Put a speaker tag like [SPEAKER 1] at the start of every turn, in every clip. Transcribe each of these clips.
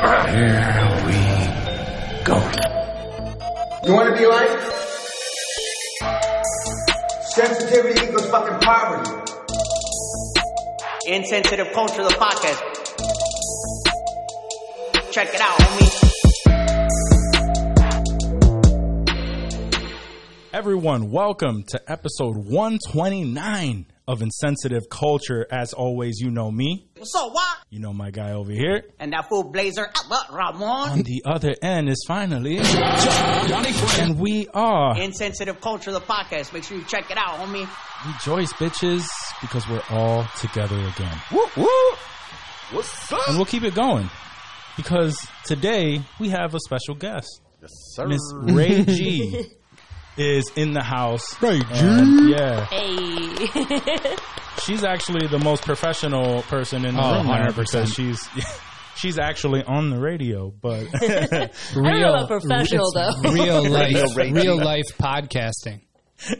[SPEAKER 1] Here we go.
[SPEAKER 2] You want to be like? Sensitivity equals fucking poverty.
[SPEAKER 3] Insensitive Culture, the podcast. Check it out, homie.
[SPEAKER 4] Everyone, welcome to episode 129 of Insensitive Culture. As always, you know me.
[SPEAKER 3] What's up, what?
[SPEAKER 4] You know my guy over here.
[SPEAKER 3] And that fool blazer, Albert Ramon.
[SPEAKER 4] On the other end is finally. And we are.
[SPEAKER 3] Insensitive Culture, the podcast. Make sure you check it out, homie.
[SPEAKER 4] Rejoice, bitches, because we're all together again.
[SPEAKER 5] What's up?
[SPEAKER 4] And we'll keep it going because today we have a special guest.
[SPEAKER 5] Yes, sir.
[SPEAKER 4] Miss Ray G is in the house. Ray G? yeah.
[SPEAKER 6] Hey.
[SPEAKER 4] She's actually the most professional person in the
[SPEAKER 7] Oh,
[SPEAKER 4] room now
[SPEAKER 7] 100%.
[SPEAKER 4] because she's she's actually on the radio, but
[SPEAKER 6] I don't know about professional though.
[SPEAKER 7] real life, real life podcasting.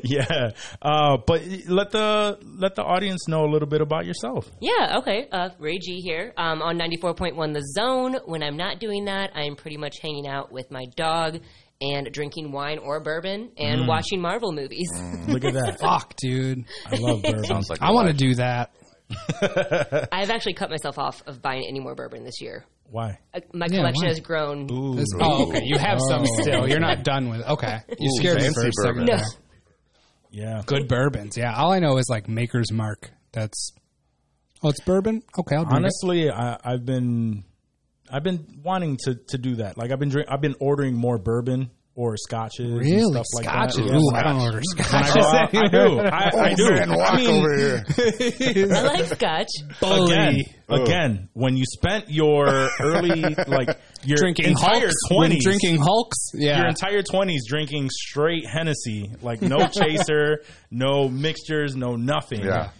[SPEAKER 4] yeah. Uh, but let the let the audience know a little bit about yourself.
[SPEAKER 6] yeah, okay. Uh, Ray G here um, on 94.1 The Zone. When I'm not doing that, I'm pretty much hanging out with my dog and drinking wine or bourbon
[SPEAKER 4] Mm.
[SPEAKER 6] and watching Marvel movies.
[SPEAKER 4] Look at that.
[SPEAKER 7] Fuck, dude.
[SPEAKER 4] I love bourbon.
[SPEAKER 5] Sounds like
[SPEAKER 7] I want to do that.
[SPEAKER 6] I've actually cut myself off of buying any more bourbon this year.
[SPEAKER 4] Why?
[SPEAKER 6] Uh, my
[SPEAKER 7] Yeah,
[SPEAKER 6] collection
[SPEAKER 7] why?
[SPEAKER 6] has grown.
[SPEAKER 4] Ooh.
[SPEAKER 7] This- oh, okay. You have some still. You're not done with. Okay, you
[SPEAKER 5] Ooh,
[SPEAKER 7] scared me
[SPEAKER 5] fancy
[SPEAKER 7] for a second.
[SPEAKER 5] bourbon.
[SPEAKER 6] No.
[SPEAKER 7] there.
[SPEAKER 4] Yeah.
[SPEAKER 7] Good bourbons. Yeah. All I know is like Maker's Mark. That's. Oh, it's bourbon. Okay, I'll drink
[SPEAKER 4] Honestly, I, I've been I've been wanting to, to do that. Like I've been drink, I've been ordering more bourbon or scotches
[SPEAKER 7] it.
[SPEAKER 4] and
[SPEAKER 7] Really,
[SPEAKER 4] stuff like that.
[SPEAKER 7] scotches.
[SPEAKER 4] Yeah.
[SPEAKER 7] Ooh, I don't order scotches. Oh,
[SPEAKER 4] I, I do. I, I do. I mean,
[SPEAKER 5] here.
[SPEAKER 6] I like scotch.
[SPEAKER 7] oh,
[SPEAKER 4] again, again, when you spent your early like your
[SPEAKER 7] Drinking
[SPEAKER 4] entire
[SPEAKER 7] Hulks. When
[SPEAKER 4] twenties,
[SPEAKER 7] drinking Hulks.
[SPEAKER 4] your
[SPEAKER 7] Yeah.
[SPEAKER 4] entire twenties drinking straight Hennessy, like no chaser, no mixtures, no nothing.
[SPEAKER 5] Yeah.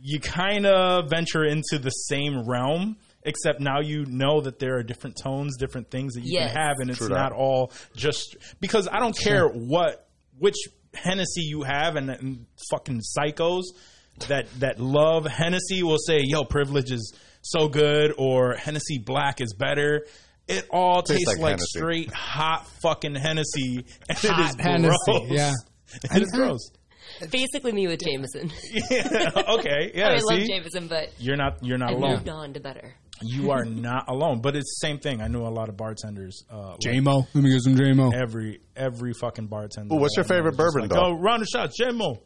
[SPEAKER 4] You kind of venture into the same realm. Except now you know that there are different tones, different things that you
[SPEAKER 6] Yes.
[SPEAKER 4] can have, and it's
[SPEAKER 5] True
[SPEAKER 4] not
[SPEAKER 5] that.
[SPEAKER 4] all just because I don't care what which Hennessy you have, and, and fucking psychos that that love Hennessy will say, "Yo, privilege is so good," or "Hennessy Black is better." It all tastes,
[SPEAKER 5] like
[SPEAKER 4] like,
[SPEAKER 5] Hennessy.
[SPEAKER 4] straight hot fucking Hennessy, and it
[SPEAKER 7] Hot
[SPEAKER 4] is
[SPEAKER 7] Hennessy,
[SPEAKER 4] gross.
[SPEAKER 7] yeah.
[SPEAKER 4] it is gross.
[SPEAKER 6] Basically, me with Jameson.
[SPEAKER 4] Yeah, okay, yeah.
[SPEAKER 6] Oh, I
[SPEAKER 4] see,
[SPEAKER 6] love Jameson, but
[SPEAKER 4] you're not you're not
[SPEAKER 6] I've
[SPEAKER 4] alone.
[SPEAKER 6] moved on to better.
[SPEAKER 4] You are not alone. But it's the same thing. I know a lot of bartenders. Uh, like
[SPEAKER 7] J-Mo. Let me get some J-Mo.
[SPEAKER 4] every every fucking bartender.
[SPEAKER 5] Ooh, what's your
[SPEAKER 4] that I know
[SPEAKER 5] favorite
[SPEAKER 4] is just
[SPEAKER 5] bourbon,
[SPEAKER 4] like,
[SPEAKER 5] though?
[SPEAKER 4] Oh, round of shots, Jamo.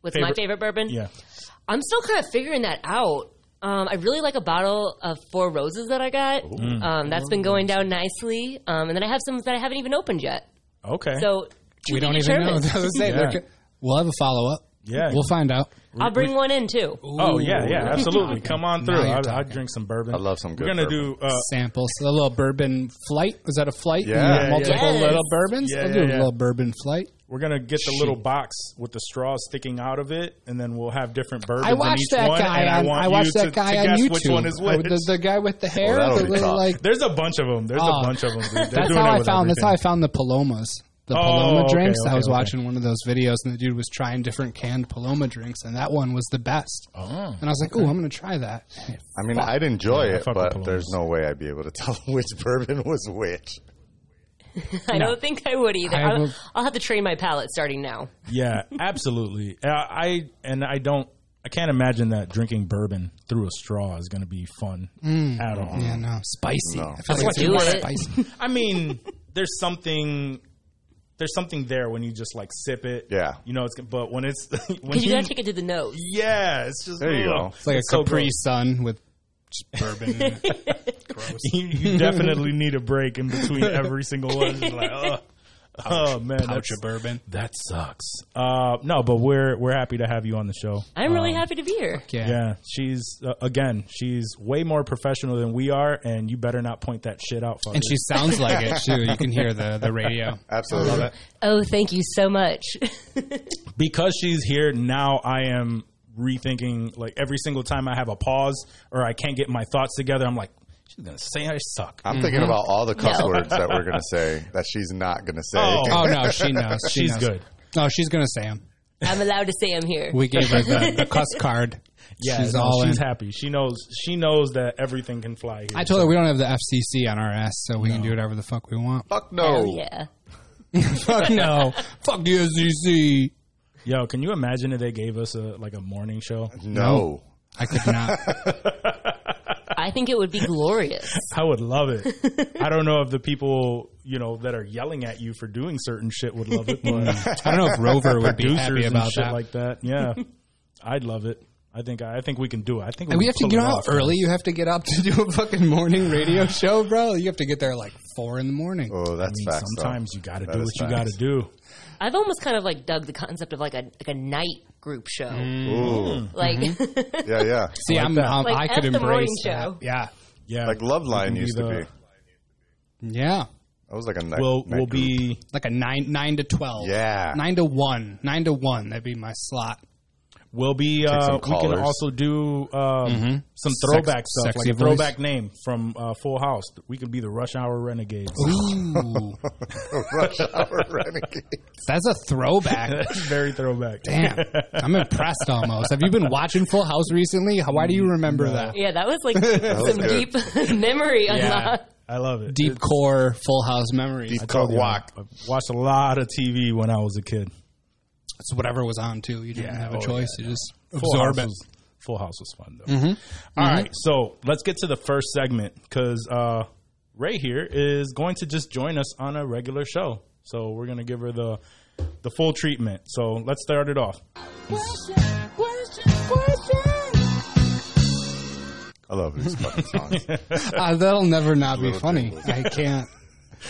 [SPEAKER 6] What's my
[SPEAKER 4] Favorite-
[SPEAKER 6] favorite bourbon?
[SPEAKER 4] Yeah.
[SPEAKER 6] I'm still kind of figuring that out. Um, I really like a bottle of Four Roses that I got. Um, that's been going down nicely. Um, and then I have some that I haven't even opened yet.
[SPEAKER 4] Okay.
[SPEAKER 6] So to
[SPEAKER 7] We
[SPEAKER 6] be
[SPEAKER 7] don't even know.
[SPEAKER 6] determined.
[SPEAKER 7] That was it.
[SPEAKER 4] Yeah.
[SPEAKER 7] We'll have a follow up.
[SPEAKER 4] Yeah.
[SPEAKER 7] We'll find out.
[SPEAKER 6] I'll bring one in too.
[SPEAKER 4] Oh yeah, yeah, absolutely.
[SPEAKER 7] Talking.
[SPEAKER 4] Come on
[SPEAKER 7] Now
[SPEAKER 4] through.
[SPEAKER 7] you're
[SPEAKER 4] I, I
[SPEAKER 7] talking.
[SPEAKER 4] drink some bourbon.
[SPEAKER 5] I love some good
[SPEAKER 4] We're gonna
[SPEAKER 5] bourbon.
[SPEAKER 4] do. Uh,
[SPEAKER 7] samples. A little bourbon flight. Was that a flight?
[SPEAKER 5] Yeah.
[SPEAKER 7] You have
[SPEAKER 5] Yeah,
[SPEAKER 7] multiple
[SPEAKER 6] yeah.
[SPEAKER 7] little bourbons.
[SPEAKER 4] Yeah,
[SPEAKER 7] I'll
[SPEAKER 4] yeah,
[SPEAKER 7] do a
[SPEAKER 4] yeah.
[SPEAKER 7] little bourbon flight.
[SPEAKER 4] we're gonna get the little box with the straw sticking out of it, and then we'll have different bourbons.
[SPEAKER 7] I
[SPEAKER 4] in
[SPEAKER 7] watched
[SPEAKER 4] each
[SPEAKER 7] that
[SPEAKER 4] one,
[SPEAKER 7] guy.
[SPEAKER 4] and I,
[SPEAKER 7] On,
[SPEAKER 4] want
[SPEAKER 7] I watched
[SPEAKER 4] you
[SPEAKER 7] that
[SPEAKER 4] to,
[SPEAKER 7] guy
[SPEAKER 4] to
[SPEAKER 7] on
[SPEAKER 4] guess
[SPEAKER 7] YouTube. Oh,
[SPEAKER 4] Which one is
[SPEAKER 7] I-
[SPEAKER 4] which. Oh,
[SPEAKER 7] the, the guy with the hair,
[SPEAKER 5] that'll
[SPEAKER 7] the
[SPEAKER 5] be
[SPEAKER 7] little
[SPEAKER 5] tough.
[SPEAKER 7] like.
[SPEAKER 4] There's a bunch of them. There's
[SPEAKER 7] Oh.
[SPEAKER 4] a bunch of them. They're
[SPEAKER 7] That's
[SPEAKER 4] doing
[SPEAKER 7] how
[SPEAKER 4] it
[SPEAKER 7] I
[SPEAKER 4] with
[SPEAKER 7] found. That's how I
[SPEAKER 4] everything.
[SPEAKER 7] found the palomas. The
[SPEAKER 4] Oh,
[SPEAKER 7] paloma
[SPEAKER 4] okay,
[SPEAKER 7] drinks. I
[SPEAKER 4] okay,
[SPEAKER 7] was
[SPEAKER 4] okay.
[SPEAKER 7] watching one of those videos, and the dude was trying different canned paloma drinks, and that one was the best. Oh, and I was like, "Ooh, I'm going to try that."
[SPEAKER 5] I mean, I'd enjoy
[SPEAKER 4] Yeah, I
[SPEAKER 5] it,
[SPEAKER 4] fuck with
[SPEAKER 5] but there's
[SPEAKER 4] Palomas.
[SPEAKER 5] no way I'd be able to tell which bourbon was which.
[SPEAKER 6] I don't think I would either.
[SPEAKER 7] I
[SPEAKER 6] I will
[SPEAKER 7] will-
[SPEAKER 6] I'll have to train my palate starting now.
[SPEAKER 4] Yeah, absolutely. Uh, I and I don't. I can't imagine that drinking bourbon through a straw is going to be fun
[SPEAKER 7] Mm.
[SPEAKER 4] at all.
[SPEAKER 7] Yeah, no, uh, spicy.
[SPEAKER 5] No.
[SPEAKER 7] I feel like
[SPEAKER 6] what
[SPEAKER 7] it's
[SPEAKER 6] you
[SPEAKER 7] more
[SPEAKER 6] want.
[SPEAKER 7] spicy.
[SPEAKER 4] I mean, there's something there's something there when you just like sip it.
[SPEAKER 5] Yeah.
[SPEAKER 4] You know, it's but when it's when
[SPEAKER 6] Because you got to take it to the nose.
[SPEAKER 4] yeah, it's just
[SPEAKER 5] There you
[SPEAKER 4] ugh.
[SPEAKER 5] go.
[SPEAKER 7] It's like
[SPEAKER 4] It's
[SPEAKER 7] a
[SPEAKER 4] so
[SPEAKER 7] Capri
[SPEAKER 4] gross.
[SPEAKER 7] Sun with just bourbon. in it.
[SPEAKER 4] you, you definitely need a break in between every single one. It's like, ugh. oh man,
[SPEAKER 7] Pouch
[SPEAKER 4] that's-
[SPEAKER 7] of bourbon.
[SPEAKER 4] that sucks. Uh, no, but we're we're happy to have you on the show.
[SPEAKER 6] I'm really happy to be here.
[SPEAKER 4] Yeah, she's uh, again, she's way more professional than we are, and you better not point that shit out.
[SPEAKER 7] And she sounds like it too. You can hear the the radio.
[SPEAKER 5] Absolutely.
[SPEAKER 6] Oh, thank you so much.
[SPEAKER 4] because she's here now i am rethinking like every single time i have a pause or i can't get my thoughts together i'm like she's gonna say i suck
[SPEAKER 5] I'm thinking about all the cuss
[SPEAKER 6] No.
[SPEAKER 5] words that we're going to say that she's not going to say.
[SPEAKER 4] Oh.
[SPEAKER 7] Oh no, she knows. She
[SPEAKER 4] She's
[SPEAKER 7] knows.
[SPEAKER 4] good.
[SPEAKER 7] No, she's gonna say them.
[SPEAKER 6] I'm allowed to say I'm here.
[SPEAKER 7] We gave her the, the cuss card.
[SPEAKER 4] Yeah,
[SPEAKER 7] She's
[SPEAKER 4] no,
[SPEAKER 7] all
[SPEAKER 4] she's
[SPEAKER 7] in.
[SPEAKER 4] happy. She knows. She knows that everything can fly. Here.
[SPEAKER 7] I told her we don't have the FCC on our ass, so we can do whatever the fuck we want.
[SPEAKER 5] Fuck
[SPEAKER 6] Hell
[SPEAKER 5] no.
[SPEAKER 6] Oh, yeah.
[SPEAKER 7] fuck no. Fuck the FCC.
[SPEAKER 4] Yo, can you imagine if they gave us a like a morning show?
[SPEAKER 5] No.
[SPEAKER 7] I could not.
[SPEAKER 6] I think it would be glorious.
[SPEAKER 4] I would love it. I don't know if the people you know that are yelling at you for doing certain shit would love it, but
[SPEAKER 7] I don't know if Rover would be happy
[SPEAKER 4] producers and
[SPEAKER 7] about
[SPEAKER 4] shit
[SPEAKER 7] that.
[SPEAKER 4] like that, yeah, I'd love it. I think I think we can do it. I think
[SPEAKER 7] and we
[SPEAKER 4] can
[SPEAKER 7] have to
[SPEAKER 4] pull
[SPEAKER 7] get
[SPEAKER 4] it
[SPEAKER 7] out
[SPEAKER 4] off.
[SPEAKER 7] early. You have to get up to do a fucking morning radio show, bro. You have to get there like four in the morning.
[SPEAKER 5] Oh,
[SPEAKER 4] I
[SPEAKER 5] that's
[SPEAKER 4] mean,
[SPEAKER 5] facts. though.
[SPEAKER 4] sometimes you got to
[SPEAKER 5] That
[SPEAKER 4] do
[SPEAKER 5] is
[SPEAKER 4] what you got
[SPEAKER 5] facts.
[SPEAKER 4] to do.
[SPEAKER 6] I've almost kind of like dug the concept of like a like a night group show.
[SPEAKER 5] Mm. Ooh.
[SPEAKER 4] Mm-hmm.
[SPEAKER 6] Like
[SPEAKER 5] Yeah, yeah.
[SPEAKER 7] See, I'm,
[SPEAKER 4] that.
[SPEAKER 7] I'm,
[SPEAKER 6] Like,
[SPEAKER 7] I
[SPEAKER 6] F
[SPEAKER 7] could
[SPEAKER 6] the morning
[SPEAKER 7] embrace that.
[SPEAKER 6] show.
[SPEAKER 7] Yeah,
[SPEAKER 4] Yeah,
[SPEAKER 5] Like Love Line
[SPEAKER 4] be
[SPEAKER 5] used
[SPEAKER 4] the-
[SPEAKER 5] to be.
[SPEAKER 7] yeah.
[SPEAKER 5] That was like a night.
[SPEAKER 4] we'll
[SPEAKER 5] night
[SPEAKER 4] we'll
[SPEAKER 5] group.
[SPEAKER 4] be
[SPEAKER 7] Like a nine nine to twelve.
[SPEAKER 5] Yeah.
[SPEAKER 7] nine to one. Nine to one. That'd be my slot.
[SPEAKER 4] We'll be. Uh,
[SPEAKER 5] some
[SPEAKER 4] we can
[SPEAKER 5] callers.
[SPEAKER 4] also do um, some
[SPEAKER 7] Mm-hmm. Sex-
[SPEAKER 4] throwback stuff,
[SPEAKER 7] sexy
[SPEAKER 4] like a
[SPEAKER 7] voice.
[SPEAKER 4] throwback name from uh, Full House. We can be the Rush Hour Renegades.
[SPEAKER 7] Ooh,
[SPEAKER 5] Rush Hour Renegade.
[SPEAKER 7] that's a throwback.
[SPEAKER 4] That's very throwback.
[SPEAKER 7] Damn, I'm impressed almost. Have you been watching Full House recently? How, why do you remember that?
[SPEAKER 6] yeah, that was like some
[SPEAKER 5] good.
[SPEAKER 6] deep memory
[SPEAKER 4] Yeah,
[SPEAKER 6] unlock.
[SPEAKER 4] I love it.
[SPEAKER 7] Deep core Full House memories.
[SPEAKER 5] Deep cut walk.
[SPEAKER 4] I watched a lot of TV when I was a kid.
[SPEAKER 7] It's whatever was on too. You didn't
[SPEAKER 4] Yeah,
[SPEAKER 7] have a
[SPEAKER 4] oh,
[SPEAKER 7] choice.
[SPEAKER 4] yeah,
[SPEAKER 7] you just
[SPEAKER 4] Full
[SPEAKER 7] absorb
[SPEAKER 4] House
[SPEAKER 7] it.
[SPEAKER 4] was, Full House was fun though.
[SPEAKER 7] Mm-hmm.
[SPEAKER 4] All right, so let's get to the first segment because uh, Ray here is going to just join us on a regular show. So we're gonna give her the the full treatment. So let's start it off.
[SPEAKER 5] I love these fucking songs.
[SPEAKER 7] Uh, that'll never not be
[SPEAKER 5] Little
[SPEAKER 7] funny.
[SPEAKER 5] jingles.
[SPEAKER 7] I can't.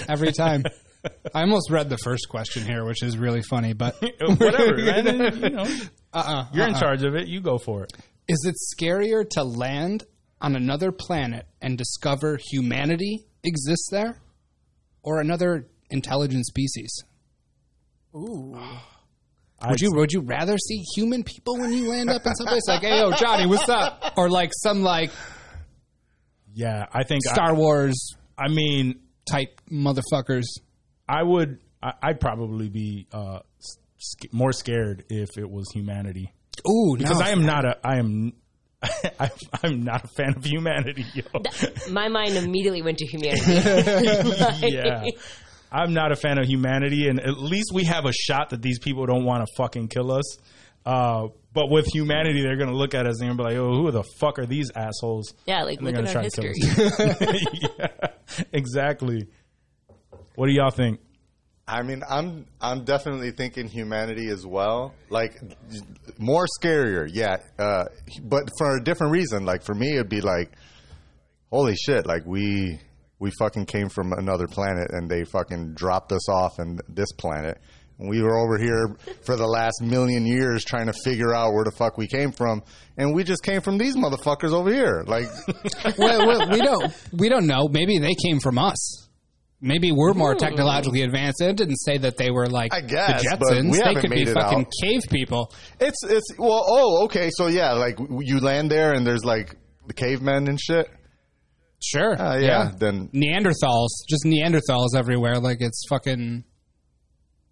[SPEAKER 7] Every time. I almost read the first question here, which is really funny, but
[SPEAKER 4] Eh, Whatever, man. you know,
[SPEAKER 7] Uh-uh,
[SPEAKER 4] you're in
[SPEAKER 7] uh-uh.
[SPEAKER 4] charge of it. You go for it.
[SPEAKER 7] Is it scarier to land on another planet and discover humanity exists there or another intelligent species?
[SPEAKER 4] I,
[SPEAKER 7] Would you would you rather see human people when you land up in some place like, "Hey, yo, Johnny, what's up?" or like some like
[SPEAKER 4] Yeah, I think. I-
[SPEAKER 7] Star Wars
[SPEAKER 4] I, mean,
[SPEAKER 7] type motherfuckers?
[SPEAKER 4] I would. I, I'd probably be uh, sc- more scared if it was humanity
[SPEAKER 7] Ooh, no.
[SPEAKER 4] because I am not a. I am. I, I'm not a fan of humanity, yo.
[SPEAKER 6] My mind immediately went to humanity.
[SPEAKER 4] yeah. I'm not a fan of humanity, and at least we have a shot that these people don't want to fucking kill us. Uh, but with humanity, they're going to look at us and they're gonna be like, "Oh, who the fuck are these assholes?"
[SPEAKER 6] Yeah, like
[SPEAKER 4] And they're
[SPEAKER 6] look at our
[SPEAKER 4] gonna
[SPEAKER 6] history.
[SPEAKER 4] yeah, exactly. What do y'all think?
[SPEAKER 5] I mean, I'm I'm definitely thinking humanity as well. Like more scarier, yeah. Uh, but for a different reason. Like for me, it'd be like, holy shit! Like we we fucking came from another planet and they fucking dropped us off in this planet. And we were over here for the last million years trying to figure out where the fuck we came from, and we just came from these motherfuckers over here. Like,
[SPEAKER 7] well, well, we don't we don't know. Maybe they came from us. Maybe we're more technologically advanced. It didn't say that they were like
[SPEAKER 5] I guess,
[SPEAKER 7] the
[SPEAKER 5] but
[SPEAKER 7] Jetsons.
[SPEAKER 5] we
[SPEAKER 7] They
[SPEAKER 5] haven't
[SPEAKER 7] could be
[SPEAKER 5] made it
[SPEAKER 7] fucking
[SPEAKER 5] out.
[SPEAKER 7] cave people.
[SPEAKER 5] it's it's well, oh, okay, so yeah, like w- you land there and there's like the cavemen and shit.
[SPEAKER 7] Sure.
[SPEAKER 5] Uh, yeah, then
[SPEAKER 7] Neanderthals, just Neanderthals everywhere. Like it's fucking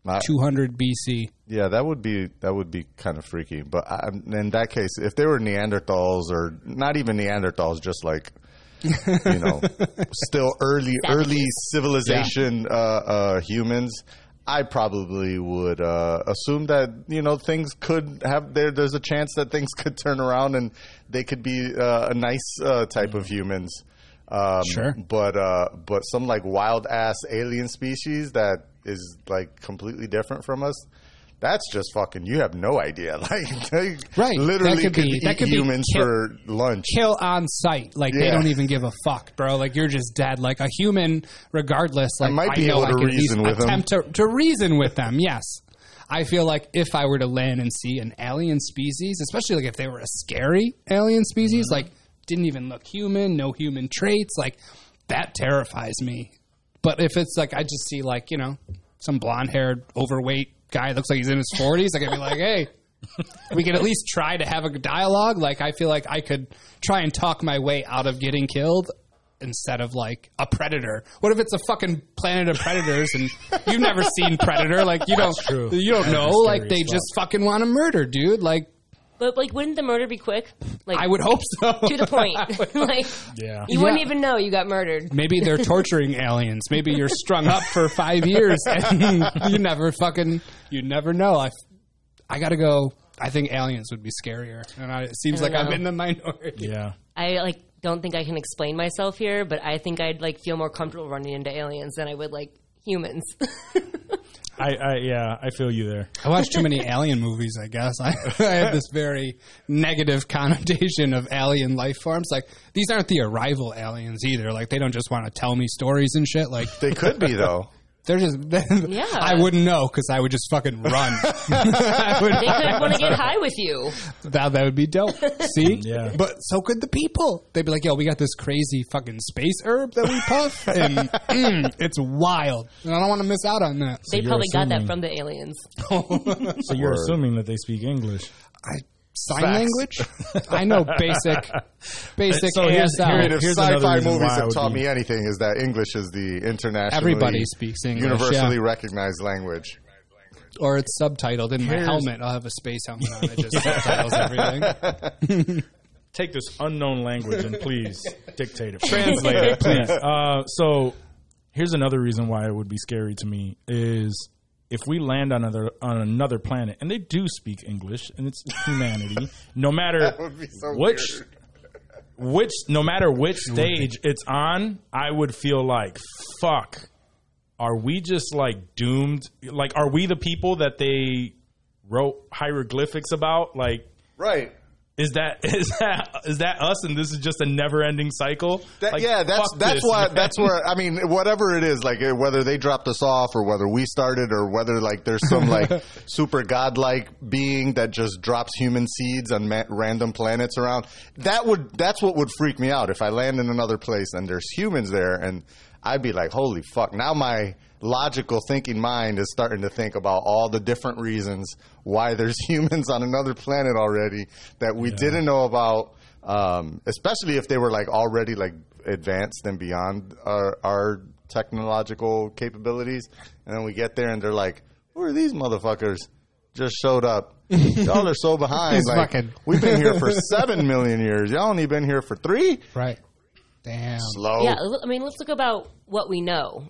[SPEAKER 5] not,
[SPEAKER 7] 200 BC.
[SPEAKER 5] yeah, that would be that would be kind of freaky. But I, in that case, if they were Neanderthals or not even Neanderthals, just like you know, still early early civilization uh, uh, humans. I probably would uh, assume that you know things could have there. There's a chance that things could turn around and they could be uh, a nice uh, type of humans. Um,
[SPEAKER 7] Sure.
[SPEAKER 5] but uh, but some like wild ass alien species that is like completely different from us. That's just fucking. You have no idea. Like, they
[SPEAKER 7] Right. That
[SPEAKER 5] literally
[SPEAKER 7] could
[SPEAKER 5] could,
[SPEAKER 7] be-
[SPEAKER 5] eat
[SPEAKER 7] that could be
[SPEAKER 5] humans
[SPEAKER 7] ki-
[SPEAKER 5] for lunch.
[SPEAKER 7] Kill on sight. Like they
[SPEAKER 5] Yeah.
[SPEAKER 7] don't even give a fuck, bro. Like you're just dead. Like a human, regardless. Like
[SPEAKER 5] might be
[SPEAKER 7] know
[SPEAKER 5] able to
[SPEAKER 7] could at least
[SPEAKER 5] reason with 'em.
[SPEAKER 7] attempt To, to reason with them. Yes. I feel like if I were to land and see an alien species, especially like if they were a scary alien species,
[SPEAKER 5] Mm-hmm.
[SPEAKER 7] like didn't even look human, no human traits, like that terrifies me. But if it's like I just see like you know some blonde haired, overweight guy looks like he's in his forties, I could be like, hey, we could at least try to have a dialogue. Like I feel like I could try and talk my way out of getting killed instead of like a predator. What if it's a fucking planet of predators and you've never seen predator? Like you don't
[SPEAKER 4] true.
[SPEAKER 7] you don't know.
[SPEAKER 4] scary
[SPEAKER 7] Like they
[SPEAKER 4] as fuck.
[SPEAKER 7] just fucking want to murder, dude. Like
[SPEAKER 6] But like, wouldn't the murder be quick? Like,
[SPEAKER 7] I would hope so.
[SPEAKER 6] to the point. like,
[SPEAKER 4] Yeah.
[SPEAKER 6] you wouldn't
[SPEAKER 7] Yeah.
[SPEAKER 6] even know you got murdered.
[SPEAKER 7] Maybe they're torturing aliens. Maybe you're strung up for five years and you never fucking, you never know. I, I gotta go. I think aliens would be scarier. And I, it seems
[SPEAKER 6] I
[SPEAKER 7] like
[SPEAKER 6] don't
[SPEAKER 7] I'm
[SPEAKER 6] know.
[SPEAKER 7] in the minority.
[SPEAKER 4] Yeah.
[SPEAKER 6] I like don't think I can explain myself here, but I think I'd like feel more comfortable running into aliens than I would like humans.
[SPEAKER 4] I, I yeah, I feel you there.
[SPEAKER 7] I watch too many alien movies, I guess. I, I have this very negative connotation of alien life forms. Like, these aren't the arrival aliens either. Like, they don't just want to tell me stories and shit. Like,
[SPEAKER 5] They could be though.
[SPEAKER 7] they're just.
[SPEAKER 6] Yeah.
[SPEAKER 7] I wouldn't know because I would just fucking run. I would-
[SPEAKER 6] they could want to get high with you.
[SPEAKER 7] that, that would be dope. See?
[SPEAKER 4] Yeah.
[SPEAKER 7] But so could the people. They'd be like, yo, we got this crazy fucking space herb that we puff, and mm, it's wild. And I don't want to miss out on that.
[SPEAKER 6] They
[SPEAKER 4] you're
[SPEAKER 6] probably got that
[SPEAKER 4] assuming-
[SPEAKER 6] from the aliens.
[SPEAKER 4] So you're
[SPEAKER 5] Word.
[SPEAKER 4] assuming that they speak English.
[SPEAKER 7] I, sign
[SPEAKER 5] Facts.
[SPEAKER 7] language? I know basic, basic
[SPEAKER 4] So here's-
[SPEAKER 7] ASL.
[SPEAKER 4] here it
[SPEAKER 5] If
[SPEAKER 4] Here's another
[SPEAKER 5] sci-fi
[SPEAKER 4] reason
[SPEAKER 5] movies
[SPEAKER 4] why I
[SPEAKER 5] have
[SPEAKER 4] would
[SPEAKER 5] taught
[SPEAKER 4] be-
[SPEAKER 5] me anything, is that English is the internationally
[SPEAKER 7] Everybody speaks English,
[SPEAKER 5] universally
[SPEAKER 7] yeah.
[SPEAKER 5] recognized language.
[SPEAKER 7] or it's subtitled in my
[SPEAKER 4] Here's-
[SPEAKER 7] helmet. I'll have a space helmet on. It just subtitles everything.
[SPEAKER 4] Take this unknown language and please dictate it. Translate it, please. Uh, so here's another reason why it would be scary to me is if we land on another on another planet and they do speak English and it's humanity, no matter
[SPEAKER 5] would be so
[SPEAKER 4] which which no matter which stage it's on, I would feel like fuck. Are we just like doomed? Like, are we the people that they wrote hieroglyphics about? Like,
[SPEAKER 5] Right.
[SPEAKER 4] is that is that is that us? And this is just a never-ending cycle.
[SPEAKER 5] That,
[SPEAKER 4] Like,
[SPEAKER 5] yeah, that's
[SPEAKER 4] fuck
[SPEAKER 5] that's
[SPEAKER 4] this,
[SPEAKER 5] why
[SPEAKER 4] man.
[SPEAKER 5] that's where I mean whatever it is like eh, whether they dropped us off or whether we started or whether like there's some like super godlike being that just drops human seeds on ma- random planets around that would that's what would freak me out if I land in another place and there's humans there and I'd be like holy fuck now my logical thinking mind is starting to think about all the different reasons why there's humans on another planet already that we didn't know about um, especially if they were like already like advanced and beyond our, our technological capabilities. And then we get there and they're like, "Who are these motherfuckers? Just showed up. Y'all are so behind.
[SPEAKER 7] He's
[SPEAKER 5] like,
[SPEAKER 7] fucking-
[SPEAKER 5] we've been here for seven million years. Y'all only been here for three.
[SPEAKER 7] Right. Damn.
[SPEAKER 5] Slow.
[SPEAKER 6] Yeah,
[SPEAKER 7] Oh.
[SPEAKER 6] l- I mean, let's look about what we know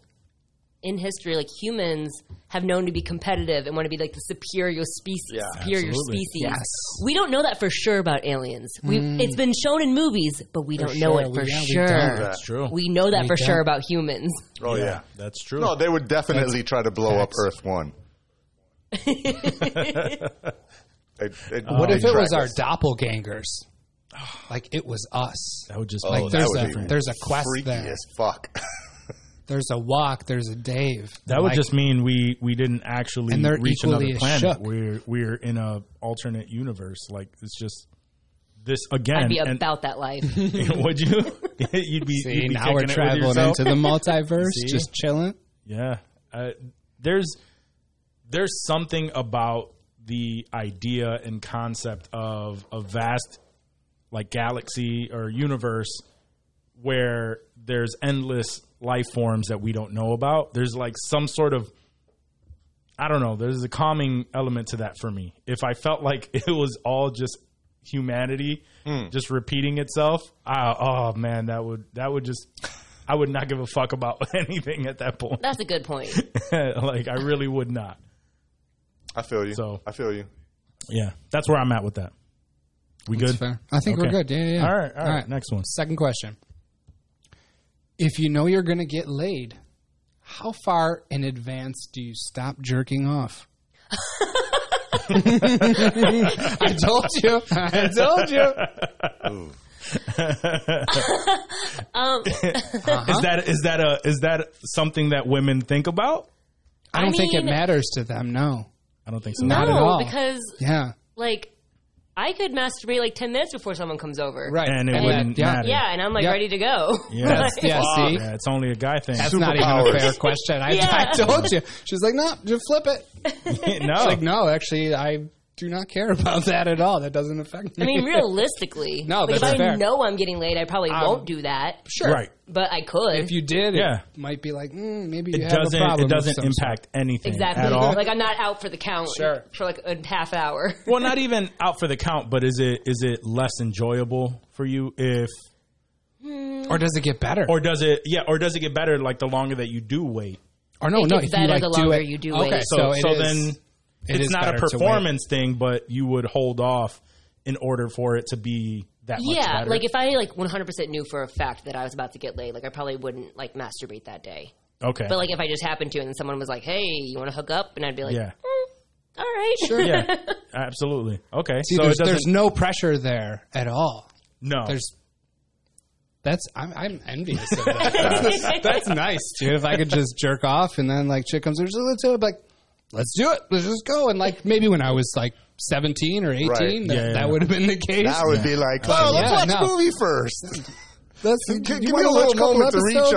[SPEAKER 6] in history. Like humans have known to be competitive and want to be like the superior species. superior
[SPEAKER 4] absolutely.
[SPEAKER 6] species.
[SPEAKER 7] Yes. Mm.
[SPEAKER 6] We don't know that for sure about aliens. We it's been shown in movies, but we don't know
[SPEAKER 7] sure.
[SPEAKER 6] it for
[SPEAKER 7] We- yeah, we
[SPEAKER 6] sure.
[SPEAKER 7] don't.
[SPEAKER 4] That's true.
[SPEAKER 6] We know that
[SPEAKER 7] We
[SPEAKER 6] for
[SPEAKER 7] don't.
[SPEAKER 6] sure about humans.
[SPEAKER 5] Oh yeah.
[SPEAKER 4] that's true.
[SPEAKER 5] No, they would definitely try to blow up Earth One. It- it-
[SPEAKER 7] What
[SPEAKER 5] they
[SPEAKER 7] if it was
[SPEAKER 5] track
[SPEAKER 7] our
[SPEAKER 5] us.
[SPEAKER 7] doppelgangers? Like it was us.
[SPEAKER 4] that would just
[SPEAKER 5] Oh,
[SPEAKER 4] like
[SPEAKER 5] that
[SPEAKER 7] there's
[SPEAKER 5] would
[SPEAKER 7] a
[SPEAKER 5] be
[SPEAKER 7] there's a quest
[SPEAKER 5] freaky
[SPEAKER 7] there.
[SPEAKER 5] as fuck?
[SPEAKER 7] There's a walk. There's a Dave.
[SPEAKER 4] that would
[SPEAKER 7] Like,
[SPEAKER 4] just mean we we didn't actually
[SPEAKER 7] And they're
[SPEAKER 4] reach
[SPEAKER 7] equally
[SPEAKER 4] another
[SPEAKER 7] as
[SPEAKER 4] planet.
[SPEAKER 7] shook.
[SPEAKER 4] We're we're in a alternate universe. Like it's just this again.
[SPEAKER 6] I'd be
[SPEAKER 4] and-
[SPEAKER 6] about that life.
[SPEAKER 4] would you? you'd be,
[SPEAKER 7] see
[SPEAKER 4] you'd be
[SPEAKER 7] now we're
[SPEAKER 4] kicking it with
[SPEAKER 7] traveling
[SPEAKER 4] yourself.
[SPEAKER 7] into the multiverse,
[SPEAKER 4] See?
[SPEAKER 7] just chilling.
[SPEAKER 4] Yeah, uh, there's there's something about the idea and concept of a vast like galaxy or universe where there's endless life forms that we don't know about. There's like some sort of I don't know. There's a calming element to that for me. If I felt like it was all just humanity just repeating itself, I, oh man, that would that would just I would not give a fuck about anything at that point.
[SPEAKER 6] That's a good point.
[SPEAKER 4] like I really would not.
[SPEAKER 5] I feel you.
[SPEAKER 4] So-
[SPEAKER 5] I feel you.
[SPEAKER 4] Yeah, that's where I'm at with that. We
[SPEAKER 7] That's
[SPEAKER 4] good?
[SPEAKER 7] fair. I think
[SPEAKER 4] Okay.
[SPEAKER 7] we're good. Yeah, yeah, yeah.
[SPEAKER 4] All right, all right, Next one.
[SPEAKER 7] Second question. If you know you're going to get laid, how far in advance do you stop jerking off? I told you. I told you. Uh-huh.
[SPEAKER 4] Is that is that a is that something that women think about?
[SPEAKER 7] I don't think it
[SPEAKER 6] mean-
[SPEAKER 7] matters to them. No.
[SPEAKER 4] I don't think so.
[SPEAKER 7] Not at all.
[SPEAKER 6] because
[SPEAKER 7] Yeah.
[SPEAKER 6] like I could masturbate like ten minutes before someone comes over.
[SPEAKER 7] Right.
[SPEAKER 4] And it
[SPEAKER 7] Yeah,
[SPEAKER 4] wouldn't
[SPEAKER 7] yeah.
[SPEAKER 4] matter.
[SPEAKER 6] Yeah, and I'm like
[SPEAKER 7] Yep.
[SPEAKER 6] ready to go.
[SPEAKER 4] Yeah.
[SPEAKER 6] Like,
[SPEAKER 7] Yeah, see?
[SPEAKER 4] Yeah, it's only a guy thing.
[SPEAKER 7] That's not even a
[SPEAKER 5] Superpowers.
[SPEAKER 7] fair question. I,
[SPEAKER 6] Yeah.
[SPEAKER 7] I told you. She's like, no, just flip it.
[SPEAKER 4] no,
[SPEAKER 7] Like, no, actually, I do not care about that at all. That doesn't affect me.
[SPEAKER 6] I mean, realistically,
[SPEAKER 7] No,
[SPEAKER 6] like, if
[SPEAKER 7] that's
[SPEAKER 6] I
[SPEAKER 7] fair.
[SPEAKER 6] know I'm getting laid, I probably won't do that.
[SPEAKER 7] sure.
[SPEAKER 4] Right.
[SPEAKER 6] But I could.
[SPEAKER 7] If you did,
[SPEAKER 4] Yeah.
[SPEAKER 7] it might be like mm, maybe you
[SPEAKER 4] It
[SPEAKER 7] have a
[SPEAKER 4] doesn't.
[SPEAKER 7] problem.
[SPEAKER 4] It
[SPEAKER 7] of
[SPEAKER 4] doesn't
[SPEAKER 7] some
[SPEAKER 4] impact anything
[SPEAKER 6] exactly.
[SPEAKER 4] at all.
[SPEAKER 6] Like I'm not out for the count
[SPEAKER 7] Sure.
[SPEAKER 6] for like a half hour.
[SPEAKER 4] well, not even out for the count, but is it is it less enjoyable for you if
[SPEAKER 7] sort. Or does it get better?
[SPEAKER 4] or does it yeah or does it get better like the longer that you do wait?
[SPEAKER 7] Or no,
[SPEAKER 6] It
[SPEAKER 7] no. if
[SPEAKER 6] gets
[SPEAKER 7] you
[SPEAKER 6] better
[SPEAKER 7] like
[SPEAKER 6] the
[SPEAKER 7] do
[SPEAKER 6] longer
[SPEAKER 7] it,
[SPEAKER 6] you do
[SPEAKER 7] okay,
[SPEAKER 6] it.
[SPEAKER 7] So, it
[SPEAKER 4] so
[SPEAKER 7] is-
[SPEAKER 4] then
[SPEAKER 7] it
[SPEAKER 4] it's
[SPEAKER 7] is
[SPEAKER 4] not a
[SPEAKER 7] better to wait.
[SPEAKER 4] performance thing, but you would hold off in order for it to be that much
[SPEAKER 6] yeah,
[SPEAKER 4] better.
[SPEAKER 6] like if I like 100% knew for a fact that I was about to get laid, like I probably wouldn't like masturbate that day.
[SPEAKER 4] okay,
[SPEAKER 6] But like if I just happened to, and then someone was like, "Hey, you want to hook up?" and I'd be like,
[SPEAKER 4] yeah,
[SPEAKER 6] "All right, sure."
[SPEAKER 4] yeah, absolutely. Okay,
[SPEAKER 7] See,
[SPEAKER 4] so
[SPEAKER 7] there's,
[SPEAKER 4] it
[SPEAKER 7] there's
[SPEAKER 4] doesn't. Oh.
[SPEAKER 7] no pressure there at all.
[SPEAKER 4] No,
[SPEAKER 7] There's that's I'm, I'm envious of that. that's nice, dude. If I could just jerk off and then like chick comes over, so let's do it. Like, let's do it. Let's just go. And like maybe when I was like 17 or 18,
[SPEAKER 5] Right.
[SPEAKER 7] that,
[SPEAKER 4] Yeah, yeah.
[SPEAKER 7] that would have been the case.
[SPEAKER 5] Now I would be like, oh, let's
[SPEAKER 7] Yeah,
[SPEAKER 5] watch
[SPEAKER 7] no.
[SPEAKER 5] a movie first.
[SPEAKER 7] Let's,
[SPEAKER 5] Give,
[SPEAKER 7] you
[SPEAKER 5] give me
[SPEAKER 7] wanna
[SPEAKER 5] a
[SPEAKER 7] watch
[SPEAKER 5] little
[SPEAKER 7] couple
[SPEAKER 5] moment to
[SPEAKER 7] episodes of-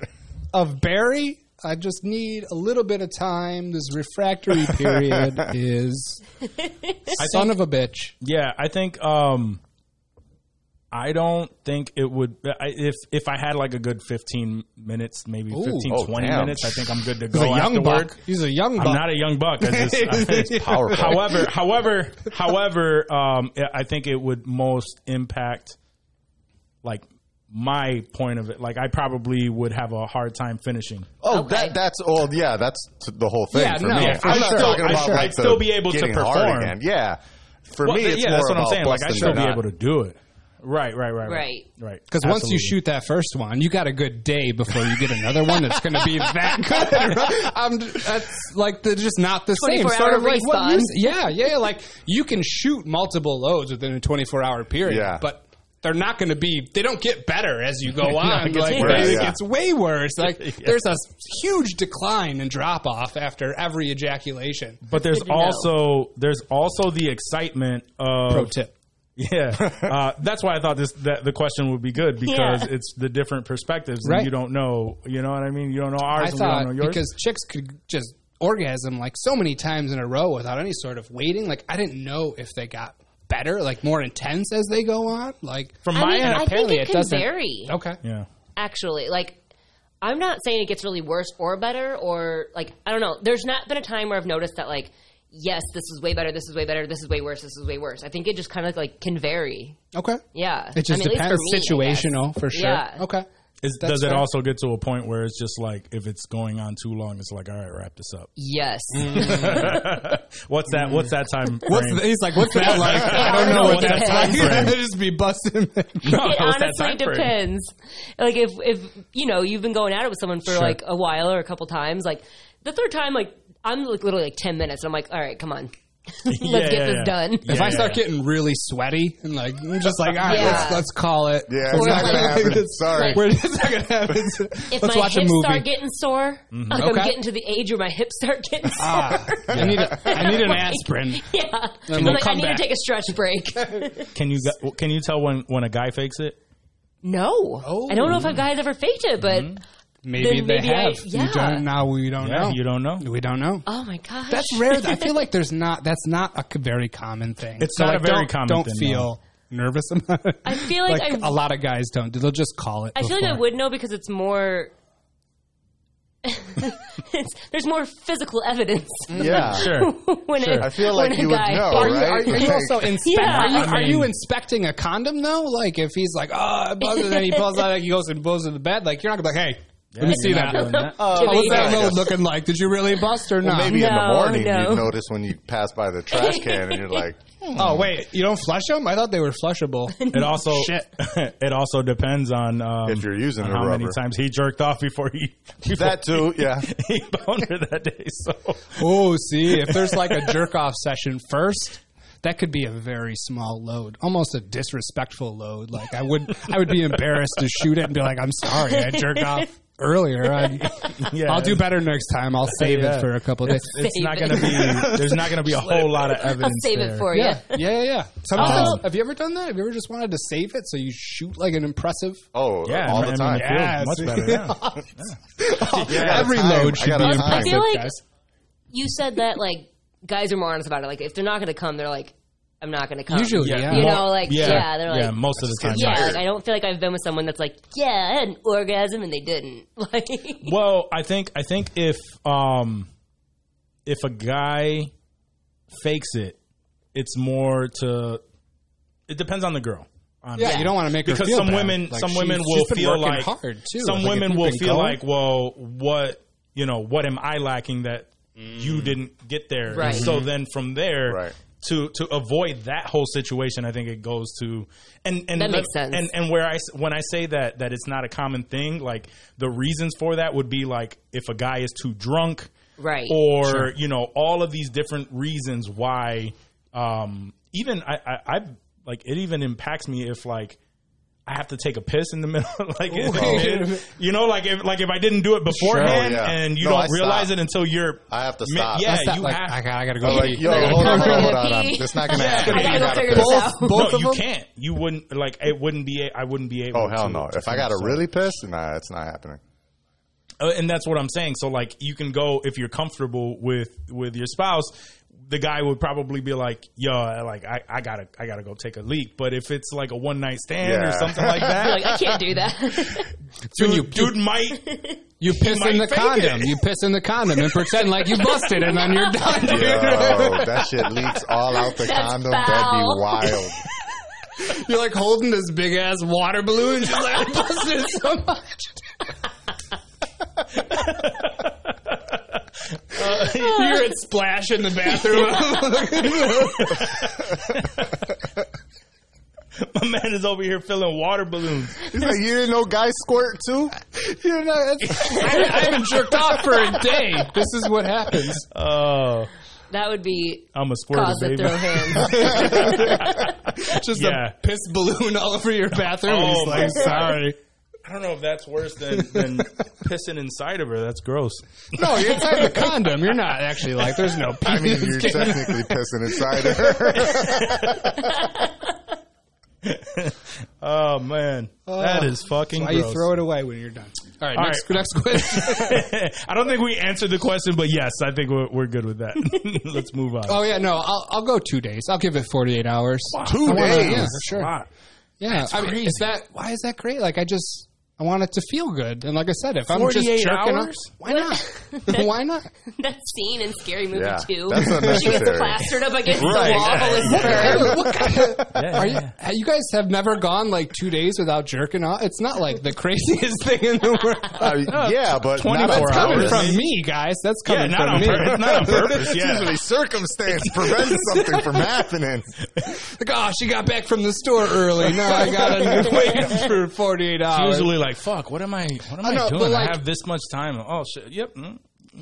[SPEAKER 5] recharge.
[SPEAKER 7] of Barry. I just need a little bit of time. This refractory period is son of a bitch.
[SPEAKER 4] Yeah, I think um I don't think it would I, if if I had like a good 15 minutes, maybe
[SPEAKER 7] Ooh.
[SPEAKER 4] fifteen twenty
[SPEAKER 5] Oh,
[SPEAKER 4] 15 20
[SPEAKER 5] damn.
[SPEAKER 4] minutes, I think I'm good to go
[SPEAKER 7] He's a young
[SPEAKER 4] afterward.
[SPEAKER 7] buck. He's a young buck.
[SPEAKER 4] I'm not a young buck. I just,
[SPEAKER 5] It's powerful.
[SPEAKER 4] however, however, however, um I think it would most impact like my point of it. Like I probably would have a hard time finishing.
[SPEAKER 5] Oh,
[SPEAKER 6] Okay.
[SPEAKER 5] that that's all. Yeah, that's t- the whole thing.
[SPEAKER 7] Yeah,
[SPEAKER 5] for
[SPEAKER 7] no,
[SPEAKER 5] me.
[SPEAKER 7] yeah, for
[SPEAKER 5] I'm not
[SPEAKER 7] sure.
[SPEAKER 5] talking
[SPEAKER 4] I'd
[SPEAKER 5] about
[SPEAKER 4] sure-
[SPEAKER 5] like
[SPEAKER 4] I'd still
[SPEAKER 5] the
[SPEAKER 4] be able to
[SPEAKER 5] getting hard
[SPEAKER 4] perform.
[SPEAKER 5] again. Yeah, for
[SPEAKER 4] Well,
[SPEAKER 5] me, it's
[SPEAKER 4] yeah,
[SPEAKER 5] more
[SPEAKER 4] that's what I'm
[SPEAKER 5] about
[SPEAKER 4] saying. Like I
[SPEAKER 5] busting
[SPEAKER 4] still
[SPEAKER 5] the
[SPEAKER 4] be able to
[SPEAKER 5] nut.
[SPEAKER 4] do it. Right, right, right, right,
[SPEAKER 6] Right.
[SPEAKER 4] right.
[SPEAKER 7] Because once you
[SPEAKER 4] Absolutely.
[SPEAKER 7] shoot that first one, you got a good day before you get another one that's going to be that good. I'm, that's like the, just not the same.
[SPEAKER 6] 24
[SPEAKER 7] Sort of
[SPEAKER 6] hour
[SPEAKER 7] like what
[SPEAKER 6] respawn.
[SPEAKER 7] you s- yeah, yeah. Like you can shoot multiple loads within a 24 hour period,
[SPEAKER 5] Yeah.
[SPEAKER 7] but they're not going to be. They don't get better as you go on.
[SPEAKER 4] gets
[SPEAKER 7] like
[SPEAKER 5] worse.
[SPEAKER 7] they- it
[SPEAKER 5] Yeah.
[SPEAKER 7] gets way worse. Like there's a huge decline and drop off after every ejaculation.
[SPEAKER 4] But there's
[SPEAKER 6] Good to know.
[SPEAKER 4] also there's also the excitement of
[SPEAKER 7] Pro tip.
[SPEAKER 4] Yeah, uh, that's why I thought this that the question would be good because it's the different perspectives.
[SPEAKER 7] Right.
[SPEAKER 4] And you don't know, you know what I mean. You don't know ours.
[SPEAKER 7] I
[SPEAKER 4] and we
[SPEAKER 7] thought
[SPEAKER 4] don't know yours.
[SPEAKER 7] because chicks could just orgasm like so many times in a row without any sort of waiting. Like I didn't know if they got better, like more intense as they go on. Like
[SPEAKER 4] from
[SPEAKER 6] I
[SPEAKER 4] my
[SPEAKER 6] mean,
[SPEAKER 4] end,
[SPEAKER 6] I think
[SPEAKER 7] apparently
[SPEAKER 6] it
[SPEAKER 7] it
[SPEAKER 6] can
[SPEAKER 7] doesn't-
[SPEAKER 6] vary.
[SPEAKER 7] okay,
[SPEAKER 4] yeah,
[SPEAKER 6] Actually, like I'm not saying it gets really worse or better, or like I don't know. There's not been a time where I've noticed that like, yes, this is way better, this is way better, this is way worse, this is way worse. I think it just kind of like can vary.
[SPEAKER 7] okay,
[SPEAKER 6] Yeah,
[SPEAKER 7] It just
[SPEAKER 6] I mean, at least
[SPEAKER 7] depends.
[SPEAKER 6] for me, I guess.
[SPEAKER 7] Situational for sure.
[SPEAKER 6] Yeah.
[SPEAKER 7] Okay.
[SPEAKER 4] Is-
[SPEAKER 7] That's
[SPEAKER 4] does it
[SPEAKER 7] fair.
[SPEAKER 4] also get to a point where it's just like if it's going on too long, it's like all right, wrap this up.
[SPEAKER 6] Yes.
[SPEAKER 4] Mm. What's that? What's that time?
[SPEAKER 7] What's
[SPEAKER 4] frame?
[SPEAKER 7] the, he's like, what's that like? I don't know what that's
[SPEAKER 6] Depends.
[SPEAKER 7] like. They just be busting.
[SPEAKER 4] No,
[SPEAKER 6] it
[SPEAKER 4] what's that
[SPEAKER 6] honestly
[SPEAKER 4] time frame?
[SPEAKER 6] depends. Like if if you know you've been going at it with someone for
[SPEAKER 7] Sure.
[SPEAKER 6] like a while or a couple times, like the third time, like I'm like literally like ten minutes, and I'm like, all right, come on, let's
[SPEAKER 4] Yeah,
[SPEAKER 6] get
[SPEAKER 4] yeah,
[SPEAKER 6] this
[SPEAKER 4] yeah.
[SPEAKER 6] done.
[SPEAKER 7] If
[SPEAKER 4] Yeah,
[SPEAKER 7] I start
[SPEAKER 4] yeah.
[SPEAKER 7] getting really sweaty and like, I'm just like, all right,
[SPEAKER 6] Yeah.
[SPEAKER 7] let's, let's call it.
[SPEAKER 5] Yeah, it's not gonna happen. Sorry.
[SPEAKER 7] We're it's not gonna happen.
[SPEAKER 6] If
[SPEAKER 7] let's
[SPEAKER 6] my
[SPEAKER 7] watch a
[SPEAKER 6] hips
[SPEAKER 7] movie. Mm-hmm.
[SPEAKER 6] start getting sore, like
[SPEAKER 7] Okay.
[SPEAKER 6] I'm getting to the age where my hips start getting sore.
[SPEAKER 7] Ah, I need a, I need an aspirin.
[SPEAKER 6] yeah,
[SPEAKER 7] Then
[SPEAKER 6] I'm
[SPEAKER 7] we'll
[SPEAKER 6] like, I
[SPEAKER 7] come
[SPEAKER 6] need
[SPEAKER 7] back.
[SPEAKER 6] to take a stretch break.
[SPEAKER 4] Can you gu- can you tell when when a guy fakes it?
[SPEAKER 6] no,
[SPEAKER 7] Oh. Mm-hmm.
[SPEAKER 6] I don't know if a guy's ever faked it, but
[SPEAKER 7] Maybe
[SPEAKER 6] Then
[SPEAKER 7] they
[SPEAKER 6] maybe I-
[SPEAKER 7] have.
[SPEAKER 6] yeah.
[SPEAKER 7] You don't now we don't
[SPEAKER 4] Yeah,
[SPEAKER 7] know.
[SPEAKER 4] you don't know.
[SPEAKER 7] We don't know.
[SPEAKER 6] oh my gosh,
[SPEAKER 7] That's rare. I feel like there's not. That's not a c- very common thing.
[SPEAKER 4] It's not a very
[SPEAKER 7] don't,
[SPEAKER 4] common
[SPEAKER 7] Don't
[SPEAKER 4] thing,
[SPEAKER 7] feel nervous about it.
[SPEAKER 6] I feel like I-
[SPEAKER 7] a lot of guys don't. They'll just call it.
[SPEAKER 6] I feel like I would know because it's more. it's, there's more physical evidence
[SPEAKER 5] Yeah,
[SPEAKER 4] Sure.
[SPEAKER 6] when a-
[SPEAKER 5] I feel like
[SPEAKER 6] when a
[SPEAKER 5] you would
[SPEAKER 6] guy-
[SPEAKER 5] know,
[SPEAKER 7] Are you,
[SPEAKER 5] right?
[SPEAKER 7] are you- are you
[SPEAKER 5] Like-
[SPEAKER 7] also inspect?
[SPEAKER 6] Yeah.
[SPEAKER 7] Are, you,
[SPEAKER 6] I
[SPEAKER 7] are you inspecting a condom though? Like if he's like, oh, it buzzes, and then he pulls out, like he goes and pulls in the bed. Like you're not gonna be like, hey, let me see
[SPEAKER 4] You're not
[SPEAKER 7] that.
[SPEAKER 4] doing that.
[SPEAKER 5] Uh,
[SPEAKER 7] What's that
[SPEAKER 5] Yeah.
[SPEAKER 7] load looking like? Did you really bust or not?
[SPEAKER 5] maybe in the
[SPEAKER 6] No,
[SPEAKER 5] morning
[SPEAKER 6] no.
[SPEAKER 5] you notice when you pass by the trash can and you're like,
[SPEAKER 7] Oh wait, you don't flush them? I thought they were flushable.
[SPEAKER 4] It also
[SPEAKER 7] Shit.
[SPEAKER 4] it also depends on um,
[SPEAKER 5] If you're using
[SPEAKER 4] on
[SPEAKER 5] a
[SPEAKER 4] how many
[SPEAKER 5] rubber.
[SPEAKER 4] times he jerked off before he before
[SPEAKER 5] that too. Yeah,
[SPEAKER 4] he boned her that day. So
[SPEAKER 7] Oh, see, if there's like a jerk off session first, that could be a very small load, almost a disrespectful load. Like I would, I would be embarrassed to shoot it and be like, "I'm sorry, I jerked off earlier. i
[SPEAKER 4] yeah,
[SPEAKER 7] I'll do better next time. I'll save
[SPEAKER 4] Yeah.
[SPEAKER 7] it for a couple of days."
[SPEAKER 4] It's not
[SPEAKER 6] Save
[SPEAKER 4] going to
[SPEAKER 6] it.
[SPEAKER 4] be. There's not going to be a whole lot of evidence.
[SPEAKER 6] I'll save it
[SPEAKER 4] there.
[SPEAKER 6] for
[SPEAKER 7] Yeah,
[SPEAKER 6] you.
[SPEAKER 7] yeah, yeah. yeah. Sometimes,
[SPEAKER 6] Um,
[SPEAKER 7] have you ever done that? Have you ever just wanted to save it so you shoot like an impressive?
[SPEAKER 5] oh,
[SPEAKER 4] Yeah,
[SPEAKER 5] all
[SPEAKER 4] I
[SPEAKER 5] the
[SPEAKER 4] mean,
[SPEAKER 5] time.
[SPEAKER 4] it feels
[SPEAKER 7] Yeah,
[SPEAKER 4] much
[SPEAKER 7] see?
[SPEAKER 4] better. now.
[SPEAKER 5] I got a
[SPEAKER 7] Every
[SPEAKER 5] time.
[SPEAKER 7] load
[SPEAKER 5] I
[SPEAKER 7] should
[SPEAKER 5] got
[SPEAKER 7] be
[SPEAKER 5] a time.
[SPEAKER 7] impressive,
[SPEAKER 6] I feel like-
[SPEAKER 7] guys.
[SPEAKER 6] You said that like guys are more honest about it. Like if they're not going to come, they're like, I'm not going to come.
[SPEAKER 7] Usually,
[SPEAKER 4] Yeah,
[SPEAKER 7] yeah.
[SPEAKER 6] You
[SPEAKER 4] mo-
[SPEAKER 6] know, like, yeah, they're like-
[SPEAKER 4] most of the time,
[SPEAKER 6] Yeah,
[SPEAKER 4] yeah.
[SPEAKER 6] like, I don't feel like I've been with someone that's like, yeah, I had an orgasm and they didn't. Like,
[SPEAKER 4] Well, I think I think if um if a guy fakes it, it's more to it depends on the girl. honestly.
[SPEAKER 7] Yeah, you don't want to make her
[SPEAKER 4] because
[SPEAKER 7] feel
[SPEAKER 4] some
[SPEAKER 7] bad.
[SPEAKER 4] women
[SPEAKER 7] Like,
[SPEAKER 4] some
[SPEAKER 7] she-
[SPEAKER 4] women
[SPEAKER 7] she's
[SPEAKER 4] will
[SPEAKER 7] been
[SPEAKER 4] feel
[SPEAKER 7] working
[SPEAKER 4] like
[SPEAKER 7] hard too. Like,
[SPEAKER 4] some
[SPEAKER 7] if
[SPEAKER 4] women
[SPEAKER 7] you've
[SPEAKER 4] will
[SPEAKER 7] been
[SPEAKER 4] feel
[SPEAKER 7] going-
[SPEAKER 4] like well what you know what am I lacking that you didn't get there And
[SPEAKER 6] Mm. Right. Mm-hmm.
[SPEAKER 4] so then from there
[SPEAKER 5] Right.
[SPEAKER 4] to to avoid that whole situation I think it goes to and and
[SPEAKER 6] That
[SPEAKER 4] let-
[SPEAKER 6] makes sense.
[SPEAKER 4] and and where I s- when I say that that it's not a common thing like the reasons for that would be like if a guy is too drunk
[SPEAKER 6] Right.
[SPEAKER 4] or you know all of these different reasons why um even I, I I like it even impacts me if like I have to take a piss in the middle, like if- you know, like if like if I didn't do it beforehand
[SPEAKER 5] Sure. Oh, yeah.
[SPEAKER 4] and you
[SPEAKER 5] No,
[SPEAKER 4] don't
[SPEAKER 5] I
[SPEAKER 4] realize
[SPEAKER 5] stop.
[SPEAKER 4] it until you're.
[SPEAKER 5] I have to
[SPEAKER 4] Mi-
[SPEAKER 5] stop.
[SPEAKER 4] yeah,
[SPEAKER 7] That's not
[SPEAKER 4] you
[SPEAKER 7] like,
[SPEAKER 4] have-
[SPEAKER 7] I, gotta, I gotta go.
[SPEAKER 5] I'm like,
[SPEAKER 7] pee.
[SPEAKER 5] yo,
[SPEAKER 7] I gotta
[SPEAKER 5] hold
[SPEAKER 7] go
[SPEAKER 5] on,
[SPEAKER 7] pee.
[SPEAKER 6] I'm
[SPEAKER 5] hold on,
[SPEAKER 6] gonna
[SPEAKER 5] hold on.
[SPEAKER 6] pee.
[SPEAKER 5] That's not gonna
[SPEAKER 4] Yeah.
[SPEAKER 5] happen.
[SPEAKER 4] I gotta
[SPEAKER 5] You
[SPEAKER 4] go
[SPEAKER 5] gotta
[SPEAKER 6] figure
[SPEAKER 5] piss.
[SPEAKER 6] this out.
[SPEAKER 5] Both, both
[SPEAKER 4] no,
[SPEAKER 5] of
[SPEAKER 4] you
[SPEAKER 5] them.
[SPEAKER 4] can't. You wouldn't like. It wouldn't be. A, I wouldn't be able.
[SPEAKER 5] Oh hell
[SPEAKER 4] to-
[SPEAKER 5] no!
[SPEAKER 4] to
[SPEAKER 5] If I
[SPEAKER 4] do
[SPEAKER 5] gotta
[SPEAKER 4] so.
[SPEAKER 5] really piss, nah, it's not happening.
[SPEAKER 4] Uh, and that's what I'm saying. So like, you can go if you're comfortable with with your spouse. The guy would probably be like, "Yo, like I, I gotta, I gotta go take a leak." But if it's like a one night stand or
[SPEAKER 5] Yeah.
[SPEAKER 4] something like that,
[SPEAKER 6] like I can't do that.
[SPEAKER 7] Dude,
[SPEAKER 4] dude,
[SPEAKER 7] you,
[SPEAKER 4] dude might
[SPEAKER 7] you piss
[SPEAKER 4] might
[SPEAKER 7] in the
[SPEAKER 4] fake
[SPEAKER 7] condom.
[SPEAKER 4] it.
[SPEAKER 7] You piss in the condom and pretend like you busted, and then you're done. Dude.
[SPEAKER 5] Yo, that shit leaks all out the
[SPEAKER 6] That's
[SPEAKER 5] condom.
[SPEAKER 6] foul.
[SPEAKER 5] That'd be wild.
[SPEAKER 7] You're like holding this big ass water balloon, just like I busted it so much.
[SPEAKER 4] Uh,
[SPEAKER 7] you hear it splash in the bathroom.
[SPEAKER 4] My man is over here filling water balloons.
[SPEAKER 5] He's like, you didn't know guys squirt too? You're not.
[SPEAKER 7] I, I haven't jerked off for a day. This is what happens.
[SPEAKER 4] Oh,
[SPEAKER 6] that would be
[SPEAKER 4] I'm a squirter,
[SPEAKER 6] cause to
[SPEAKER 4] baby.
[SPEAKER 6] throw hands.
[SPEAKER 7] Just
[SPEAKER 4] Yeah.
[SPEAKER 7] a piss balloon all over your bathroom.
[SPEAKER 4] Oh,
[SPEAKER 7] He's like,
[SPEAKER 4] my
[SPEAKER 7] sorry.
[SPEAKER 4] I don't know if that's worse than, than pissing inside of her. That's gross.
[SPEAKER 7] No, you're inside the condom. You're not actually like. There's no.
[SPEAKER 5] I mean, you're technically pissing inside of her.
[SPEAKER 4] Oh man, that is fucking.
[SPEAKER 7] Why
[SPEAKER 4] gross.
[SPEAKER 7] you throw it away when you're done? All right,
[SPEAKER 4] All
[SPEAKER 7] next,
[SPEAKER 4] right.
[SPEAKER 7] next question.
[SPEAKER 4] I don't think we answered the question, but yes, I think we're, we're good with that. Let's move on.
[SPEAKER 7] oh yeah, no, I'll, I'll go two days. I'll give it 48 hours.
[SPEAKER 5] Two
[SPEAKER 7] I wanna-
[SPEAKER 5] days?
[SPEAKER 7] yeah, for sure.
[SPEAKER 4] Wow.
[SPEAKER 7] Yeah, I mean, is that why is that great? Like, I just I want it to feel good, and like I said, if I'm just
[SPEAKER 4] 48
[SPEAKER 7] jerking off,
[SPEAKER 4] hours?
[SPEAKER 7] why not? why not?
[SPEAKER 6] that scene in Scary Movie
[SPEAKER 5] Yeah,
[SPEAKER 6] 2.
[SPEAKER 5] that's
[SPEAKER 6] she gets
[SPEAKER 5] unnecessary.
[SPEAKER 6] plastered up against
[SPEAKER 4] Right.
[SPEAKER 6] the wall with
[SPEAKER 7] What
[SPEAKER 6] her.
[SPEAKER 7] kind of-
[SPEAKER 4] Yeah,
[SPEAKER 7] are you,
[SPEAKER 4] yeah.
[SPEAKER 7] you guys have never gone like two days without jerking off? It's not like the craziest thing in the world.
[SPEAKER 5] I mean, yeah, but not
[SPEAKER 4] 24
[SPEAKER 5] on
[SPEAKER 7] That's coming
[SPEAKER 5] purpose.
[SPEAKER 7] from me, guys. That's
[SPEAKER 4] Yeah,
[SPEAKER 7] coming
[SPEAKER 4] not
[SPEAKER 7] from
[SPEAKER 4] on,
[SPEAKER 7] me.
[SPEAKER 4] pur- not on purpose.
[SPEAKER 5] It's
[SPEAKER 4] Yeah.
[SPEAKER 5] usually circumstance prevents something from happening.
[SPEAKER 7] Like, oh, she got back from the store early. No, I gotta wait for 48 hours.
[SPEAKER 4] usually like fuck. What am I? What am I,
[SPEAKER 7] know, but
[SPEAKER 4] doing?
[SPEAKER 7] like-
[SPEAKER 4] I have this much time. Oh shit. Yep. Mm,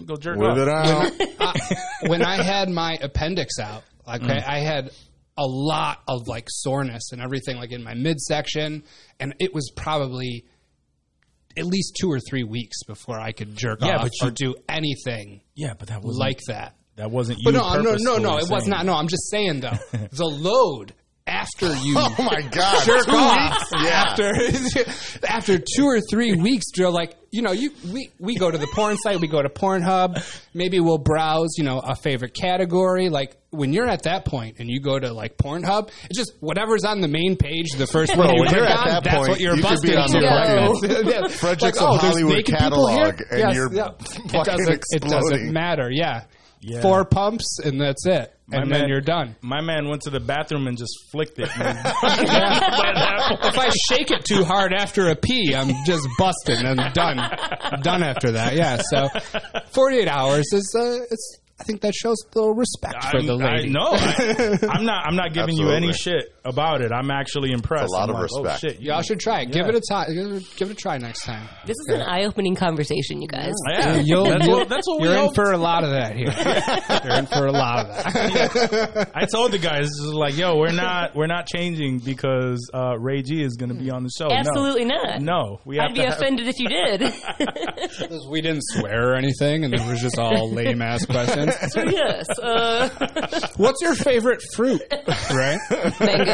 [SPEAKER 4] go jerk
[SPEAKER 5] With
[SPEAKER 4] off.
[SPEAKER 5] it out.
[SPEAKER 7] Uh, when I had my appendix out, like I, I had a lot of like soreness and everything, like in my midsection, and it was probably at least two or three weeks before I could jerk
[SPEAKER 4] Yeah,
[SPEAKER 7] off
[SPEAKER 4] but you-
[SPEAKER 7] or do anything
[SPEAKER 4] Yeah, but that wasn't
[SPEAKER 7] like that.
[SPEAKER 4] that wasn't you.
[SPEAKER 7] But no, no, no, no, it
[SPEAKER 4] purposefully
[SPEAKER 7] was
[SPEAKER 4] saying
[SPEAKER 7] not. No, I'm just saying though, the load after you.
[SPEAKER 5] Oh my god!
[SPEAKER 7] jerk
[SPEAKER 5] Two
[SPEAKER 7] off
[SPEAKER 5] weeks? Yeah.
[SPEAKER 7] after after two or three weeks, Joe. Like you know, you we we go to the porn site, we go to Pornhub. Maybe we'll browse, you know, a favorite category. Like when you're at that point and you go to like Pornhub, it's just whatever's on the main page, the first one
[SPEAKER 5] Bro,
[SPEAKER 7] you
[SPEAKER 5] when you're
[SPEAKER 7] click
[SPEAKER 5] at
[SPEAKER 7] on,
[SPEAKER 5] that
[SPEAKER 7] that's
[SPEAKER 5] point,
[SPEAKER 7] what you're
[SPEAKER 5] you could
[SPEAKER 7] busted
[SPEAKER 5] be on
[SPEAKER 7] to.
[SPEAKER 5] the
[SPEAKER 7] Like,
[SPEAKER 5] fucking
[SPEAKER 7] yeah.
[SPEAKER 5] Frederick's
[SPEAKER 7] Like, oh, there's
[SPEAKER 5] Hollywood
[SPEAKER 7] naked people here?
[SPEAKER 5] catalog, and
[SPEAKER 7] Yes,
[SPEAKER 5] you're
[SPEAKER 7] yeah.
[SPEAKER 5] fucking
[SPEAKER 7] it doesn't, it doesn't
[SPEAKER 5] exploding.
[SPEAKER 7] matter. Yeah.
[SPEAKER 4] Yeah.
[SPEAKER 7] four pumps and that's it, and
[SPEAKER 4] My
[SPEAKER 7] then
[SPEAKER 4] man-
[SPEAKER 7] you're done.
[SPEAKER 4] My man went to the bathroom and just flicked it. man.
[SPEAKER 7] if I shake it too hard after a pee, I'm just busting and done. done after that, yeah. So 48 hours is, uh, it's, I think that shows a little respect for
[SPEAKER 4] I'm-
[SPEAKER 7] the lady.
[SPEAKER 4] I know. I, am not. I'm not giving you any
[SPEAKER 5] Absolutely.
[SPEAKER 4] shit about it. I'm actually impressed.
[SPEAKER 5] It's a lot
[SPEAKER 4] I'm
[SPEAKER 5] of
[SPEAKER 4] like, oh,
[SPEAKER 5] respect.
[SPEAKER 4] shit, you-
[SPEAKER 7] Y'all should try it. Give it a try. Give it, give it a try next time.
[SPEAKER 6] This is an eye-opening conversation, you guys.
[SPEAKER 4] Yeah,
[SPEAKER 7] You'll-
[SPEAKER 4] that's,
[SPEAKER 7] you'll-
[SPEAKER 4] what, that's what we
[SPEAKER 7] you're in
[SPEAKER 4] hoped.
[SPEAKER 7] for a lot of that here. you're in for a lot of that.
[SPEAKER 4] I told the guys, this is like, yo, we're not, we're not changing because uh, Ray G is going to be on the show. Oh, No.
[SPEAKER 6] Hmm. Absolutely not.
[SPEAKER 4] No, we have to
[SPEAKER 6] I'd be
[SPEAKER 4] have-
[SPEAKER 6] offendended if you did.
[SPEAKER 7] we didn't swear or anything, and it was just all lame ass questions.
[SPEAKER 6] so yes, uh,
[SPEAKER 7] What's your favorite fruit? Right?
[SPEAKER 6] mango.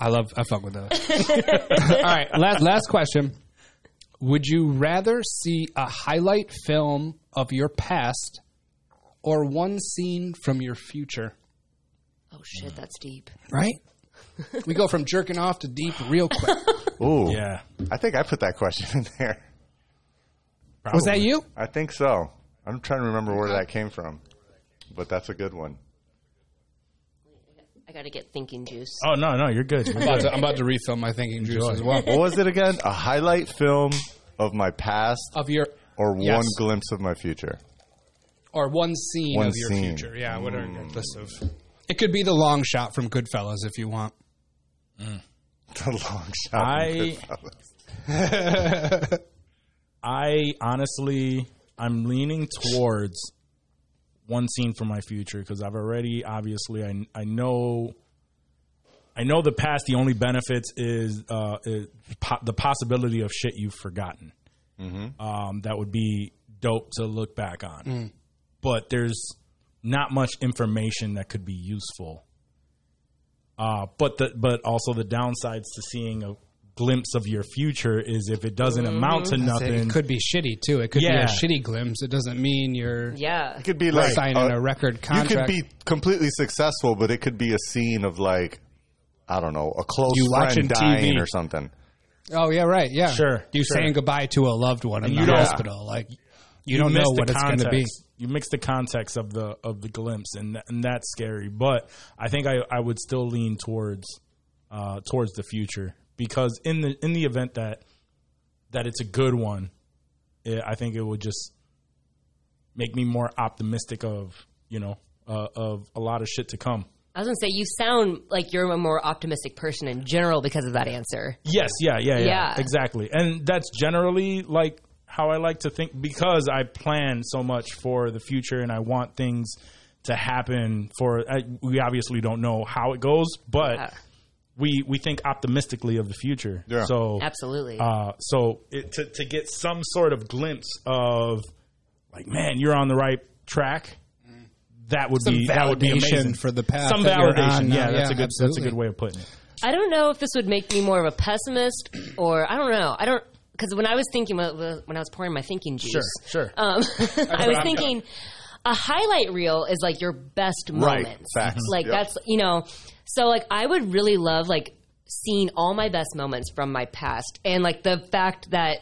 [SPEAKER 7] I love I fuck with those. All right, last last question. Would you rather see a highlight film of your past or one scene from your future.
[SPEAKER 6] Oh shit, that's deep.
[SPEAKER 7] Right? we go from jerking off to deep real quick.
[SPEAKER 5] Ooh.
[SPEAKER 4] Yeah.
[SPEAKER 5] I think I put that question in there.
[SPEAKER 7] Was that you?
[SPEAKER 5] I think so. I'm trying to remember where that came from, but that's a good one.
[SPEAKER 6] I gotta get thinking juice.
[SPEAKER 4] Oh no, no, you're good. You're
[SPEAKER 7] I'm about,
[SPEAKER 4] good.
[SPEAKER 7] to, I'm about to refill my thinking juice as well.
[SPEAKER 5] What was it again? A highlight film of my past
[SPEAKER 7] Of your
[SPEAKER 5] or one
[SPEAKER 7] Yes.
[SPEAKER 5] glimpse of my future?
[SPEAKER 7] or one scene
[SPEAKER 5] One
[SPEAKER 7] of your
[SPEAKER 5] scene.
[SPEAKER 7] future. Yeah, what are your list of? It could be the long shot from Goodfellas if you want.
[SPEAKER 5] The long shot.
[SPEAKER 4] I- I honestly, I'm leaning towards one scene from my future because I've already, obviously, I I know, I know the past. The only benefits is, uh, is po- the possibility of shit you've forgotten. Um, that would be dope to look back on,
[SPEAKER 7] Mm.
[SPEAKER 4] but there's not much information that could be useful. Uh, but the but also the downsides to seeing a glimpse of your future is if it doesn't amount to nothing,
[SPEAKER 7] Mm-hmm. It could be shitty too. It could
[SPEAKER 4] Yeah.
[SPEAKER 7] be a shitty glimpse. It doesn't mean you're
[SPEAKER 6] Yeah.
[SPEAKER 5] It could be like
[SPEAKER 7] signing
[SPEAKER 5] uh,
[SPEAKER 7] a record
[SPEAKER 5] You could
[SPEAKER 7] contract.
[SPEAKER 5] be completely successful, but it could be a scene of like I don't know, a close
[SPEAKER 7] You watching
[SPEAKER 5] friend dying
[SPEAKER 7] TV.
[SPEAKER 5] or something.
[SPEAKER 7] oh yeah, right. Yeah,
[SPEAKER 4] Sure,
[SPEAKER 7] You
[SPEAKER 4] sure.
[SPEAKER 7] saying goodbye to a loved one in
[SPEAKER 4] you
[SPEAKER 7] the
[SPEAKER 4] don't-
[SPEAKER 7] hospital, like you, don't know
[SPEAKER 4] miss
[SPEAKER 7] what
[SPEAKER 4] the
[SPEAKER 7] it's going to be.
[SPEAKER 4] context. You mix the context of the of the glimpse, and th- and that's scary. But I think I, I would still lean towards uh, towards the future because in the in the event that that it's a good one, it, I think it would just make me more optimistic of you know uh, of a lot of shit to come.
[SPEAKER 6] I was gonna say you sound like you're a more optimistic person in general because of that answer.
[SPEAKER 4] Yes, yeah, yeah, yeah,
[SPEAKER 6] Yeah.
[SPEAKER 4] Exactly. And that's generally like how I like to think because I plan so much for the future and I want things to happen for I, we obviously don't know how it goes, but
[SPEAKER 6] Yeah.
[SPEAKER 4] we we think optimistically of the future.
[SPEAKER 5] Yeah.
[SPEAKER 4] So
[SPEAKER 6] Absolutely.
[SPEAKER 4] uh, so it, to to get some sort of glimpse of like man, you're on the right track. That would
[SPEAKER 7] Some
[SPEAKER 4] be that would be
[SPEAKER 7] validation
[SPEAKER 4] amazing.
[SPEAKER 7] for the path
[SPEAKER 4] Some
[SPEAKER 7] that you're
[SPEAKER 4] validation.
[SPEAKER 7] on now.
[SPEAKER 4] yeah, that's
[SPEAKER 7] Yeah,
[SPEAKER 4] a good that's a
[SPEAKER 7] absolutely.
[SPEAKER 4] good way of putting it.
[SPEAKER 6] I don't know if this would make me more of a pessimist or I don't know. I don't because when I was thinking when I was pouring my thinking juice,
[SPEAKER 4] sure.
[SPEAKER 6] Um, I was
[SPEAKER 7] I'm
[SPEAKER 6] thinking a highlight reel is like your best
[SPEAKER 5] Right.
[SPEAKER 6] moments.
[SPEAKER 5] Facts.
[SPEAKER 6] Like
[SPEAKER 5] Yep.
[SPEAKER 6] that's you know. So like I would really love like seeing all my best moments from my past and like the fact that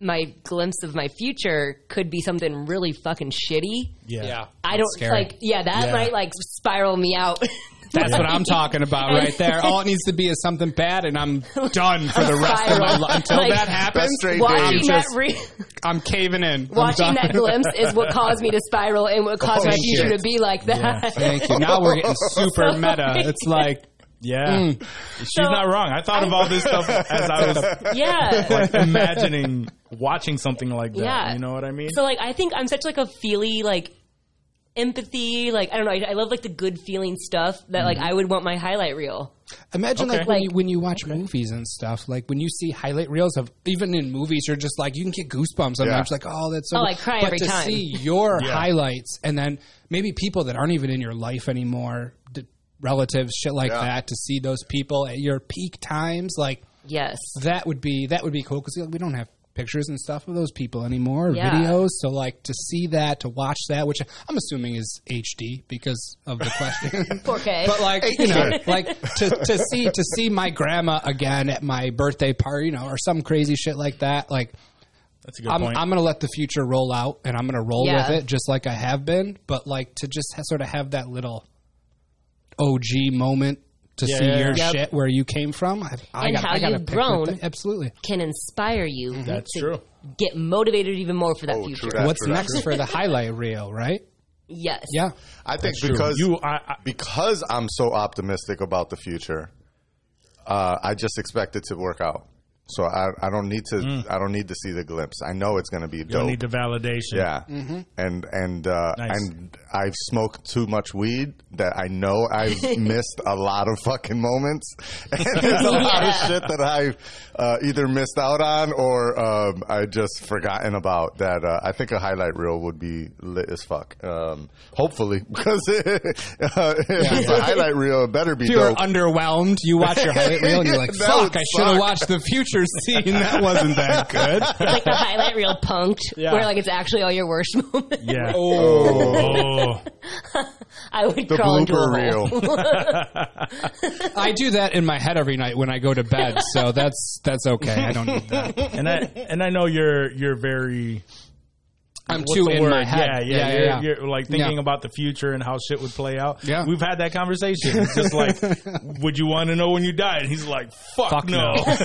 [SPEAKER 6] my glimpse of my future could be something really fucking shitty.
[SPEAKER 4] yeah.
[SPEAKER 6] I don't
[SPEAKER 7] scary.
[SPEAKER 6] like yeah that
[SPEAKER 4] Yeah.
[SPEAKER 6] might like spiral me out.
[SPEAKER 7] That's what I'm talking about right there. All it needs to be is something bad, and I'm done for the rest of my
[SPEAKER 6] Spiral.
[SPEAKER 7] life. Until
[SPEAKER 6] Like,
[SPEAKER 7] that
[SPEAKER 5] That's
[SPEAKER 7] happens,
[SPEAKER 5] straight
[SPEAKER 6] watching
[SPEAKER 5] days.
[SPEAKER 6] that
[SPEAKER 7] just-
[SPEAKER 6] re-
[SPEAKER 7] I'm caving in. I'm
[SPEAKER 6] watching
[SPEAKER 7] done.
[SPEAKER 6] that glimpse is what caused me to spiral and what caused my
[SPEAKER 7] Holy
[SPEAKER 6] future
[SPEAKER 7] shit.
[SPEAKER 6] to be like that.
[SPEAKER 7] Thank you. Now we're getting super meta. It's like
[SPEAKER 4] Yeah.
[SPEAKER 7] Mm.
[SPEAKER 4] She's
[SPEAKER 6] So-
[SPEAKER 4] not wrong. I thought of all this stuff as I was
[SPEAKER 6] Yeah.
[SPEAKER 4] like imagining watching something like that.
[SPEAKER 6] Yeah.
[SPEAKER 4] You know what I mean?
[SPEAKER 6] So like I think I'm such like a feely like empathy like I don't know I, I love like the good feeling stuff that
[SPEAKER 7] Mm-hmm.
[SPEAKER 6] like I would want my highlight reel.
[SPEAKER 7] Imagine
[SPEAKER 4] Okay.
[SPEAKER 7] like when
[SPEAKER 6] Like-
[SPEAKER 7] you when you watch movies and stuff, like when you see highlight reels of even in movies, you're just like you can get goosebumps. Sometimes
[SPEAKER 5] Yeah.
[SPEAKER 7] like, oh, that's so.
[SPEAKER 6] Oh,
[SPEAKER 7] good.
[SPEAKER 6] I cry
[SPEAKER 7] but
[SPEAKER 6] every
[SPEAKER 7] to
[SPEAKER 6] time.
[SPEAKER 7] see your
[SPEAKER 4] Yeah.
[SPEAKER 7] highlights and then maybe people that aren't even in your life anymore, d- relatives, shit like that, to see those people at your peak times, like
[SPEAKER 6] Yes.
[SPEAKER 7] that would be that would be cool because we don't have pictures and stuff of those people anymore, or
[SPEAKER 6] Yeah.
[SPEAKER 7] videos. So like to see that, to watch that, which I'm assuming is HD because of the question.
[SPEAKER 6] 4K.
[SPEAKER 7] But like you know, like to, to see to see my grandma again at my birthday party, you know, or some crazy shit like that. Like
[SPEAKER 4] That's a good
[SPEAKER 7] I'm
[SPEAKER 4] point.
[SPEAKER 7] I'm gonna let the future roll out and I'm gonna roll
[SPEAKER 6] Yeah.
[SPEAKER 7] with it just like I have been. But like to just ha- sort of have that little OG moment to
[SPEAKER 4] Yeah,
[SPEAKER 7] see
[SPEAKER 4] yeah,
[SPEAKER 7] your
[SPEAKER 4] yeah.
[SPEAKER 7] shit where you came from. I, I
[SPEAKER 6] And
[SPEAKER 7] gotta-
[SPEAKER 6] how
[SPEAKER 7] I gotta
[SPEAKER 6] you've
[SPEAKER 7] pick that
[SPEAKER 6] grown.
[SPEAKER 7] thing. Absolutely.
[SPEAKER 6] Can inspire you
[SPEAKER 7] Mm-hmm.
[SPEAKER 4] That's
[SPEAKER 6] to
[SPEAKER 4] true.
[SPEAKER 6] get motivated even more for that
[SPEAKER 5] Oh,
[SPEAKER 6] future.
[SPEAKER 5] true that.
[SPEAKER 7] What's
[SPEAKER 5] true that,
[SPEAKER 7] next for the highlight reel? Right?
[SPEAKER 6] Yes.
[SPEAKER 7] Yeah.
[SPEAKER 5] I think
[SPEAKER 4] True.
[SPEAKER 5] because
[SPEAKER 4] you I, I,
[SPEAKER 5] because I'm so optimistic about the future, uh, I just expect it to work out. So I, I don't need to
[SPEAKER 7] Mm.
[SPEAKER 5] I don't need to see the glimpse. I know it's going to be
[SPEAKER 4] you
[SPEAKER 5] dope.
[SPEAKER 4] need the validation.
[SPEAKER 5] yeah,
[SPEAKER 6] Mm-hmm.
[SPEAKER 5] and and uh,
[SPEAKER 4] Nice.
[SPEAKER 5] and I've smoked too much weed that I know I've missed a lot of fucking moments. And there's a lot of
[SPEAKER 6] Yeah.
[SPEAKER 5] shit that I've uh, either missed out on or um, I just forgotten about. That uh, I think a highlight reel would be lit as fuck. Um, hopefully, because uh, if it's a highlight reel, it better be
[SPEAKER 7] If you were
[SPEAKER 5] dope.
[SPEAKER 7] underwhelmed, you watch your highlight reel and you're like,
[SPEAKER 5] That
[SPEAKER 7] "Fuck!
[SPEAKER 5] would
[SPEAKER 7] I should have
[SPEAKER 5] suck.
[SPEAKER 7] watched the future picture scene. That wasn't that good.
[SPEAKER 6] It's like the highlight reel punked,
[SPEAKER 4] Yeah.
[SPEAKER 6] where like it's actually all your worst moments.
[SPEAKER 4] Yeah.
[SPEAKER 7] Oh.
[SPEAKER 4] Oh.
[SPEAKER 6] I would
[SPEAKER 5] The
[SPEAKER 6] crawl into a
[SPEAKER 5] blooper
[SPEAKER 6] hole.
[SPEAKER 5] reel.
[SPEAKER 7] I do that in my head every night when I go to bed, so that's that's okay. I don't need that.
[SPEAKER 4] And I and I know you're you're very
[SPEAKER 7] I'm
[SPEAKER 4] what's
[SPEAKER 7] too
[SPEAKER 4] the
[SPEAKER 7] in
[SPEAKER 4] word?
[SPEAKER 7] my head.
[SPEAKER 4] Yeah, yeah, you're, you're, like thinking about the future and how shit would play out.
[SPEAKER 7] Yeah.
[SPEAKER 4] We've had that conversation. It's just like, would you want to know when you die? And he's like, fuck,
[SPEAKER 7] Fuck
[SPEAKER 4] no.
[SPEAKER 7] no.
[SPEAKER 6] I'm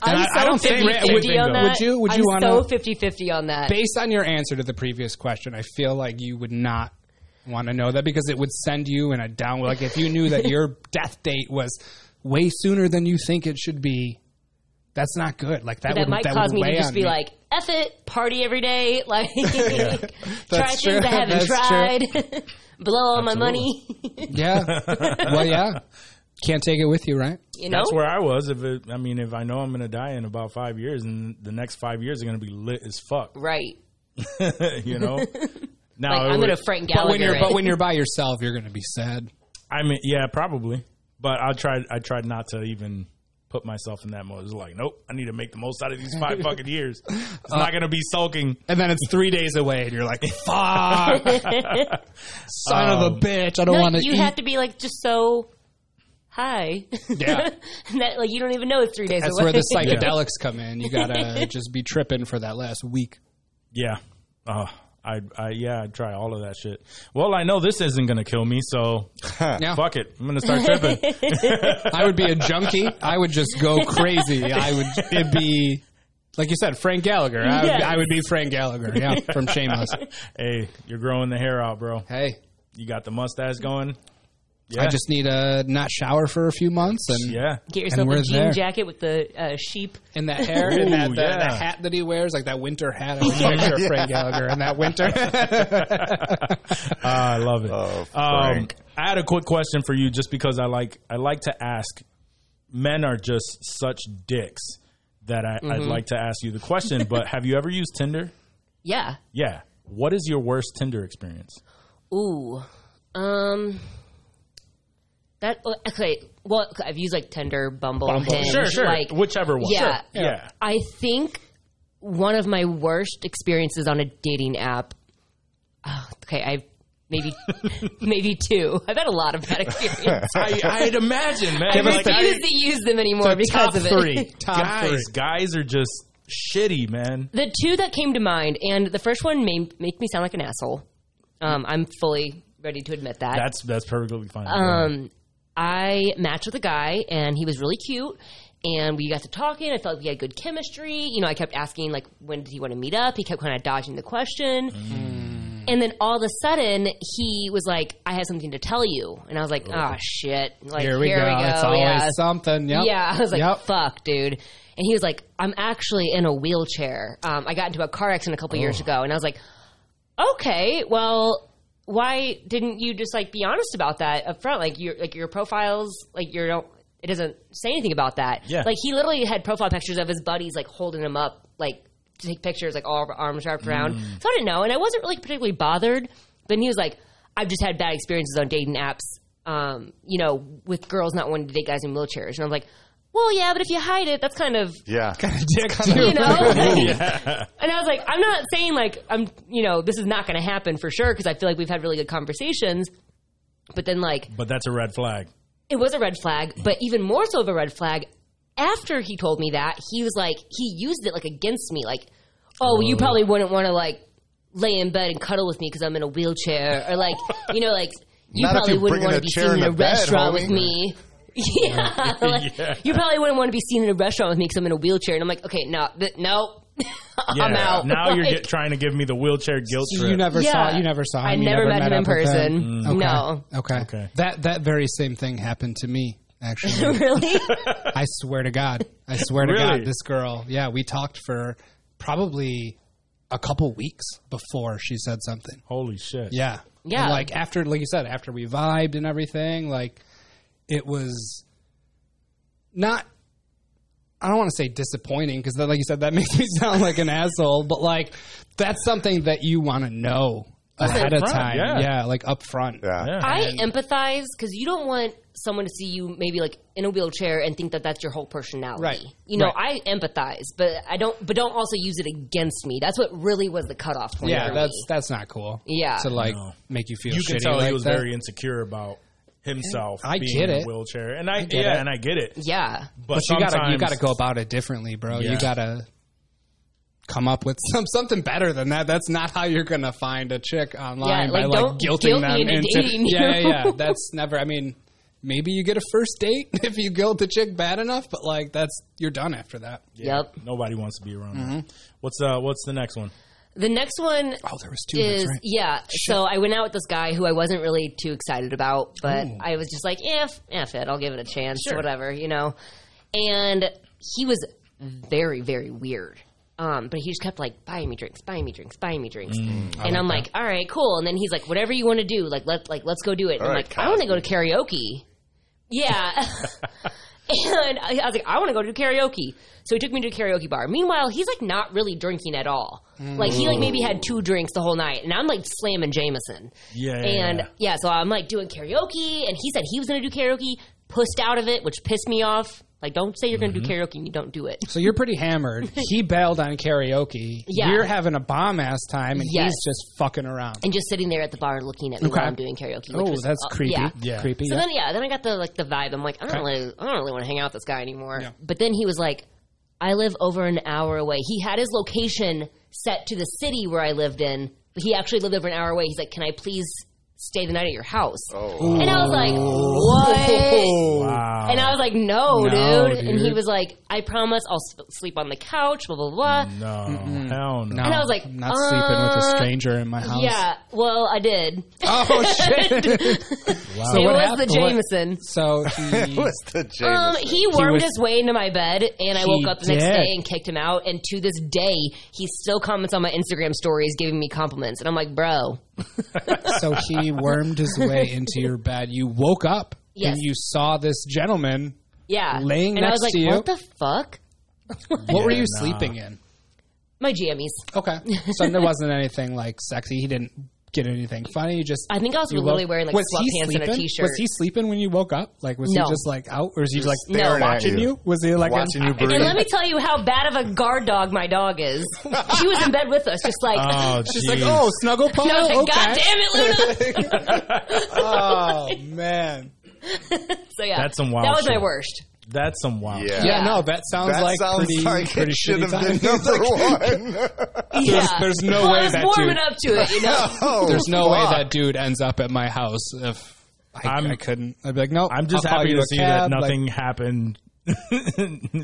[SPEAKER 7] I-
[SPEAKER 6] so
[SPEAKER 7] I don't think
[SPEAKER 6] 50
[SPEAKER 7] Ra- would-
[SPEAKER 6] on that.
[SPEAKER 7] would you- would you
[SPEAKER 6] I'm
[SPEAKER 7] wanna-
[SPEAKER 6] so 50 50 on that.
[SPEAKER 7] Based on your answer to the previous question, I feel like you would not want to know that because it would send you in a down. Like if you knew that your death date was way sooner than you think it should be, that's not good. Like that,
[SPEAKER 6] that
[SPEAKER 7] would
[SPEAKER 6] might
[SPEAKER 7] that
[SPEAKER 6] cause
[SPEAKER 7] would
[SPEAKER 6] me
[SPEAKER 7] weigh
[SPEAKER 6] to
[SPEAKER 7] on
[SPEAKER 6] just be
[SPEAKER 7] me.
[SPEAKER 6] like, F it, party every day, like, try
[SPEAKER 7] That's
[SPEAKER 6] things
[SPEAKER 7] true.
[SPEAKER 6] I haven't
[SPEAKER 7] That's
[SPEAKER 6] tried, blow all my money,
[SPEAKER 7] yeah, well, yeah, can't take it with you, right?
[SPEAKER 6] you know?
[SPEAKER 4] That's where I was. If it, I mean, if I know I'm going to die in about five years, and the next five years are going to be lit as fuck,
[SPEAKER 6] right.
[SPEAKER 4] you know. Now
[SPEAKER 6] Like,
[SPEAKER 4] it
[SPEAKER 6] I'm
[SPEAKER 4] would-
[SPEAKER 6] going to Frank
[SPEAKER 7] Oh, But when
[SPEAKER 6] Gallagher.
[SPEAKER 7] you're
[SPEAKER 6] it.
[SPEAKER 7] but when you're by yourself, you're going to be sad.
[SPEAKER 4] I mean, yeah, probably. But I tried. I tried not to even put myself in that mode. It's like, nope. I need to make the most out of these five fucking years. It's not going to be sulking.
[SPEAKER 7] And then it's three days away, and you're like, "Fuck, Um, son of a bitch! I don't
[SPEAKER 6] no,
[SPEAKER 7] want to
[SPEAKER 6] you
[SPEAKER 7] eat."
[SPEAKER 6] have to be like just so high.
[SPEAKER 7] Yeah.
[SPEAKER 6] And that like you don't even know it's three days
[SPEAKER 7] That's where
[SPEAKER 6] away.
[SPEAKER 7] the psychedelics come in. You gotta just be tripping for that last week.
[SPEAKER 4] Yeah. Oh, I, I, yeah, I'd try all of that shit. Well, I know this isn't going to kill me, so
[SPEAKER 7] Yeah.
[SPEAKER 4] fuck it. I'm going to start tripping.
[SPEAKER 7] I would be a junkie. I would just go crazy. I would. It'd be like you said, Frank Gallagher. I would,
[SPEAKER 6] Yes.
[SPEAKER 7] I would be Frank Gallagher. Yeah, from Shameless.
[SPEAKER 4] hey, you're growing the hair out, bro.
[SPEAKER 7] Hey,
[SPEAKER 4] You got the mustache going.
[SPEAKER 7] I just need to not shower for a few months and
[SPEAKER 4] Yeah.
[SPEAKER 6] Get
[SPEAKER 7] And
[SPEAKER 6] yourself
[SPEAKER 7] we're
[SPEAKER 6] a jean
[SPEAKER 7] there.
[SPEAKER 6] jacket with the uh, sheep.
[SPEAKER 7] and that hair and that
[SPEAKER 4] Ooh,
[SPEAKER 7] the,
[SPEAKER 4] yeah.
[SPEAKER 7] the hat that he wears, like that winter hat. I would picture Frank Gallagher in that winter.
[SPEAKER 4] Ah, I love it.
[SPEAKER 5] Oh,
[SPEAKER 4] um,
[SPEAKER 5] Frank.
[SPEAKER 4] I had a quick question for you, just because I like I like to ask. Men are just such dicks that I,
[SPEAKER 5] Mm-hmm.
[SPEAKER 4] I'd like to ask you the question. But have you ever used Tinder?
[SPEAKER 6] Yeah.
[SPEAKER 4] Yeah. What is your worst Tinder experience?
[SPEAKER 6] Ooh. Um. That oh, okay. Well, I've used like Tinder, Bumble, Hinge,
[SPEAKER 4] Sure, sure.
[SPEAKER 6] Like,
[SPEAKER 4] Whichever one.
[SPEAKER 6] Yeah.
[SPEAKER 4] Sure. Yeah.
[SPEAKER 6] I think one of my worst experiences on a dating app. Oh, okay, I have maybe maybe two. I've had a lot of bad experience.
[SPEAKER 4] I, I'd imagine, man.
[SPEAKER 6] I
[SPEAKER 4] Like,
[SPEAKER 6] refuse to use them anymore because
[SPEAKER 7] top
[SPEAKER 6] of it.
[SPEAKER 7] three. Top
[SPEAKER 4] guys,
[SPEAKER 7] three.
[SPEAKER 4] guys are just shitty, man.
[SPEAKER 6] the two that came to mind, and the first one made make me sound like an asshole. Um, I'm fully ready to admit that.
[SPEAKER 4] That's that's perfectly fine.
[SPEAKER 6] um, I matched with a guy, and he was really cute. And we got to talking. I felt like we had good chemistry. You know, I kept asking like, when did he want to meet up? He kept kind of dodging the question.
[SPEAKER 7] Mm.
[SPEAKER 6] And then all of a sudden, he was like, "I have something to tell you." And I was like, "Oh shit!" Like
[SPEAKER 7] Here we go. It's always
[SPEAKER 6] Yeah.
[SPEAKER 7] something. Yep.
[SPEAKER 6] Yeah, I was like,
[SPEAKER 7] Yep.
[SPEAKER 6] fuck, dude. And he was like, I'm actually in a wheelchair. Um, I got into a car accident a
[SPEAKER 7] Oh.
[SPEAKER 6] couple years ago. And I was like, okay, well, why didn't you just like be honest about that up front? Like your like your profiles, like your don't it doesn't say anything about that.
[SPEAKER 4] Yeah.
[SPEAKER 6] Like he literally had profile pictures of his buddies like holding him up, like to take pictures, like all arms wrapped around. So I didn't know, and I wasn't really particularly bothered. But then he was like, I've just had bad experiences on dating apps, um, you know, with girls not wanting to date guys in wheelchairs. And I'm like, well, yeah, but if you hide it, that's kind of
[SPEAKER 5] Yeah.
[SPEAKER 6] you know Like, and i was like i'm not saying like i'm you know this is not going to happen for sure because i feel like we've had really good conversations but then like
[SPEAKER 4] but that's a red flag.
[SPEAKER 6] it was a red flag but even more so of a red flag after he told me that he was like he used it like against me like oh you probably wouldn't want to like lay in bed and cuddle with me because i'm in a wheelchair or like you know like you
[SPEAKER 5] Not if
[SPEAKER 6] probably
[SPEAKER 5] you're
[SPEAKER 6] wouldn't
[SPEAKER 5] bringing
[SPEAKER 6] want
[SPEAKER 5] a
[SPEAKER 6] to be
[SPEAKER 5] chair
[SPEAKER 6] seen in
[SPEAKER 5] and
[SPEAKER 6] a
[SPEAKER 5] a bed,
[SPEAKER 6] restaurant with
[SPEAKER 5] homie.
[SPEAKER 6] me yeah, like, you probably wouldn't want to be seen in a restaurant with me because I'm in a wheelchair, and I'm like, okay, no, th- no, I'm
[SPEAKER 4] Yeah.
[SPEAKER 6] out.
[SPEAKER 4] Now you're
[SPEAKER 6] Like,
[SPEAKER 4] get, trying to give me the wheelchair guilt
[SPEAKER 7] So
[SPEAKER 4] trip.
[SPEAKER 7] you never saw
[SPEAKER 6] Yeah.
[SPEAKER 7] you never saw him.
[SPEAKER 6] I
[SPEAKER 7] You
[SPEAKER 6] never met him in
[SPEAKER 7] up with
[SPEAKER 6] person.
[SPEAKER 7] him?
[SPEAKER 6] Mm. No.
[SPEAKER 7] Okay.
[SPEAKER 4] Okay.
[SPEAKER 7] That that very same thing happened to me actually.
[SPEAKER 6] really?
[SPEAKER 7] I swear to God. I swear to
[SPEAKER 4] Really?
[SPEAKER 7] God this girl. Yeah, we talked for probably a couple weeks before she said something.
[SPEAKER 4] Holy shit.
[SPEAKER 7] Yeah.
[SPEAKER 6] Yeah.
[SPEAKER 7] And, like after like you said after we vibed and everything like it was not I don't want to say disappointing because, like you said, that makes me sound like an asshole. But like, that's something that you want to know ahead
[SPEAKER 4] up
[SPEAKER 7] of
[SPEAKER 4] front,
[SPEAKER 7] time.
[SPEAKER 4] yeah.
[SPEAKER 7] Yeah. like up front.
[SPEAKER 5] Yeah.
[SPEAKER 4] Yeah.
[SPEAKER 6] I empathize because you don't want someone to see you maybe like in a wheelchair and think that that's your whole personality.
[SPEAKER 7] Right.
[SPEAKER 6] You know,
[SPEAKER 7] Right.
[SPEAKER 6] I empathize, but I don't. But don't also use it against me. That's what really was the cutoff point.
[SPEAKER 7] Yeah,
[SPEAKER 6] for
[SPEAKER 7] that's
[SPEAKER 6] me.
[SPEAKER 7] that's not cool.
[SPEAKER 6] Yeah.
[SPEAKER 7] to like make you feel
[SPEAKER 4] you
[SPEAKER 7] shitty
[SPEAKER 4] can tell
[SPEAKER 7] like
[SPEAKER 4] he was
[SPEAKER 7] that.
[SPEAKER 4] very insecure about himself
[SPEAKER 7] I
[SPEAKER 4] being
[SPEAKER 7] get
[SPEAKER 4] in a
[SPEAKER 7] it.
[SPEAKER 4] wheelchair. And I,
[SPEAKER 7] get
[SPEAKER 4] yeah,
[SPEAKER 7] it.
[SPEAKER 4] and I get it.
[SPEAKER 6] yeah.
[SPEAKER 4] But,
[SPEAKER 7] But you gotta you
[SPEAKER 4] sometimes-
[SPEAKER 7] gotta go about it differently, bro.
[SPEAKER 4] Yeah.
[SPEAKER 7] You gotta come up with some something better than that. That's not how you're gonna find a chick online
[SPEAKER 6] Yeah,
[SPEAKER 7] by
[SPEAKER 6] like,
[SPEAKER 7] like
[SPEAKER 6] don't
[SPEAKER 7] guilting
[SPEAKER 6] guilt
[SPEAKER 7] them
[SPEAKER 6] me into
[SPEAKER 7] into
[SPEAKER 6] dating you.
[SPEAKER 7] yeah, yeah, yeah. That's never. I mean, maybe you get a first date if you guilt the chick bad enough, but like that's you're done after that.
[SPEAKER 6] Yep.
[SPEAKER 4] Nobody wants to be around that. What's uh what's the next one?
[SPEAKER 6] The next one
[SPEAKER 7] Oh, there was two. that's
[SPEAKER 6] is
[SPEAKER 7] right.
[SPEAKER 6] yeah. So I went out with this guy who I wasn't really too excited about, but I was just like, eh, f- F it, I'll give it a chance, or whatever, you know. And he was very, very weird. Um, but he just kept like buying me drinks, buying me drinks, buying me drinks, and I'm like, all right, cool. And then he's like, whatever you want to do, like let like let's go do it. And I'm
[SPEAKER 5] right,
[SPEAKER 6] like, I want to go to karaoke. Yeah. And I I was like, I want to go to karaoke. So he took me to a karaoke bar. Meanwhile, he's like not really drinking at all. Like he like maybe had two drinks the whole night, and I'm like slamming Jameson.
[SPEAKER 4] Yeah, yeah,
[SPEAKER 6] And
[SPEAKER 4] yeah.
[SPEAKER 6] yeah, so I'm like doing karaoke, and he said he was going to do karaoke, pussed out of it, which pissed me off. Like, don't say you're going to
[SPEAKER 7] Mm-hmm.
[SPEAKER 6] do karaoke and you don't do it.
[SPEAKER 7] So you're pretty hammered. He bailed on karaoke.
[SPEAKER 6] Yeah.
[SPEAKER 7] You're having a bomb ass time, and
[SPEAKER 6] Yes.
[SPEAKER 7] he's just fucking around.
[SPEAKER 6] And just sitting there at the bar looking at me while
[SPEAKER 7] Okay.
[SPEAKER 6] I'm doing karaoke. which
[SPEAKER 7] Oh,
[SPEAKER 6] was-
[SPEAKER 7] that's
[SPEAKER 6] uh,
[SPEAKER 7] creepy.
[SPEAKER 6] yeah.
[SPEAKER 4] Yeah.
[SPEAKER 7] Creepy.
[SPEAKER 6] So
[SPEAKER 7] yeah.
[SPEAKER 6] then, yeah, then I got the like the vibe. I'm like, I don't really, I don't really want to hang out with this guy anymore. But then he was like, I live over an hour away. He had his location set to the city where I lived in, but he actually lived over an hour away. He's like, Can I please stay the night at your house?
[SPEAKER 5] Oh.
[SPEAKER 6] And I was like, What?
[SPEAKER 4] Wow.
[SPEAKER 6] And I was like, No,
[SPEAKER 7] No,
[SPEAKER 6] dude. And he
[SPEAKER 7] dude.
[SPEAKER 6] was like, I promise, I'll sp- sleep on the couch. Blah blah blah.
[SPEAKER 4] no. Hell no.
[SPEAKER 7] No,
[SPEAKER 6] and I was like,
[SPEAKER 7] I'm not sleeping with a
[SPEAKER 6] uh,
[SPEAKER 7] stranger in my house.
[SPEAKER 6] Yeah. Well, I did.
[SPEAKER 7] Oh shit. So
[SPEAKER 6] it
[SPEAKER 7] what
[SPEAKER 6] was
[SPEAKER 7] happened?
[SPEAKER 6] the Jameson.
[SPEAKER 7] So he,
[SPEAKER 5] What's the Jameson?
[SPEAKER 6] Um, he wormed
[SPEAKER 7] was-
[SPEAKER 6] his way into my bed, and I
[SPEAKER 7] He
[SPEAKER 6] woke up the next
[SPEAKER 7] did.
[SPEAKER 6] day and kicked him out. And to this day, he still comments on my Instagram stories, giving me compliments, and I'm like, bro,
[SPEAKER 7] so he wormed his way into your bed. You woke up
[SPEAKER 6] Yes.
[SPEAKER 7] and you saw this gentleman.
[SPEAKER 6] yeah.
[SPEAKER 7] Laying
[SPEAKER 6] and I was
[SPEAKER 7] next
[SPEAKER 6] like,
[SPEAKER 7] to you.
[SPEAKER 6] what the fuck?
[SPEAKER 7] What were you sleeping in?
[SPEAKER 6] My jammies.
[SPEAKER 7] Okay, so there wasn't anything like sexy. He didn't get anything funny. You just
[SPEAKER 6] I think I was
[SPEAKER 7] you
[SPEAKER 6] literally
[SPEAKER 7] woke-
[SPEAKER 6] wearing, like,
[SPEAKER 7] Was he
[SPEAKER 6] sweatpants and a
[SPEAKER 7] sleeping?
[SPEAKER 6] t-shirt.
[SPEAKER 7] Was he sleeping when you woke up? Like was
[SPEAKER 6] No.
[SPEAKER 7] he just like out, or is he like
[SPEAKER 5] staring at
[SPEAKER 7] watching
[SPEAKER 5] you.
[SPEAKER 7] you? Was he like
[SPEAKER 5] Watching you breathe.
[SPEAKER 6] And let me tell you how bad of a guard dog my dog is. She was in bed with us, just like,
[SPEAKER 4] Oh,
[SPEAKER 7] She's
[SPEAKER 4] jeez.
[SPEAKER 7] like, oh, snuggle pile.
[SPEAKER 6] and I was like,
[SPEAKER 7] okay.
[SPEAKER 6] God damn
[SPEAKER 7] oh
[SPEAKER 6] it, Luna.
[SPEAKER 7] man.
[SPEAKER 6] So yeah,
[SPEAKER 4] That's some wild
[SPEAKER 6] That was
[SPEAKER 4] shit.
[SPEAKER 6] my worst.
[SPEAKER 4] That's some wow.
[SPEAKER 5] yeah.
[SPEAKER 7] Yeah, no, that sounds
[SPEAKER 5] That
[SPEAKER 7] like
[SPEAKER 5] sounds
[SPEAKER 7] pretty,
[SPEAKER 5] like
[SPEAKER 7] pretty
[SPEAKER 5] it should
[SPEAKER 7] shitty
[SPEAKER 5] have
[SPEAKER 7] time.
[SPEAKER 5] been number one.
[SPEAKER 6] Yeah,
[SPEAKER 7] there's no
[SPEAKER 6] well,
[SPEAKER 7] way
[SPEAKER 6] I was
[SPEAKER 7] that
[SPEAKER 6] warming
[SPEAKER 7] dude-
[SPEAKER 6] up to it, you know.
[SPEAKER 5] Oh,
[SPEAKER 7] There's no way
[SPEAKER 5] fuck.
[SPEAKER 7] that dude ends up at my house if I,
[SPEAKER 4] I'm-
[SPEAKER 7] I couldn't. I'd be like, nope.
[SPEAKER 4] I'm just
[SPEAKER 7] I'll call
[SPEAKER 4] happy
[SPEAKER 7] you
[SPEAKER 4] to
[SPEAKER 7] a
[SPEAKER 4] see
[SPEAKER 7] cab, like-
[SPEAKER 4] that nothing happened.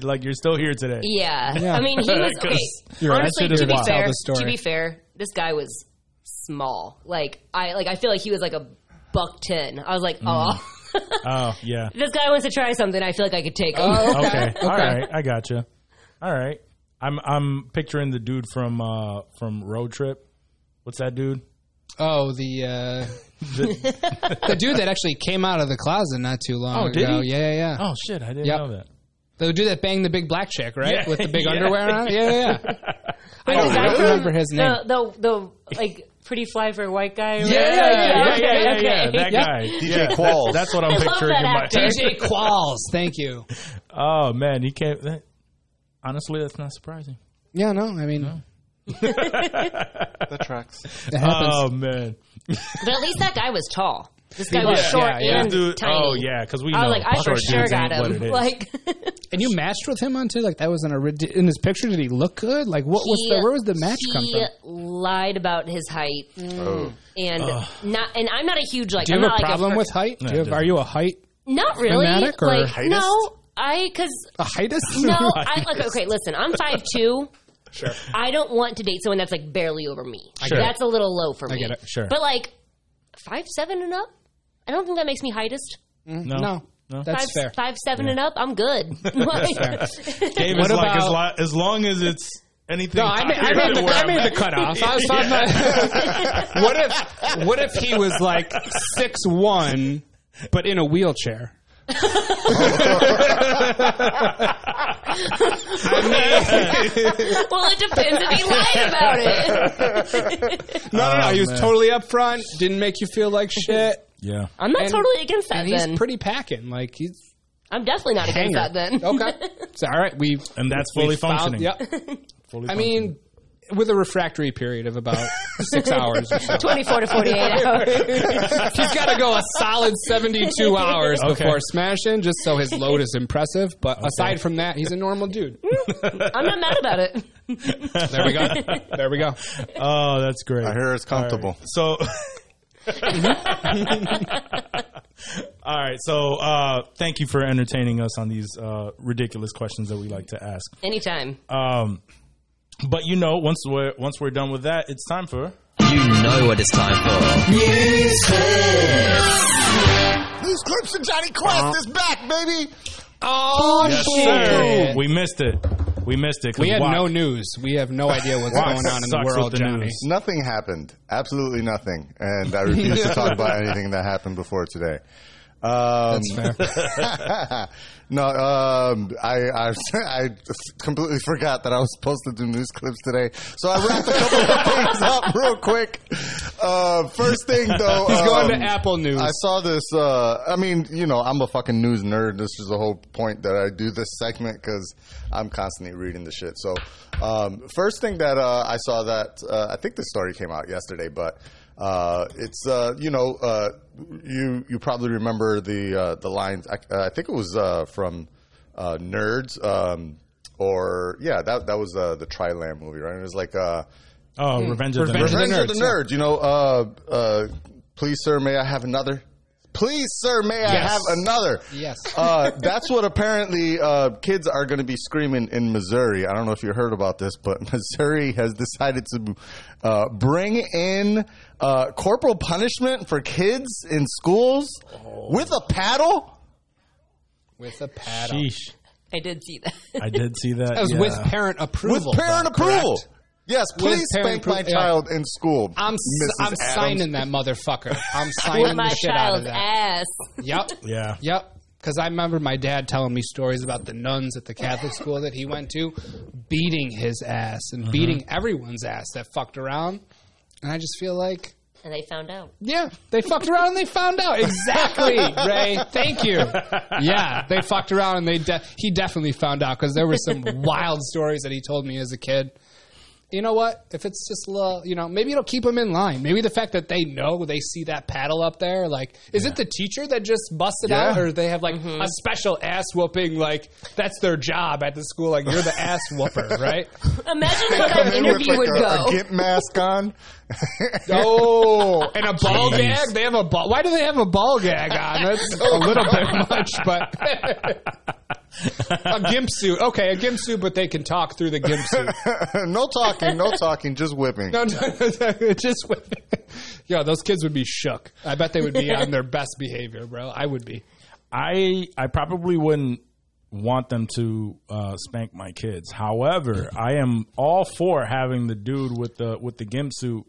[SPEAKER 4] like you're still here today.
[SPEAKER 6] Yeah.
[SPEAKER 7] Yeah.
[SPEAKER 6] I mean, he was
[SPEAKER 4] 'Cause
[SPEAKER 6] okay.
[SPEAKER 4] you're right.
[SPEAKER 6] Honestly,
[SPEAKER 4] That shit is
[SPEAKER 6] to be
[SPEAKER 4] wild.
[SPEAKER 7] Tell
[SPEAKER 6] fair,
[SPEAKER 7] the story.
[SPEAKER 6] to be fair, this guy was small. Like I like I feel like he was like a buck ten. I was like,
[SPEAKER 7] Mm.
[SPEAKER 6] oh,
[SPEAKER 4] Oh yeah.
[SPEAKER 6] this guy wants to try something. I feel like I could take him.
[SPEAKER 7] Oh.
[SPEAKER 4] Okay. All right. I gotcha. All right. I'm I'm picturing the dude from uh from Road Trip. What's that dude?
[SPEAKER 7] Oh, the uh, the dude that actually came out of the closet not too long
[SPEAKER 4] Oh,
[SPEAKER 7] ago.
[SPEAKER 4] did he?
[SPEAKER 7] Yeah, yeah, yeah.
[SPEAKER 4] Oh shit! I didn't
[SPEAKER 7] Yep.
[SPEAKER 4] know that.
[SPEAKER 7] The dude that banged the big black chick, right?
[SPEAKER 4] Yeah.
[SPEAKER 7] With the big
[SPEAKER 4] Yeah.
[SPEAKER 7] underwear on. it? Yeah, yeah. yeah. I don't,
[SPEAKER 6] The
[SPEAKER 7] I
[SPEAKER 6] guy
[SPEAKER 7] don't
[SPEAKER 6] from
[SPEAKER 7] remember his name.
[SPEAKER 6] The, the the like pretty fly for a white guy. or
[SPEAKER 7] Yeah,
[SPEAKER 6] whatever.
[SPEAKER 7] yeah,
[SPEAKER 6] Okay,
[SPEAKER 4] yeah, yeah,
[SPEAKER 6] okay.
[SPEAKER 4] yeah. That
[SPEAKER 7] Yeah.
[SPEAKER 4] guy.
[SPEAKER 5] DJ
[SPEAKER 4] yeah,
[SPEAKER 5] Qualls.
[SPEAKER 4] That's what I'm
[SPEAKER 6] I love
[SPEAKER 4] picturing
[SPEAKER 6] that
[SPEAKER 4] in my
[SPEAKER 6] actor.
[SPEAKER 7] DJ Qualls. Thank you.
[SPEAKER 4] Oh man, he can't. That, honestly, that's not surprising.
[SPEAKER 7] Yeah, no, I mean,
[SPEAKER 5] That tracks.
[SPEAKER 7] it happens.
[SPEAKER 4] Oh man,
[SPEAKER 6] But at least that guy was tall. This guy was
[SPEAKER 7] was,
[SPEAKER 6] short
[SPEAKER 7] yeah, yeah.
[SPEAKER 6] and
[SPEAKER 4] dude.
[SPEAKER 6] tiny.
[SPEAKER 4] Oh yeah, because we
[SPEAKER 6] I
[SPEAKER 4] know
[SPEAKER 6] was like, I for
[SPEAKER 4] short
[SPEAKER 6] sure
[SPEAKER 4] dudes
[SPEAKER 6] got
[SPEAKER 4] ain't what it
[SPEAKER 6] him.
[SPEAKER 4] is.
[SPEAKER 6] Like,
[SPEAKER 7] and you matched with him on too. Like that was in a rid- in his picture. Did he look good? Like what was the where was the match
[SPEAKER 6] he uh,
[SPEAKER 7] come from? Mm.
[SPEAKER 6] lied about his height.
[SPEAKER 5] Oh.
[SPEAKER 6] and not and I'm not a huge like.
[SPEAKER 7] Do you
[SPEAKER 6] I'm
[SPEAKER 7] have
[SPEAKER 6] not
[SPEAKER 7] a
[SPEAKER 6] like
[SPEAKER 7] problem
[SPEAKER 6] fir-
[SPEAKER 7] with height?
[SPEAKER 4] No,
[SPEAKER 7] Do you have,
[SPEAKER 4] it
[SPEAKER 7] are you a height
[SPEAKER 6] Not really.
[SPEAKER 7] fanatic or
[SPEAKER 6] like
[SPEAKER 5] heightist?
[SPEAKER 6] no, I because
[SPEAKER 7] a heightist?
[SPEAKER 6] no, I like okay. Listen, I'm five two.
[SPEAKER 7] Sure.
[SPEAKER 6] I don't want to date someone that's like barely over me.
[SPEAKER 4] Sure.
[SPEAKER 6] That's a little low for me.
[SPEAKER 7] get it.
[SPEAKER 4] Sure.
[SPEAKER 6] But like five seven and up, I don't think that makes me heightist.
[SPEAKER 4] no,
[SPEAKER 7] No,
[SPEAKER 4] No.
[SPEAKER 7] that's
[SPEAKER 6] five,
[SPEAKER 7] fair.
[SPEAKER 6] Five seven and up, I'm good. Like,
[SPEAKER 4] Dave
[SPEAKER 7] What
[SPEAKER 4] is like as,
[SPEAKER 7] about-
[SPEAKER 4] lo- as long as it's anything.
[SPEAKER 7] No, I made, I
[SPEAKER 4] popular
[SPEAKER 7] made the,
[SPEAKER 4] where
[SPEAKER 7] I
[SPEAKER 4] I'm
[SPEAKER 7] made
[SPEAKER 4] at.
[SPEAKER 7] the cutoff. I was talking about- what if what if he was like six one, but in a wheelchair?
[SPEAKER 6] well, it depends if he lied about it.
[SPEAKER 7] No, no, no.
[SPEAKER 4] Oh,
[SPEAKER 7] he was
[SPEAKER 4] man.
[SPEAKER 7] totally upfront. Didn't make you feel like shit.
[SPEAKER 4] Yeah.
[SPEAKER 6] I'm not
[SPEAKER 7] And-
[SPEAKER 6] totally against that.
[SPEAKER 7] And he's
[SPEAKER 6] then
[SPEAKER 7] pretty packing. Like he's
[SPEAKER 6] I'm definitely not against
[SPEAKER 7] hanger.
[SPEAKER 6] that. Then
[SPEAKER 7] okay. So all right, we
[SPEAKER 4] And that's
[SPEAKER 7] we
[SPEAKER 4] fully
[SPEAKER 7] found-
[SPEAKER 4] functioning.
[SPEAKER 7] Yep.
[SPEAKER 4] Fully
[SPEAKER 7] I
[SPEAKER 4] functioning.
[SPEAKER 7] mean, with a refractory period of about six hours or so.
[SPEAKER 6] 24 to 48 hours.
[SPEAKER 7] He's got to go a solid 72 hours
[SPEAKER 4] Okay.
[SPEAKER 7] before smashing just so his load is impressive. But aside from that, he's a normal dude.
[SPEAKER 6] I'm not mad about it.
[SPEAKER 7] There we go. There we go.
[SPEAKER 4] oh, that's great.
[SPEAKER 5] I hear it's comfortable.
[SPEAKER 4] So. All right, so uh, thank you for entertaining us on these uh, ridiculous questions that we like to ask.
[SPEAKER 6] Anytime.
[SPEAKER 7] Uh,
[SPEAKER 4] Um, but you know, once we're once we're done with that, it's time for
[SPEAKER 8] You know what it's time for.
[SPEAKER 5] These clips of Johnny Quest is back, baby.
[SPEAKER 7] Oh,
[SPEAKER 4] Sir, we missed it. We missed it. 'cause
[SPEAKER 7] We had
[SPEAKER 4] Wack-
[SPEAKER 7] no news. We have no idea what's
[SPEAKER 4] Wack
[SPEAKER 7] going on in the
[SPEAKER 4] sucks
[SPEAKER 7] world,
[SPEAKER 4] with
[SPEAKER 7] Johnny.
[SPEAKER 4] news.
[SPEAKER 5] Nothing happened. Absolutely nothing. And I refuse to talk about anything that happened before today. Um, no, um, I, I I completely forgot that I was supposed to do news clips today, so I wrapped a couple of things up real quick. Uh, first thing though,
[SPEAKER 7] He's going
[SPEAKER 5] um,
[SPEAKER 7] to Apple News.
[SPEAKER 5] I saw this. Uh, I mean, you know, I'm a fucking news nerd. This is the whole point that I do this segment because I'm constantly reading the shit. So, um, first thing that uh, I saw that uh, I think this story came out yesterday, but uh, it's uh, you know, uh, you you probably remember the uh, the lines. I, I think it was uh, from uh, Nerds. Um, or yeah, that that was uh, the Triland movie, right? It was like uh,
[SPEAKER 4] Oh, Revenge of the
[SPEAKER 7] Revenge
[SPEAKER 4] Nerds.
[SPEAKER 7] of
[SPEAKER 5] Revenge of the Nerds. You know, uh, uh, please, sir, may I have another? Please, sir, may I
[SPEAKER 7] Yes.
[SPEAKER 5] have another?
[SPEAKER 7] Yes.
[SPEAKER 5] Uh, that's what apparently uh, kids are going to be screaming in Missouri. I don't know if you heard about this, but Missouri has decided to uh, bring in uh, corporal punishment for kids in schools
[SPEAKER 7] Oh.
[SPEAKER 5] with a paddle.
[SPEAKER 7] with a paddle.
[SPEAKER 4] Sheesh.
[SPEAKER 6] I did see that.
[SPEAKER 4] I did see that.
[SPEAKER 7] That was
[SPEAKER 4] yeah.
[SPEAKER 7] with parent
[SPEAKER 5] With
[SPEAKER 7] approval.
[SPEAKER 5] parent
[SPEAKER 7] though, correct?
[SPEAKER 5] approval. Yes,
[SPEAKER 7] With
[SPEAKER 5] please
[SPEAKER 7] parent
[SPEAKER 5] spank my
[SPEAKER 7] appro- yeah.
[SPEAKER 5] child in school.
[SPEAKER 7] I'm,
[SPEAKER 5] Mrs.
[SPEAKER 7] s- I'm
[SPEAKER 5] Adams.
[SPEAKER 7] signing that motherfucker. I'm
[SPEAKER 6] With
[SPEAKER 7] signing
[SPEAKER 6] my
[SPEAKER 7] the shit out of
[SPEAKER 6] child's
[SPEAKER 7] that.
[SPEAKER 6] ass.
[SPEAKER 7] Yep.
[SPEAKER 4] Yeah.
[SPEAKER 7] Yep. Because I remember my dad telling me stories about the nuns at the Catholic school that he went to beating his ass and beating everyone's ass that fucked around. And I just feel like,
[SPEAKER 6] And they found out.
[SPEAKER 7] yeah, they fucked around and they found out. Exactly, Ray. Thank you. Yeah, they fucked around and they de- he definitely found out because there were some wild stories that he told me as a kid. You know what? If it's just a little, you know, maybe it'll keep them in line. Maybe the fact that they know they see that paddle up there, like, is it the teacher that just busted out,
[SPEAKER 5] Yeah.
[SPEAKER 7] or they have like a special ass whooping? Like, that's their job at the school. Like, you're the ass whooper, right?
[SPEAKER 6] Imagine how
[SPEAKER 5] Come
[SPEAKER 6] that
[SPEAKER 5] in with,
[SPEAKER 6] interview
[SPEAKER 5] like,
[SPEAKER 6] would
[SPEAKER 5] a- a
[SPEAKER 6] go.
[SPEAKER 5] gimp mask on.
[SPEAKER 7] Oh, and a ball
[SPEAKER 4] Jeez.
[SPEAKER 7] gag. They have a ball. Why do they have a ball gag on? That's
[SPEAKER 4] Oh,
[SPEAKER 7] a little bit much, but a gimp suit. Okay, a gimp suit, but they can talk through the gimp suit.
[SPEAKER 5] no talking, no talking, just whipping.
[SPEAKER 7] No, no, no, just with. Yo, those kids would be shook. I bet they would be on their best behavior, bro. I would be.
[SPEAKER 4] I I probably wouldn't want them to uh, spank my kids. However, I am all for having the dude with the with the gimp suit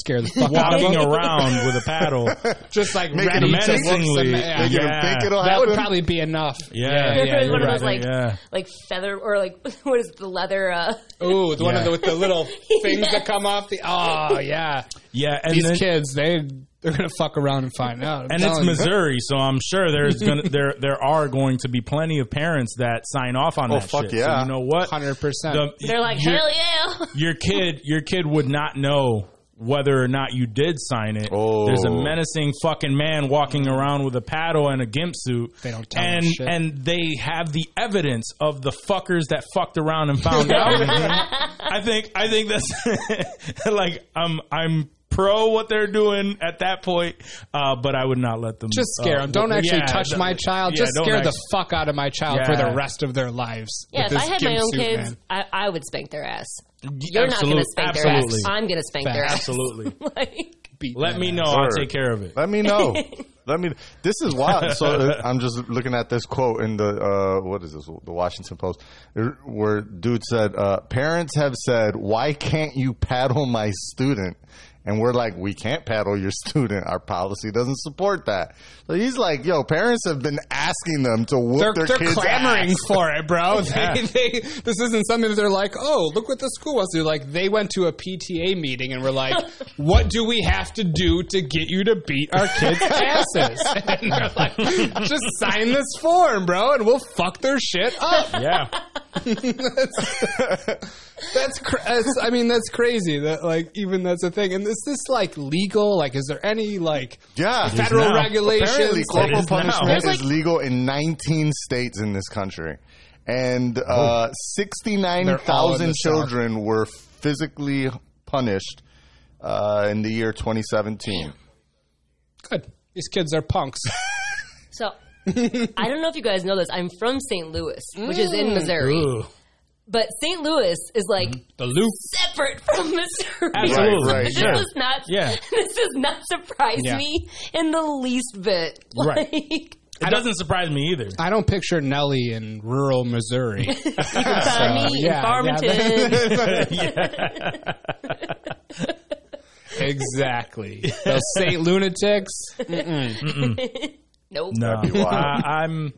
[SPEAKER 7] Scare the fuck out of
[SPEAKER 4] walking
[SPEAKER 7] them.
[SPEAKER 4] around with a paddle.
[SPEAKER 7] Just like
[SPEAKER 5] Make it
[SPEAKER 7] ready to whoop
[SPEAKER 4] menacingly.
[SPEAKER 7] some ass.
[SPEAKER 5] Make 'em
[SPEAKER 4] Yeah.
[SPEAKER 5] think it'll
[SPEAKER 7] That
[SPEAKER 5] happen.
[SPEAKER 7] would probably be enough.
[SPEAKER 4] Yeah.
[SPEAKER 7] yeah,
[SPEAKER 6] It's
[SPEAKER 7] you're
[SPEAKER 6] one of
[SPEAKER 7] right.
[SPEAKER 6] those like,
[SPEAKER 4] Yeah.
[SPEAKER 6] like feather or like what is it, the leather? Uh,
[SPEAKER 7] Ooh, the one of
[SPEAKER 4] Yeah.
[SPEAKER 7] the, with the little things that come off the. Oh yeah,
[SPEAKER 4] Yeah, and
[SPEAKER 7] these
[SPEAKER 4] then,
[SPEAKER 7] kids they they're gonna fuck around and find out. I'm
[SPEAKER 4] and it's
[SPEAKER 7] telling you.
[SPEAKER 4] Missouri, so I'm sure there's gonna there there are going to be plenty of parents that sign off on
[SPEAKER 5] Oh,
[SPEAKER 4] that
[SPEAKER 5] fuck
[SPEAKER 4] shit. So
[SPEAKER 5] yeah.
[SPEAKER 4] you know what?
[SPEAKER 7] 100%.
[SPEAKER 4] The-
[SPEAKER 6] they're like,
[SPEAKER 4] your,
[SPEAKER 6] hell yeah.
[SPEAKER 4] your kid your kid would not know whether or not you did sign it.
[SPEAKER 5] Oh.
[SPEAKER 4] There's a menacing fucking man walking around with a paddle and a gimp suit.
[SPEAKER 7] They don't tell
[SPEAKER 4] and
[SPEAKER 7] them shit.
[SPEAKER 4] and they have the evidence of the fuckers that fucked around and found out. I think I think that's like I'm I'm pro what they're doing at that point, uh, but I would not let them
[SPEAKER 7] Just scare
[SPEAKER 4] uh,
[SPEAKER 7] them. Don't
[SPEAKER 4] w-
[SPEAKER 7] actually
[SPEAKER 4] yeah,
[SPEAKER 7] touch
[SPEAKER 4] don't-
[SPEAKER 7] my child.
[SPEAKER 4] yeah,
[SPEAKER 7] Just
[SPEAKER 4] don't
[SPEAKER 7] scare
[SPEAKER 4] act-
[SPEAKER 7] the fuck out of my child for
[SPEAKER 4] Yeah.
[SPEAKER 7] the rest of their lives.
[SPEAKER 6] Yeah, if
[SPEAKER 7] with
[SPEAKER 6] I
[SPEAKER 7] this
[SPEAKER 6] had
[SPEAKER 7] gimp
[SPEAKER 6] my own
[SPEAKER 7] suit,
[SPEAKER 6] kids,
[SPEAKER 7] man.
[SPEAKER 6] I, I would spank their ass. You're not
[SPEAKER 4] Absolute-
[SPEAKER 6] going to spank
[SPEAKER 4] absolutely.
[SPEAKER 6] their ass. I'm going to spank their ass.
[SPEAKER 4] Absolutely.
[SPEAKER 6] like,
[SPEAKER 7] Beat
[SPEAKER 4] Let
[SPEAKER 7] their
[SPEAKER 4] me
[SPEAKER 7] ass.
[SPEAKER 4] know. I'll take care of it.
[SPEAKER 5] Let me know. Let me. This is wild. So uh, I'm just looking at this quote in the uh, what is this? The Washington Post, er, where dude said, uh, "Parents have said, why can't you paddle my student?" And we're like, we can't paddle your student. Our policy doesn't support that. So he's like, yo, parents have been asking them to whoop
[SPEAKER 7] They're,
[SPEAKER 5] their
[SPEAKER 7] they're
[SPEAKER 5] kids'
[SPEAKER 7] clamoring
[SPEAKER 5] ass.
[SPEAKER 7] for it, bro. They-
[SPEAKER 5] Yeah.
[SPEAKER 7] they- this isn't something that they're like, oh, look what the school wants to do. Like, they went to a PTA meeting and were like, what do we have to do to get you to beat our kids' asses? And they're like, just sign this form, bro, and we'll fuck their shit up.
[SPEAKER 4] Yeah.
[SPEAKER 7] That's, cr- that's I mean, that's crazy that, like, even that's a thing. And is this, like, legal? Like, is there any, like,
[SPEAKER 5] Yeah.
[SPEAKER 7] federal
[SPEAKER 4] now.
[SPEAKER 7] regulations?
[SPEAKER 5] Apparently,
[SPEAKER 7] that-
[SPEAKER 5] corporal
[SPEAKER 4] is now.
[SPEAKER 5] punishment
[SPEAKER 6] There's
[SPEAKER 5] is
[SPEAKER 6] like-
[SPEAKER 5] legal in 19 states in this country, and uh,
[SPEAKER 7] South.
[SPEAKER 5] 69,000 children were physically punished uh, in the year 2017.
[SPEAKER 7] Good. These kids are punks.
[SPEAKER 6] So I don't know if you guys know this. I'm from St. Louis, which is
[SPEAKER 4] Mm.
[SPEAKER 6] in Missouri. But St. Louis is like
[SPEAKER 4] Mm-hmm.
[SPEAKER 7] The loop.
[SPEAKER 6] separate from Missouri.
[SPEAKER 4] Absolutely.
[SPEAKER 5] Right, right,
[SPEAKER 6] This
[SPEAKER 5] yeah.
[SPEAKER 6] does not.
[SPEAKER 4] Yeah.
[SPEAKER 6] This does not surprise
[SPEAKER 7] Yeah.
[SPEAKER 6] me in the least bit.
[SPEAKER 4] Right.
[SPEAKER 6] Like,
[SPEAKER 4] It doesn't surprise me either.
[SPEAKER 7] I don't picture Nelly in rural Missouri.
[SPEAKER 6] you can find me
[SPEAKER 7] yeah, yeah,
[SPEAKER 6] in Farmington.
[SPEAKER 7] exactly. Those Saint lunatics.
[SPEAKER 6] nope.
[SPEAKER 4] No,
[SPEAKER 5] be
[SPEAKER 4] I,
[SPEAKER 5] wild.
[SPEAKER 4] Uh, I'm.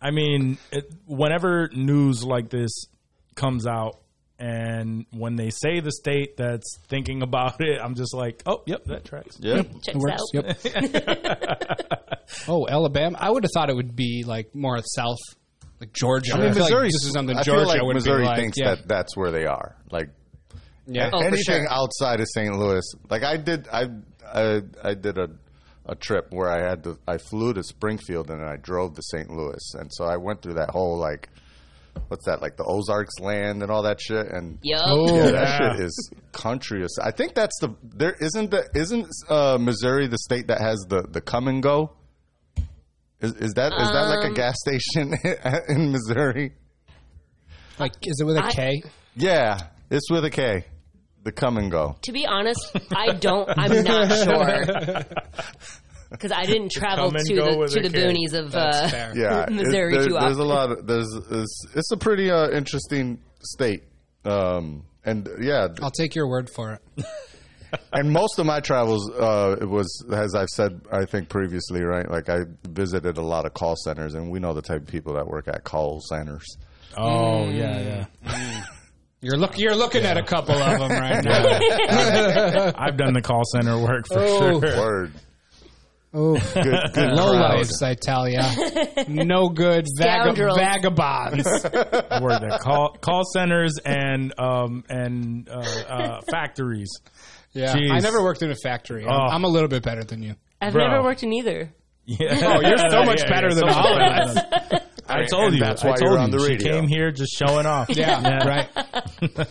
[SPEAKER 4] I mean, it, whenever news like this comes out, and when they say the state that's thinking about it, I'm just like, oh, yep, that tracks.
[SPEAKER 5] Yeah.
[SPEAKER 6] Checks
[SPEAKER 7] Works.
[SPEAKER 6] out.
[SPEAKER 7] Yep. oh, Alabama. I would have thought it would be like more south, like Georgia.
[SPEAKER 5] I mean,
[SPEAKER 7] feel like
[SPEAKER 5] Missouri.
[SPEAKER 7] this is something
[SPEAKER 5] I
[SPEAKER 7] Georgia
[SPEAKER 5] feel like
[SPEAKER 7] would
[SPEAKER 5] Missouri
[SPEAKER 7] be like.
[SPEAKER 5] thinks
[SPEAKER 7] yeah.
[SPEAKER 5] that that's where they are. Like
[SPEAKER 7] yeah.
[SPEAKER 5] a-
[SPEAKER 6] Oh, for
[SPEAKER 5] anything
[SPEAKER 6] sure.
[SPEAKER 5] outside of St. Louis. Like I did, I I, I did a a trip where I had to, I flew to Springfield and then I drove to St. Louis, and so I went through that whole like, what's that like the Ozarks land and all that shit, and
[SPEAKER 6] Yup.
[SPEAKER 5] yeah,
[SPEAKER 4] yeah.
[SPEAKER 5] that shit is country. as- I think that's the there isn't the isn't uh, Missouri the state that has the the come and go. Is, is that is that like a gas station in Missouri?
[SPEAKER 7] Like, is it with a
[SPEAKER 6] I-
[SPEAKER 7] K?
[SPEAKER 5] Yeah, it's with a K. The come and go.
[SPEAKER 6] To be honest, I don't. I'm not sure because I didn't travel
[SPEAKER 4] Come and
[SPEAKER 6] to
[SPEAKER 4] go
[SPEAKER 6] the
[SPEAKER 4] with
[SPEAKER 6] to
[SPEAKER 4] a
[SPEAKER 6] the
[SPEAKER 4] kid.
[SPEAKER 6] boonies of uh,
[SPEAKER 7] fair.
[SPEAKER 5] yeah, it-
[SPEAKER 6] Missouri
[SPEAKER 5] there-
[SPEAKER 6] too
[SPEAKER 5] There's a
[SPEAKER 6] often.
[SPEAKER 5] lot. Of, there's it's, it's a pretty uh, interesting state, um, and yeah, th-
[SPEAKER 7] I'll take your word for it.
[SPEAKER 5] and most of my travels uh, it was as I've said I think previously, right? Like I visited a lot of call centers, and we know the type of people that work at call centers.
[SPEAKER 4] Oh, yeah, yeah.
[SPEAKER 7] You're look. You're looking at a couple of them right now.
[SPEAKER 4] I've done the call center work for
[SPEAKER 7] Oh.
[SPEAKER 4] sure.
[SPEAKER 5] Word,
[SPEAKER 7] Oh,
[SPEAKER 5] good, good
[SPEAKER 7] low
[SPEAKER 5] crowd.
[SPEAKER 7] lives, I tell ya. No good vag-
[SPEAKER 6] Scoundrels.
[SPEAKER 7] vagabonds.
[SPEAKER 4] I worked at call call centers and um and uh, uh, factories.
[SPEAKER 7] Yeah,
[SPEAKER 4] Jeez.
[SPEAKER 7] I never worked in a factory. I'm,
[SPEAKER 4] Oh.
[SPEAKER 7] I'm a little bit better than you.
[SPEAKER 6] I've
[SPEAKER 4] Bro.
[SPEAKER 6] never worked in either.
[SPEAKER 4] Yeah.
[SPEAKER 7] Oh, you're so much better than
[SPEAKER 4] much
[SPEAKER 7] all of
[SPEAKER 4] better than us. I told
[SPEAKER 5] and
[SPEAKER 4] you.
[SPEAKER 5] that's
[SPEAKER 4] I
[SPEAKER 5] why
[SPEAKER 4] told
[SPEAKER 5] you're on
[SPEAKER 4] you.
[SPEAKER 5] the
[SPEAKER 4] She
[SPEAKER 5] radio.
[SPEAKER 4] came here just showing off.
[SPEAKER 7] Yeah, right.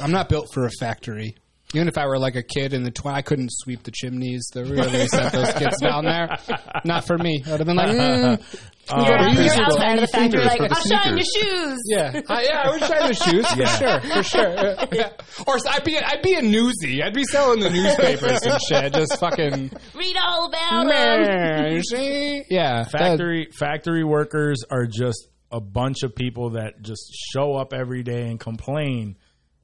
[SPEAKER 7] I'm not built for a factory. Even if I were like a kid in the tw- I couldn't sweep the chimneys. The where they sent those kids down there, not for me. I'd have been like, mm,
[SPEAKER 4] Oh,
[SPEAKER 6] You're out
[SPEAKER 7] you
[SPEAKER 6] you're
[SPEAKER 7] just
[SPEAKER 6] outside of the factory,
[SPEAKER 5] sneakers,
[SPEAKER 6] like
[SPEAKER 5] for the
[SPEAKER 6] I'll shine your
[SPEAKER 5] sneakers.
[SPEAKER 6] shoes.
[SPEAKER 7] yeah, I, yeah, I would try the shoes for
[SPEAKER 4] Yeah.
[SPEAKER 7] sure, for sure. Yeah. Or so I'd be, I'd be a newsie. I'd be selling the newspapers and shit. Just fucking,
[SPEAKER 6] Read all about them.
[SPEAKER 7] man, you see? yeah, that-
[SPEAKER 4] factory factory workers are just a bunch of people that just show up every day and complain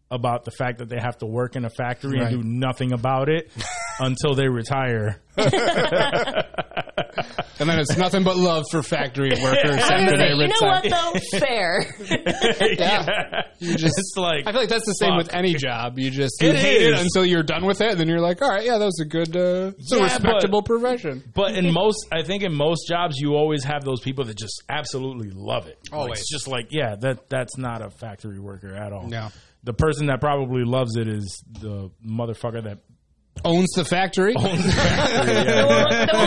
[SPEAKER 4] about the fact that they have to work in a factory
[SPEAKER 7] Right.
[SPEAKER 4] and do nothing about it until they retire.
[SPEAKER 7] and then it's nothing but love for factory workers
[SPEAKER 6] I was
[SPEAKER 7] after
[SPEAKER 6] gonna
[SPEAKER 7] they
[SPEAKER 6] say, you know
[SPEAKER 7] retire.
[SPEAKER 6] what though? Fair.
[SPEAKER 7] Yeah. You just
[SPEAKER 4] It's like
[SPEAKER 7] I feel like that's the same
[SPEAKER 4] Fuck.
[SPEAKER 7] with any job. You just you
[SPEAKER 4] It
[SPEAKER 7] hate it
[SPEAKER 4] is.
[SPEAKER 7] until you're done with it, and then you're like, all right, yeah, that was a good, uh, it's a
[SPEAKER 4] Yeah,
[SPEAKER 7] respectable profession.
[SPEAKER 4] But in most, I think in most jobs, you always have those people that just absolutely love it. Like,
[SPEAKER 7] Always.
[SPEAKER 4] it's just like, yeah, that that's not a factory worker at all.
[SPEAKER 7] No.
[SPEAKER 4] the person that probably loves it is the motherfucker that
[SPEAKER 7] Owns the factory.
[SPEAKER 6] the, one,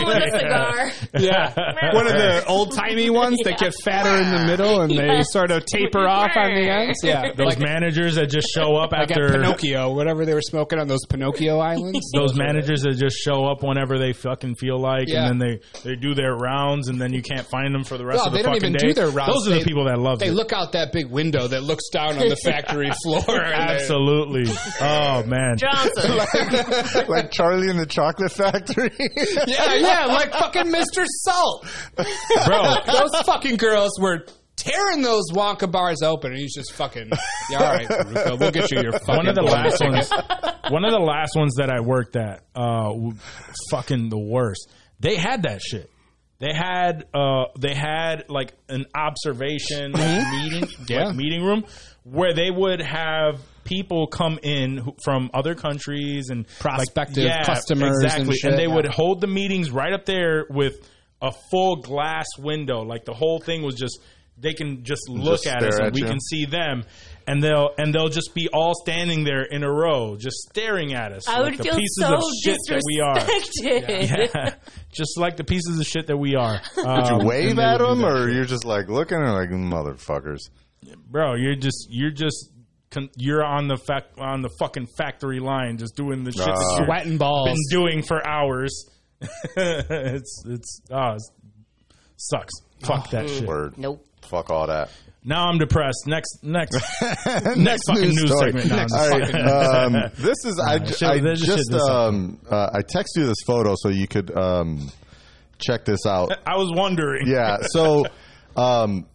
[SPEAKER 6] the one with the cigar.
[SPEAKER 7] yeah, one of the old timey ones that get fatter in the middle and they
[SPEAKER 6] Yes.
[SPEAKER 7] sort of taper off on the ends. Yeah,
[SPEAKER 4] those
[SPEAKER 7] like,
[SPEAKER 4] managers that just show up
[SPEAKER 7] like at
[SPEAKER 4] after
[SPEAKER 7] Pinocchio, whatever they were smoking on those Pinocchio islands.
[SPEAKER 4] those managers that just show up whenever they fucking feel like,
[SPEAKER 7] Yeah.
[SPEAKER 4] and then they they do their rounds, and then you can't find them for the rest
[SPEAKER 7] No,
[SPEAKER 4] of the
[SPEAKER 7] they don't
[SPEAKER 4] fucking
[SPEAKER 7] even
[SPEAKER 4] day.
[SPEAKER 7] do their rounds.
[SPEAKER 4] Those are
[SPEAKER 7] They-
[SPEAKER 4] the people that love
[SPEAKER 7] They
[SPEAKER 4] it.
[SPEAKER 7] look out that big window that looks down on the factory floor. and they-
[SPEAKER 4] Absolutely. Oh man.
[SPEAKER 6] Johnson.
[SPEAKER 5] like Charlie in the Chocolate Factory.
[SPEAKER 7] Yeah, yeah, like fucking Mr. Salt.
[SPEAKER 4] Bro.
[SPEAKER 7] Those fucking girls were tearing those Wonka bars open, and he's just fucking, yeah, all right, Ruka, we'll get you your fucking
[SPEAKER 4] one of the
[SPEAKER 7] bowl."
[SPEAKER 4] last ones one of the last ones that I worked at, uh, w- fucking the worst. They had that shit. They had uh, they had like an observation like, meeting
[SPEAKER 7] Mm-hmm. Yeah.
[SPEAKER 4] like, meeting room where they would have people come in who, from other countries and like,
[SPEAKER 7] Prospective customers and
[SPEAKER 4] exactly
[SPEAKER 7] shit,
[SPEAKER 4] they
[SPEAKER 7] yeah.
[SPEAKER 4] would hold the meetings right up there with a full glass window like the whole thing was just they can just look at us
[SPEAKER 5] stare
[SPEAKER 4] and
[SPEAKER 5] at
[SPEAKER 4] we
[SPEAKER 5] you.
[SPEAKER 4] can see them and they'll and they'll just be all standing there in a row just staring at us
[SPEAKER 6] I
[SPEAKER 4] like
[SPEAKER 6] would
[SPEAKER 4] the
[SPEAKER 6] feel
[SPEAKER 4] pieces
[SPEAKER 6] so
[SPEAKER 4] of shit that we are
[SPEAKER 6] disrespected.
[SPEAKER 4] Yeah. just like the pieces of shit that we are Um,
[SPEAKER 5] Did you wave
[SPEAKER 4] and they
[SPEAKER 5] at
[SPEAKER 4] would do
[SPEAKER 5] them,
[SPEAKER 4] that
[SPEAKER 5] or
[SPEAKER 4] shit.
[SPEAKER 5] you're just like looking at 'em like motherfuckers?
[SPEAKER 4] bro you're just you're just con- you're on the fac- on the fucking factory line just doing the shit that
[SPEAKER 5] Ah.
[SPEAKER 4] you've
[SPEAKER 7] Sweating balls.
[SPEAKER 4] been doing for hours it's it's ah it's sucks fuck that shit
[SPEAKER 5] Word.
[SPEAKER 6] Nope.
[SPEAKER 5] Fuck all that.
[SPEAKER 4] now i'm depressed next next
[SPEAKER 5] next,
[SPEAKER 4] fucking news segment. No, I'm just
[SPEAKER 5] All right, um, this is I,
[SPEAKER 4] shit-
[SPEAKER 5] I
[SPEAKER 4] there's shit
[SPEAKER 5] just
[SPEAKER 4] this up.
[SPEAKER 5] um, uh, I text you this photo so you could um, check this out.
[SPEAKER 4] i was wondering
[SPEAKER 5] yeah. So um,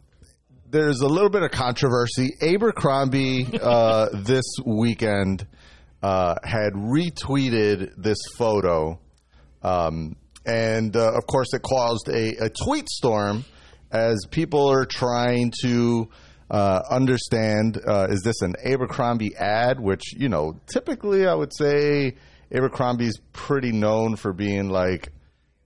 [SPEAKER 5] there's a little bit of controversy. Abercrombie uh, this weekend uh, had retweeted this photo, um, and uh, of course, it caused a, a tweet storm as people are trying to. Uh, understand uh, is this an Abercrombie ad which you know typically I would say Abercrombie's pretty known for being like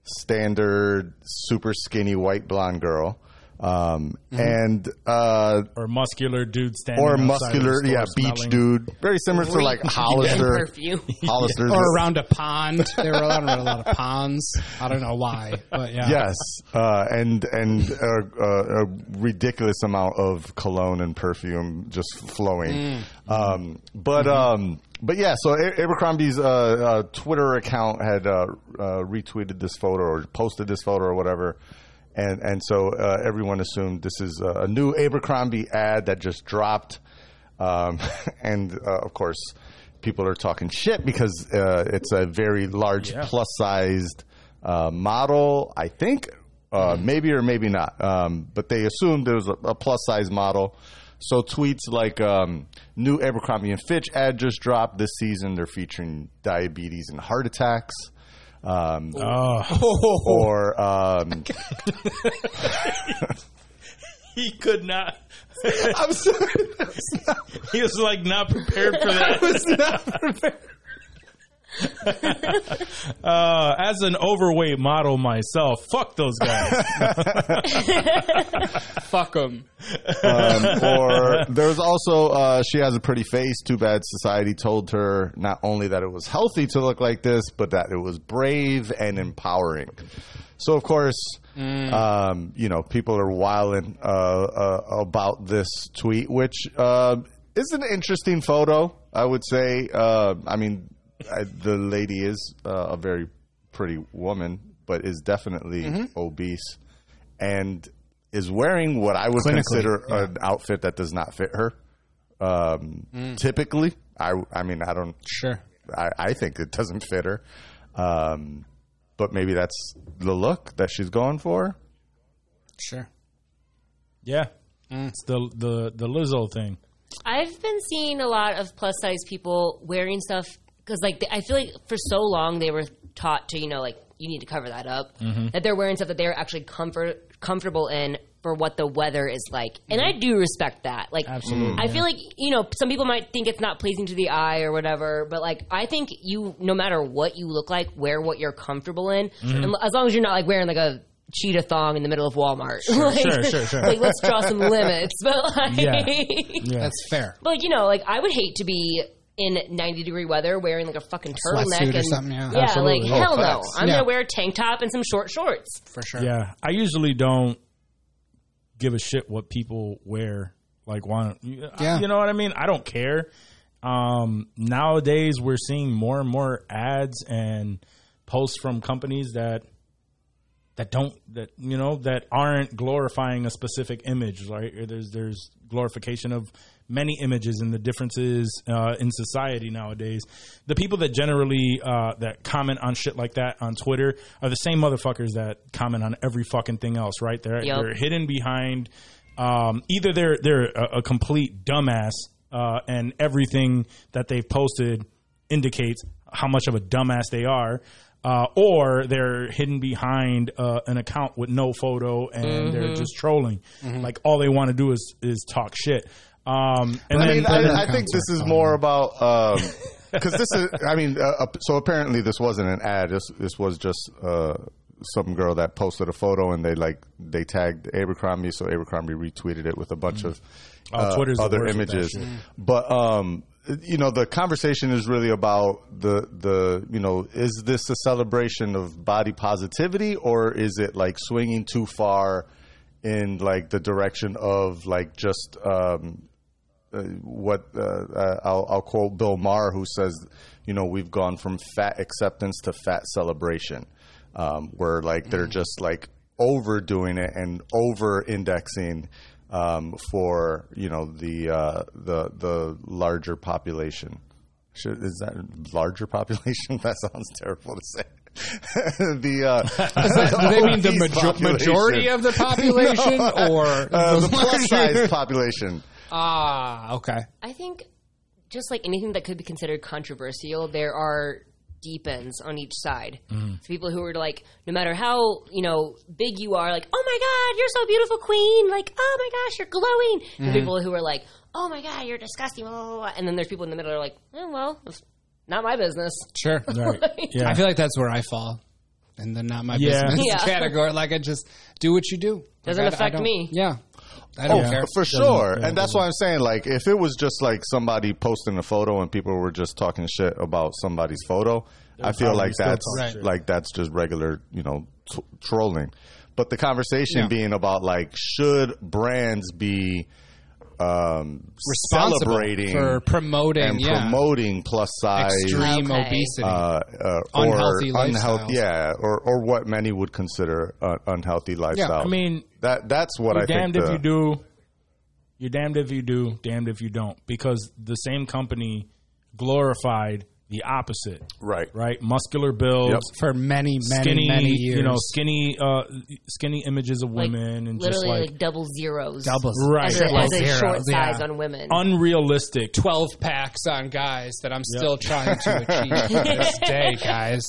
[SPEAKER 5] standard, super skinny white blonde girl, um,
[SPEAKER 4] Mm-hmm.
[SPEAKER 5] and uh,
[SPEAKER 4] or muscular dude standing
[SPEAKER 5] or
[SPEAKER 4] outside
[SPEAKER 5] muscular,
[SPEAKER 4] of the store
[SPEAKER 5] yeah, beach
[SPEAKER 4] smelling-
[SPEAKER 5] dude, very similar to like Hollister,
[SPEAKER 6] Perfume.
[SPEAKER 5] Hollister,
[SPEAKER 7] or around a pond. There were I don't know, a lot of ponds. I don't know why, but yeah.
[SPEAKER 5] yes, uh, and and a, a, a ridiculous amount of cologne and perfume just flowing. Um, but um, but yeah, so A- Abercrombie's uh, uh, Twitter account had uh, uh, retweeted this photo or posted this photo or whatever. And, and so uh, everyone assumed this is a a new Abercrombie ad that just dropped. Um, and uh, of course, people are talking shit because uh, it's a very large
[SPEAKER 4] Yeah.
[SPEAKER 5] plus sized uh, model, I think, uh, maybe or maybe not. Um, but they assumed there was a, a plus size model. So tweets like um, new Abercrombie and Fitch ad just dropped this season. They're featuring diabetes and heart attacks. Um,
[SPEAKER 4] Oh. Ah.
[SPEAKER 5] Or um,
[SPEAKER 4] he could not
[SPEAKER 5] I'm sorry,
[SPEAKER 4] he was like not prepared for that
[SPEAKER 5] it's not
[SPEAKER 4] uh, as an overweight model myself fuck those guys
[SPEAKER 7] Fuck them.
[SPEAKER 5] um, or there's also uh, she has a pretty face. Too bad society told her not only that it was healthy to look like this, but that it was brave and empowering. So of course, um, you know people are wilding uh, uh, about this tweet, which uh, is an interesting photo. I would say. Uh, I mean, I, the lady is uh, a very pretty woman, but is definitely obese and is wearing what I would consider an outfit that does not fit her. Um, Typically, I I mean I don't
[SPEAKER 7] Sure.
[SPEAKER 5] I, I think it doesn't fit her, um, but maybe that's the look that she's going for.
[SPEAKER 7] Sure.
[SPEAKER 4] yeah it's the the the lizzo thing
[SPEAKER 6] I've been seeing a lot of plus size people wearing stuff because, like, I feel like for so long they were taught to, you know, like you need to cover that up.
[SPEAKER 4] Mm-hmm.
[SPEAKER 6] That they're wearing stuff that they're actually comfort comfortable in for what the weather is like, and I do respect that. Like,
[SPEAKER 4] Mm-hmm. Absolutely,
[SPEAKER 6] I feel like you know some people might think it's not pleasing to the eye or whatever, but like I think you, no matter what you look like, wear what you're comfortable in,
[SPEAKER 4] Mm-hmm.
[SPEAKER 6] and as long as you're not like wearing like a cheetah thong in the middle of Walmart. like,
[SPEAKER 4] sure, sure, sure.
[SPEAKER 6] Like, let's draw some limits, but like.
[SPEAKER 4] Yeah. yeah
[SPEAKER 7] That's fair.
[SPEAKER 6] But you know, like I would hate to be in 90 degree weather wearing like a fucking turtleneck
[SPEAKER 7] sweatsuit or
[SPEAKER 6] and
[SPEAKER 7] something, yeah.
[SPEAKER 6] like
[SPEAKER 4] Absolutely.
[SPEAKER 6] hell
[SPEAKER 5] Oh,
[SPEAKER 6] no.
[SPEAKER 5] facts.
[SPEAKER 6] I'm
[SPEAKER 7] Yeah.
[SPEAKER 6] gonna wear a tank top and some short shorts.
[SPEAKER 7] For sure.
[SPEAKER 4] Yeah, I usually don't give a shit what people wear. Like, why?
[SPEAKER 7] Yeah.
[SPEAKER 4] you know what I mean. I don't care. Um, nowadays, we're seeing more and more ads and posts from companies that that don't that you know that aren't glorifying a specific image. Right? Or There's there's glorification of many images and the differences uh, in society nowadays. The people that generally uh, that comment on shit like that on Twitter are the same motherfuckers that comment on every fucking thing else. Right? They're
[SPEAKER 6] Yup.
[SPEAKER 4] they're hidden behind um, either they're they're a, a complete dumbass uh, and everything that they've posted indicates how much of a dumbass they are. Uh, or they're hidden behind uh, an account with no photo and they're just trolling. Like all they want to do is is talk shit. Um, and
[SPEAKER 5] I
[SPEAKER 4] then
[SPEAKER 5] mean, I, I think this is more about because this is. I mean, uh, uh, so apparently this wasn't an ad. This this was just uh, some girl that posted a photo and they like they tagged Abercrombie, so Abercrombie retweeted it with a bunch of
[SPEAKER 4] Oh,
[SPEAKER 5] uh,
[SPEAKER 4] Twitter's the
[SPEAKER 5] other
[SPEAKER 4] worst with that
[SPEAKER 5] images.
[SPEAKER 4] shit.
[SPEAKER 5] But um, you know, the conversation is really about the the you know, is this a celebration of body positivity or is it like swinging too far in like the direction of like just um, uh, what uh, uh, I'll, I'll quote Bill Maher, who says, you know, we've gone from fat acceptance to fat celebration, um, where like they're just like overdoing it and over indexing um, for you know the uh, the the larger population. Should, is that larger population? that sounds terrible to say. the uh,
[SPEAKER 7] Do they mean the
[SPEAKER 5] obese
[SPEAKER 7] major- majority
[SPEAKER 5] population.
[SPEAKER 7] of the population or
[SPEAKER 5] Uh, the plus
[SPEAKER 7] larger-
[SPEAKER 5] size population.
[SPEAKER 7] Ah, okay.
[SPEAKER 6] I think just like anything that could be considered controversial, there are deep ends on each side. So people who are like, no matter how you know big you are, like, oh my god, you're so beautiful, queen. Like, oh my gosh, you're glowing. And people who are like, oh my god, you're disgusting. Blah, blah, blah. And then there's people in the middle who are like, oh, well, it's not my business.
[SPEAKER 7] Sure.
[SPEAKER 4] Yeah.
[SPEAKER 7] I feel like that's where I fall. And then not my
[SPEAKER 4] Yeah.
[SPEAKER 7] business
[SPEAKER 6] Yeah.
[SPEAKER 7] category. Like I just do what you do.
[SPEAKER 6] Doesn't
[SPEAKER 7] Like, I- I
[SPEAKER 6] affect
[SPEAKER 7] don't-
[SPEAKER 6] me.
[SPEAKER 7] Yeah. I
[SPEAKER 5] Oh,
[SPEAKER 7] don't care.
[SPEAKER 5] for sure. and that's why I'm saying, like, if it was just like somebody posting a photo and people were just talking shit about somebody's photo, I feel
[SPEAKER 4] probably
[SPEAKER 5] like
[SPEAKER 4] still
[SPEAKER 5] that's
[SPEAKER 4] talk shit.
[SPEAKER 5] like that's just regular, you know, t- trolling. But the conversation
[SPEAKER 7] Yeah.
[SPEAKER 5] being about like, should brands be um,
[SPEAKER 7] Responsible
[SPEAKER 5] celebrating
[SPEAKER 7] for promoting
[SPEAKER 5] and
[SPEAKER 7] yeah,
[SPEAKER 5] promoting plus size
[SPEAKER 7] extreme
[SPEAKER 6] Okay.
[SPEAKER 7] obesity.
[SPEAKER 5] uh, uh,
[SPEAKER 7] Unhealthy
[SPEAKER 5] or unhealth-
[SPEAKER 7] lifestyles.
[SPEAKER 5] yeah, or, or what many would consider an unhealthy lifestyle.
[SPEAKER 4] I mean,
[SPEAKER 5] that that's what
[SPEAKER 4] you're
[SPEAKER 5] I think.
[SPEAKER 4] damned if
[SPEAKER 5] the-
[SPEAKER 4] you do, you're damned if you do, damned if you don't, because the same company glorified the opposite,
[SPEAKER 5] Right.
[SPEAKER 4] right? Muscular builds,
[SPEAKER 5] Yep.
[SPEAKER 7] for many, many,
[SPEAKER 4] skinny,
[SPEAKER 7] many years.
[SPEAKER 4] you know, skinny, uh, skinny images of
[SPEAKER 6] Like,
[SPEAKER 4] women, and just
[SPEAKER 6] literally
[SPEAKER 4] like,
[SPEAKER 6] like, double zeros.
[SPEAKER 7] doubles.
[SPEAKER 4] Right.
[SPEAKER 6] As a,
[SPEAKER 4] Triple
[SPEAKER 6] as a short
[SPEAKER 7] zeros, yeah.
[SPEAKER 6] size on women.
[SPEAKER 4] unrealistic.
[SPEAKER 7] 12 packs on guys that I'm still trying to achieve to this day, guys.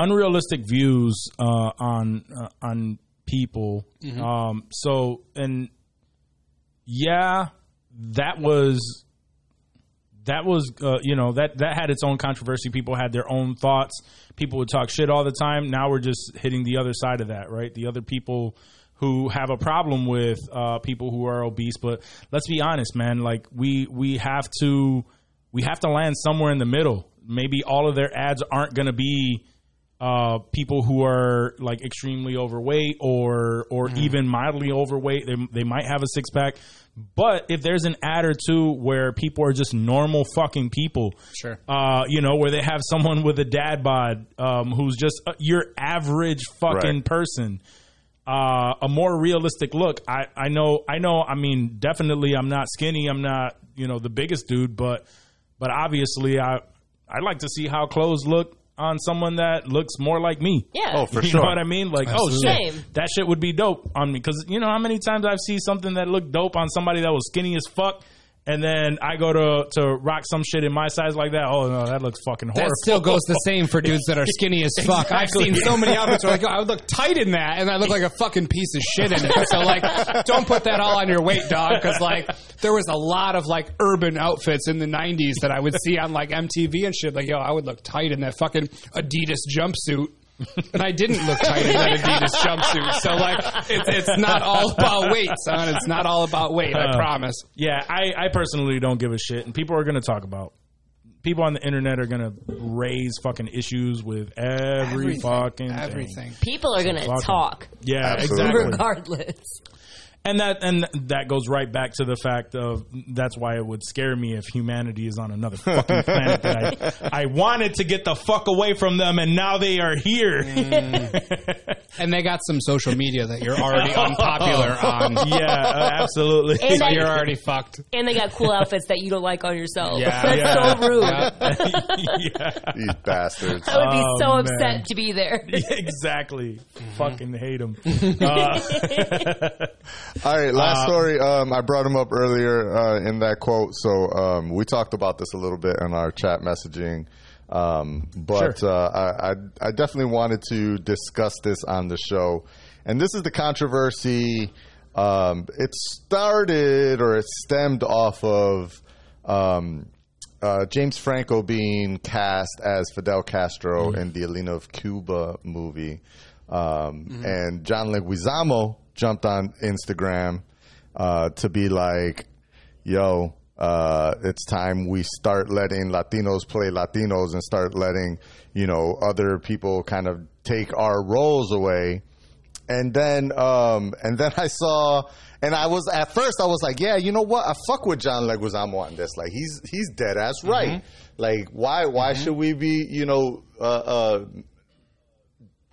[SPEAKER 4] unrealistic views uh, on uh, on people. Um, so and yeah, that was that was uh, you know that that had its own controversy. People had their own thoughts. People would talk shit all the time. Now we're just hitting the other side of that, right? The other people who have a problem with uh, people who are obese. But let's be honest, man. Like we we have to we have to land somewhere in the middle. Maybe all of their ads aren't going to be uh, people who are like extremely overweight or or even mildly overweight. They, they might have a six pack, but if there's an ad or two where people are just normal fucking people,
[SPEAKER 7] Sure.
[SPEAKER 4] uh, you know, where they have someone with a dad bod um, who's just uh, your average fucking
[SPEAKER 5] Right.
[SPEAKER 4] person. Uh, a more realistic look. I, I know I know. I mean, definitely, I'm not skinny. I'm not you know the biggest dude, but but obviously, I I'd like to see how clothes look on someone that looks more like me.
[SPEAKER 6] yeah.
[SPEAKER 5] Oh, for
[SPEAKER 4] you
[SPEAKER 5] sure.
[SPEAKER 4] know what I mean? Like, oh
[SPEAKER 6] Absolutely.
[SPEAKER 4] shit,
[SPEAKER 6] Same.
[SPEAKER 4] that shit would be dope on me because you know how many times I've seen something that looked dope on somebody that was skinny as fuck, and then I go to to rock some shit in my size like that. Oh no, that looks fucking horrible.
[SPEAKER 7] That still goes the same for dudes that are skinny as fuck. I've seen so many outfits where like, I would look tight in that, and I look like a fucking piece of shit in it. So like, don't put that all on your weight, dog. Because like, there was a lot of like urban outfits in the '90s that I would see on like MTV and shit. Like, yo, I would look tight in that fucking Adidas jumpsuit. and I didn't look tight in that Adidas jumpsuit, so like it's, it's not all about weight, son. It's not all about weight. I promise.
[SPEAKER 4] yeah, I I personally don't give a shit, and people are gonna talk about. People on the internet are gonna raise fucking issues with every fucking thing.
[SPEAKER 7] everything.
[SPEAKER 6] People are going to
[SPEAKER 4] Fucking-
[SPEAKER 6] talk
[SPEAKER 4] Yeah,
[SPEAKER 5] Absolutely.
[SPEAKER 4] exactly.
[SPEAKER 6] regardless.
[SPEAKER 4] and that and that goes right back to the fact of that's why it would scare me if humanity is on another fucking planet that I, I wanted to get the fuck away from them and now they are here.
[SPEAKER 6] Mm.
[SPEAKER 7] And they got some social media that you're already unpopular on.
[SPEAKER 4] yeah, uh, absolutely.
[SPEAKER 6] And
[SPEAKER 7] So
[SPEAKER 6] I-
[SPEAKER 7] you're already fucked.
[SPEAKER 6] And they got cool outfits that you don't like on yourself.
[SPEAKER 7] Yeah,
[SPEAKER 6] That's
[SPEAKER 4] yeah.
[SPEAKER 6] so rude.
[SPEAKER 4] yeah,
[SPEAKER 5] These bastards.
[SPEAKER 6] I would be so
[SPEAKER 4] Oh,
[SPEAKER 6] upset
[SPEAKER 4] man.
[SPEAKER 6] to be there.
[SPEAKER 4] exactly.
[SPEAKER 6] Mm-hmm.
[SPEAKER 4] Fucking hate them.
[SPEAKER 5] All right, last story. Um, I brought him up earlier uh, in that quote. So um, we talked about this a little bit in our chat messaging. Um, but uh, I, I, I definitely wanted to discuss this on the show. And this is the controversy. Um, it started or it stemmed off of um, uh, James Franco being cast as Fidel Castro in the Elena of Cuba movie. Um, And John Leguizamo jumped on Instagram uh, to be like, yo, uh, it's time we start letting Latinos play Latinos and start letting, you know, other people kind of take our roles away. And then, um, and then I saw, and I was at first I was like, yeah, you know what? I fuck with John Leguizamo on this. Like he's he's dead ass right. Like why why should we be you know uh, uh,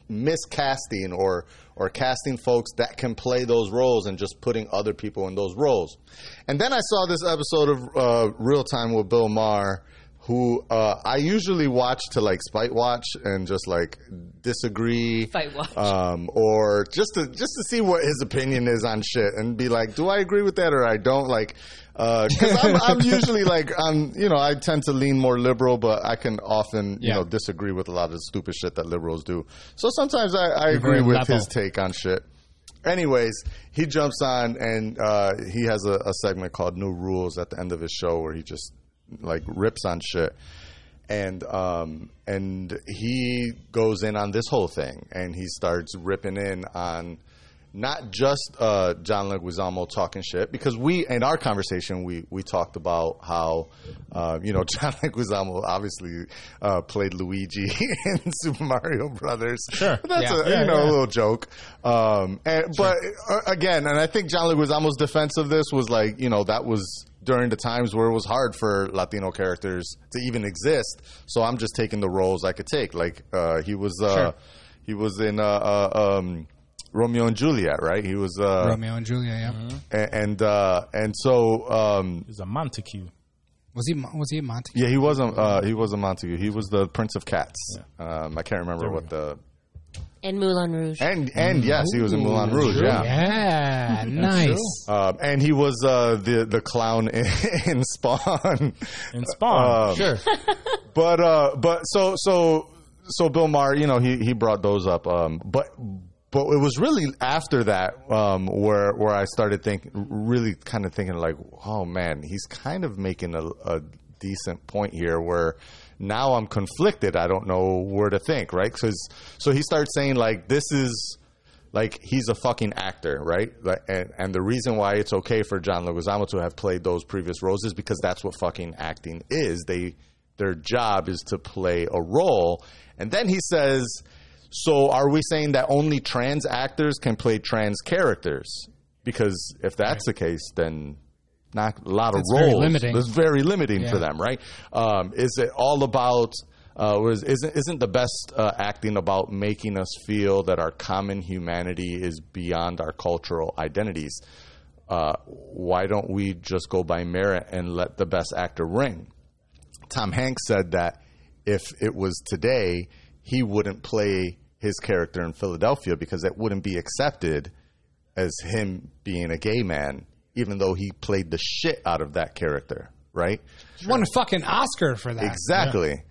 [SPEAKER 5] miscasting or or casting folks that can play those roles and just putting other people in those roles. And then I saw this episode of uh, Real Time with Bill Maher, who uh, I usually watch to like spite watch and just like disagree,
[SPEAKER 6] Fight watch.
[SPEAKER 5] um, or just to just to see what his opinion is on shit and be like, do I agree with that or I don't? Like, because I'm, I'm usually like, I'm you know, I tend to lean more liberal, but I can often you
[SPEAKER 7] Yeah.
[SPEAKER 5] know disagree with a lot of the stupid shit that liberals do. So sometimes I, I agree
[SPEAKER 7] very
[SPEAKER 5] with
[SPEAKER 7] level.
[SPEAKER 5] his take on shit. Anyways, he jumps on and uh, he has a, a segment called New Rules at the end of his show where he just like rips on shit. And um, and he goes in on this whole thing and he starts ripping in on not just uh, John Leguizamo talking shit because we in our conversation we we talked about how uh, you know John Leguizamo obviously uh, played Luigi in Super Mario Brothers. Sure, that's
[SPEAKER 7] Yeah.
[SPEAKER 5] a, you know a little joke. Um, and, But uh, again, and I think John Leguizamo's defense of this was like you know that was during the times where it was hard for Latino characters to even exist. So I'm just taking the roles I could take. Like uh, he was uh, he was in. Uh, uh, um, Romeo and Juliet, right? He was, uh,
[SPEAKER 7] Romeo and Julia. Yeah.
[SPEAKER 4] Mm-hmm.
[SPEAKER 5] and and, uh, and so um,
[SPEAKER 4] He's a Montague.
[SPEAKER 7] Was he? Mo- Was he at Monte?
[SPEAKER 5] yeah, he wasn't uh, he wasn't Montague. He was the Prince of Cats. Um, I can't remember what the
[SPEAKER 6] And Moulin Rouge.
[SPEAKER 5] and and yes, he was in Moulin Rouge. Yeah,
[SPEAKER 7] Yeah. nice.
[SPEAKER 5] Um, and he was uh, the the clown in, in Spawn.
[SPEAKER 4] In Spawn.
[SPEAKER 5] sure. But uh, but so so so Bill Maher, you know, he he brought those up. Um, but but it was really after that um, where where I started thinking, really kind of thinking like, oh man, he's kind of making a, a decent point here where. Now I'm conflicted. I don't know where to think, right? Cause, so he starts saying like, "This is like he's a fucking actor, right? Like, and, and the reason why it's okay for John Leguizamo to have played those previous roles is because that's what fucking acting is. They their job is to play a role. And then he says, "So are we saying that only trans actors can play trans characters? Because if that's the case, then not a lot of
[SPEAKER 7] It's very
[SPEAKER 5] roles.
[SPEAKER 7] limiting.
[SPEAKER 5] There's very limiting for
[SPEAKER 7] Yeah.
[SPEAKER 5] them, right? Um, is it all about? Uh, was isn't isn't the best uh, acting about making us feel that our common humanity is beyond our cultural identities? Uh, why don't we just go by merit and let the best actor ring? Tom Hanks said that if it was today, he wouldn't play his character in Philadelphia because that wouldn't be accepted as him being a gay man, even though he played the shit out of that character, right?
[SPEAKER 7] Won a fucking Oscar for that,
[SPEAKER 5] Exactly.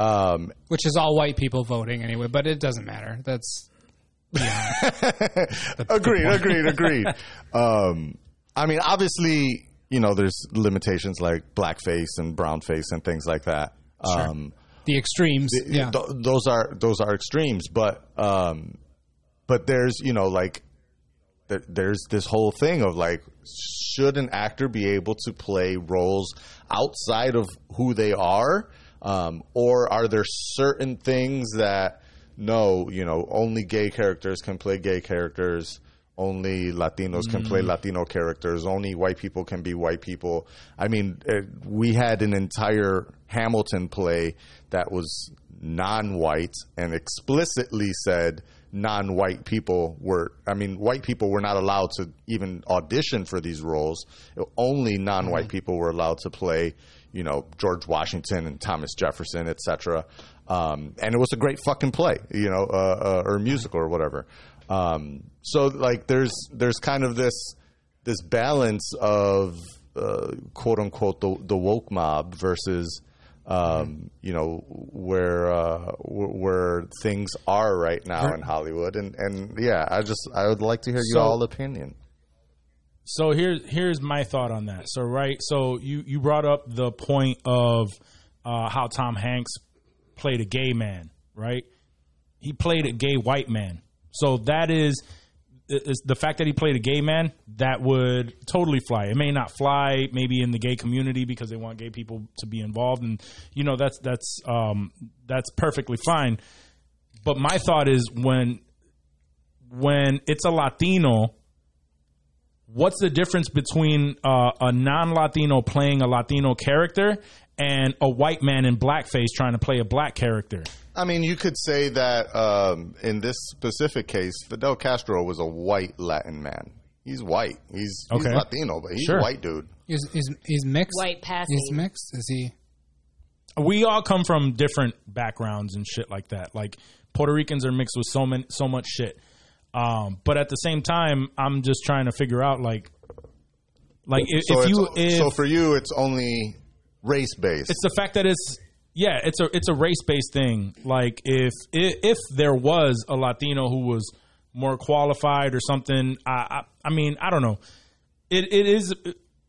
[SPEAKER 5] Um,
[SPEAKER 7] which is all white people voting anyway. But it doesn't matter. That's
[SPEAKER 5] agreed, agreed, agreed. Um, I mean, obviously, you know, there's limitations like blackface and brownface and things like that. Um,
[SPEAKER 7] the extremes. yeah.
[SPEAKER 5] th- those are those are extremes, but um, but there's you know like th- there's this whole thing of like should an actor be able to play roles outside of who they are, um, or are there certain things that no, you know, only gay characters can play gay characters. Only Latinos can play Latino characters. Only white people can be white people. I mean, eh, we had an entire Hamilton play that was non-white and explicitly said non-white people were. I mean, white people were not allowed to even audition for these roles. Only non-white people were allowed to play. You know, George Washington and Thomas Jefferson, etc. Um, and it was a great fucking play. You know, uh, uh, or musical or whatever. Um, so like, there's there's kind of this this balance of uh, quote unquote the, the woke mob versus um, you know where uh, where where things are right now in Hollywood, and and yeah, I just I would like to hear you
[SPEAKER 4] So-
[SPEAKER 5] all opinion.
[SPEAKER 4] So here's here's my thought on that. So right, so you you brought up the point of uh, how Tom Hanks played a gay man, right? He played a gay white man. So that is, is the fact that he played a gay man that would totally fly. It may not fly maybe in the gay community because they want gay people to be involved, and you know that's that's um, that's perfectly fine. But my thought is when when it's a Latino what's the difference between uh, a non-Latino playing a Latino character and a white man in blackface trying to play a black character?
[SPEAKER 5] I mean, you could say that um, in this specific case, Fidel Castro was a white Latin man. He's white. He's, he's
[SPEAKER 4] Okay.
[SPEAKER 5] Latino, but he's
[SPEAKER 4] Sure.
[SPEAKER 5] a white dude.
[SPEAKER 7] Is is he's mixed?
[SPEAKER 6] White passing.
[SPEAKER 7] He's mixed. Is he?
[SPEAKER 4] We all come from different backgrounds and shit like that. Like Puerto Ricans are mixed with so many, so much shit. Um, but at the same time, I'm just trying to figure out like, like if,
[SPEAKER 5] So,
[SPEAKER 4] if
[SPEAKER 5] it's-
[SPEAKER 4] you if,
[SPEAKER 5] so for you, it's only race based.
[SPEAKER 4] it's the fact that it's yeah, it's a it's a race based thing. Like if, if if there was a Latino who was more qualified or something, I I, I mean I don't know. It it is.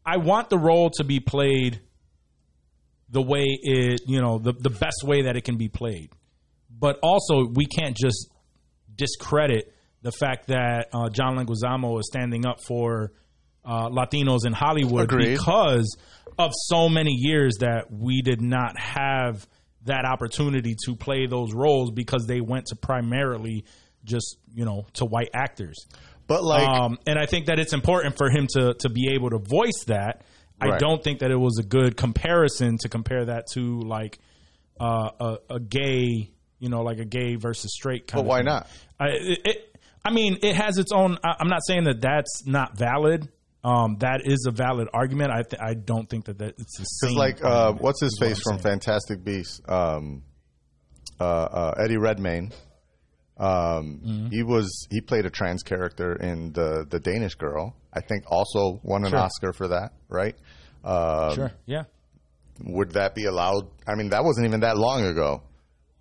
[SPEAKER 4] I want the role to be played the way it you know the the best way that it can be played, but also we can't just discredit the fact that uh, John Leguizamo is standing up for uh, Latinos in Hollywood
[SPEAKER 5] Agreed.
[SPEAKER 4] because of so many years that we did not have that opportunity to play those roles because they went to primarily just you know to white actors.
[SPEAKER 5] but like,
[SPEAKER 4] Um, and I think that it's important for him to to be able to voice that. I
[SPEAKER 5] Right.
[SPEAKER 4] don't think that it was a good comparison to compare that to like uh, a, a gay, you know, like a gay versus straight. Kind
[SPEAKER 5] but
[SPEAKER 4] of
[SPEAKER 5] why
[SPEAKER 4] thing.
[SPEAKER 5] not?
[SPEAKER 4] I, it, it, I mean, it has its own. I, I'm not saying that that's not valid. Um, that is a valid argument. I th- I don't think that, that it's the same.
[SPEAKER 5] It's like, uh,
[SPEAKER 4] argument.
[SPEAKER 5] what's his
[SPEAKER 4] what
[SPEAKER 5] face
[SPEAKER 4] I'm
[SPEAKER 5] from Fantastic Beasts? Um, uh, uh, Eddie Redmayne. Um,
[SPEAKER 4] Mm-hmm.
[SPEAKER 5] He was he played a trans character in the the Danish Girl. I think also won an
[SPEAKER 4] Sure.
[SPEAKER 5] Oscar for that, right? Um,
[SPEAKER 4] Sure. Yeah.
[SPEAKER 5] would that be allowed? I mean, that wasn't even that long ago,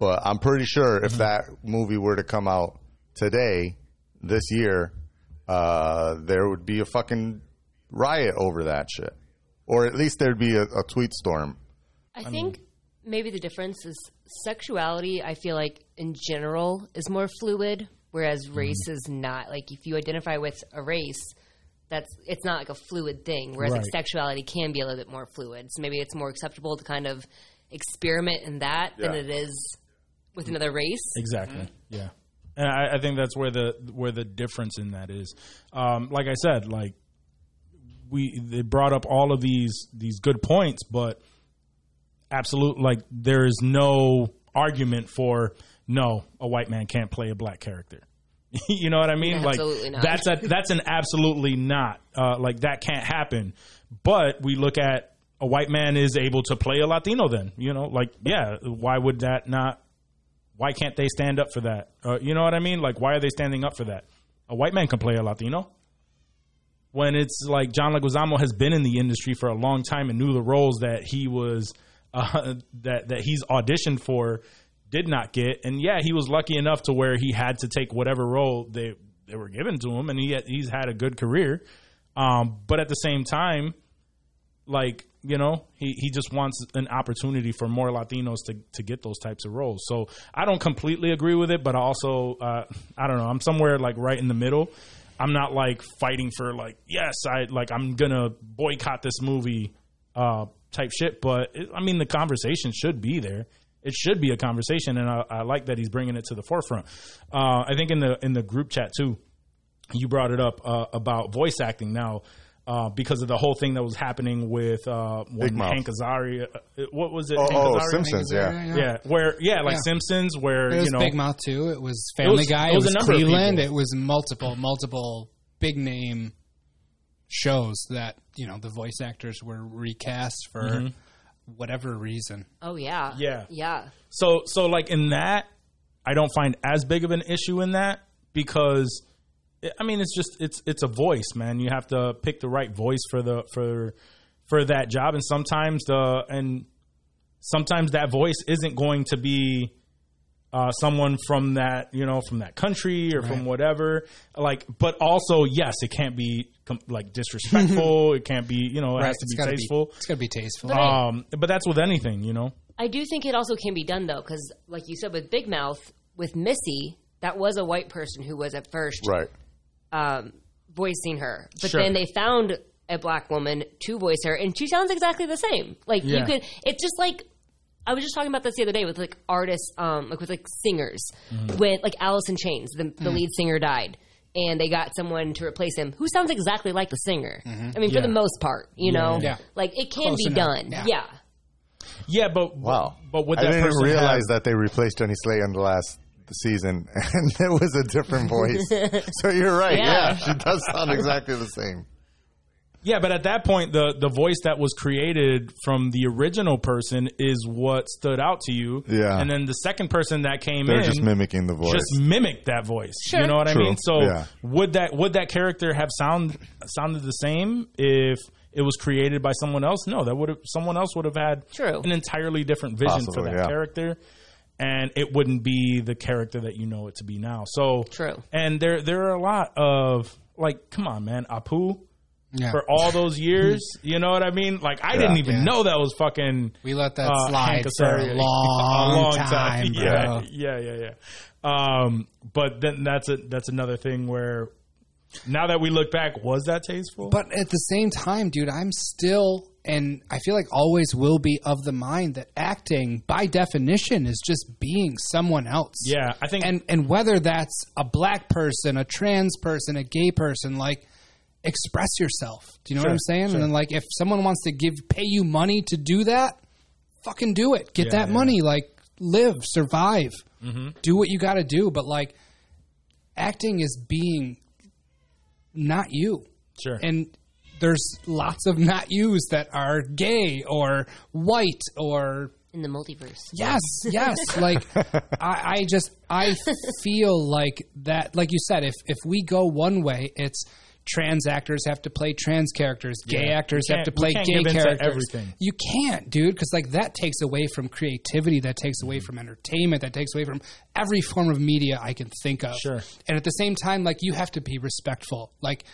[SPEAKER 5] but I'm pretty sure if
[SPEAKER 4] Mm-hmm.
[SPEAKER 5] that movie were to come out today, this year, uh, there would be a fucking riot over that shit, or at least there'd be a, a tweet storm.
[SPEAKER 6] I think maybe the difference is sexuality. I feel like in general is more fluid, whereas race is not. Like if you identify with a race, that's it's not like a fluid thing. Whereas like
[SPEAKER 4] Right.
[SPEAKER 6] sexuality can be a little bit more fluid. So maybe it's more acceptable to kind of experiment in that than
[SPEAKER 5] Yeah.
[SPEAKER 6] it is with another race.
[SPEAKER 4] Exactly.
[SPEAKER 5] Mm-hmm.
[SPEAKER 4] Yeah. And I, I think that's where the where the difference in that is. Um, like I said, like we they brought up all of these these good points, but absolute like there is no argument for no a white man can't play a black character. you know what I mean?
[SPEAKER 6] Absolutely
[SPEAKER 4] like
[SPEAKER 6] not.
[SPEAKER 4] that's a that's an absolutely not uh, like that can't happen. But we look at a white man is able to play a Latino. Then you know, like yeah, why would that not why can't they stand up for that? Uh, you know what I mean? Like, why are they standing up for that? A white man can play a Latino. When it's like John Leguizamo has been in the industry for a long time and knew the roles that he was uh, that that he's auditioned for did not get, and yeah, he was lucky enough to where he had to take whatever role they they were given to him, and he had, he's had a good career. Um, but at the same time, like you know he, he just wants an opportunity for more latinos to, to get those types of roles so i don't completely agree with it but i also uh, i don't know i'm somewhere like right in the middle i'm not like fighting for like yes i like i'm gonna boycott this movie uh, type shit but it, i mean the conversation should be there it should be a conversation and i, I like that he's bringing it to the forefront uh, i think in the in the group chat too you brought it up uh, about voice acting now uh, because of the whole thing that was happening with uh, when
[SPEAKER 5] Mouth.
[SPEAKER 4] Hank Azaria. uh, What was it?
[SPEAKER 5] Oh,
[SPEAKER 4] Hank
[SPEAKER 5] oh
[SPEAKER 4] Azaria?
[SPEAKER 5] Simpsons, yeah.
[SPEAKER 4] Yeah, where yeah, like
[SPEAKER 7] Yeah.
[SPEAKER 4] Simpsons, where
[SPEAKER 7] It was
[SPEAKER 4] you know
[SPEAKER 7] Big Mouth too. It was Family
[SPEAKER 4] was-
[SPEAKER 7] Guy.
[SPEAKER 4] it
[SPEAKER 7] It
[SPEAKER 4] was
[SPEAKER 7] was,
[SPEAKER 4] a number of
[SPEAKER 7] Cleveland.
[SPEAKER 4] people.
[SPEAKER 7] It was multiple, multiple big name shows that you know the voice actors were recast for
[SPEAKER 4] Mm-hmm.
[SPEAKER 7] whatever reason.
[SPEAKER 6] Oh yeah,
[SPEAKER 4] Yeah.
[SPEAKER 6] yeah.
[SPEAKER 4] So so like in that, I don't find as big of an issue in that because I mean it's just it's it's a voice, man. You have to pick the right voice for the for for that job, and sometimes the and sometimes that voice isn't going to be uh, someone from that you know from that country or from whatever like but also yes it can't be com- like disrespectful it can't be you know it has to
[SPEAKER 7] It's
[SPEAKER 4] be
[SPEAKER 7] gotta
[SPEAKER 4] tasteful
[SPEAKER 7] It's gotta be tasteful.
[SPEAKER 6] But I-
[SPEAKER 4] um but that's with anything you know
[SPEAKER 6] I do think it also can be done though, because like you said with Big Mouth, with Missy, that was a white person who was at first
[SPEAKER 5] Right.
[SPEAKER 6] um, voicing her, but
[SPEAKER 4] Sure.
[SPEAKER 6] then they found a black woman to voice her, and she sounds exactly the same. Like
[SPEAKER 4] Yeah.
[SPEAKER 6] you could, it's just like I was just talking about this the other day with like artists, um, like with like singers,
[SPEAKER 7] Mm-hmm.
[SPEAKER 6] with like Alice in Chains, the,
[SPEAKER 7] Mm.
[SPEAKER 6] the lead singer died. And they got someone to replace him who sounds exactly like the singer. I mean,
[SPEAKER 4] Yeah.
[SPEAKER 6] for the most part, you know,
[SPEAKER 7] Mm-hmm. Yeah.
[SPEAKER 6] like it can
[SPEAKER 7] Close
[SPEAKER 6] be
[SPEAKER 7] enough.
[SPEAKER 6] done.
[SPEAKER 7] Yeah.
[SPEAKER 6] Yeah,
[SPEAKER 4] yeah but
[SPEAKER 5] Wow.
[SPEAKER 4] but what
[SPEAKER 5] I
[SPEAKER 4] that
[SPEAKER 5] didn't
[SPEAKER 4] person
[SPEAKER 5] realize
[SPEAKER 4] has-
[SPEAKER 5] that they replaced Jenny Slate in the last season, and it was a different voice. so you're right.
[SPEAKER 6] Yeah.
[SPEAKER 5] Yeah. she does sound exactly the same.
[SPEAKER 4] Yeah, but at that point, the the voice that was created from the original person is what stood out to you.
[SPEAKER 5] Yeah.
[SPEAKER 4] and then the second person that came
[SPEAKER 5] They're
[SPEAKER 4] in
[SPEAKER 5] just mimicking the voice.
[SPEAKER 4] just mimicked that voice.
[SPEAKER 6] Sure.
[SPEAKER 4] You know what
[SPEAKER 5] True.
[SPEAKER 4] I mean? So
[SPEAKER 5] Yeah.
[SPEAKER 4] would that would that character have sound sounded the same if it was created by someone else? No, that would have someone else would have had
[SPEAKER 6] True.
[SPEAKER 4] an entirely different vision for
[SPEAKER 5] Possibly,
[SPEAKER 4] that
[SPEAKER 5] yeah.
[SPEAKER 4] character. And it wouldn't be the character that you know it to be now. So
[SPEAKER 6] True.
[SPEAKER 4] And there there are a lot of like, come on, man, Apu
[SPEAKER 7] Yeah.
[SPEAKER 4] for all those years. you know what I mean? Like I didn't even
[SPEAKER 7] Yeah.
[SPEAKER 4] know that was fucking.
[SPEAKER 7] We let that
[SPEAKER 4] uh,
[SPEAKER 7] slide
[SPEAKER 4] Hank
[SPEAKER 7] for
[SPEAKER 4] Azaria.
[SPEAKER 7] a long, time, bro.
[SPEAKER 4] Yeah, yeah, yeah, yeah. Um, but then that's a that's another thing where now that we look back, was that tasteful?
[SPEAKER 7] But at the same time, dude, I'm still and I feel like always will be of the mind that acting by definition is just being someone else.
[SPEAKER 4] yeah, I think
[SPEAKER 7] And and whether that's a black person, a trans person, a gay person, like express yourself. Do you know what I'm saying? And then like if someone wants to give pay you money to do that, fucking do it. Get
[SPEAKER 4] Yeah,
[SPEAKER 7] that
[SPEAKER 4] yeah.
[SPEAKER 7] money. Like live, survive. Do what you got to do, but like acting is being not you.
[SPEAKER 4] sure.
[SPEAKER 7] And there's lots of not yous that are gay or white or
[SPEAKER 6] in the multiverse.
[SPEAKER 7] yes, yes. Like I, I just I feel like that like you said, if if we go one way, it's trans actors have to play trans characters, gay
[SPEAKER 4] Yeah.
[SPEAKER 7] actors
[SPEAKER 4] We
[SPEAKER 7] have to
[SPEAKER 4] can't-
[SPEAKER 7] play
[SPEAKER 4] we can't
[SPEAKER 7] gay
[SPEAKER 4] give into
[SPEAKER 7] characters.
[SPEAKER 4] everything.
[SPEAKER 7] You can't, dude, because like that takes away from creativity, that takes away from entertainment, that takes away from every form of media I can think of.
[SPEAKER 4] Sure.
[SPEAKER 7] And at the same time, like you have to be respectful. Like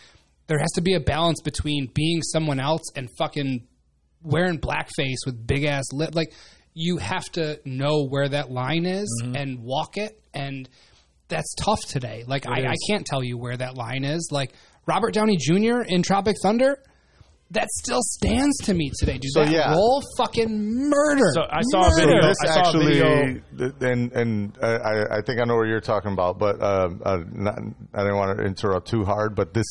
[SPEAKER 7] there has to be a balance between being someone else and fucking wearing blackface with big ass lip. Like you have to know where that line is and walk it. And that's tough today. Like I, I can't tell you where that line is. Like Robert Downey Jr. in Tropic Thunder. That still stands to me today, dude.
[SPEAKER 5] So,
[SPEAKER 7] that
[SPEAKER 5] yeah.
[SPEAKER 7] role fucking murder.
[SPEAKER 4] So I saw a
[SPEAKER 5] So
[SPEAKER 4] video-
[SPEAKER 5] this
[SPEAKER 4] I saw a
[SPEAKER 5] actually,
[SPEAKER 4] video-
[SPEAKER 5] th- and and uh, I, I think I know what you're talking about, but um, uh, not, I didn't want to interrupt too hard. But this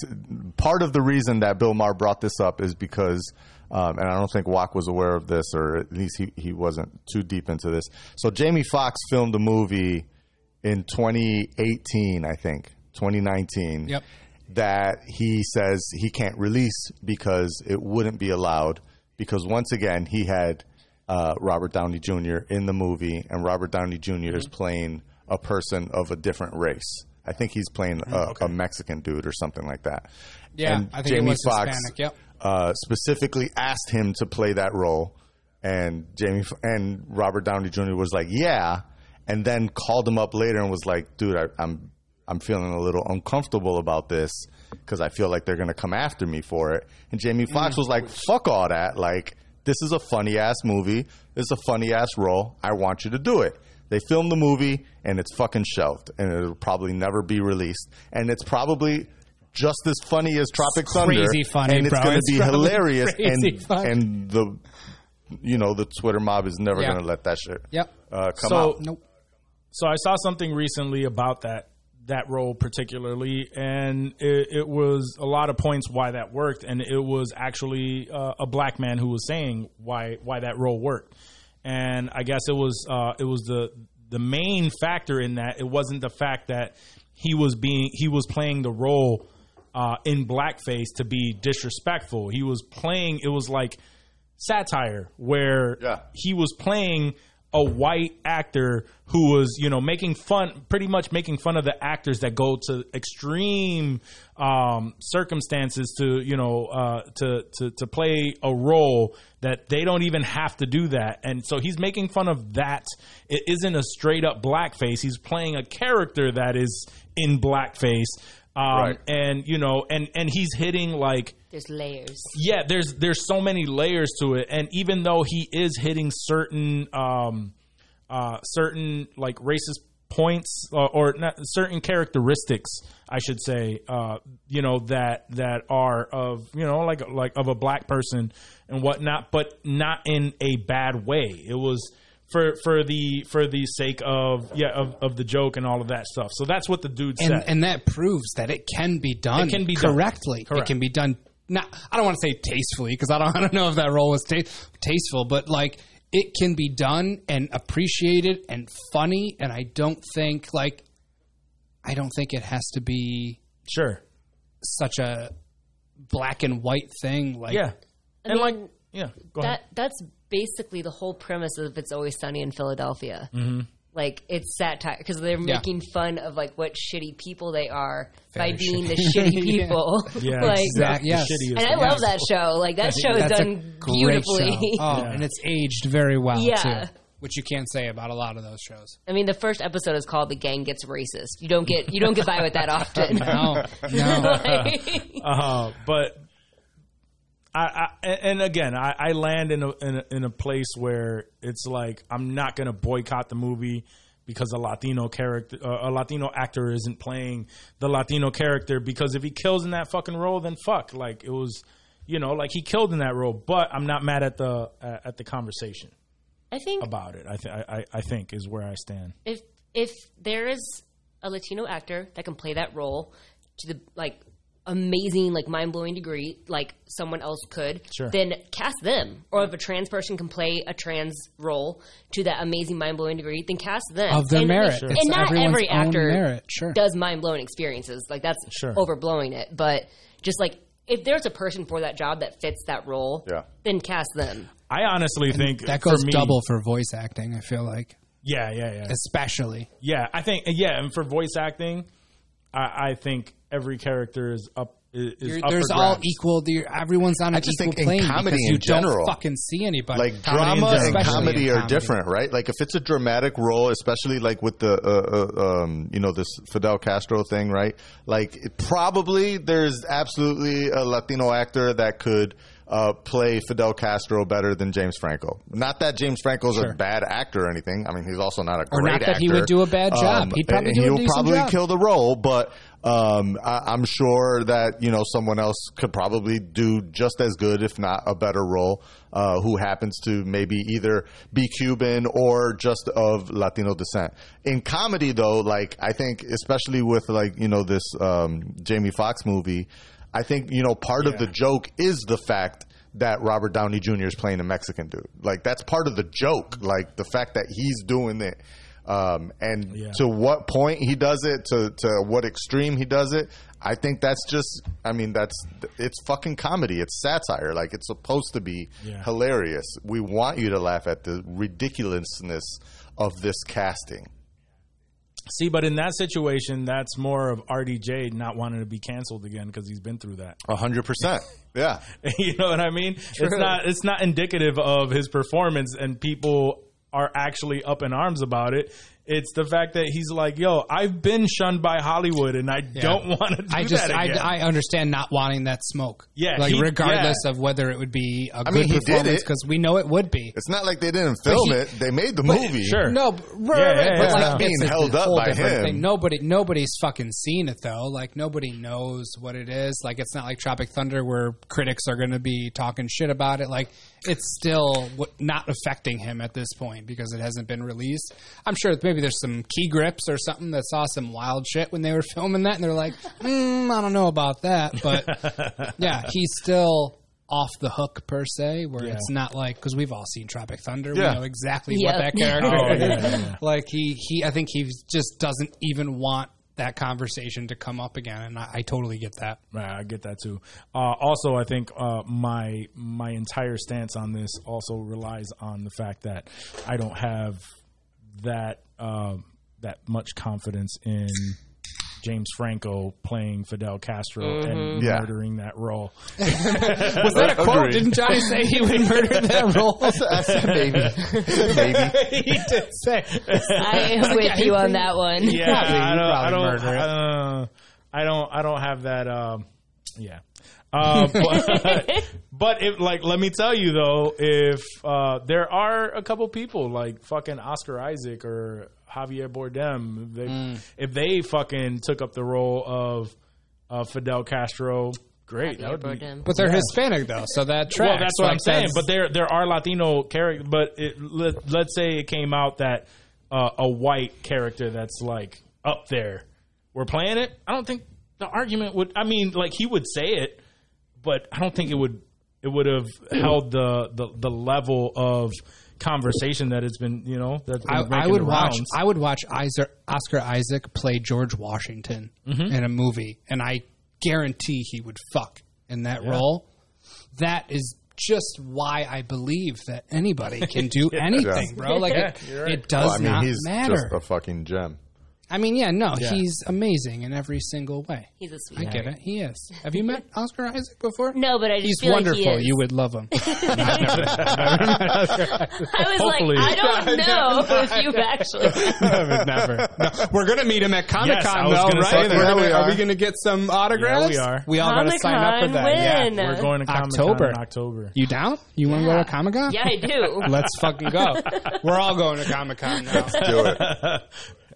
[SPEAKER 5] part of the reason that Bill Maher brought this up is because, um, and I don't think Wack was aware of this, or at least he, he wasn't too deep into this. So Jamie Foxx filmed a movie in 2018, I think 2019.
[SPEAKER 7] Yep.
[SPEAKER 5] That he says he can't release because it wouldn't be allowed because once again he had uh, Robert Downey Jr. in the movie, and Robert Downey junior
[SPEAKER 7] Mm-hmm.
[SPEAKER 5] is playing a person of a different race. I think he's playing a, a Mexican dude or something like that.
[SPEAKER 7] Mm, Yeah,
[SPEAKER 5] and
[SPEAKER 7] I think it
[SPEAKER 5] Jamie
[SPEAKER 7] was
[SPEAKER 5] Foxx
[SPEAKER 7] Hispanic, yep.
[SPEAKER 5] uh, specifically asked him to play that role, and Jamie F- and Robert Downey Jr. was like, "Yeah," and then called him up later and was like, "Dude, I, I'm I'm feeling a little uncomfortable about this because I feel like they're gonna come after me for it." And Jamie Foxx was like, "Fuck all that! Like, this is a funny ass movie. This is a funny ass role. I want you to do it." They filmed the movie and it's fucking shelved and it'll probably never be released. And it's probably just as funny as Tropic Thunder.
[SPEAKER 7] crazy funny,
[SPEAKER 5] and it's
[SPEAKER 7] bro.
[SPEAKER 9] Oh,
[SPEAKER 5] gonna
[SPEAKER 7] It's
[SPEAKER 5] be
[SPEAKER 7] probably
[SPEAKER 5] hilarious.
[SPEAKER 7] crazy
[SPEAKER 5] and
[SPEAKER 7] funny.
[SPEAKER 5] and the you know the Twitter mob is never
[SPEAKER 7] Yeah.
[SPEAKER 5] gonna let that shit
[SPEAKER 7] Yep.
[SPEAKER 5] uh, come
[SPEAKER 4] So-
[SPEAKER 5] out.
[SPEAKER 7] nope.
[SPEAKER 4] so I saw something recently about that that role particularly, and it, it was a lot of points why that worked, and it was actually uh, a black man who was saying why why that role worked, and I guess it was uh, it was the the main factor in that it wasn't the fact that he was being he was playing the role uh, in blackface to be disrespectful. He was playing it was like satire where
[SPEAKER 5] Yeah.
[SPEAKER 4] he was playing a white actor who was, you know, making fun, pretty much making fun of the actors that go to extreme um, circumstances to, you know, uh, to, to to play a role that they don't even have to do that. And so he's making fun of that. It isn't a straight up blackface. He's playing a character that is in blackface. Um,
[SPEAKER 5] Right.
[SPEAKER 4] And you know, and and he's hitting like
[SPEAKER 6] There's layers.
[SPEAKER 4] yeah there's there's so many layers to it and even though he is hitting certain um uh certain like racist points uh, or not, certain characteristics i should say uh you know that that are of you know like like of a black person and whatnot but not in a bad way it was for for the for the sake of yeah of, of the joke and all of that stuff so that's what the dude
[SPEAKER 9] and
[SPEAKER 4] said
[SPEAKER 9] and that proves that it can be done.
[SPEAKER 4] It can be done.
[SPEAKER 9] correctly.
[SPEAKER 4] Correct.
[SPEAKER 9] It can be done. Not, I don't want to say tastefully because I don't, I don't know if that role was ta- tasteful, but like it can be done and appreciated and funny. And I don't think like I don't think it has to be
[SPEAKER 4] sure
[SPEAKER 9] such a black and white thing. Like
[SPEAKER 4] yeah and like
[SPEAKER 6] mean,
[SPEAKER 4] yeah go ahead.
[SPEAKER 6] that that's basically the whole premise of it's always sunny in philadelphia like it's satire because they're
[SPEAKER 9] Mm-hmm. Yeah.
[SPEAKER 6] making fun of like what shitty people they are by
[SPEAKER 9] Very
[SPEAKER 6] being the
[SPEAKER 9] shitty.
[SPEAKER 6] shitty people
[SPEAKER 4] Yeah,
[SPEAKER 6] like
[SPEAKER 9] Exact-
[SPEAKER 4] the
[SPEAKER 9] yes.
[SPEAKER 4] shittiest
[SPEAKER 6] and i love that show like that show is
[SPEAKER 9] That's a
[SPEAKER 6] done
[SPEAKER 9] great
[SPEAKER 6] beautifully
[SPEAKER 9] show. Oh, and it's aged very well
[SPEAKER 6] Yeah.
[SPEAKER 9] too, which you can't say about a lot of those shows.
[SPEAKER 6] i mean the first episode is called the gang gets racist you don't get you don't get by with that often
[SPEAKER 9] No, no.
[SPEAKER 6] Like-
[SPEAKER 4] Uh, but I, I and again I, I land in a, in a in a place where it's like I'm not gonna boycott the movie because a Latino character uh, a Latino actor isn't playing the Latino character because if he kills in that fucking role then fuck like it was you know like he killed in that role but I'm not mad at the uh, at the conversation
[SPEAKER 6] i think
[SPEAKER 4] about it I th- I I- I think is where I stand
[SPEAKER 6] if if there is a Latino actor that can play that role to the like amazing, like mind blowing degree, like someone else could,
[SPEAKER 4] Sure.
[SPEAKER 6] then cast them. Or if a trans person can play a trans role to that amazing mind blowing degree, then cast them
[SPEAKER 9] Of their
[SPEAKER 6] And-
[SPEAKER 9] merit.
[SPEAKER 6] And,
[SPEAKER 9] It's
[SPEAKER 6] not
[SPEAKER 9] everyone's
[SPEAKER 6] every
[SPEAKER 9] own
[SPEAKER 6] actor
[SPEAKER 9] merit, sure.
[SPEAKER 6] does mind blowing experiences. Like that's
[SPEAKER 4] Sure.
[SPEAKER 6] overblowing it, but just like. If there's a person for that job that fits that role,
[SPEAKER 5] Yeah.
[SPEAKER 6] then cast them.
[SPEAKER 4] I honestly think
[SPEAKER 9] That
[SPEAKER 4] for
[SPEAKER 9] goes
[SPEAKER 4] me-
[SPEAKER 9] double for voice acting. I feel like,
[SPEAKER 4] yeah yeah yeah
[SPEAKER 9] especially.
[SPEAKER 4] Yeah, I think yeah, and for voice acting, I, I think every character is up. Is
[SPEAKER 9] You're-
[SPEAKER 4] up
[SPEAKER 9] there's
[SPEAKER 4] for
[SPEAKER 9] all e-
[SPEAKER 4] grabs.
[SPEAKER 9] equal. there- Everyone's on an
[SPEAKER 5] I just
[SPEAKER 9] equal
[SPEAKER 5] think in
[SPEAKER 9] plane
[SPEAKER 5] comedy
[SPEAKER 9] because you
[SPEAKER 5] in general,
[SPEAKER 9] don't fucking see anybody.
[SPEAKER 5] like
[SPEAKER 9] Comedy in
[SPEAKER 5] drama and
[SPEAKER 9] general.
[SPEAKER 5] comedy
[SPEAKER 9] Especially in
[SPEAKER 5] are different, right? Like if it's a dramatic role, especially like with the uh, uh, um, you know this Fidel Castro thing, right? Like it- probably there's absolutely a Latino actor that could uh, play Fidel Castro better than James Franco. Not that James Franco's a bad actor or anything. I mean, he's also not a
[SPEAKER 9] Or
[SPEAKER 5] great
[SPEAKER 9] not that
[SPEAKER 5] actor.
[SPEAKER 9] he
[SPEAKER 5] Um,
[SPEAKER 9] would do a bad job. He'd probably
[SPEAKER 5] and
[SPEAKER 9] do a
[SPEAKER 5] he'll
[SPEAKER 9] decent
[SPEAKER 5] probably
[SPEAKER 9] job.
[SPEAKER 5] kill the role, but. Um, I, I'm sure that you know someone else could probably do just as good, if not a better role, uh, who happens to maybe either be Cuban or just of Latino descent. In comedy, though, like I think, especially with like you know this um, Jamie Foxx movie, I think you know part of the joke is the fact that Robert Downey Jr. is playing a Mexican dude. Like that's part of the joke. Like the fact that he's doing it. Um, and
[SPEAKER 4] Yeah.
[SPEAKER 5] to what point he does it, to, to what extreme he does it, I think that's just, I mean, that's, it's fucking comedy. It's satire. Like, it's supposed to be
[SPEAKER 4] Yeah.
[SPEAKER 5] hilarious. We want you to laugh at the ridiculousness of this casting.
[SPEAKER 4] See, but in that situation, that's more of RDJ not wanting to be canceled again because he's been through that.
[SPEAKER 5] A 100%. yeah.
[SPEAKER 4] you know what I mean? It's not it's not indicative of his performance, and people are actually up in arms about it. It's the fact that he's like, "Yo, I've been shunned by Hollywood, and I don't want to do
[SPEAKER 9] I just
[SPEAKER 4] that
[SPEAKER 9] I,
[SPEAKER 4] again."
[SPEAKER 9] I understand not wanting that smoke.
[SPEAKER 4] Yeah,
[SPEAKER 9] like
[SPEAKER 4] he-
[SPEAKER 9] regardless
[SPEAKER 4] yeah.
[SPEAKER 9] of whether it would be a good
[SPEAKER 5] mean, he did
[SPEAKER 9] performance
[SPEAKER 5] it.
[SPEAKER 9] because we know it would be.
[SPEAKER 5] It's not like they didn't film
[SPEAKER 9] he-
[SPEAKER 5] it. They made the movie.
[SPEAKER 4] sure.
[SPEAKER 9] No, but, right,
[SPEAKER 4] Yeah,
[SPEAKER 9] right,
[SPEAKER 4] yeah,
[SPEAKER 9] but
[SPEAKER 4] yeah.
[SPEAKER 9] like
[SPEAKER 4] Not
[SPEAKER 5] being
[SPEAKER 9] this is
[SPEAKER 5] held
[SPEAKER 9] a
[SPEAKER 5] up
[SPEAKER 9] whole
[SPEAKER 5] by
[SPEAKER 9] different
[SPEAKER 5] him.
[SPEAKER 9] Thing. Nobody, Oh, nobody's fucking seen it though. Like nobody knows what it is. Like it's not like Tropic Thunder where critics are going to be talking shit about it. Like it's still w- not affecting him at this point because it hasn't been released. I'm sure maybe there's some key grips or something that saw some wild shit when they were filming that, and they're like, mm, I don't know about that, but yeah, he's still. Off the hook per se, where it's not like because we've all seen Tropic Thunder,
[SPEAKER 5] Yeah.
[SPEAKER 9] we know exactly
[SPEAKER 6] Yeah.
[SPEAKER 9] what that character
[SPEAKER 4] Oh,
[SPEAKER 9] is
[SPEAKER 4] yeah, yeah, yeah.
[SPEAKER 9] like he he i think he just doesn't even want that conversation to come up again. And I, I totally get that.
[SPEAKER 4] Right, I get that too. Uh, also, I think uh, my my entire stance on this also relies on the fact that I don't have that uh, that much confidence in James Franco playing Fidel Castro and
[SPEAKER 5] Yeah.
[SPEAKER 4] murdering that role.
[SPEAKER 9] Was that a quote?
[SPEAKER 5] Agreed.
[SPEAKER 9] Didn't Johnny say he would murder that role?
[SPEAKER 5] I said maybe. maybe.
[SPEAKER 9] he did say.
[SPEAKER 6] I am with you on that one.
[SPEAKER 4] Yeah,
[SPEAKER 9] Probably-
[SPEAKER 4] I don't, I
[SPEAKER 9] probably
[SPEAKER 4] don't,
[SPEAKER 9] murder it.
[SPEAKER 4] I don't, I don't, I don't have that. Um, yeah, uh, but, but if like, let me tell you though, if uh, there are a couple people like fucking Oscar Isaac or Javier Bardem, if they, if they fucking took up the role of uh, Fidel Castro, great, that
[SPEAKER 6] Javier
[SPEAKER 4] would be
[SPEAKER 6] Bardem.
[SPEAKER 9] But they're Hispanic though, so that tracks.
[SPEAKER 4] well, that's what
[SPEAKER 9] Like,
[SPEAKER 4] I'm saying.
[SPEAKER 9] that's-
[SPEAKER 4] But there there are Latino characters. But it, let, let's say it came out that uh, a white character that's like up there, we're playing it. I don't think the argument would. I mean, like he would say it, but I don't think it would. It would have held the, the the level of conversation that it's been. You know, that's been
[SPEAKER 9] I,
[SPEAKER 4] making
[SPEAKER 9] I would
[SPEAKER 4] the
[SPEAKER 9] watch.
[SPEAKER 4] rounds.
[SPEAKER 9] I would watch Isaac, Oscar Isaac play George Washington
[SPEAKER 4] Mm-hmm.
[SPEAKER 9] in a movie, and I guarantee he would fuck in that role. That is just why I believe that anybody can do anything, bro. Like it, it does
[SPEAKER 5] Well, I mean,
[SPEAKER 9] not
[SPEAKER 5] he's
[SPEAKER 9] matter.
[SPEAKER 5] just a fucking gem.
[SPEAKER 9] I mean, yeah,
[SPEAKER 7] Oh,
[SPEAKER 9] no, he's amazing in every single way.
[SPEAKER 6] He's a
[SPEAKER 9] I
[SPEAKER 6] sweetheart.
[SPEAKER 9] get it. He is. Have you met Oscar Isaac before?
[SPEAKER 6] No, but I just
[SPEAKER 9] He's
[SPEAKER 6] feel
[SPEAKER 9] wonderful.
[SPEAKER 6] Like he is.
[SPEAKER 9] you would love him.
[SPEAKER 6] I was
[SPEAKER 4] Hopefully.
[SPEAKER 6] like, I don't know if you've actually.
[SPEAKER 9] I would never. No, we're gonna meet him at Comic
[SPEAKER 4] Yes, I
[SPEAKER 9] Con
[SPEAKER 4] was
[SPEAKER 9] though,
[SPEAKER 4] gonna
[SPEAKER 9] right?
[SPEAKER 4] say
[SPEAKER 9] We're
[SPEAKER 5] that.
[SPEAKER 9] gonna-
[SPEAKER 5] Yeah, we
[SPEAKER 9] are we
[SPEAKER 5] are.
[SPEAKER 9] gonna get some autographs?
[SPEAKER 4] Yeah, we are.
[SPEAKER 9] We all gotta sign up for
[SPEAKER 6] Comic-Con
[SPEAKER 9] that.
[SPEAKER 6] win.
[SPEAKER 9] Yeah.
[SPEAKER 4] We're going to Comic Con
[SPEAKER 9] October.
[SPEAKER 4] in October.
[SPEAKER 9] You down? You want to go to Comic Con?
[SPEAKER 6] yeah, I do.
[SPEAKER 9] Let's fucking go. We're all going to Comic Con now.
[SPEAKER 5] Do it.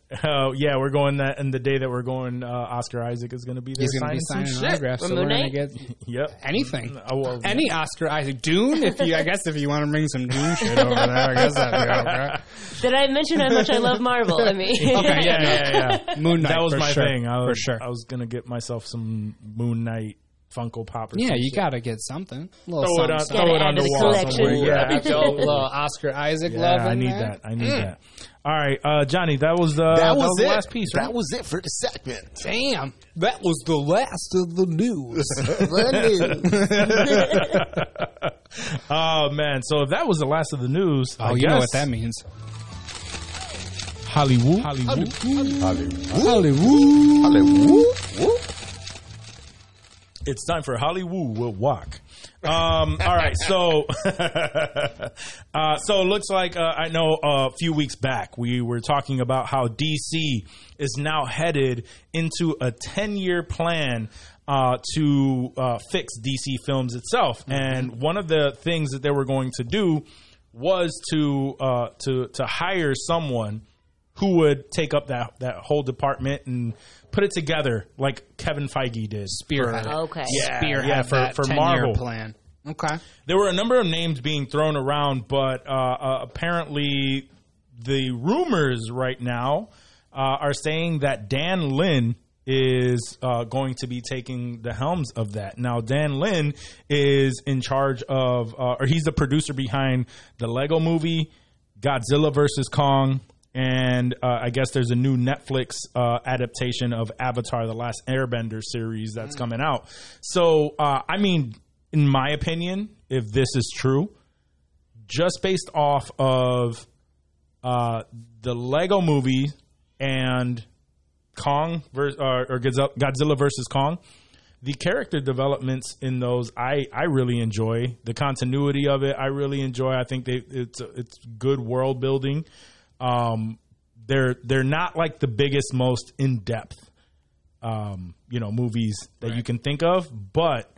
[SPEAKER 4] Uh, yeah, we're going that, and the day that we're going, uh, Oscar Isaac is going to be there.
[SPEAKER 9] He's gonna be
[SPEAKER 4] signing
[SPEAKER 9] signing
[SPEAKER 4] some shit.
[SPEAKER 9] autographs, so
[SPEAKER 6] Moon
[SPEAKER 9] we're gonna
[SPEAKER 6] Knight?
[SPEAKER 9] get
[SPEAKER 4] Yep. Oh,
[SPEAKER 9] anything.
[SPEAKER 4] I will-
[SPEAKER 9] Any Oscar Isaac Dune, if you, I guess, if you want to bring some Dune shit over there, I guess that'd be all right.
[SPEAKER 6] Did I mention how much I love Marvel? I mean,
[SPEAKER 9] Okay, yeah, no.
[SPEAKER 4] yeah, yeah. yeah.
[SPEAKER 9] Moon Knight.
[SPEAKER 4] that was
[SPEAKER 9] for
[SPEAKER 4] my
[SPEAKER 9] sure.
[SPEAKER 4] thing. I was,
[SPEAKER 9] for sure.
[SPEAKER 4] I was gonna get myself some Moon Knight Funko Pop. Or
[SPEAKER 9] Yeah,
[SPEAKER 4] some
[SPEAKER 9] you
[SPEAKER 4] shit.
[SPEAKER 9] gotta get something. A little
[SPEAKER 4] throw it
[SPEAKER 9] something,
[SPEAKER 4] on,
[SPEAKER 9] something.
[SPEAKER 4] throw it
[SPEAKER 6] Gotta
[SPEAKER 4] on
[SPEAKER 6] add
[SPEAKER 4] the
[SPEAKER 6] to the
[SPEAKER 4] wall somewhere.
[SPEAKER 6] collection.
[SPEAKER 4] Yeah,
[SPEAKER 9] That'd be dope. Little Oscar Isaac
[SPEAKER 4] yeah,
[SPEAKER 9] love. Mm.
[SPEAKER 4] I
[SPEAKER 9] in
[SPEAKER 4] need
[SPEAKER 9] there.
[SPEAKER 4] that. I need that. All right, uh, Johnny, that was the
[SPEAKER 5] That
[SPEAKER 4] was,
[SPEAKER 5] was
[SPEAKER 4] the
[SPEAKER 5] it.
[SPEAKER 4] last piece. Right?
[SPEAKER 5] That was it for the segment.
[SPEAKER 9] Damn, that was the last of the news. the news.
[SPEAKER 4] oh man, so if that was the last of the news. I
[SPEAKER 9] Oh, you know what
[SPEAKER 4] guess
[SPEAKER 9] that means.
[SPEAKER 4] Hollywood, Hollywood.
[SPEAKER 5] Hollywood. Hollywood.
[SPEAKER 4] It's time for Hollywood will walk. Um, all right, so uh, so it looks like uh, I know uh, a few weeks back we were talking about how DC is now headed into a ten year plan uh, to uh, fix DC films itself, and one of the things that they were going to do was to uh, to to hire someone who would take up that that whole department and put it together like Kevin Feige did.
[SPEAKER 9] Spearhead. it.
[SPEAKER 6] okay.
[SPEAKER 4] Yeah,
[SPEAKER 9] Spearhead
[SPEAKER 4] yeah, for-
[SPEAKER 9] that
[SPEAKER 4] for
[SPEAKER 9] 10-year
[SPEAKER 4] Marvel.
[SPEAKER 9] plan. Okay.
[SPEAKER 4] There were a number of names being thrown around, but uh, uh, apparently the rumors right now uh, are saying that Dan Lin is uh, going to be taking the helms of that. Now, Dan Lin is in charge of, uh, or he's the producer behind the Lego movie, Godzilla versus Kong. And uh, I guess there's a new Netflix uh, adaptation of Avatar: The Last Airbender series that's coming out. So, uh, I mean, in my opinion, if this is true, just based off of uh, the Lego movie and Kong vers- or, or Godz- Godzilla versus Kong, the character developments in those I, I really enjoy the continuity of it. I really enjoy. I think they it's it's good world building. Um, they're they're not like the biggest, most in depth, um, you know, movies that you can think of, but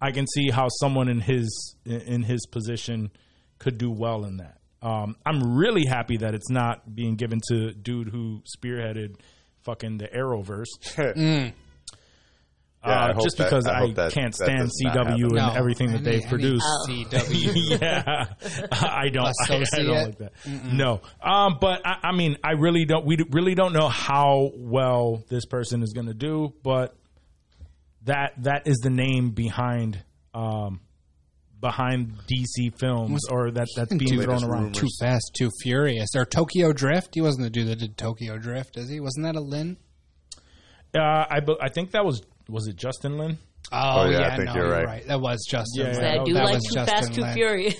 [SPEAKER 4] I can see how someone in his in his position could do well in that. Um, I'm really happy that it's not being given to dude who spearheaded fucking the Arrowverse.
[SPEAKER 5] Yeah, I
[SPEAKER 4] uh,
[SPEAKER 5] hope
[SPEAKER 4] just
[SPEAKER 5] that-
[SPEAKER 4] because
[SPEAKER 5] I
[SPEAKER 4] I,
[SPEAKER 5] hope that-
[SPEAKER 4] can't
[SPEAKER 5] that
[SPEAKER 4] stand
[SPEAKER 5] does not happen.
[SPEAKER 4] CW and
[SPEAKER 9] No,
[SPEAKER 4] everything that
[SPEAKER 9] I
[SPEAKER 4] they've
[SPEAKER 9] mean- I oh. mean,
[SPEAKER 4] produced.
[SPEAKER 9] CW.
[SPEAKER 4] yeah, I don't. I, I
[SPEAKER 9] Associate.
[SPEAKER 4] don't like that. No, um, but I, I mean, I really don't. We really don't know how well this person is going to do, but that that is the name behind um, behind DC films, or that that's being
[SPEAKER 9] Dude,
[SPEAKER 4] thrown around.
[SPEAKER 9] Too fast, too furious. Or Tokyo Drift. He wasn't the dude that did Tokyo Drift, is he? Wasn't that a Lin?
[SPEAKER 4] Uh, I bu- I think that was was it Justin Lin?
[SPEAKER 9] Oh,
[SPEAKER 5] yeah,
[SPEAKER 9] yeah,
[SPEAKER 5] I think
[SPEAKER 9] no,
[SPEAKER 5] you're
[SPEAKER 9] you're
[SPEAKER 5] right.
[SPEAKER 9] right. That was Justin.
[SPEAKER 4] Yeah,
[SPEAKER 9] Lin.
[SPEAKER 4] yeah,
[SPEAKER 6] I
[SPEAKER 4] that
[SPEAKER 6] do
[SPEAKER 4] was-
[SPEAKER 6] like
[SPEAKER 9] was
[SPEAKER 6] Too Fast,
[SPEAKER 9] Justin
[SPEAKER 6] Too
[SPEAKER 9] Lin.
[SPEAKER 6] Furious.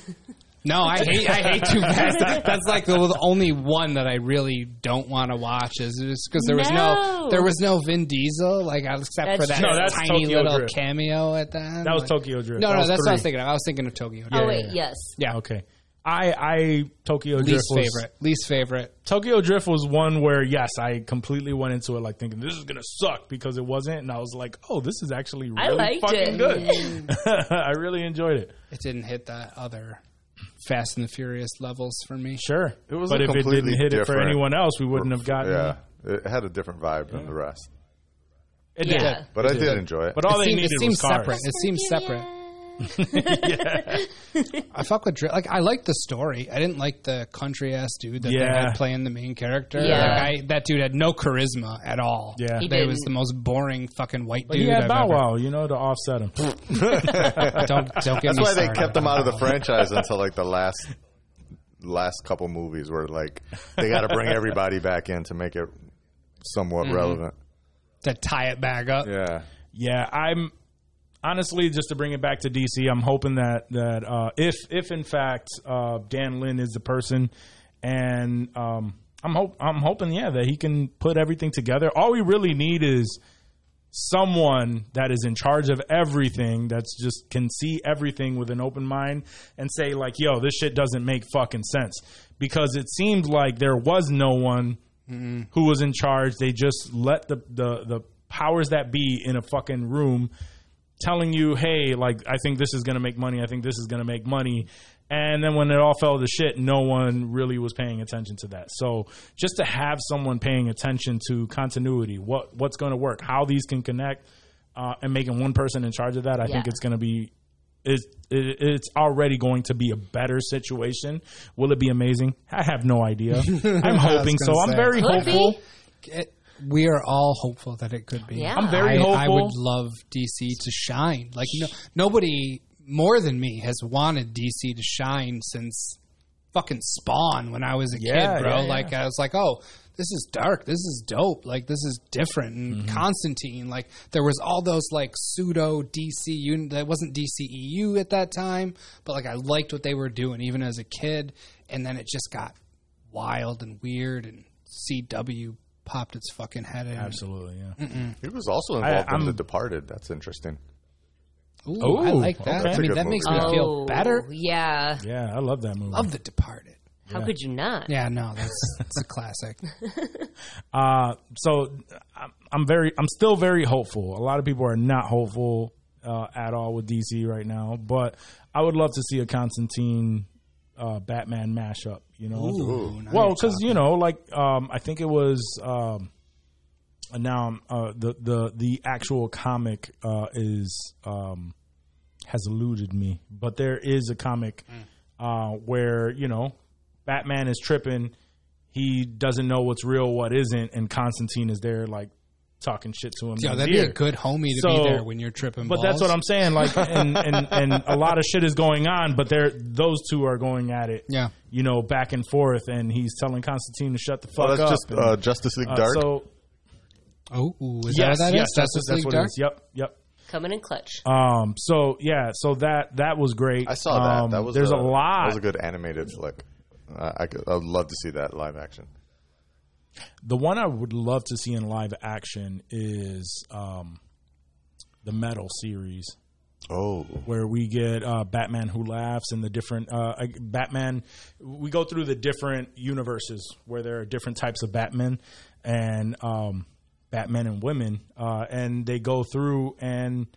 [SPEAKER 9] No, I hate I hate Too Fast. That- that's like the, the only one that I really don't want to watch is because there was no.
[SPEAKER 6] No.
[SPEAKER 9] there was no Vin Diesel like except for
[SPEAKER 6] That's
[SPEAKER 9] that
[SPEAKER 6] true. No,
[SPEAKER 4] that's
[SPEAKER 9] tiny
[SPEAKER 4] Tokyo
[SPEAKER 9] little
[SPEAKER 4] Drift.
[SPEAKER 9] cameo at the end.
[SPEAKER 4] That was
[SPEAKER 9] Like-
[SPEAKER 4] Tokyo Drift.
[SPEAKER 9] No,
[SPEAKER 4] That
[SPEAKER 9] no,
[SPEAKER 4] was
[SPEAKER 9] that's what I was
[SPEAKER 4] three.
[SPEAKER 9] thinking of. I was thinking of Tokyo. Drift.
[SPEAKER 6] oh wait, yes.
[SPEAKER 9] yeah.
[SPEAKER 4] Okay. I I Tokyo Drift
[SPEAKER 9] Least
[SPEAKER 4] was,
[SPEAKER 9] favorite. Least favorite.
[SPEAKER 4] Tokyo Drift was one where yes, I completely went into it like thinking this is gonna suck because it wasn't, and I was like, oh, this is actually
[SPEAKER 6] I
[SPEAKER 4] really
[SPEAKER 6] liked
[SPEAKER 4] fucking
[SPEAKER 6] it. Mm.
[SPEAKER 4] good. I really enjoyed it.
[SPEAKER 9] It didn't hit the other Fast and the Furious levels for me.
[SPEAKER 4] Sure, it
[SPEAKER 5] was
[SPEAKER 4] but
[SPEAKER 5] a
[SPEAKER 4] if it
[SPEAKER 5] completely
[SPEAKER 4] didn't hit it for
[SPEAKER 5] different-
[SPEAKER 4] anyone else, we wouldn't have gotten.
[SPEAKER 5] Yeah, it had a different vibe than the rest,
[SPEAKER 4] It
[SPEAKER 6] Yeah.
[SPEAKER 4] did.
[SPEAKER 5] but I did enjoy it.
[SPEAKER 4] But all they
[SPEAKER 9] it seemed, it
[SPEAKER 4] needed
[SPEAKER 9] seemed
[SPEAKER 4] was cars.
[SPEAKER 9] separate. It seems separate. I fuck with Drift. Like I like the story. I didn't like the country ass dude that they
[SPEAKER 4] Yeah.
[SPEAKER 9] had playing the main character.
[SPEAKER 6] Yeah.
[SPEAKER 9] Like, I, that dude had no charisma at all.
[SPEAKER 4] Yeah. He
[SPEAKER 9] that was
[SPEAKER 6] didn't.
[SPEAKER 9] the most boring fucking white
[SPEAKER 4] But
[SPEAKER 9] dude.
[SPEAKER 4] he had
[SPEAKER 9] I've
[SPEAKER 4] Bow
[SPEAKER 9] ever-
[SPEAKER 4] Wow, you know, to offset him.
[SPEAKER 9] Don't don't get
[SPEAKER 5] That's
[SPEAKER 9] me
[SPEAKER 5] why they
[SPEAKER 9] started
[SPEAKER 5] kept
[SPEAKER 9] on
[SPEAKER 5] them out of
[SPEAKER 9] Bow
[SPEAKER 5] the
[SPEAKER 9] Wow.
[SPEAKER 5] franchise until like the last last couple movies where like they got to bring everybody back in to make it somewhat
[SPEAKER 4] Mm-hmm.
[SPEAKER 5] relevant.
[SPEAKER 9] to tie it back up.
[SPEAKER 5] Yeah.
[SPEAKER 4] Yeah, I'm honestly just to bring it back to DC. I'm hoping that that uh, if if in fact uh, Dan Lin is the person, and um, I'm hope I'm hoping yeah that he can put everything together. All we really need is someone that is in charge of everything that's just can see everything with an open mind and say like yo this shit doesn't make fucking sense because it seemed like there was no one who was in charge they just let the, the the powers that be in a fucking room telling you hey like i think this is going to make money i think this is going to make money and then when it all fell to shit no one really was paying attention to that so just to have someone paying attention to continuity what what's going to work how these can connect uh, and making one person in charge of that i think
[SPEAKER 6] Yeah.
[SPEAKER 4] it's going to be it's it, it's already going to be a better situation will it be amazing i have no idea i'm hoping so
[SPEAKER 9] gonna
[SPEAKER 4] i'm
[SPEAKER 9] say.
[SPEAKER 4] very
[SPEAKER 6] Could be.
[SPEAKER 4] hopeful
[SPEAKER 9] It- we are all hopeful that it could be.
[SPEAKER 6] Yeah.
[SPEAKER 4] i'm very
[SPEAKER 9] I,
[SPEAKER 4] hopeful
[SPEAKER 9] I would love DC to shine. Like no, nobody more than me has wanted DC to shine since fucking Spawn when I was a
[SPEAKER 4] Yeah,
[SPEAKER 9] kid, bro.
[SPEAKER 4] yeah,
[SPEAKER 9] like I was like, oh, this is dark. This is dope. Like this is different. And
[SPEAKER 4] Mm-hmm.
[SPEAKER 9] Constantine, like there was all those like pseudo DC un- that wasn't DCEU at that time, but like I liked what they were doing even as a kid. And then it just got wild and weird, and CW popped its fucking head in.
[SPEAKER 4] absolutely yeah
[SPEAKER 5] He was also involved
[SPEAKER 4] I'm-
[SPEAKER 5] in The Departed. That's interesting.
[SPEAKER 9] Ooh,
[SPEAKER 4] Ooh,
[SPEAKER 9] I like that.
[SPEAKER 4] okay.
[SPEAKER 9] I mean, that makes me
[SPEAKER 5] That's a good
[SPEAKER 6] Oh.
[SPEAKER 9] feel better.
[SPEAKER 6] Yeah.
[SPEAKER 4] Yeah, I love that movie.
[SPEAKER 9] Love The Departed.
[SPEAKER 6] How could you not?
[SPEAKER 9] Yeah, no, that's it's a classic.
[SPEAKER 4] Uh, so I'm, I'm very, I'm still very hopeful. A lot of people are not hopeful uh, at all with DC right now, but I would love to see a Constantine uh, Batman mashup. You know,
[SPEAKER 9] Ooh, now
[SPEAKER 4] well,
[SPEAKER 9] you're
[SPEAKER 4] because you know, like um, I think it was um, now uh, the the the actual comic uh, is um, has eluded me, but there is a comic uh, where you know Batman is tripping. He doesn't know what's real, what isn't, and Constantine is there, like talking shit to him.
[SPEAKER 9] Yo,
[SPEAKER 4] in
[SPEAKER 9] that'd
[SPEAKER 4] his
[SPEAKER 9] be
[SPEAKER 4] ear.
[SPEAKER 9] a good homie to
[SPEAKER 4] So-
[SPEAKER 9] be there when you're tripping.
[SPEAKER 4] But that's what I'm saying. Like, and, and and a lot of shit is going on, but they're those two are going at it.
[SPEAKER 9] Yeah.
[SPEAKER 4] you know, back and forth, and he's telling Constantine to shut the fuck
[SPEAKER 5] Well, that's
[SPEAKER 4] up.
[SPEAKER 5] just
[SPEAKER 4] and,
[SPEAKER 5] uh, Justice League
[SPEAKER 4] uh,
[SPEAKER 5] Dark.
[SPEAKER 4] So
[SPEAKER 9] Oh, ooh, is
[SPEAKER 4] yes,
[SPEAKER 9] that what that is?
[SPEAKER 4] yes, that's,
[SPEAKER 9] Justice
[SPEAKER 4] that's
[SPEAKER 9] League
[SPEAKER 4] what
[SPEAKER 9] Dark?
[SPEAKER 4] it is. Yep, yep.
[SPEAKER 6] Coming in clutch.
[SPEAKER 9] Uh,
[SPEAKER 4] Um. So yeah. So that that was great.
[SPEAKER 5] I saw that.
[SPEAKER 4] Um,
[SPEAKER 5] that was
[SPEAKER 4] there's a,
[SPEAKER 5] That
[SPEAKER 4] lot.
[SPEAKER 5] was a good animated flick. Uh, I could, I'd love to see that live action.
[SPEAKER 4] the one I would love to see in live action is um, the Metal series.
[SPEAKER 5] Oh,
[SPEAKER 4] where we get uh, Batman Who Laughs and the different uh, I- Batman. We go through the different universes where there are different types of Batman and um, Batman and women, uh, and they go through and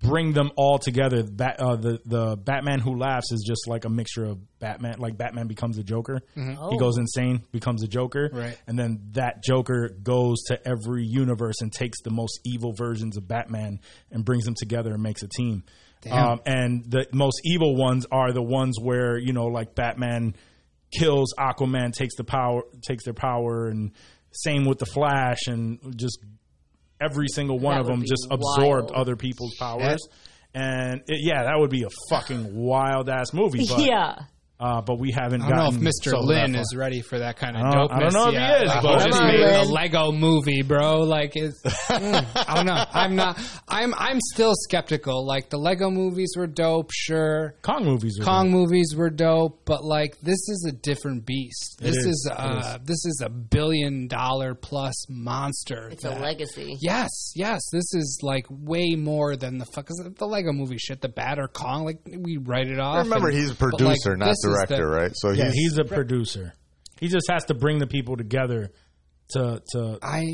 [SPEAKER 4] bring them all together. Bat, uh, the the Batman Who Laughs is just like a mixture of Batman, like Batman becomes a Joker. He goes insane, becomes a Joker,
[SPEAKER 9] Right.
[SPEAKER 4] and then that Joker goes to every universe and takes the most evil versions of Batman and brings them together and makes a team. Um, and the most evil ones are the ones where you know, like Batman kills Aquaman, takes the power, takes their power, and same with the Flash, and just every single one
[SPEAKER 6] That
[SPEAKER 4] of
[SPEAKER 6] would
[SPEAKER 4] them
[SPEAKER 6] be
[SPEAKER 4] just absorbed
[SPEAKER 6] wild.
[SPEAKER 4] other people's powers. And it, yeah, that would be a fucking wild ass movie. But
[SPEAKER 6] yeah.
[SPEAKER 4] Uh, but we haven't
[SPEAKER 9] I don't know if
[SPEAKER 4] gotten
[SPEAKER 9] Mr.
[SPEAKER 4] so
[SPEAKER 9] Lynn
[SPEAKER 4] that
[SPEAKER 9] is ready for that kind of
[SPEAKER 4] I don't-
[SPEAKER 9] dopeness.
[SPEAKER 4] I don't know if he
[SPEAKER 9] yet.
[SPEAKER 4] is,
[SPEAKER 9] Like,
[SPEAKER 4] but-
[SPEAKER 9] he just
[SPEAKER 4] Come on,
[SPEAKER 9] made a
[SPEAKER 6] Lynn.
[SPEAKER 9] Lego movie, bro. Like, it's, mm, I don't know. I'm not. I'm. I'm still skeptical. Like the Lego movies were dope, sure.
[SPEAKER 4] far. Kong movies. Are
[SPEAKER 9] Kong movies were dope, but like this is a different beast. This
[SPEAKER 4] is.
[SPEAKER 9] is, uh, this is a billion dollar plus monster.
[SPEAKER 6] It's a
[SPEAKER 9] that-
[SPEAKER 6] legacy.
[SPEAKER 9] Yes, yes. This is like way more than the fuck 'cause the Lego movie shit. The Batter Kong, like we write it off.
[SPEAKER 5] Remember,
[SPEAKER 9] and-
[SPEAKER 5] he's a
[SPEAKER 9] but, like,
[SPEAKER 5] producer, not
[SPEAKER 9] this is the-
[SPEAKER 5] director, right? So
[SPEAKER 4] Yeah,
[SPEAKER 5] he's,
[SPEAKER 4] he's a producer. He just has to bring the people together to to.
[SPEAKER 9] I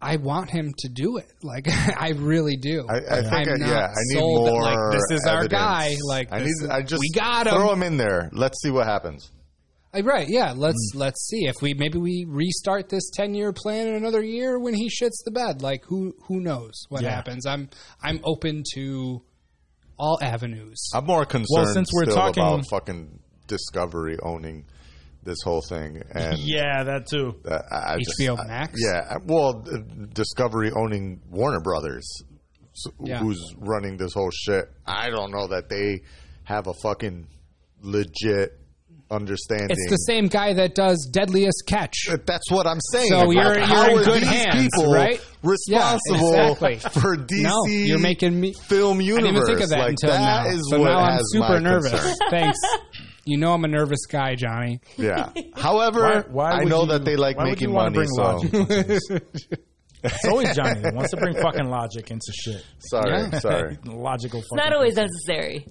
[SPEAKER 9] I want him to do it. Like I really do.
[SPEAKER 5] I, I think I,
[SPEAKER 9] I'm not
[SPEAKER 5] yeah, I need
[SPEAKER 9] sold that,
[SPEAKER 5] more.
[SPEAKER 9] like this is our
[SPEAKER 5] evidence.
[SPEAKER 9] guy. Like
[SPEAKER 5] I
[SPEAKER 9] this
[SPEAKER 5] need.
[SPEAKER 9] is-
[SPEAKER 5] I just
[SPEAKER 9] we got him.
[SPEAKER 5] Throw him in there. Let's see what happens.
[SPEAKER 9] Uh, Right, yeah. Let's let's see if we maybe we restart this ten year plan in another year when he shits the bed. Like who who knows what
[SPEAKER 4] Yeah.
[SPEAKER 9] happens? I'm I'm open to all avenues.
[SPEAKER 5] I'm more concerned.
[SPEAKER 4] since we're
[SPEAKER 5] still
[SPEAKER 4] talking-
[SPEAKER 5] about fucking Discovery owning this whole thing, and
[SPEAKER 4] Yeah, that too.
[SPEAKER 5] uh, I I just,
[SPEAKER 9] HBO
[SPEAKER 5] I-
[SPEAKER 9] Max?
[SPEAKER 5] yeah, I- well, uh, Discovery owning Warner Brothers, s-
[SPEAKER 9] Yeah.
[SPEAKER 5] who's running this whole shit. I don't know that they have a fucking legit understanding.
[SPEAKER 9] It's the same guy that does Deadliest Catch.
[SPEAKER 5] But that's what I'm saying.
[SPEAKER 9] So
[SPEAKER 5] Like,
[SPEAKER 9] you're-
[SPEAKER 5] how
[SPEAKER 9] you're in
[SPEAKER 5] are
[SPEAKER 9] good
[SPEAKER 5] these
[SPEAKER 9] hands,
[SPEAKER 5] people
[SPEAKER 9] right? Yeah,
[SPEAKER 5] Responsible
[SPEAKER 9] exactly.
[SPEAKER 5] for DC.
[SPEAKER 9] No, you're making me-
[SPEAKER 5] film
[SPEAKER 9] I
[SPEAKER 5] universe.
[SPEAKER 9] didn't even think of that
[SPEAKER 5] like,
[SPEAKER 9] until
[SPEAKER 5] that
[SPEAKER 9] now.
[SPEAKER 5] is
[SPEAKER 9] so
[SPEAKER 5] what
[SPEAKER 9] now I'm
[SPEAKER 5] has my
[SPEAKER 9] super
[SPEAKER 5] concern.
[SPEAKER 9] nervous. Thanks. You know I'm a nervous guy, Johnny.
[SPEAKER 5] Yeah. However,
[SPEAKER 4] Why- why
[SPEAKER 5] I
[SPEAKER 4] would
[SPEAKER 5] know
[SPEAKER 4] you-
[SPEAKER 5] that they like
[SPEAKER 4] why would you
[SPEAKER 5] making
[SPEAKER 4] wanna
[SPEAKER 5] money.
[SPEAKER 4] bring
[SPEAKER 5] so
[SPEAKER 4] logic It's always Johnny that wants to bring fucking logic into shit.
[SPEAKER 5] sorry, sorry.
[SPEAKER 4] Logical. Fucking
[SPEAKER 6] Not always necessary.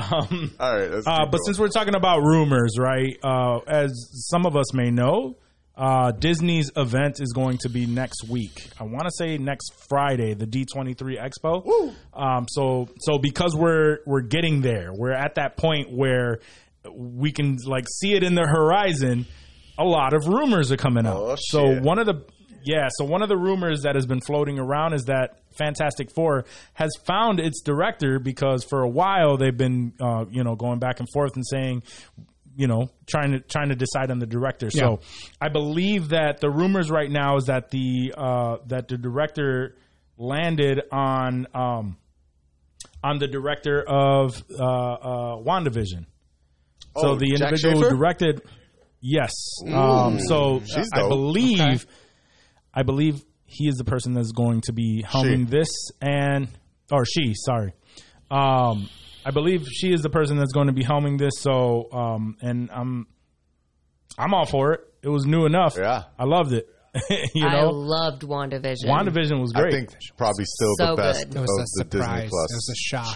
[SPEAKER 5] All right. Let's
[SPEAKER 4] Uh, but since we're talking about rumors, right? Uh, as some of us may know, uh, Disney's event is going to be next week. I want to say next Friday, the D23 Expo. Um, so so because we're we're getting there, we're at that point where we can like see it in the horizon. A lot of rumors are coming out.
[SPEAKER 5] Oh,
[SPEAKER 4] so
[SPEAKER 5] shit.
[SPEAKER 4] one of the yeah, so one of the rumors that has been floating around is that Fantastic Four has found its director because for a while they've been uh, you know going back and forth and saying you know trying to trying to decide on the director. So I believe that the rumors right now is that the uh, that the director landed on um, on the director of uh, uh, WandaVision. So
[SPEAKER 5] Oh,
[SPEAKER 4] the
[SPEAKER 5] Jack
[SPEAKER 4] individual who
[SPEAKER 5] Schaefer? Mm,
[SPEAKER 4] directed, yes. Um, so
[SPEAKER 5] she's
[SPEAKER 4] I
[SPEAKER 5] dope.
[SPEAKER 4] believe, I believe he is the person that's going to be helming
[SPEAKER 5] She.
[SPEAKER 4] this, and or she, sorry. Um, I believe she is the person that's going to be helming this. So, um, and I'm, I'm all for it. It was new enough.
[SPEAKER 5] Yeah.
[SPEAKER 4] I loved it. you
[SPEAKER 6] I
[SPEAKER 4] know,
[SPEAKER 6] loved WandaVision.
[SPEAKER 4] WandaVision was
[SPEAKER 5] I
[SPEAKER 4] great.
[SPEAKER 5] think probably still
[SPEAKER 6] So
[SPEAKER 5] the best
[SPEAKER 6] good.
[SPEAKER 9] It was
[SPEAKER 5] of
[SPEAKER 9] a
[SPEAKER 5] the Disney
[SPEAKER 9] surprise.
[SPEAKER 5] Plus
[SPEAKER 9] It was a shock. Mm.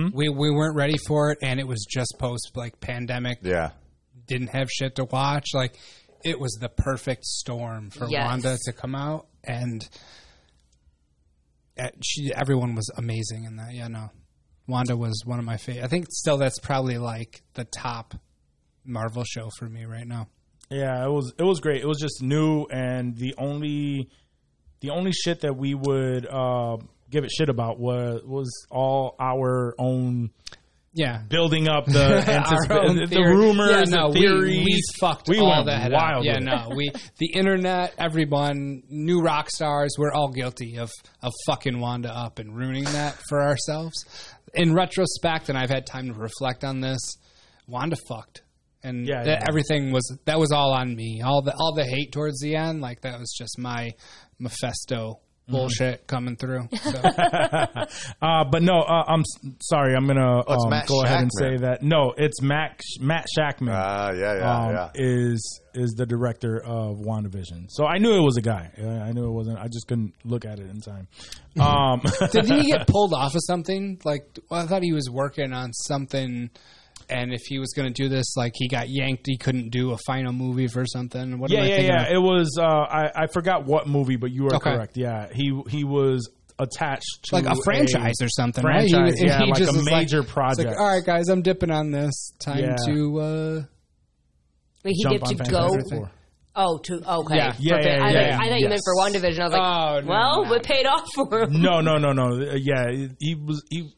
[SPEAKER 5] shows.
[SPEAKER 9] We we weren't ready for it, and it was just post like pandemic.
[SPEAKER 5] Yeah.
[SPEAKER 9] didn't have shit to watch. Like it was the perfect storm for
[SPEAKER 6] Yes.
[SPEAKER 9] Wanda to come out, and uh, she everyone was amazing in that. Yeah, no, Wanda was one of my favorite. I think
[SPEAKER 4] Oh,
[SPEAKER 9] still that's probably like the top Marvel show for me right now.
[SPEAKER 4] Yeah, it was it was great. It was just new and the only the only shit that we would uh, give it shit about was was all our own
[SPEAKER 9] Yeah.
[SPEAKER 4] building up the anticip- the, rumors,
[SPEAKER 9] yeah, no,
[SPEAKER 4] the
[SPEAKER 9] we-
[SPEAKER 4] theories.
[SPEAKER 9] We, fucked
[SPEAKER 4] We
[SPEAKER 9] all
[SPEAKER 4] went
[SPEAKER 9] that
[SPEAKER 4] wild
[SPEAKER 9] up. Yeah,
[SPEAKER 4] with it.
[SPEAKER 9] no, we the internet, everyone, new rock stars, we're all guilty of of fucking Wanda up and ruining that for ourselves. In retrospect, and I've had time to reflect on this, Wanda fucked. And
[SPEAKER 4] Yeah,
[SPEAKER 9] that-
[SPEAKER 4] yeah.
[SPEAKER 9] everything was that was all on me. All the all the hate towards the end, like that was just my Mephisto bullshit coming through. So,
[SPEAKER 4] Uh, but no, uh, I'm s- sorry. I'm gonna
[SPEAKER 5] it's
[SPEAKER 4] um,
[SPEAKER 5] Matt
[SPEAKER 4] go ahead and
[SPEAKER 5] Shackman.
[SPEAKER 4] say that no, it's Matt Matt Shackman.
[SPEAKER 5] Ah, yeah, yeah,
[SPEAKER 4] um,
[SPEAKER 5] yeah.
[SPEAKER 4] Is is the director of WandaVision? So I knew it was a guy. Uh, I knew it wasn't. I just couldn't look at it in time. Um,
[SPEAKER 9] Did he get pulled off of something? Like well, I thought he was working on something, and if he was going to do this, like he got yanked, he couldn't do a final movie for something. What am I
[SPEAKER 4] yeah,
[SPEAKER 9] thinking
[SPEAKER 4] yeah,
[SPEAKER 9] of?
[SPEAKER 4] yeah. It was uh, I I forgot what movie, but you are
[SPEAKER 9] Okay.
[SPEAKER 4] correct. Yeah, he he was attached to
[SPEAKER 9] like a franchise or something, right?
[SPEAKER 4] franchise,
[SPEAKER 9] and
[SPEAKER 4] yeah, like a
[SPEAKER 9] was
[SPEAKER 4] major
[SPEAKER 9] it's
[SPEAKER 4] project.
[SPEAKER 9] Like, "Oh, All right, guys, I'm dipping on this. Time
[SPEAKER 4] Yeah.
[SPEAKER 9] to uh,
[SPEAKER 6] Wait, he
[SPEAKER 4] Jump
[SPEAKER 6] get to
[SPEAKER 4] on
[SPEAKER 6] go.
[SPEAKER 4] Fantastic Four.
[SPEAKER 6] Oh, to okay.
[SPEAKER 9] Yeah.
[SPEAKER 4] Yeah,
[SPEAKER 6] Perfect.
[SPEAKER 4] yeah,
[SPEAKER 6] I,
[SPEAKER 4] yeah,
[SPEAKER 6] like,
[SPEAKER 4] yeah.
[SPEAKER 6] I thought you meant for
[SPEAKER 4] Yes.
[SPEAKER 6] WandaVision. I was like,
[SPEAKER 9] Oh, no,
[SPEAKER 6] well,
[SPEAKER 9] no,
[SPEAKER 6] we paid off for him.
[SPEAKER 4] No, no, no, no. Uh, Yeah, he- he was he.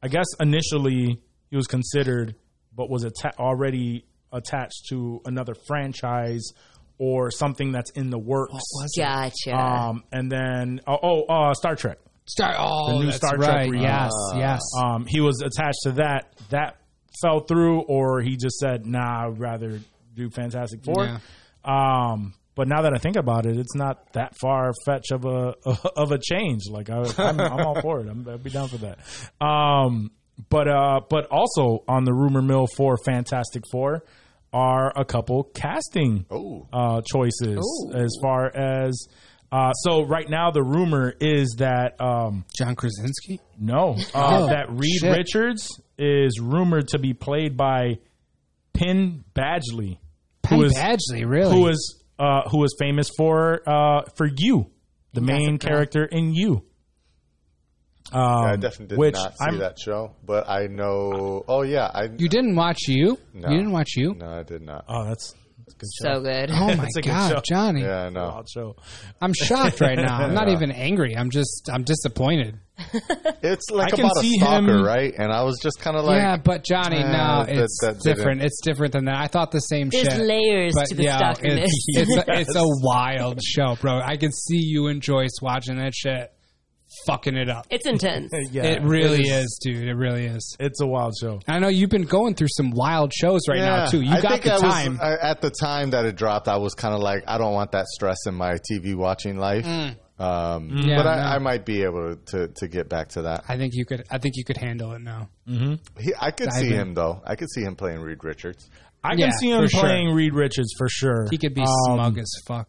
[SPEAKER 4] I guess initially he was considered, but was atta- already attached to another franchise or something that's in the works.
[SPEAKER 6] Gotcha.
[SPEAKER 4] um, and then oh, oh uh, Star Trek.
[SPEAKER 9] Star. Oh,
[SPEAKER 4] new
[SPEAKER 9] that's
[SPEAKER 4] Star Trek
[SPEAKER 9] right.
[SPEAKER 4] remake. Uh,
[SPEAKER 9] yes, yes.
[SPEAKER 4] Um, he was attached to that that fell through or he just said, "Nah, I'd rather do Fantastic Four.
[SPEAKER 7] Yeah.
[SPEAKER 4] Um, but now that I think about it, it's not that far fetch of a of a change. Like I, I'm, I'm all for it. I'm, I'd be down for that. Um, but uh, but also on the rumor mill for Fantastic Four are a couple casting
[SPEAKER 5] Oh.
[SPEAKER 4] uh, choices as far as. Uh, so right now the rumor is that um,
[SPEAKER 7] John Krasinski.
[SPEAKER 4] no, uh,
[SPEAKER 7] Oh,
[SPEAKER 4] that Reed
[SPEAKER 7] shit.
[SPEAKER 4] Richards is rumored to be played by Penn Badgley,
[SPEAKER 7] Penn
[SPEAKER 4] who is
[SPEAKER 7] Badgley, really?
[SPEAKER 4] who is uh, who is famous for uh, for you, the main
[SPEAKER 6] Jessica.
[SPEAKER 4] character in you. Um,
[SPEAKER 5] I definitely did
[SPEAKER 4] which
[SPEAKER 5] not see
[SPEAKER 4] I'm-
[SPEAKER 5] that show, but I know. Oh yeah, I
[SPEAKER 7] you didn't watch you?
[SPEAKER 5] No.
[SPEAKER 7] You didn't watch you?
[SPEAKER 5] no, I did not.
[SPEAKER 4] Oh, that's, that's a good show.
[SPEAKER 6] So good.
[SPEAKER 7] Oh my
[SPEAKER 4] It's a good show.
[SPEAKER 7] god, Johnny!
[SPEAKER 5] Yeah, I know.
[SPEAKER 4] Wild show.
[SPEAKER 7] I'm shocked right now. I'm not even angry. I'm just I'm disappointed.
[SPEAKER 5] It's like
[SPEAKER 4] I can
[SPEAKER 5] about a
[SPEAKER 4] see
[SPEAKER 5] stalker,
[SPEAKER 4] him-
[SPEAKER 5] right? And I was just kind of like,
[SPEAKER 7] yeah, but Johnny,
[SPEAKER 5] uh,
[SPEAKER 7] no,
[SPEAKER 5] that-
[SPEAKER 7] it's
[SPEAKER 5] that didn't-
[SPEAKER 7] different. It's different than that. I thought the same
[SPEAKER 6] There's
[SPEAKER 7] shit.
[SPEAKER 6] layers
[SPEAKER 7] But
[SPEAKER 6] to the
[SPEAKER 7] yeah,
[SPEAKER 6] stalkerness.
[SPEAKER 7] it's, it's, a, it's a wild show, bro. I can see you and Joyce watching that shit, fucking it up.
[SPEAKER 6] It's intense.
[SPEAKER 4] Yeah,
[SPEAKER 7] it really is, dude. It really is.
[SPEAKER 4] It's a wild show.
[SPEAKER 7] I know you've been going through some wild shows right now too. You
[SPEAKER 5] I
[SPEAKER 7] got
[SPEAKER 5] think
[SPEAKER 7] the
[SPEAKER 5] I
[SPEAKER 7] time.
[SPEAKER 5] Was, I, at the time that it dropped, I was kind of like, I don't want that stress in my TV watching life. Um,
[SPEAKER 7] Mm. Yeah,
[SPEAKER 5] but I,
[SPEAKER 7] no.
[SPEAKER 5] I might be able to, to get back to that.
[SPEAKER 7] I think you could. I think you could handle it now.
[SPEAKER 5] He, I could
[SPEAKER 7] I
[SPEAKER 5] see
[SPEAKER 7] agree.
[SPEAKER 5] him though. I could see him playing Reed Richards.
[SPEAKER 4] I
[SPEAKER 7] Yeah,
[SPEAKER 4] can see him
[SPEAKER 7] for sure.
[SPEAKER 4] playing Reed Richards for sure.
[SPEAKER 7] He could be
[SPEAKER 4] Um,
[SPEAKER 7] smug as fuck.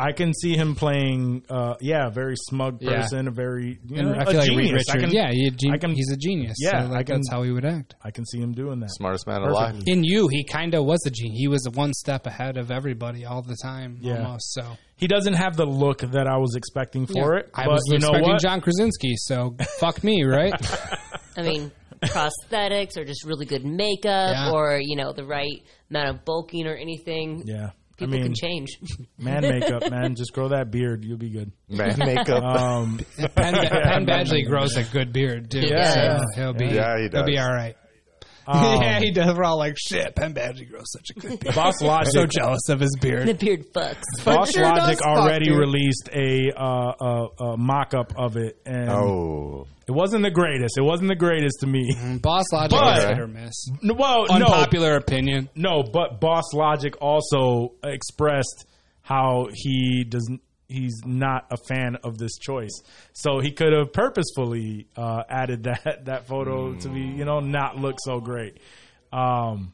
[SPEAKER 4] I can see him playing, uh, yeah, a very smug
[SPEAKER 7] Yeah.
[SPEAKER 4] person, a very, you
[SPEAKER 7] And
[SPEAKER 4] know,
[SPEAKER 7] I feel
[SPEAKER 4] a
[SPEAKER 7] like Reed
[SPEAKER 4] genius.
[SPEAKER 7] Richards.
[SPEAKER 4] I can,
[SPEAKER 7] yeah, he a gen-
[SPEAKER 4] I can-
[SPEAKER 7] he's a genius.
[SPEAKER 4] Yeah,
[SPEAKER 7] so like,
[SPEAKER 4] I can-
[SPEAKER 7] that's how he would act.
[SPEAKER 4] I can see him doing that.
[SPEAKER 5] Smartest man alive.
[SPEAKER 4] Perfectly.
[SPEAKER 7] In you, he kind of was a genius. He was one step ahead of everybody all the time,
[SPEAKER 4] Yeah.
[SPEAKER 7] almost. So
[SPEAKER 4] He doesn't have the look that I was expecting for
[SPEAKER 7] Yeah.
[SPEAKER 4] it.
[SPEAKER 7] I
[SPEAKER 4] but
[SPEAKER 7] was
[SPEAKER 4] you know
[SPEAKER 7] expecting
[SPEAKER 4] what?
[SPEAKER 7] John Krasinski. So fuck me, right?
[SPEAKER 6] I mean, prosthetics or just really good makeup
[SPEAKER 7] Yeah.
[SPEAKER 6] or, you know, the right amount of bulking or anything.
[SPEAKER 4] yeah, I
[SPEAKER 6] People
[SPEAKER 4] mean,
[SPEAKER 6] can change.
[SPEAKER 4] man, makeup, man, just grow that beard, you'll be good.
[SPEAKER 5] Man, makeup.
[SPEAKER 7] Oh,
[SPEAKER 4] Um,
[SPEAKER 7] Penn, Penn Badgley grows a good beard, dude.
[SPEAKER 6] Yeah.
[SPEAKER 7] so he'll be
[SPEAKER 5] Yeah, he
[SPEAKER 7] will be
[SPEAKER 5] does.
[SPEAKER 7] all right.
[SPEAKER 4] um,
[SPEAKER 7] yeah, he does. We're all like, shit. Penn Badgley grows such a good beard.
[SPEAKER 4] Boss Logic,
[SPEAKER 7] so jealous of his beard.
[SPEAKER 6] the beard fucks.
[SPEAKER 4] Boss
[SPEAKER 7] sure does
[SPEAKER 4] Logic
[SPEAKER 7] fuck,
[SPEAKER 4] already
[SPEAKER 7] dude.
[SPEAKER 4] released a, uh, a, a mock up of it, and
[SPEAKER 5] oh,
[SPEAKER 4] it wasn't the greatest. It wasn't the greatest to me.
[SPEAKER 9] Mm-hmm.
[SPEAKER 7] Boss Logic
[SPEAKER 4] But-
[SPEAKER 7] is hit or miss.
[SPEAKER 4] No, well, no,
[SPEAKER 7] Unpopular opinion.
[SPEAKER 4] No, but Boss Logic also expressed how he does he's not a fan of this choice. So he could have purposefully uh, added that that photo to be you know not look so great. Um,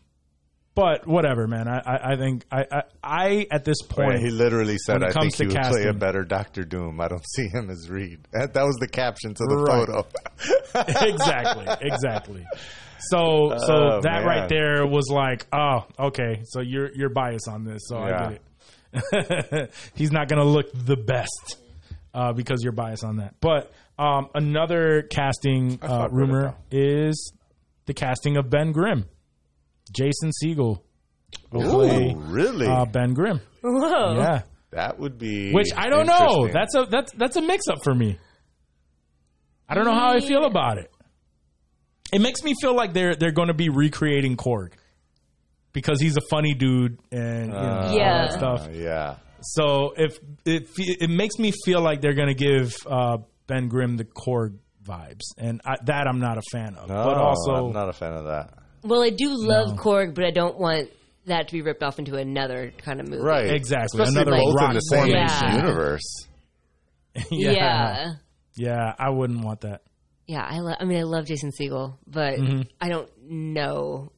[SPEAKER 4] but whatever, man. I I, I think I, I I at this point
[SPEAKER 5] Wait, he literally said,
[SPEAKER 4] When it
[SPEAKER 5] "I
[SPEAKER 4] comes
[SPEAKER 5] think he
[SPEAKER 4] to
[SPEAKER 5] would play a
[SPEAKER 4] casting.
[SPEAKER 5] better Doctor Doom." I don't see him as Reed. That, that was the caption to the
[SPEAKER 4] Right.
[SPEAKER 5] photo.
[SPEAKER 4] exactly, exactly. So so
[SPEAKER 5] Oh,
[SPEAKER 4] that
[SPEAKER 5] man.
[SPEAKER 4] right there was like, oh, okay. So you're you're biased on this. So
[SPEAKER 5] Yeah.
[SPEAKER 4] I get it. He's not gonna look the best uh, because you're biased on that. But um, another casting uh,
[SPEAKER 5] fuck with it,
[SPEAKER 4] rumor is the casting of Ben Grimm, Jason Siegel. will play,
[SPEAKER 5] Ooh, really?
[SPEAKER 4] Uh, ben Grimm.
[SPEAKER 6] Whoa.
[SPEAKER 4] Yeah.
[SPEAKER 5] that would be.
[SPEAKER 4] Which I don't know.
[SPEAKER 5] interesting.
[SPEAKER 4] That's a that's that's a mix up for me. I don't know how I feel about it. It makes me feel like they're they're going to be recreating Korg because he's a funny dude and you know, all
[SPEAKER 6] Yeah.
[SPEAKER 4] that stuff.
[SPEAKER 5] Uh, yeah.
[SPEAKER 4] So if it fe- it makes me feel like they're going to give uh, Ben Grimm the Korg vibes, and I, that I'm not a fan of. but
[SPEAKER 5] Oh,
[SPEAKER 4] also,
[SPEAKER 5] I'm not a fan of that.
[SPEAKER 6] Well, I do love Korg, but I don't want that to be ripped off into another kind of movie.
[SPEAKER 5] Right.
[SPEAKER 4] Exactly.
[SPEAKER 5] Especially
[SPEAKER 4] Another
[SPEAKER 5] both
[SPEAKER 4] rock
[SPEAKER 5] in the same
[SPEAKER 6] formation.
[SPEAKER 5] universe.
[SPEAKER 6] Yeah.
[SPEAKER 4] yeah,
[SPEAKER 6] Yeah.
[SPEAKER 4] yeah, I wouldn't want that.
[SPEAKER 6] I, lo- I mean, I love Jason Siegel, but
[SPEAKER 5] Mm-hmm.
[SPEAKER 6] I don't know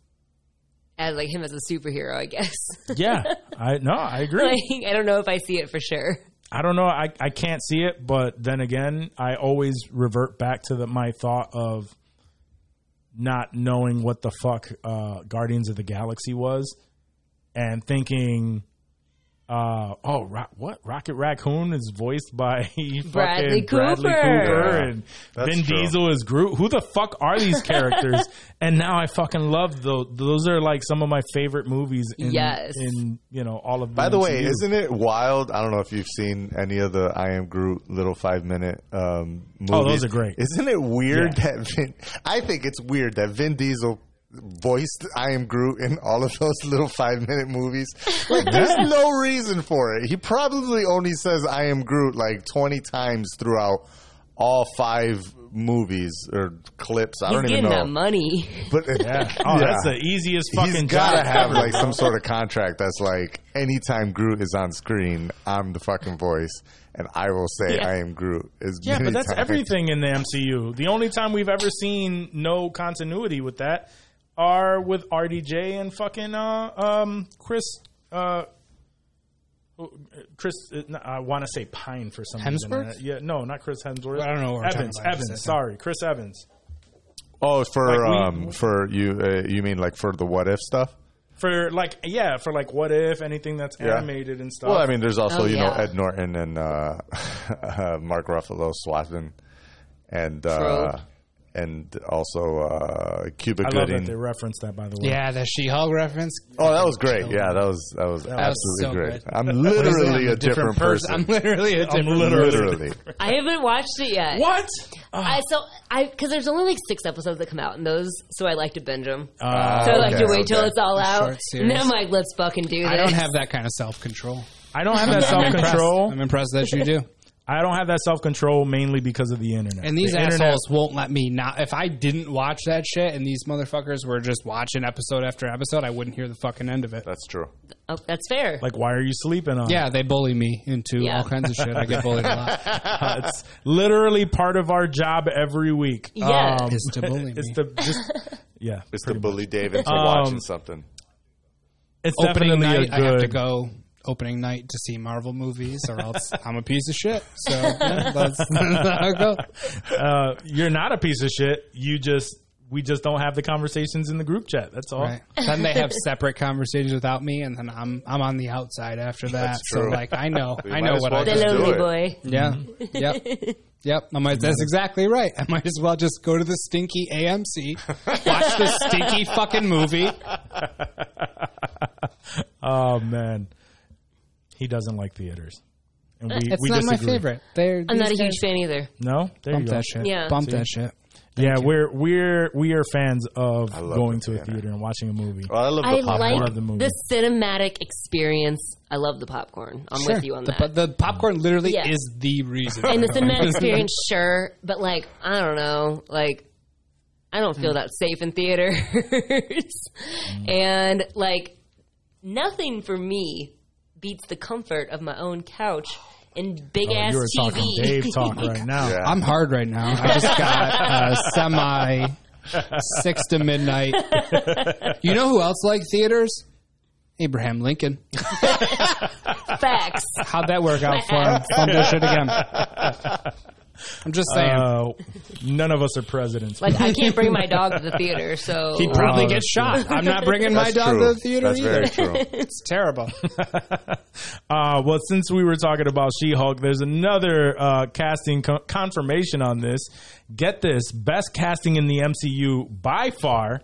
[SPEAKER 6] as like him as a superhero, I guess.
[SPEAKER 4] Yeah, I no, I agree.
[SPEAKER 6] like, I don't know if I see it for sure.
[SPEAKER 4] I don't know. I, I can't see it, but then again, I always revert back to the, my thought of not knowing what the fuck uh, Guardians of the Galaxy was, and thinking, uh, oh, ro- what Rocket Raccoon is voiced by fucking
[SPEAKER 6] Bradley
[SPEAKER 4] Bradley
[SPEAKER 6] Cooper.
[SPEAKER 4] Cooper,
[SPEAKER 5] Yeah,
[SPEAKER 4] and
[SPEAKER 5] that's
[SPEAKER 4] Vin
[SPEAKER 5] true.
[SPEAKER 4] Diesel is Groot. Who the fuck are these characters? and now I fucking love those. Those are like some of my favorite movies. In,
[SPEAKER 6] Yes.
[SPEAKER 4] in you know all of.
[SPEAKER 5] By the way,
[SPEAKER 4] MCU.
[SPEAKER 5] isn't it wild? I don't know if you've seen any of the I Am Groot little five minute um, movies.
[SPEAKER 4] Oh, those are great.
[SPEAKER 5] Isn't it weird
[SPEAKER 4] Yeah.
[SPEAKER 5] that Vin? I think it's weird that Vin Diesel voiced I Am Groot in all of those little five minute movies. Like, there's no reason for it. He probably only says I Am Groot like 20 times throughout all five movies or clips. I
[SPEAKER 6] He's
[SPEAKER 5] don't
[SPEAKER 6] getting
[SPEAKER 5] even know.
[SPEAKER 6] that money.
[SPEAKER 5] But
[SPEAKER 4] Oh,
[SPEAKER 5] Yeah.
[SPEAKER 4] that's the easiest
[SPEAKER 5] He's
[SPEAKER 4] fucking
[SPEAKER 5] gotta
[SPEAKER 4] job
[SPEAKER 5] have
[SPEAKER 4] ever,
[SPEAKER 5] like
[SPEAKER 4] bro.
[SPEAKER 5] some sort of contract that's like anytime Groot is on screen, I'm the fucking voice, and I will say
[SPEAKER 6] Yeah.
[SPEAKER 5] I am Groot. As
[SPEAKER 4] Yeah,
[SPEAKER 5] many
[SPEAKER 4] but that's
[SPEAKER 5] times-
[SPEAKER 4] everything in the MCU. The only time we've ever seen no continuity with that are with RDJ and fucking uh, um, Chris. Uh, who- Chris, uh, no, I want to say Pine for some reason.
[SPEAKER 7] Hemsworth?
[SPEAKER 4] Yeah, no, not Chris Hemsworth.
[SPEAKER 7] I don't know what we're talking
[SPEAKER 4] Evans,
[SPEAKER 7] about.
[SPEAKER 4] Evans. Sorry, Chris Evans
[SPEAKER 5] Oh, for
[SPEAKER 4] Like, we-
[SPEAKER 5] um, for you, uh, you mean like for the what if stuff?
[SPEAKER 4] for like yeah for like what if anything that's
[SPEAKER 5] Yeah.
[SPEAKER 4] animated and stuff.
[SPEAKER 5] Well, I mean, there's also
[SPEAKER 6] Oh,
[SPEAKER 5] you know
[SPEAKER 6] yeah.
[SPEAKER 5] Ed Norton and uh, uh, Mark Ruffalo, Swathin, and uh,
[SPEAKER 6] True.
[SPEAKER 5] and also uh, Cuba
[SPEAKER 4] I love
[SPEAKER 5] Gooding.
[SPEAKER 4] that they referenced that by the way.
[SPEAKER 7] Yeah, the She-Hulk reference.
[SPEAKER 5] oh, that was great. Yeah, that was that was
[SPEAKER 7] was so
[SPEAKER 5] absolutely great.
[SPEAKER 7] good.
[SPEAKER 5] I'm
[SPEAKER 7] What is it?
[SPEAKER 5] literally
[SPEAKER 7] I'm
[SPEAKER 5] a different person.
[SPEAKER 7] I'm literally a different
[SPEAKER 4] literally-
[SPEAKER 7] person.
[SPEAKER 5] literally.
[SPEAKER 6] I haven't watched it yet.
[SPEAKER 4] What?
[SPEAKER 6] I so I because there's only like six episodes that come out, and those so I like to binge them.
[SPEAKER 4] Uh,
[SPEAKER 6] so I like
[SPEAKER 5] okay,
[SPEAKER 6] to wait till
[SPEAKER 5] okay.
[SPEAKER 6] it's all out,
[SPEAKER 7] short
[SPEAKER 6] and then I'm
[SPEAKER 7] series.
[SPEAKER 6] like, let's fucking do this.
[SPEAKER 7] I don't have that kind of self-control.
[SPEAKER 4] I don't have that self control.
[SPEAKER 7] I'm impressed that you do.
[SPEAKER 4] I don't have that self control mainly because of the internet.
[SPEAKER 7] And these
[SPEAKER 4] the
[SPEAKER 7] assholes
[SPEAKER 4] internet-
[SPEAKER 7] won't let me not. If I didn't watch that shit, and these motherfuckers were just watching episode after episode, I wouldn't hear the fucking end of it.
[SPEAKER 5] That's true.
[SPEAKER 6] Oh, that's fair.
[SPEAKER 4] like, why are you sleeping on? it?
[SPEAKER 7] Yeah, they bully me into
[SPEAKER 6] Yeah.
[SPEAKER 7] all kinds of shit. I get bullied a lot.
[SPEAKER 4] Uh, it's literally part of our job every week. Um,
[SPEAKER 6] Yeah.
[SPEAKER 7] Is to bully me.
[SPEAKER 4] it's the just yeah.
[SPEAKER 5] It's the bully Dave into
[SPEAKER 4] Um,
[SPEAKER 5] watching something.
[SPEAKER 4] It's
[SPEAKER 7] opening night,
[SPEAKER 4] definitely a
[SPEAKER 7] I have to
[SPEAKER 4] good.
[SPEAKER 7] go opening night to see Marvel movies, or else I'm a piece of shit. So yeah, that's, that's how it goes.
[SPEAKER 4] Uh, you're not a piece of shit. You just we just don't have the conversations in the group chat. That's all.
[SPEAKER 7] Right. Then they have separate conversations without me, and then I'm I'm on the outside after that. So
[SPEAKER 5] true.
[SPEAKER 7] like I know
[SPEAKER 5] We
[SPEAKER 7] I
[SPEAKER 5] might
[SPEAKER 7] know
[SPEAKER 5] as
[SPEAKER 7] what
[SPEAKER 5] well
[SPEAKER 7] I
[SPEAKER 6] the
[SPEAKER 5] just do
[SPEAKER 6] lonely
[SPEAKER 5] it.
[SPEAKER 6] boy.
[SPEAKER 7] Yeah. Yep. Yep. I might, that's exactly right. I might as well just go to the stinky AMC, watch the stinky fucking movie.
[SPEAKER 4] Oh man, he doesn't like theaters, and we
[SPEAKER 7] It's
[SPEAKER 4] we
[SPEAKER 7] not
[SPEAKER 4] disagree.
[SPEAKER 7] my favorite. They're,
[SPEAKER 6] I'm not a
[SPEAKER 7] these
[SPEAKER 6] huge
[SPEAKER 7] guys-
[SPEAKER 6] fan either.
[SPEAKER 4] No, there
[SPEAKER 7] Bump
[SPEAKER 4] you go.
[SPEAKER 7] that shit.
[SPEAKER 6] Yeah.
[SPEAKER 7] Bump that shit.
[SPEAKER 4] yeah, we're we're we are fans of
[SPEAKER 5] love
[SPEAKER 4] going
[SPEAKER 5] the
[SPEAKER 4] to a
[SPEAKER 5] theater.
[SPEAKER 4] theater and watching a movie.
[SPEAKER 7] Oh,
[SPEAKER 5] Well, I love
[SPEAKER 6] I
[SPEAKER 5] the popcorn.
[SPEAKER 6] like
[SPEAKER 4] Love the movie.
[SPEAKER 6] the cinematic experience. I love the popcorn. I'm
[SPEAKER 7] Sure.
[SPEAKER 6] with you on
[SPEAKER 7] the,
[SPEAKER 6] that.
[SPEAKER 7] but the popcorn literally
[SPEAKER 6] Yeah.
[SPEAKER 7] is the reason.
[SPEAKER 6] and the cinematic experience, sure, but like I don't know, like I don't
[SPEAKER 4] Mm.
[SPEAKER 6] feel that safe in theaters, and like nothing for me beats the comfort of my own couch and big
[SPEAKER 4] Oh,
[SPEAKER 6] ass
[SPEAKER 4] you were
[SPEAKER 6] TV.
[SPEAKER 4] talking Dave talk right now.
[SPEAKER 5] Yeah.
[SPEAKER 7] I'm hard right now. I just got a semi six to midnight. You know who else liked theaters? Abraham Lincoln.
[SPEAKER 6] Facts.
[SPEAKER 7] How'd that work out for him? Fumble shit again. I'm just saying.
[SPEAKER 4] Uh, none of us are presidents.
[SPEAKER 6] Like I can't bring my dog to the theater, so
[SPEAKER 7] He'd probably
[SPEAKER 4] Oh,
[SPEAKER 7] get
[SPEAKER 4] that's
[SPEAKER 7] shot. I'm not bringing my
[SPEAKER 5] That's
[SPEAKER 7] dog
[SPEAKER 5] true.
[SPEAKER 7] to the theater
[SPEAKER 5] That's
[SPEAKER 7] either.
[SPEAKER 5] very true.
[SPEAKER 7] It's terrible.
[SPEAKER 4] Uh, well, since we were talking about She Hulk, there's another uh, casting co- confirmation on this. Get this best casting in the MCU by far.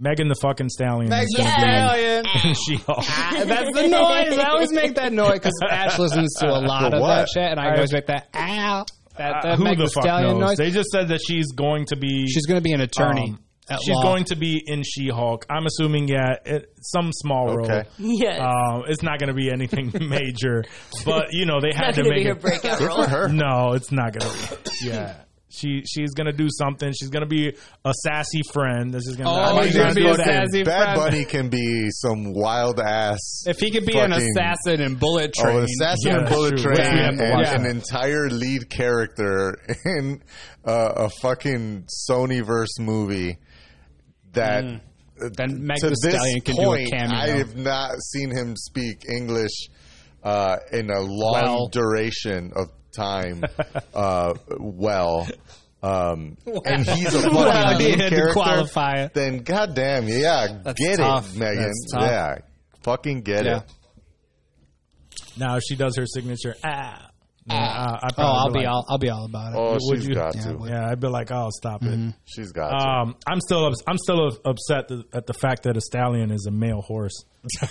[SPEAKER 4] Megan the fucking Stallion. is
[SPEAKER 6] Megan
[SPEAKER 4] gonna
[SPEAKER 7] Stallion. Ah.
[SPEAKER 4] be in She Hulk.
[SPEAKER 7] That's the noise. I always make that noise because Ash listens to a lot
[SPEAKER 5] For
[SPEAKER 7] of that
[SPEAKER 5] what?
[SPEAKER 7] shit, and I,
[SPEAKER 4] I-
[SPEAKER 7] always make that ow. That, that
[SPEAKER 4] Who
[SPEAKER 7] Meg
[SPEAKER 4] the
[SPEAKER 7] Thee
[SPEAKER 4] fuck
[SPEAKER 7] Uh, Stallion
[SPEAKER 4] knows?
[SPEAKER 7] noise.
[SPEAKER 4] They just said that she's going to be.
[SPEAKER 7] she's going to be an attorney.
[SPEAKER 4] um,
[SPEAKER 7] at
[SPEAKER 4] she's
[SPEAKER 7] law.
[SPEAKER 4] going to be in She Hulk. I'm assuming, yeah, it, some small
[SPEAKER 5] Okay.
[SPEAKER 4] role.
[SPEAKER 6] Yes.
[SPEAKER 4] Um, it's not going to be anything major, but you know they had
[SPEAKER 6] not
[SPEAKER 4] to
[SPEAKER 6] going to
[SPEAKER 4] make
[SPEAKER 6] be her
[SPEAKER 4] it-
[SPEAKER 6] breakout role.
[SPEAKER 5] Oh,
[SPEAKER 4] No, it's not gonna be. Yeah. She she's gonna do something. She's gonna be a sassy friend. This is gonna.
[SPEAKER 7] Oh,
[SPEAKER 4] I'm
[SPEAKER 7] she's gonna
[SPEAKER 4] gonna
[SPEAKER 7] be
[SPEAKER 4] go
[SPEAKER 7] a
[SPEAKER 4] to-
[SPEAKER 7] sassy-
[SPEAKER 5] Bad
[SPEAKER 7] friend.
[SPEAKER 5] Bunny can be some wild ass.
[SPEAKER 7] If he could be an
[SPEAKER 5] fucking-
[SPEAKER 7] assassin in Bullet Train,
[SPEAKER 5] Oh, an assassin
[SPEAKER 4] Yeah,
[SPEAKER 5] and bullet
[SPEAKER 4] that's true.
[SPEAKER 5] train
[SPEAKER 4] Yeah.
[SPEAKER 5] and
[SPEAKER 4] Yeah.
[SPEAKER 5] an entire lead character in uh, a fucking Sonyverse movie that
[SPEAKER 7] Mm. then Meg
[SPEAKER 5] to
[SPEAKER 7] Thee
[SPEAKER 5] this
[SPEAKER 7] Stallion can do a
[SPEAKER 5] point
[SPEAKER 7] cameo.
[SPEAKER 5] I have not seen him speak English uh, in a long
[SPEAKER 7] Well.
[SPEAKER 5] duration of time. Uh, well. Um, and he's a fucking
[SPEAKER 7] you
[SPEAKER 5] lead
[SPEAKER 7] had to
[SPEAKER 5] character.
[SPEAKER 7] qualify it.
[SPEAKER 5] Then goddamn, yeah,
[SPEAKER 7] That's
[SPEAKER 5] get
[SPEAKER 7] tough.
[SPEAKER 5] it, Megan.
[SPEAKER 7] That's tough.
[SPEAKER 5] Yeah, fucking get
[SPEAKER 7] Yeah.
[SPEAKER 5] it.
[SPEAKER 4] Now if she does her signature. Ah. nah, I, I
[SPEAKER 7] oh,
[SPEAKER 4] probably
[SPEAKER 7] I'll be
[SPEAKER 4] like-
[SPEAKER 7] all I'll be all about it.
[SPEAKER 5] Oh,
[SPEAKER 4] Would
[SPEAKER 5] she's
[SPEAKER 4] you-
[SPEAKER 5] got
[SPEAKER 7] Yeah,
[SPEAKER 5] to.
[SPEAKER 7] would-
[SPEAKER 4] Yeah, I'd be like, oh, stop
[SPEAKER 7] Mm-hmm.
[SPEAKER 4] it.
[SPEAKER 5] She's got
[SPEAKER 7] Oh,
[SPEAKER 5] to.
[SPEAKER 4] Um, I'm still ups- I'm still u- upset th- at the fact that a stallion is a male horse.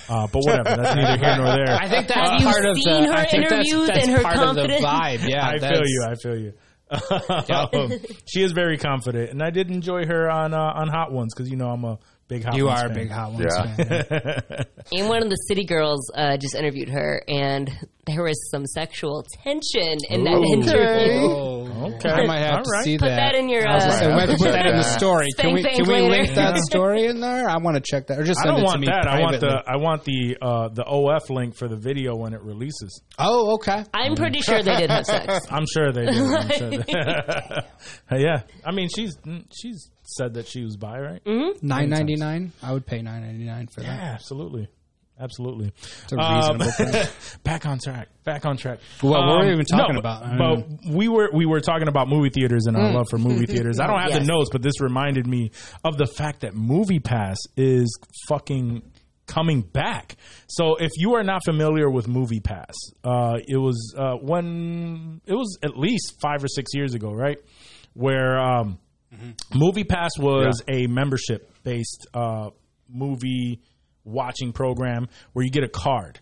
[SPEAKER 4] Uh, but whatever, that's neither here nor there.
[SPEAKER 7] I think that's
[SPEAKER 6] Have you
[SPEAKER 7] part of
[SPEAKER 6] seen
[SPEAKER 7] the.
[SPEAKER 6] her
[SPEAKER 7] I think that's,
[SPEAKER 6] interviews
[SPEAKER 7] that's
[SPEAKER 6] and her
[SPEAKER 7] part of
[SPEAKER 6] confidence?
[SPEAKER 7] the vibe. Yeah,
[SPEAKER 4] I feel
[SPEAKER 7] that's-
[SPEAKER 4] you. I feel you. Um, she is very confident, and I did enjoy her on uh, on Hot Ones because you know I'm a big Hot
[SPEAKER 7] You
[SPEAKER 4] Ones
[SPEAKER 7] are a
[SPEAKER 4] fan.
[SPEAKER 7] big hot ones
[SPEAKER 5] Yeah.
[SPEAKER 7] fan.
[SPEAKER 6] And one of the city girls uh, just interviewed her, and there was some sexual tension in that interview.
[SPEAKER 4] Okay.
[SPEAKER 7] Oh. I might have
[SPEAKER 4] All
[SPEAKER 7] to
[SPEAKER 4] right.
[SPEAKER 7] see
[SPEAKER 6] Put that in your.
[SPEAKER 7] I was gonna
[SPEAKER 6] Uh,
[SPEAKER 7] say, we have to
[SPEAKER 5] I'll
[SPEAKER 7] put
[SPEAKER 5] check
[SPEAKER 7] that in the
[SPEAKER 5] that.
[SPEAKER 7] story. can
[SPEAKER 6] Spank
[SPEAKER 7] we
[SPEAKER 6] bank
[SPEAKER 7] can we
[SPEAKER 6] later.
[SPEAKER 7] link that story in there? I want to check that, or just
[SPEAKER 4] I
[SPEAKER 7] send
[SPEAKER 4] don't
[SPEAKER 7] it to
[SPEAKER 4] want
[SPEAKER 7] me
[SPEAKER 4] that. I want
[SPEAKER 7] privately.
[SPEAKER 4] the I want the uh, the OF link for the video when it releases.
[SPEAKER 7] Oh, okay.
[SPEAKER 6] I'm pretty sure they did have sex.
[SPEAKER 4] I'm sure they do. I'm sure they yeah, I mean she's mm, she's said that she was bi, right?
[SPEAKER 7] Nine ninety nine. I would pay nine ninety nine for that.
[SPEAKER 4] Yeah, absolutely, absolutely. Um,
[SPEAKER 7] It's a reasonable price.
[SPEAKER 4] back on track. Back on track. Um,
[SPEAKER 7] Well, what were we even talking
[SPEAKER 4] no,
[SPEAKER 7] about? I Mm.
[SPEAKER 4] but-
[SPEAKER 7] don't
[SPEAKER 4] But we were we were talking about movie theaters and our love for movie theaters. I don't have
[SPEAKER 6] Yes.
[SPEAKER 4] the notes, but this reminded me of the fact that Movie Pass is fucking coming back. So if you are not familiar with Movie Pass, uh, it was uh, when it was at least five or six years ago, right? Where um, Movie Pass was a membership based uh, movie watching program where you get a card.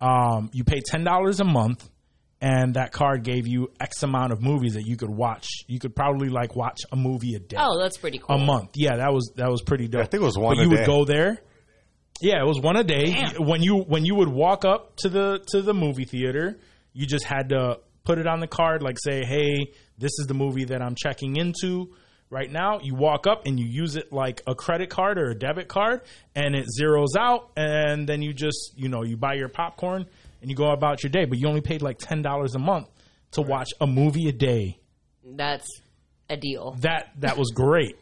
[SPEAKER 4] Um, you pay ten dollars a month, and that card gave you X amount of movies that you could watch. You could probably like watch a movie a day.
[SPEAKER 6] Oh, that's pretty cool.
[SPEAKER 4] a month. Yeah, that was that was pretty dope.
[SPEAKER 5] I think it was one
[SPEAKER 4] But
[SPEAKER 5] a
[SPEAKER 4] you
[SPEAKER 5] day.
[SPEAKER 4] would go there. Yeah, it was one a day. When you when you would walk up to the to the movie theater, you just had to put it on the card, like say, "Hey, this is the movie that I'm checking into." Right now, you walk up and you use it like a credit card or a debit card, and it zeroes out, and then you just you know you buy your popcorn and you go about your day. But you only paid like ten dollars a month to watch a movie a day.
[SPEAKER 6] That's a deal.
[SPEAKER 4] That that was great.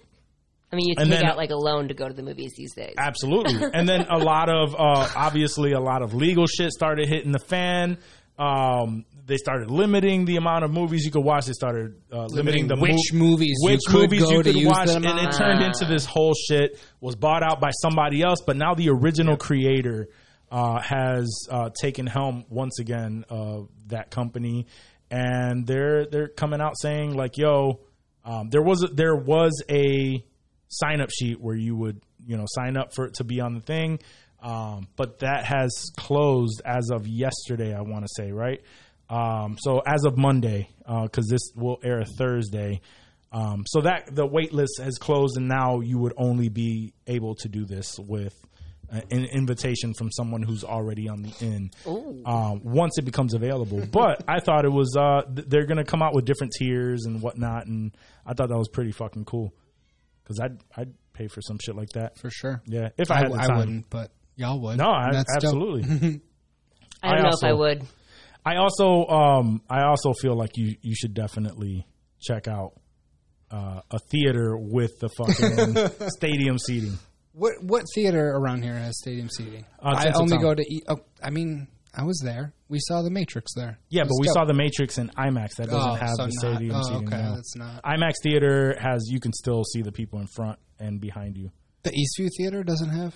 [SPEAKER 6] I mean, you take
[SPEAKER 4] And then-
[SPEAKER 6] out like a loan to go to the movies these days.
[SPEAKER 4] Absolutely. And then a lot of uh, obviously a lot of legal shit started hitting the fan. Um, they started limiting the amount of movies you could watch. They started uh, limiting,
[SPEAKER 7] Limiting
[SPEAKER 4] the
[SPEAKER 7] which movies you
[SPEAKER 4] which
[SPEAKER 7] could
[SPEAKER 4] movies
[SPEAKER 7] go
[SPEAKER 4] you
[SPEAKER 7] to
[SPEAKER 4] could
[SPEAKER 7] use
[SPEAKER 4] watch,
[SPEAKER 7] them
[SPEAKER 4] and it
[SPEAKER 7] on.
[SPEAKER 4] turned into this whole shit was bought out by somebody else. But now the original creator uh, has uh, taken helm once again of that company, and they're they're coming out saying like, "Yo, um, there was a, there was a sign up sheet where you would you know sign up for it to be on the thing." Um, but that has closed as of yesterday, I want to say, right? Um, so as of Monday, because this will air Thursday, um, so that the wait list has closed, and now you would only be able to do this with uh, an invitation from someone who's already on the in um, once it becomes available. but I thought it was uh, th- they're going to come out with different tiers and whatnot, and I thought that was pretty fucking cool because I'd I'd pay for some shit like that.
[SPEAKER 7] for sure.
[SPEAKER 4] Yeah, if I had the
[SPEAKER 7] I,
[SPEAKER 4] time.
[SPEAKER 7] wouldn't, but y'all would.
[SPEAKER 4] No, I,
[SPEAKER 7] That's dope.
[SPEAKER 4] absolutely.
[SPEAKER 6] I don't
[SPEAKER 4] I
[SPEAKER 6] know
[SPEAKER 4] also-
[SPEAKER 6] if I would.
[SPEAKER 4] I also um I also feel like you you should definitely check out uh, a theater with the fucking stadium seating.
[SPEAKER 7] What what theater around here has stadium seating?
[SPEAKER 4] Uh,
[SPEAKER 7] I
[SPEAKER 4] Tinseltown.
[SPEAKER 7] only go to. E- oh, I mean, I was there. We saw the Matrix there.
[SPEAKER 4] Yeah, but
[SPEAKER 7] Let's
[SPEAKER 4] we
[SPEAKER 7] go.
[SPEAKER 4] saw the Matrix in IMAX. That doesn't
[SPEAKER 7] Oh,
[SPEAKER 4] have
[SPEAKER 7] so
[SPEAKER 4] the
[SPEAKER 7] not-
[SPEAKER 4] stadium
[SPEAKER 7] oh,
[SPEAKER 4] seating.
[SPEAKER 7] okay,
[SPEAKER 4] no.
[SPEAKER 7] that's not-
[SPEAKER 4] IMAX theater has you can still see the people in front and behind you.
[SPEAKER 7] the Eastview Theater doesn't have.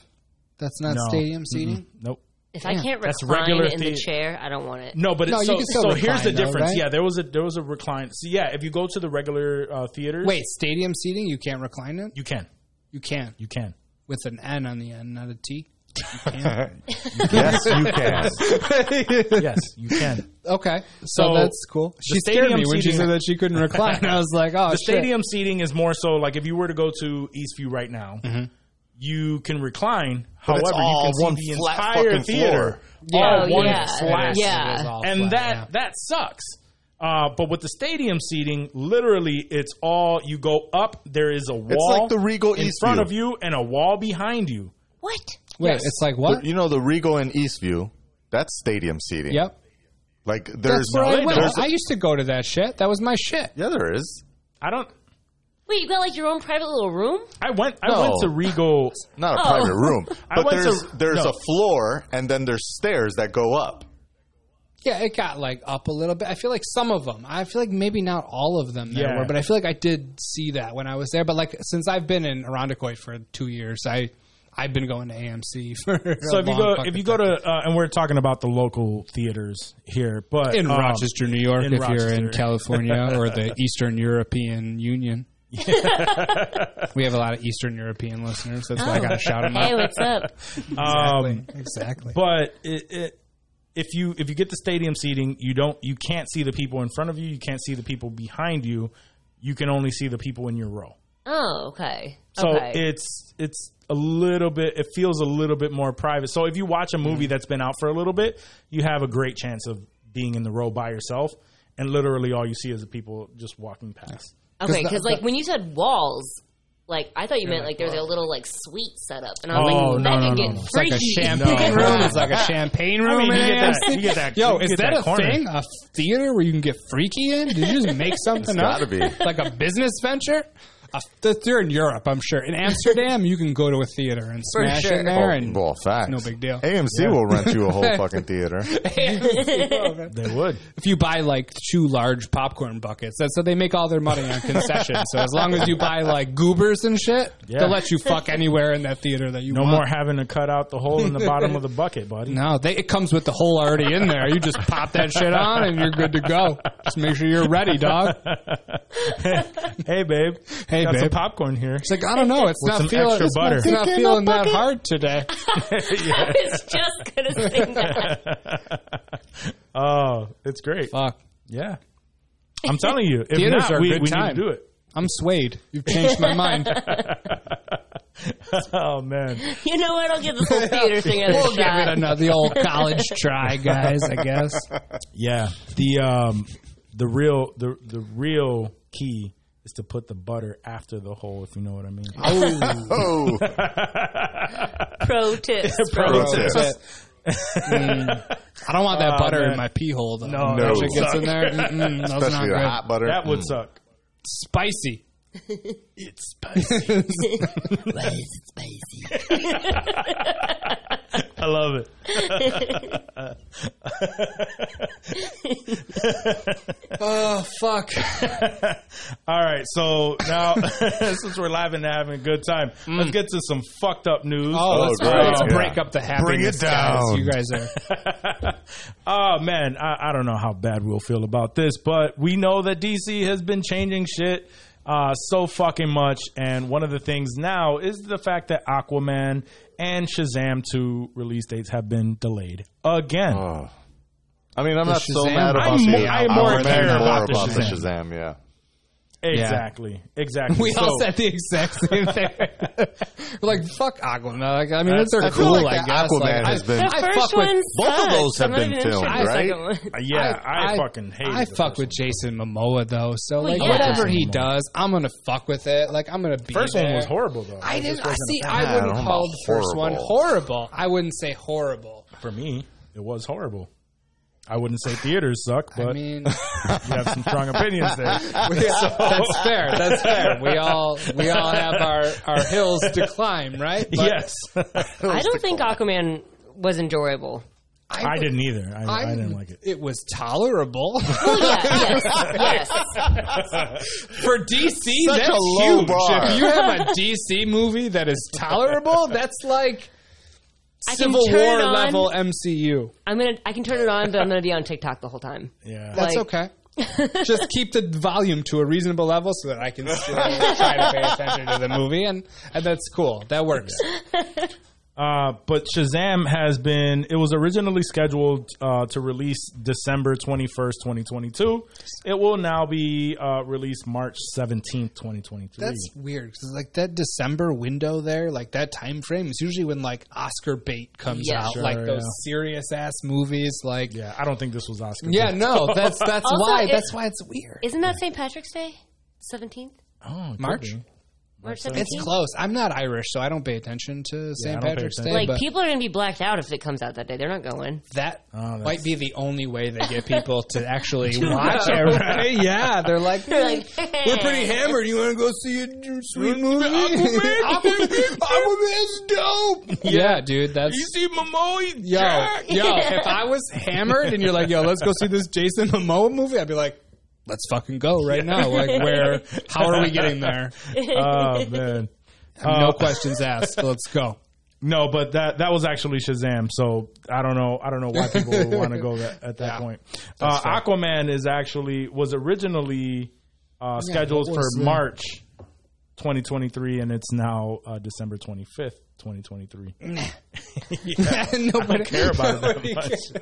[SPEAKER 7] That's not
[SPEAKER 4] No.
[SPEAKER 7] stadium
[SPEAKER 4] Mm-mm.
[SPEAKER 7] seating.
[SPEAKER 4] Nope.
[SPEAKER 6] If I can't
[SPEAKER 4] That's
[SPEAKER 6] recline
[SPEAKER 4] regular
[SPEAKER 6] in the
[SPEAKER 4] thea-
[SPEAKER 6] chair, I don't want it.
[SPEAKER 4] No, but
[SPEAKER 7] No,
[SPEAKER 4] it's
[SPEAKER 7] you
[SPEAKER 4] so,
[SPEAKER 7] can still
[SPEAKER 4] so
[SPEAKER 7] recline,
[SPEAKER 4] here's the
[SPEAKER 7] though,
[SPEAKER 4] difference.
[SPEAKER 7] right?
[SPEAKER 4] Yeah, there was a there was a recline. So yeah, if you go to the regular uh, theaters,
[SPEAKER 7] Wait, stadium seating? You can't recline it.
[SPEAKER 4] you can,
[SPEAKER 7] You can
[SPEAKER 4] you can.
[SPEAKER 7] with an N on the end, not a T.
[SPEAKER 5] yes, you can.
[SPEAKER 4] Yes, you can.
[SPEAKER 7] Okay, so,
[SPEAKER 4] So,
[SPEAKER 7] Oh, that's cool. She scared
[SPEAKER 4] stadium
[SPEAKER 7] me when she
[SPEAKER 4] seating-
[SPEAKER 7] said that she couldn't recline. I was like, oh,
[SPEAKER 4] the
[SPEAKER 7] shit.
[SPEAKER 4] stadium seating is more so like if you were to go to Eastview right now, you can recline.
[SPEAKER 5] Mm-hmm. But it's
[SPEAKER 4] However,
[SPEAKER 5] all
[SPEAKER 4] you can
[SPEAKER 5] one
[SPEAKER 4] see the
[SPEAKER 5] flat
[SPEAKER 4] entire
[SPEAKER 5] fucking
[SPEAKER 4] theater.
[SPEAKER 5] floor.
[SPEAKER 4] all
[SPEAKER 6] Oh,
[SPEAKER 4] one
[SPEAKER 6] yeah.
[SPEAKER 4] flat.
[SPEAKER 6] Yeah.
[SPEAKER 7] It is all
[SPEAKER 4] and
[SPEAKER 7] flat,
[SPEAKER 4] that
[SPEAKER 7] yeah.
[SPEAKER 4] that sucks. Uh, but with the stadium seating, literally, it's all you go up. There is a wall.
[SPEAKER 5] like the Regal
[SPEAKER 4] in
[SPEAKER 5] Eastview.
[SPEAKER 4] front of you, and a wall behind you.
[SPEAKER 6] What?
[SPEAKER 7] Wait, it's like what?
[SPEAKER 5] But you know the Regal in Eastview, that's stadium seating.
[SPEAKER 7] Yep.
[SPEAKER 5] Like there's
[SPEAKER 7] That's where I went.
[SPEAKER 5] there's
[SPEAKER 7] I used to go to that shit. That was my shit.
[SPEAKER 5] yeah, there is.
[SPEAKER 4] I don't.
[SPEAKER 6] Wait, you got like your own private little room?
[SPEAKER 4] I went. I
[SPEAKER 5] No.
[SPEAKER 4] went to Regal.
[SPEAKER 5] Not a
[SPEAKER 6] Oh.
[SPEAKER 5] private room,
[SPEAKER 4] I
[SPEAKER 5] but
[SPEAKER 4] went
[SPEAKER 5] there's
[SPEAKER 4] to-
[SPEAKER 5] there's
[SPEAKER 4] no.
[SPEAKER 5] a floor and then there's stairs that go up.
[SPEAKER 7] Yeah, it got like up a little bit. I feel like some of them. I feel like maybe not all of them there
[SPEAKER 4] Yeah.
[SPEAKER 7] were, but I feel like I did see that when I was there. But like since I've been in Irondequoit for two years, I I've been going to AMC for. a
[SPEAKER 4] So if you
[SPEAKER 7] long
[SPEAKER 4] go,
[SPEAKER 7] fucking
[SPEAKER 4] if you go to,
[SPEAKER 7] time.
[SPEAKER 4] uh, and we're talking about the local theaters here, but
[SPEAKER 7] in
[SPEAKER 4] um,
[SPEAKER 7] Rochester, New York,
[SPEAKER 4] in
[SPEAKER 7] if you're in
[SPEAKER 4] Rochester.
[SPEAKER 7] California or the Eastern European Union. we have a lot of Eastern European listeners. That's why I got to shout them
[SPEAKER 6] Hey,
[SPEAKER 7] out.
[SPEAKER 6] what's up?
[SPEAKER 4] Oh. um,
[SPEAKER 7] exactly.
[SPEAKER 4] but it, it, if you if you get the stadium seating, you don't you can't see the people in front of you. You can't see the people behind you. You can only see the people in your row.
[SPEAKER 6] Oh, okay.
[SPEAKER 4] So
[SPEAKER 6] okay.
[SPEAKER 4] it's it's a little bit. It feels a little bit more private. So if you watch a movie that's been out for a little bit, you have a great chance of being in the row by yourself, and literally all you see is the people just walking past.
[SPEAKER 6] Okay,
[SPEAKER 7] 'Cause
[SPEAKER 6] because
[SPEAKER 7] the-
[SPEAKER 6] like
[SPEAKER 7] the-
[SPEAKER 6] when you said walls, like I thought you meant like there's a little like suite set up, and I was
[SPEAKER 4] Oh,
[SPEAKER 6] like,
[SPEAKER 4] no,
[SPEAKER 6] that
[SPEAKER 4] no,
[SPEAKER 6] could
[SPEAKER 4] no,
[SPEAKER 6] get
[SPEAKER 4] no. It's
[SPEAKER 7] like
[SPEAKER 6] freaky.
[SPEAKER 7] a champagne room. It's like a champagne room.
[SPEAKER 4] I mean, you
[SPEAKER 7] in
[SPEAKER 4] get
[SPEAKER 7] there.
[SPEAKER 4] that- you get that-
[SPEAKER 7] Oh, Yo,
[SPEAKER 4] you
[SPEAKER 7] is
[SPEAKER 4] get
[SPEAKER 7] that,
[SPEAKER 4] that
[SPEAKER 7] a
[SPEAKER 4] corner.
[SPEAKER 7] thing? A theater where you can get freaky in? Did you just make something
[SPEAKER 5] It's
[SPEAKER 7] up?
[SPEAKER 5] gotta be.
[SPEAKER 7] like a business venture. A, th- they're in Europe, I'm sure. In Amsterdam, you can go to a theater and smash
[SPEAKER 6] sure.
[SPEAKER 7] in there,
[SPEAKER 5] Oh,
[SPEAKER 7] and
[SPEAKER 5] well, facts.
[SPEAKER 7] no big deal.
[SPEAKER 5] AMC will rent you a whole fucking theater.
[SPEAKER 4] They would.
[SPEAKER 7] if you buy like two large popcorn buckets, that's how they make all their money on concessions. so as long as you buy like goobers and shit,
[SPEAKER 4] Yeah.
[SPEAKER 7] they'll let you fuck anywhere in that theater that you
[SPEAKER 4] No
[SPEAKER 7] want.
[SPEAKER 4] more having to cut out the hole in the bottom of the bucket, buddy.
[SPEAKER 7] No, Oh, they, it comes with the hole already in there. You just pop that shit on and you're good to go. Just make sure you're ready, dog.
[SPEAKER 4] Hey, babe.
[SPEAKER 7] Hey,
[SPEAKER 4] Got some
[SPEAKER 7] babe.
[SPEAKER 4] popcorn here.
[SPEAKER 7] It's like I don't know. It's
[SPEAKER 4] some
[SPEAKER 7] not feeling.
[SPEAKER 4] extra
[SPEAKER 7] It's not,
[SPEAKER 4] butter.
[SPEAKER 7] it's not
[SPEAKER 6] Dick in
[SPEAKER 7] feeling
[SPEAKER 6] the
[SPEAKER 7] that
[SPEAKER 6] bucket.
[SPEAKER 7] hard today.
[SPEAKER 6] I was just gonna say that.
[SPEAKER 4] Oh, it's great.
[SPEAKER 7] Fuck.
[SPEAKER 4] Yeah. I'm telling you, if
[SPEAKER 7] Theaters
[SPEAKER 4] not,
[SPEAKER 7] are a
[SPEAKER 4] we,
[SPEAKER 7] good
[SPEAKER 4] we
[SPEAKER 7] time.
[SPEAKER 4] need to do it.
[SPEAKER 7] I'm swayed. You've changed my mind.
[SPEAKER 4] Oh man,
[SPEAKER 6] You know what? I'll give this whole theater thing a
[SPEAKER 7] we'll give it
[SPEAKER 6] shot.
[SPEAKER 7] another the old college try, guys. I guess.
[SPEAKER 4] yeah. The um, the real the the real key is to put the butter after the hole, if you know what I mean.
[SPEAKER 5] Oh,
[SPEAKER 6] Pro tips.
[SPEAKER 4] Pro tip.
[SPEAKER 7] Mm. I don't want that butter
[SPEAKER 4] Oh, man.
[SPEAKER 7] in my pee hole though.
[SPEAKER 4] No,
[SPEAKER 7] That
[SPEAKER 5] No.
[SPEAKER 7] shit gets in there. Mm-mm, that's
[SPEAKER 5] especially the
[SPEAKER 7] not
[SPEAKER 5] hot
[SPEAKER 7] good.
[SPEAKER 5] butter.
[SPEAKER 4] That would
[SPEAKER 5] Mm.
[SPEAKER 4] suck.
[SPEAKER 7] Spicy.
[SPEAKER 4] It's spicy. I love it.
[SPEAKER 7] Oh fuck.
[SPEAKER 4] All right, so now since we're laughing and having a good time, let's get to some fucked up news.
[SPEAKER 7] Mm. Oh,
[SPEAKER 5] Oh,
[SPEAKER 7] let's,
[SPEAKER 5] great.
[SPEAKER 7] let's
[SPEAKER 5] Yeah.
[SPEAKER 7] break up the happiness.
[SPEAKER 5] Bring
[SPEAKER 7] guys.
[SPEAKER 5] it down.
[SPEAKER 7] You guys are.
[SPEAKER 4] Oh man, I, I don't know how bad we'll feel about this, but we know that DC has been changing shit uh, so fucking much, and one of the things now is the fact that Aquaman and Shazam two release dates have been delayed again.
[SPEAKER 5] I mean, I'm not so
[SPEAKER 7] Shazam.
[SPEAKER 5] mad about
[SPEAKER 4] I'm
[SPEAKER 5] the
[SPEAKER 4] more- I am more
[SPEAKER 5] I'm
[SPEAKER 4] care
[SPEAKER 5] more
[SPEAKER 4] about the
[SPEAKER 5] about the
[SPEAKER 4] Shazam.
[SPEAKER 5] Shazam. Yeah.
[SPEAKER 4] exactly, exactly.
[SPEAKER 7] We all
[SPEAKER 4] So-
[SPEAKER 7] said the exact same thing. We're like, fuck Aquaman. Like, I mean,
[SPEAKER 5] That's-
[SPEAKER 7] they're
[SPEAKER 5] I feel
[SPEAKER 7] cool,
[SPEAKER 5] like
[SPEAKER 7] I
[SPEAKER 5] the
[SPEAKER 7] guess.
[SPEAKER 5] Aquaman
[SPEAKER 7] like,
[SPEAKER 5] has
[SPEAKER 7] I,
[SPEAKER 5] been-
[SPEAKER 7] I
[SPEAKER 6] The
[SPEAKER 7] fuck
[SPEAKER 6] first
[SPEAKER 7] with
[SPEAKER 6] one
[SPEAKER 5] both of
[SPEAKER 6] sucks.
[SPEAKER 5] those have
[SPEAKER 6] I'm not
[SPEAKER 5] been
[SPEAKER 6] even interested
[SPEAKER 5] filmed,
[SPEAKER 6] in the
[SPEAKER 5] right?
[SPEAKER 6] second one.
[SPEAKER 4] uh, yeah, I, fucking hate.
[SPEAKER 7] I fuck with Jason Momoa though, so
[SPEAKER 6] Well,
[SPEAKER 7] like
[SPEAKER 6] yeah.
[SPEAKER 7] whatever he
[SPEAKER 4] Momoa.
[SPEAKER 7] does, I'm gonna fuck with it. Like I'm gonna be
[SPEAKER 4] First one
[SPEAKER 7] there.
[SPEAKER 4] was horrible though.
[SPEAKER 7] I didn't. I see.
[SPEAKER 5] fan.
[SPEAKER 7] I
[SPEAKER 5] I
[SPEAKER 7] wouldn't
[SPEAKER 5] don't know
[SPEAKER 7] call
[SPEAKER 5] about
[SPEAKER 7] the first one
[SPEAKER 5] horrible.
[SPEAKER 7] horrible. I wouldn't say horrible.
[SPEAKER 4] For me, it was horrible. I wouldn't say theaters suck, but
[SPEAKER 7] I mean,
[SPEAKER 4] you have some strong opinions there.
[SPEAKER 7] that's fair. That's fair. We all we all have our our hills to climb, right? But
[SPEAKER 4] yes,
[SPEAKER 6] I don't think Aquaman was enjoyable.
[SPEAKER 4] I
[SPEAKER 7] would-
[SPEAKER 4] didn't either. I, I
[SPEAKER 7] I
[SPEAKER 4] didn't like it.
[SPEAKER 7] It was tolerable.
[SPEAKER 6] Well, yeah, yes, yes.
[SPEAKER 7] For DC,
[SPEAKER 5] Such
[SPEAKER 7] that's
[SPEAKER 5] a low
[SPEAKER 7] huge.
[SPEAKER 5] bar.
[SPEAKER 7] If you have a DC movie that is tolerable, that's like
[SPEAKER 6] I can
[SPEAKER 7] Civil
[SPEAKER 6] turn
[SPEAKER 7] War
[SPEAKER 6] it on.
[SPEAKER 7] level MCU.
[SPEAKER 6] I'm gonna. I can turn it on, but I'm gonna be on TikTok the whole time.
[SPEAKER 4] Yeah.
[SPEAKER 7] That's
[SPEAKER 6] Like-
[SPEAKER 7] okay. Just keep the volume to a reasonable level so that I can still try to pay attention to the movie, and, and that's cool. That works.
[SPEAKER 4] Uh, but Shazam has been. It was originally scheduled uh, to release December twenty first, twenty twenty two. It will now be uh, released March seventeenth, twenty twenty three.
[SPEAKER 7] That's weird 'cause, like that December window there, like that time frame is usually when like Oscar bait comes
[SPEAKER 6] Yeah.
[SPEAKER 7] out,
[SPEAKER 6] Sure,
[SPEAKER 7] like those
[SPEAKER 4] yeah.
[SPEAKER 7] serious ass movies, like.
[SPEAKER 4] Yeah, I don't think this was Oscar.
[SPEAKER 7] Yeah,
[SPEAKER 4] bait.
[SPEAKER 7] no, that's that's
[SPEAKER 6] Also,
[SPEAKER 7] why
[SPEAKER 6] it-
[SPEAKER 7] that's why it's weird.
[SPEAKER 6] Isn't that St. Patrick's Day? Seventeenth,
[SPEAKER 4] Oh, it could
[SPEAKER 7] March?
[SPEAKER 4] be.
[SPEAKER 6] March
[SPEAKER 7] It's
[SPEAKER 6] seventeenth.
[SPEAKER 7] close. I'm not Irish, so I don't pay attention to
[SPEAKER 4] I
[SPEAKER 7] St.
[SPEAKER 4] don't pay
[SPEAKER 7] Patrick's Day.
[SPEAKER 4] attention.
[SPEAKER 6] Like
[SPEAKER 7] but
[SPEAKER 6] people are gonna be blacked out if it comes out that day. They're not going.
[SPEAKER 7] that
[SPEAKER 4] Oh, that's-
[SPEAKER 7] might be the only way they get people to actually watch it. Right? Yeah, they're like,
[SPEAKER 6] They're like, hey.
[SPEAKER 7] we're pretty hammered. You want to go see a sweet movie? Aquaman, Aquaman's dope. Yeah, dude, that's
[SPEAKER 4] see Momoa?
[SPEAKER 7] yo, yo. If I was hammered and you're like, yo, let's go see this Jason Momoa movie, I'd be like. Let's fucking go right now. Like, where? How are we getting there?
[SPEAKER 4] Oh man.
[SPEAKER 7] no questions asked. Let's go.
[SPEAKER 4] No, but that that was actually Shazam. So I don't know. I don't know why people would want to go that, at that
[SPEAKER 7] Yeah.
[SPEAKER 4] point. Uh, Aquaman is actually was originally uh, scheduled
[SPEAKER 7] what
[SPEAKER 4] for
[SPEAKER 7] was the-
[SPEAKER 4] March 2023, and it's now uh, December 25th, 2023.
[SPEAKER 7] Nobody
[SPEAKER 4] I don't care about it that
[SPEAKER 7] nobody
[SPEAKER 4] much.
[SPEAKER 7] cares.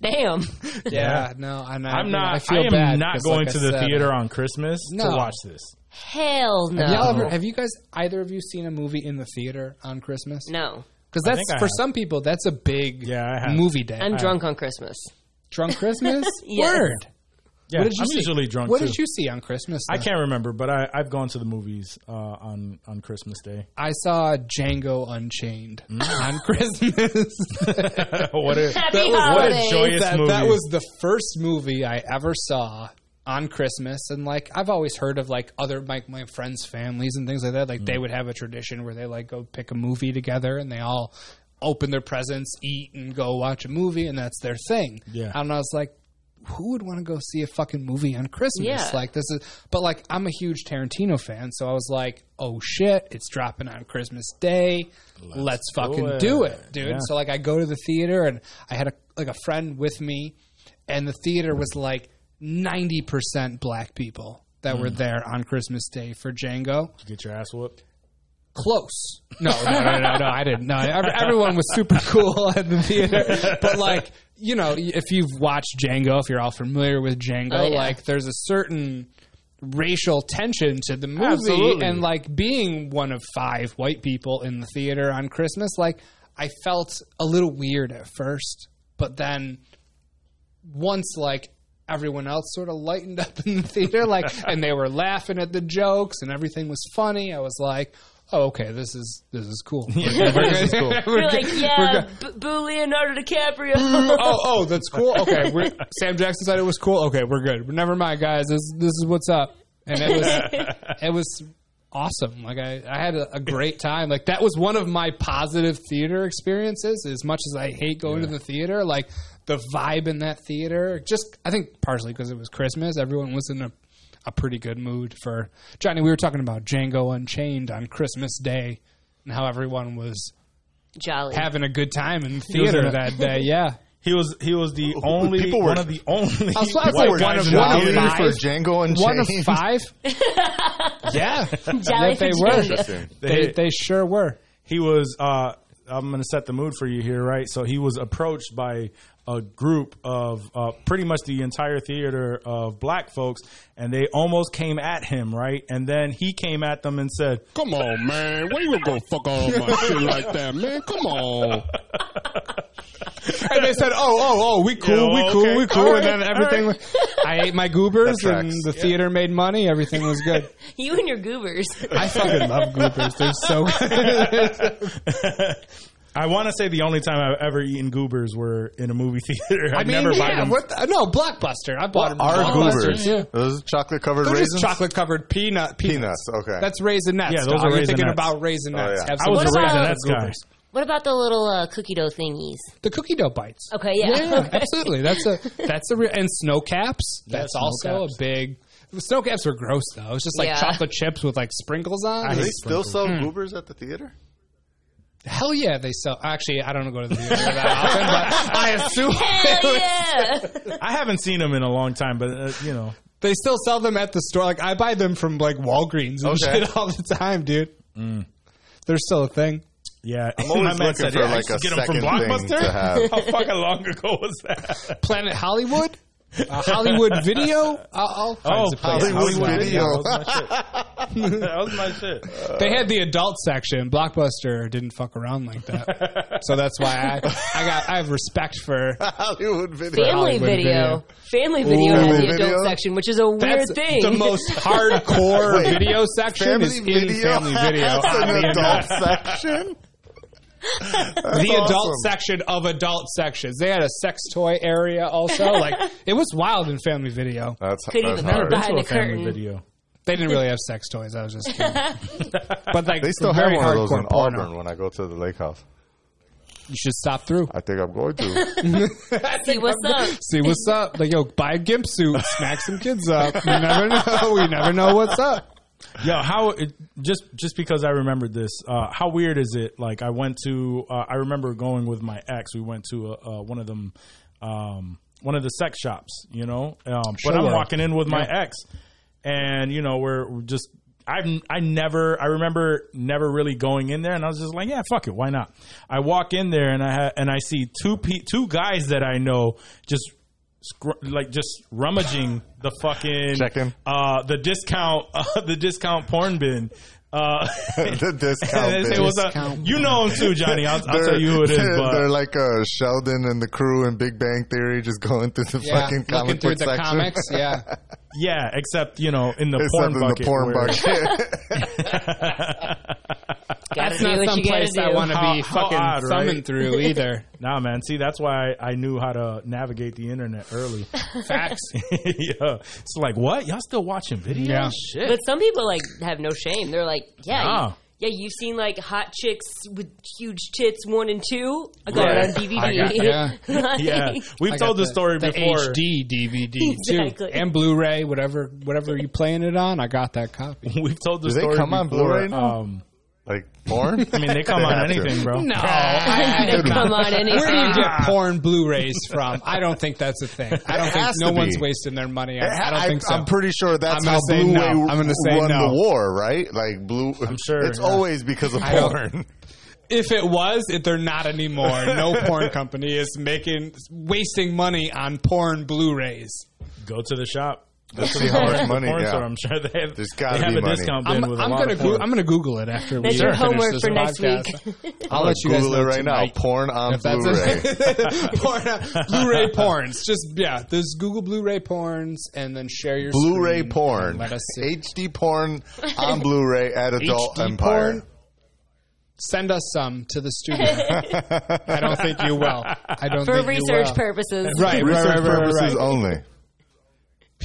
[SPEAKER 6] Damn.
[SPEAKER 7] Yeah, no, I'm not.
[SPEAKER 4] I'm
[SPEAKER 7] I
[SPEAKER 4] not. I,
[SPEAKER 7] feel
[SPEAKER 4] am
[SPEAKER 7] bad
[SPEAKER 4] not
[SPEAKER 7] 'cause
[SPEAKER 4] going
[SPEAKER 7] like
[SPEAKER 4] to
[SPEAKER 7] I
[SPEAKER 4] the
[SPEAKER 7] said,
[SPEAKER 4] theater on Christmas to
[SPEAKER 7] No.
[SPEAKER 4] watch this.
[SPEAKER 6] Hell no.
[SPEAKER 7] Have, y'all ever, have you guys either of you seen a movie in the theater on Christmas?
[SPEAKER 6] no.
[SPEAKER 7] because
[SPEAKER 4] I
[SPEAKER 7] that's
[SPEAKER 4] think I
[SPEAKER 7] for
[SPEAKER 4] have.
[SPEAKER 7] some people that's a big
[SPEAKER 4] Yeah, I have.
[SPEAKER 7] movie day.
[SPEAKER 6] I'm drunk on Christmas.
[SPEAKER 7] Drunk Christmas?
[SPEAKER 6] Yes.
[SPEAKER 7] Word.
[SPEAKER 4] Yeah,
[SPEAKER 7] What did you
[SPEAKER 4] I'm
[SPEAKER 7] see?
[SPEAKER 4] usually drunk.
[SPEAKER 7] What
[SPEAKER 4] too.
[SPEAKER 7] did you see on Christmas?
[SPEAKER 4] I
[SPEAKER 7] though?
[SPEAKER 4] can't remember, but I, I've gone to the movies uh, on on Christmas Day.
[SPEAKER 7] I saw Django Unchained on Christmas.
[SPEAKER 4] Oh, what a that
[SPEAKER 6] Happy
[SPEAKER 4] was, what a
[SPEAKER 6] holidays.
[SPEAKER 4] joyous
[SPEAKER 7] that,
[SPEAKER 4] movie.
[SPEAKER 7] that was the first movie I ever saw on Christmas, and like I've always heard of like other like my friends' families and things like that. Like they would have a tradition where they like go pick a movie together, and they all open their presents, eat, and go watch a movie, and that's their thing.
[SPEAKER 4] Yeah.
[SPEAKER 7] and I was like. Who would want to go see a fucking movie on Christmas?
[SPEAKER 6] Yeah.
[SPEAKER 7] Like this is, but like I'm a huge Tarantino fan, so I was like, "Oh shit, it's dropping on Christmas Day. Let's, fucking
[SPEAKER 4] it.
[SPEAKER 7] do it, dude."
[SPEAKER 4] Yeah.
[SPEAKER 7] So like I go to the theater and I had a like a friend with me and the theater was like 90% black people that were
[SPEAKER 4] Mm.
[SPEAKER 7] there on Christmas Day for Django.
[SPEAKER 4] Get your ass whooped.
[SPEAKER 7] Close. No, no, no, no, no I didn't. No, ev- everyone was super cool at the theater. But like, you know, if you've watched Django, if you're all familiar with Django,
[SPEAKER 6] Oh, yeah.
[SPEAKER 7] like there's a certain racial tension to the movie
[SPEAKER 4] Absolutely.
[SPEAKER 7] and like being one of five white people in the theater on Christmas, like I felt a little weird at first, but then once like everyone else sort of lightened up in the theater like and they were laughing at the jokes and everything was funny i was like oh, okay this is this is cool
[SPEAKER 4] This is cool.
[SPEAKER 6] You're like, yeah, b- boo Leonardo DiCaprio.
[SPEAKER 7] oh oh that's cool okay we're, sam jackson said it was cool okay we're good never mind guys this this is what's up and it was it was awesome like i i had a, a great time like that was one of my positive theater experiences as much as i hate going to the theater like the vibe in that theater just i think partially because it was christmas everyone was in a a pretty good mood for johnny we were talking about django unchained on christmas day and how everyone was
[SPEAKER 6] Jolly.
[SPEAKER 7] having a good time in the
[SPEAKER 4] was in
[SPEAKER 7] theater
[SPEAKER 4] a-
[SPEAKER 7] that day yeah
[SPEAKER 4] He was he was the only
[SPEAKER 5] people were-
[SPEAKER 4] one of the only
[SPEAKER 7] I was like,
[SPEAKER 4] white
[SPEAKER 7] one
[SPEAKER 4] guys
[SPEAKER 7] of-
[SPEAKER 4] in the
[SPEAKER 7] one of
[SPEAKER 5] Jolly
[SPEAKER 4] theater.
[SPEAKER 7] five.
[SPEAKER 5] for Django and
[SPEAKER 7] one of five. yeah,
[SPEAKER 6] Jolly
[SPEAKER 7] they
[SPEAKER 6] for
[SPEAKER 7] were.
[SPEAKER 6] Django.
[SPEAKER 7] They, they sure were.
[SPEAKER 4] he was uh I'm going to set the mood for you here, right? So he was approached by a group of uh, pretty much the entire theater of black folks, and they almost came at him, right? And then he came at them and said,
[SPEAKER 9] Come on, man. Why you gonna go fuck all my shit like that, man? Come on.
[SPEAKER 7] And they said, "Oh, oh, oh, we cool,
[SPEAKER 4] Yeah,
[SPEAKER 7] we cool,
[SPEAKER 4] okay.
[SPEAKER 7] we cool."
[SPEAKER 4] All
[SPEAKER 7] and
[SPEAKER 4] right,
[SPEAKER 7] then everything.
[SPEAKER 4] all
[SPEAKER 7] I ate my goobers,
[SPEAKER 5] That
[SPEAKER 7] and
[SPEAKER 5] tracks.
[SPEAKER 7] the theater made money. Everything was good.
[SPEAKER 6] you and your goobers.
[SPEAKER 7] I fucking love goobers. They're so good.
[SPEAKER 4] I want to say the only time I've ever eaten goobers were in a movie theater. I,
[SPEAKER 7] I mean,
[SPEAKER 4] never buy
[SPEAKER 7] yeah,
[SPEAKER 4] them.
[SPEAKER 7] what the, no, Blockbuster. I bought them.
[SPEAKER 5] Our
[SPEAKER 7] Blockbuster,
[SPEAKER 5] goobers.
[SPEAKER 7] Yeah.
[SPEAKER 5] Those chocolate covered
[SPEAKER 7] They're
[SPEAKER 5] raisins.
[SPEAKER 7] just chocolate covered peanut peanuts.
[SPEAKER 5] Peanuts, okay.
[SPEAKER 7] That's raisinets.
[SPEAKER 4] Yeah, those
[SPEAKER 7] dog.
[SPEAKER 4] are
[SPEAKER 7] You're thinking
[SPEAKER 4] Raisinets.
[SPEAKER 7] about raisinets.
[SPEAKER 5] Oh, yeah.
[SPEAKER 4] I was
[SPEAKER 6] What
[SPEAKER 4] a
[SPEAKER 6] about-
[SPEAKER 4] raisin that's guy.
[SPEAKER 7] Goobers.
[SPEAKER 6] what about the little uh, cookie dough thingies?
[SPEAKER 7] The cookie dough bites.
[SPEAKER 6] Okay, yeah. Okay.
[SPEAKER 7] absolutely. That's a that's a real and snow caps. That's
[SPEAKER 4] snow
[SPEAKER 7] also
[SPEAKER 4] caps.
[SPEAKER 7] a big. Snow caps were gross though. It's just like
[SPEAKER 6] Yeah.
[SPEAKER 7] chocolate chips with like sprinkles on.
[SPEAKER 5] Do
[SPEAKER 7] It's-
[SPEAKER 5] they still sell
[SPEAKER 4] Hmm.
[SPEAKER 5] goobers at the theater?
[SPEAKER 7] hell yeah, they sell. Actually, I don't go to the theater that often, but I assume
[SPEAKER 6] Hell yeah.
[SPEAKER 4] I haven't seen them in a long time, but uh, you know,
[SPEAKER 7] they still sell them at the store. Like I buy them from like Walgreens and
[SPEAKER 5] Okay.
[SPEAKER 7] shit all the time, dude.
[SPEAKER 5] Mm.
[SPEAKER 7] They're still a thing.
[SPEAKER 4] yeah.
[SPEAKER 5] I'm always
[SPEAKER 4] man
[SPEAKER 5] looking for
[SPEAKER 4] I
[SPEAKER 5] like
[SPEAKER 4] used to
[SPEAKER 5] a
[SPEAKER 4] get 'em
[SPEAKER 5] second
[SPEAKER 4] from
[SPEAKER 5] thing
[SPEAKER 4] Blockbuster.
[SPEAKER 5] to have.
[SPEAKER 4] How fucking long ago was that?
[SPEAKER 7] Planet Hollywood, uh, Hollywood Video. I'll, I'll find
[SPEAKER 4] Oh,
[SPEAKER 7] a place.
[SPEAKER 5] Hollywood
[SPEAKER 7] I'll find
[SPEAKER 5] Video.
[SPEAKER 7] it.
[SPEAKER 4] that was my shit.
[SPEAKER 7] They had the adult section. Blockbuster didn't fuck around like that, so that's why I, I got I have respect for
[SPEAKER 5] Hollywood video.
[SPEAKER 6] Family
[SPEAKER 7] Hollywood
[SPEAKER 6] video. Family video
[SPEAKER 5] Ooh.
[SPEAKER 6] has the
[SPEAKER 5] Family
[SPEAKER 6] adult
[SPEAKER 5] video?
[SPEAKER 6] section, which is a weird
[SPEAKER 7] that's
[SPEAKER 6] thing.
[SPEAKER 7] the most hardcore
[SPEAKER 5] Wait,
[SPEAKER 7] video section is in family video.
[SPEAKER 5] That's an
[SPEAKER 7] oddly
[SPEAKER 5] adult
[SPEAKER 7] enough.
[SPEAKER 5] section.
[SPEAKER 7] the adult
[SPEAKER 5] awesome.
[SPEAKER 7] section of adult sections. They had a sex toy area also. Like it was wild in family video.
[SPEAKER 5] That's,
[SPEAKER 6] Could even
[SPEAKER 5] that's
[SPEAKER 6] better
[SPEAKER 5] hard.
[SPEAKER 6] buy-
[SPEAKER 4] To
[SPEAKER 6] Behind
[SPEAKER 4] a
[SPEAKER 6] the
[SPEAKER 4] family
[SPEAKER 6] curtain.
[SPEAKER 4] video.
[SPEAKER 7] They didn't really have sex toys. I was just kidding. but like
[SPEAKER 5] They still have
[SPEAKER 7] very
[SPEAKER 5] one of those
[SPEAKER 7] hardcore
[SPEAKER 5] in
[SPEAKER 7] porno.
[SPEAKER 5] Auburn when I go to the lake house.
[SPEAKER 7] You should stop through.
[SPEAKER 5] I think I'm going to.
[SPEAKER 6] See what's up.
[SPEAKER 7] See what's up. Like yo, buy a gimp suit, smack some kids up. You never know. We never know what's up.
[SPEAKER 4] Yo, how it- just just because I remembered this, uh, how weird is it? Like I went to, uh, I remember going with my ex. We went to uh, uh, one of them, um, one of the sex shops, you know. Um, but I'm
[SPEAKER 7] Sure.
[SPEAKER 4] walking in with my ex, and you know we're, we're just. I've I never I remember never really going in there, and I was just like, yeah, fuck it, why not? I walk in there and I ha- and I see two pe- two guys that I know just scr- like just rummaging the fucking
[SPEAKER 5] Checking.
[SPEAKER 4] uh, the discount uh, the discount porn bin Uh,
[SPEAKER 5] The discount
[SPEAKER 4] they say,
[SPEAKER 5] bitch.
[SPEAKER 4] "What's up?"
[SPEAKER 9] Discount
[SPEAKER 4] You know him too, Johnny. I'll, I'll
[SPEAKER 5] They're-
[SPEAKER 4] tell you who it is.
[SPEAKER 5] They're,
[SPEAKER 4] But
[SPEAKER 5] they're like uh, Sheldon and the crew in Big Bang Theory, just going through the
[SPEAKER 9] Yeah,
[SPEAKER 5] fucking
[SPEAKER 9] looking
[SPEAKER 5] comic
[SPEAKER 9] through
[SPEAKER 5] book
[SPEAKER 9] the
[SPEAKER 5] section.
[SPEAKER 9] comics. Yeah,
[SPEAKER 4] yeah, except you know, in the
[SPEAKER 5] Except
[SPEAKER 4] porn
[SPEAKER 5] in
[SPEAKER 4] bucket.
[SPEAKER 5] the porn
[SPEAKER 4] where-
[SPEAKER 5] bucket.
[SPEAKER 6] Gotta
[SPEAKER 9] that's
[SPEAKER 6] do
[SPEAKER 9] not
[SPEAKER 6] what
[SPEAKER 9] some
[SPEAKER 6] you gotta
[SPEAKER 9] place I
[SPEAKER 6] do.
[SPEAKER 9] want to be
[SPEAKER 4] How- how
[SPEAKER 9] fucking
[SPEAKER 4] odd, right?
[SPEAKER 9] thumbing through either.
[SPEAKER 4] Nah, man. See, that's why I knew how to navigate the internet early.
[SPEAKER 9] Facts.
[SPEAKER 4] yeah. It's like, what? Y'all still watching videos?
[SPEAKER 9] Yeah.
[SPEAKER 4] Shit.
[SPEAKER 6] But some people like have no shame. They're like, yeah,
[SPEAKER 4] Nah.
[SPEAKER 6] you, yeah, you've seen like hot chicks with huge tits one and two. I got
[SPEAKER 4] Right.
[SPEAKER 6] it on DVD.
[SPEAKER 9] I got- yeah.
[SPEAKER 6] Like-
[SPEAKER 4] yeah. We've
[SPEAKER 9] I
[SPEAKER 4] told
[SPEAKER 9] got
[SPEAKER 4] the story
[SPEAKER 9] the
[SPEAKER 4] before.
[SPEAKER 9] HD DVD
[SPEAKER 6] Exactly.
[SPEAKER 9] too, and Blu-ray, whatever, whatever you playing it on. I got that copy.
[SPEAKER 4] We've told the
[SPEAKER 5] Do they
[SPEAKER 4] story
[SPEAKER 5] come on
[SPEAKER 4] before.
[SPEAKER 5] Blu-ray now?
[SPEAKER 4] um,
[SPEAKER 5] like porn?
[SPEAKER 4] I mean, they come
[SPEAKER 5] They
[SPEAKER 4] on
[SPEAKER 5] have to.
[SPEAKER 4] anything, bro.
[SPEAKER 9] No, I, I,
[SPEAKER 6] They come on anything.
[SPEAKER 9] where do you get porn Blu-rays from? I don't think that's a thing. I don't
[SPEAKER 5] It
[SPEAKER 9] think
[SPEAKER 5] has
[SPEAKER 9] no
[SPEAKER 5] to be.
[SPEAKER 9] one's wasting their money. on it. I don't think so.
[SPEAKER 5] am pretty sure
[SPEAKER 9] I'm
[SPEAKER 5] that's
[SPEAKER 9] gonna
[SPEAKER 5] how
[SPEAKER 9] say
[SPEAKER 5] Blu-ray
[SPEAKER 9] no. I'm gonna say
[SPEAKER 5] won
[SPEAKER 9] no.
[SPEAKER 5] the war, right? Like blue. I'm
[SPEAKER 4] sure,
[SPEAKER 5] it's
[SPEAKER 4] yeah.
[SPEAKER 5] always because of
[SPEAKER 9] I don't-
[SPEAKER 5] porn.
[SPEAKER 9] if it was, if they're not anymore. No porn company is making wasting money on porn Blu-rays.
[SPEAKER 4] Go to the shop.
[SPEAKER 5] Let's see how much money.
[SPEAKER 4] Porn store,
[SPEAKER 5] Yeah.
[SPEAKER 4] I'm sure they have,
[SPEAKER 5] There's
[SPEAKER 4] they
[SPEAKER 5] gotta
[SPEAKER 4] have
[SPEAKER 5] be
[SPEAKER 4] a
[SPEAKER 5] money.
[SPEAKER 4] discount bin
[SPEAKER 9] I'm,
[SPEAKER 4] with a
[SPEAKER 9] I'm
[SPEAKER 4] lot
[SPEAKER 9] gonna
[SPEAKER 4] of porn.
[SPEAKER 9] Goo- I'm gonna Google it after we uh,
[SPEAKER 6] That's your
[SPEAKER 9] finish
[SPEAKER 6] homework
[SPEAKER 9] this
[SPEAKER 6] for next
[SPEAKER 9] podcast. I'll let you guys
[SPEAKER 5] Google
[SPEAKER 9] know
[SPEAKER 5] it right
[SPEAKER 9] tonight.
[SPEAKER 5] now. Porn on
[SPEAKER 9] If that's
[SPEAKER 5] Blu-ray.
[SPEAKER 9] a- porn,
[SPEAKER 5] uh,
[SPEAKER 9] Blu-ray porns. Just yeah, there's Google Blu-ray porns, and then share your
[SPEAKER 5] Blu-ray
[SPEAKER 9] screen and
[SPEAKER 5] porn.
[SPEAKER 9] Let us see.
[SPEAKER 5] HD porn on Blu-ray at Adult
[SPEAKER 9] HD
[SPEAKER 5] Empire.
[SPEAKER 9] porn? Send us some to the studio. I don't think you will. I don't
[SPEAKER 6] For
[SPEAKER 9] think you
[SPEAKER 6] research
[SPEAKER 9] will.
[SPEAKER 6] purposes.
[SPEAKER 9] Right, right,
[SPEAKER 5] Research
[SPEAKER 9] right, right,
[SPEAKER 5] purposes
[SPEAKER 9] right, right.
[SPEAKER 5] only.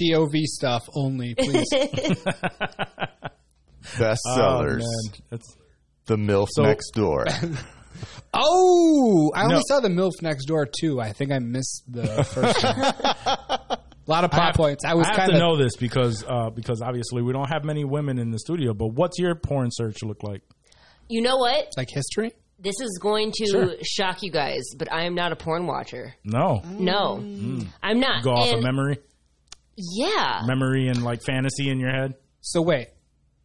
[SPEAKER 9] POV stuff only, please.
[SPEAKER 4] Oh,
[SPEAKER 5] Bestsellers.
[SPEAKER 4] man. That's-
[SPEAKER 5] the MILF next door.
[SPEAKER 9] oh, I only
[SPEAKER 4] No.
[SPEAKER 9] saw the MILF next door too. I think I missed the first one. A lot of plot points. I was
[SPEAKER 4] I have
[SPEAKER 9] kind
[SPEAKER 4] to
[SPEAKER 9] of
[SPEAKER 4] know this because uh, because obviously we don't have many women in the studio. But what's your porn search look like?
[SPEAKER 6] You know what?
[SPEAKER 9] like history.
[SPEAKER 6] This is going to
[SPEAKER 4] Sure.
[SPEAKER 6] shock you guys, but I am not a porn watcher.
[SPEAKER 4] No,
[SPEAKER 6] No, I'm not.
[SPEAKER 4] go off
[SPEAKER 6] And-
[SPEAKER 4] of memory,
[SPEAKER 6] Yeah.
[SPEAKER 4] memory, and like fantasy in your head.
[SPEAKER 9] So wait,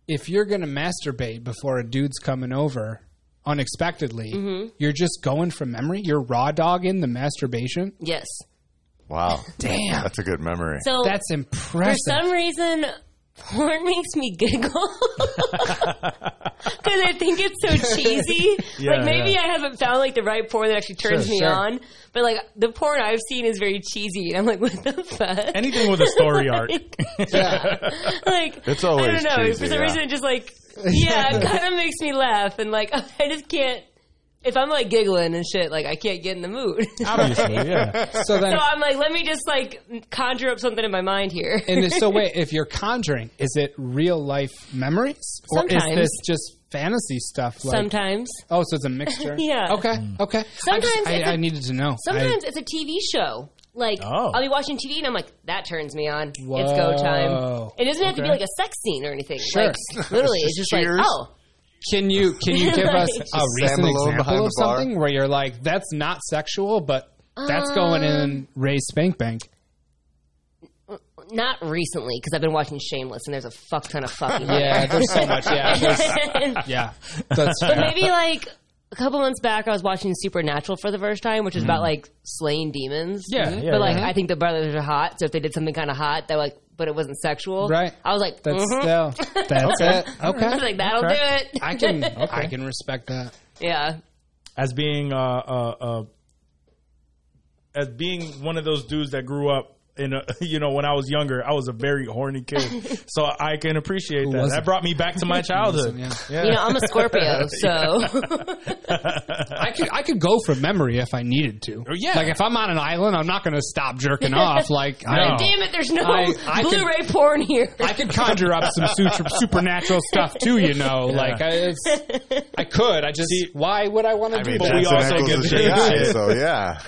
[SPEAKER 9] if you're gonna masturbate before a dude's coming over unexpectedly,
[SPEAKER 6] Mm-hmm.
[SPEAKER 9] you're just going from memory. You're raw dogging the masturbation.
[SPEAKER 6] Yes.
[SPEAKER 5] Wow.
[SPEAKER 9] Damn.
[SPEAKER 5] That's a good memory.
[SPEAKER 6] So
[SPEAKER 9] That's
[SPEAKER 6] for
[SPEAKER 9] impressive.
[SPEAKER 6] some reason, porn makes me giggle because I think it's so cheesy.
[SPEAKER 4] Yeah,
[SPEAKER 6] like maybe
[SPEAKER 4] yeah.
[SPEAKER 6] I haven't found like the right porn that actually turns
[SPEAKER 9] Sure,
[SPEAKER 6] me
[SPEAKER 9] sure.
[SPEAKER 6] on, but like the porn I've seen is very cheesy, and I'm like, what the fuck?
[SPEAKER 4] Anything with a story arc.
[SPEAKER 6] like
[SPEAKER 5] It's
[SPEAKER 6] I
[SPEAKER 5] always
[SPEAKER 6] don't know.
[SPEAKER 5] cheesy,
[SPEAKER 6] for some
[SPEAKER 5] yeah.
[SPEAKER 6] reason, it just like yeah, it kind of makes me laugh, and like I just can't. If I'm like giggling and shit, like I can't get in the mood.
[SPEAKER 4] Obviously, yeah.
[SPEAKER 9] so then,
[SPEAKER 6] so I'm like, let me just like conjure up something in my mind here.
[SPEAKER 9] and so wait, if you're conjuring, is it real life memories or is
[SPEAKER 6] Sometimes.
[SPEAKER 9] this just fantasy stuff? Like,
[SPEAKER 6] sometimes,
[SPEAKER 9] Oh, so it's a mixture.
[SPEAKER 6] Yeah.
[SPEAKER 9] Okay. Okay.
[SPEAKER 6] Sometimes
[SPEAKER 9] I, just- I,
[SPEAKER 6] it's a-
[SPEAKER 9] I needed to know.
[SPEAKER 6] sometimes it's a TV show. Like
[SPEAKER 4] Oh.
[SPEAKER 6] I'll be watching TV and I'm like, that turns me on. It's
[SPEAKER 9] Whoa.
[SPEAKER 6] go time. It doesn't have to be
[SPEAKER 9] Okay.
[SPEAKER 6] like a sex scene or anything.
[SPEAKER 9] Sure.
[SPEAKER 6] Like literally, it's just,
[SPEAKER 5] Cheers.
[SPEAKER 6] like oh,
[SPEAKER 9] I, can you can you give us a recent
[SPEAKER 5] Malone behind
[SPEAKER 9] example of
[SPEAKER 5] the bar.
[SPEAKER 9] something where you're like, that's not sexual, but that's going
[SPEAKER 6] Um,
[SPEAKER 9] in Ray's spank bank.
[SPEAKER 6] not recently because I've been watching Shameless and there's a fuck ton of fucking.
[SPEAKER 9] Yeah, there's so much. Yeah, there's, yeah. That's
[SPEAKER 6] but
[SPEAKER 9] fair.
[SPEAKER 6] maybe like a couple months back, I was watching Supernatural for the first time, which is about like slaying demons.
[SPEAKER 9] Mm.
[SPEAKER 6] Mm-hmm.
[SPEAKER 9] Yeah, yeah,
[SPEAKER 6] but like
[SPEAKER 9] yeah.
[SPEAKER 6] I think the brothers are hot, so if they did something kind of hot, they're like, but it wasn't sexual.
[SPEAKER 9] Right.
[SPEAKER 6] I was like,
[SPEAKER 9] That's
[SPEAKER 6] mhm.
[SPEAKER 9] still that's it. Mm-hmm. Okay.
[SPEAKER 6] I was like, that'll
[SPEAKER 9] Okay.
[SPEAKER 6] do it.
[SPEAKER 9] I can I can respect that.
[SPEAKER 6] yeah.
[SPEAKER 4] As being uh, uh, uh, as being one of those dudes that grew up. In a, you know, when I was younger, I was a very horny kid, so I can appreciate that.
[SPEAKER 9] wasn't?
[SPEAKER 4] That brought me back to my childhood.
[SPEAKER 9] Yeah. Oh.
[SPEAKER 6] You know, I'm a Scorpio, so
[SPEAKER 9] I could I could go from memory if I needed to.
[SPEAKER 4] yeah.
[SPEAKER 9] Like if I'm on an island, I'm not going to stop jerking off. Like
[SPEAKER 4] No.
[SPEAKER 9] I,
[SPEAKER 6] damn it, there's no
[SPEAKER 9] I- I could-
[SPEAKER 6] Blu-ray porn here.
[SPEAKER 9] I could conjure up some sutra- supernatural stuff too. You know, like I, it's, I could. I just why would I want to do
[SPEAKER 4] but
[SPEAKER 9] that?
[SPEAKER 4] we
[SPEAKER 5] Jackson
[SPEAKER 4] also
[SPEAKER 5] Ackles
[SPEAKER 4] give
[SPEAKER 5] is
[SPEAKER 4] shit.
[SPEAKER 5] your guy, so yeah.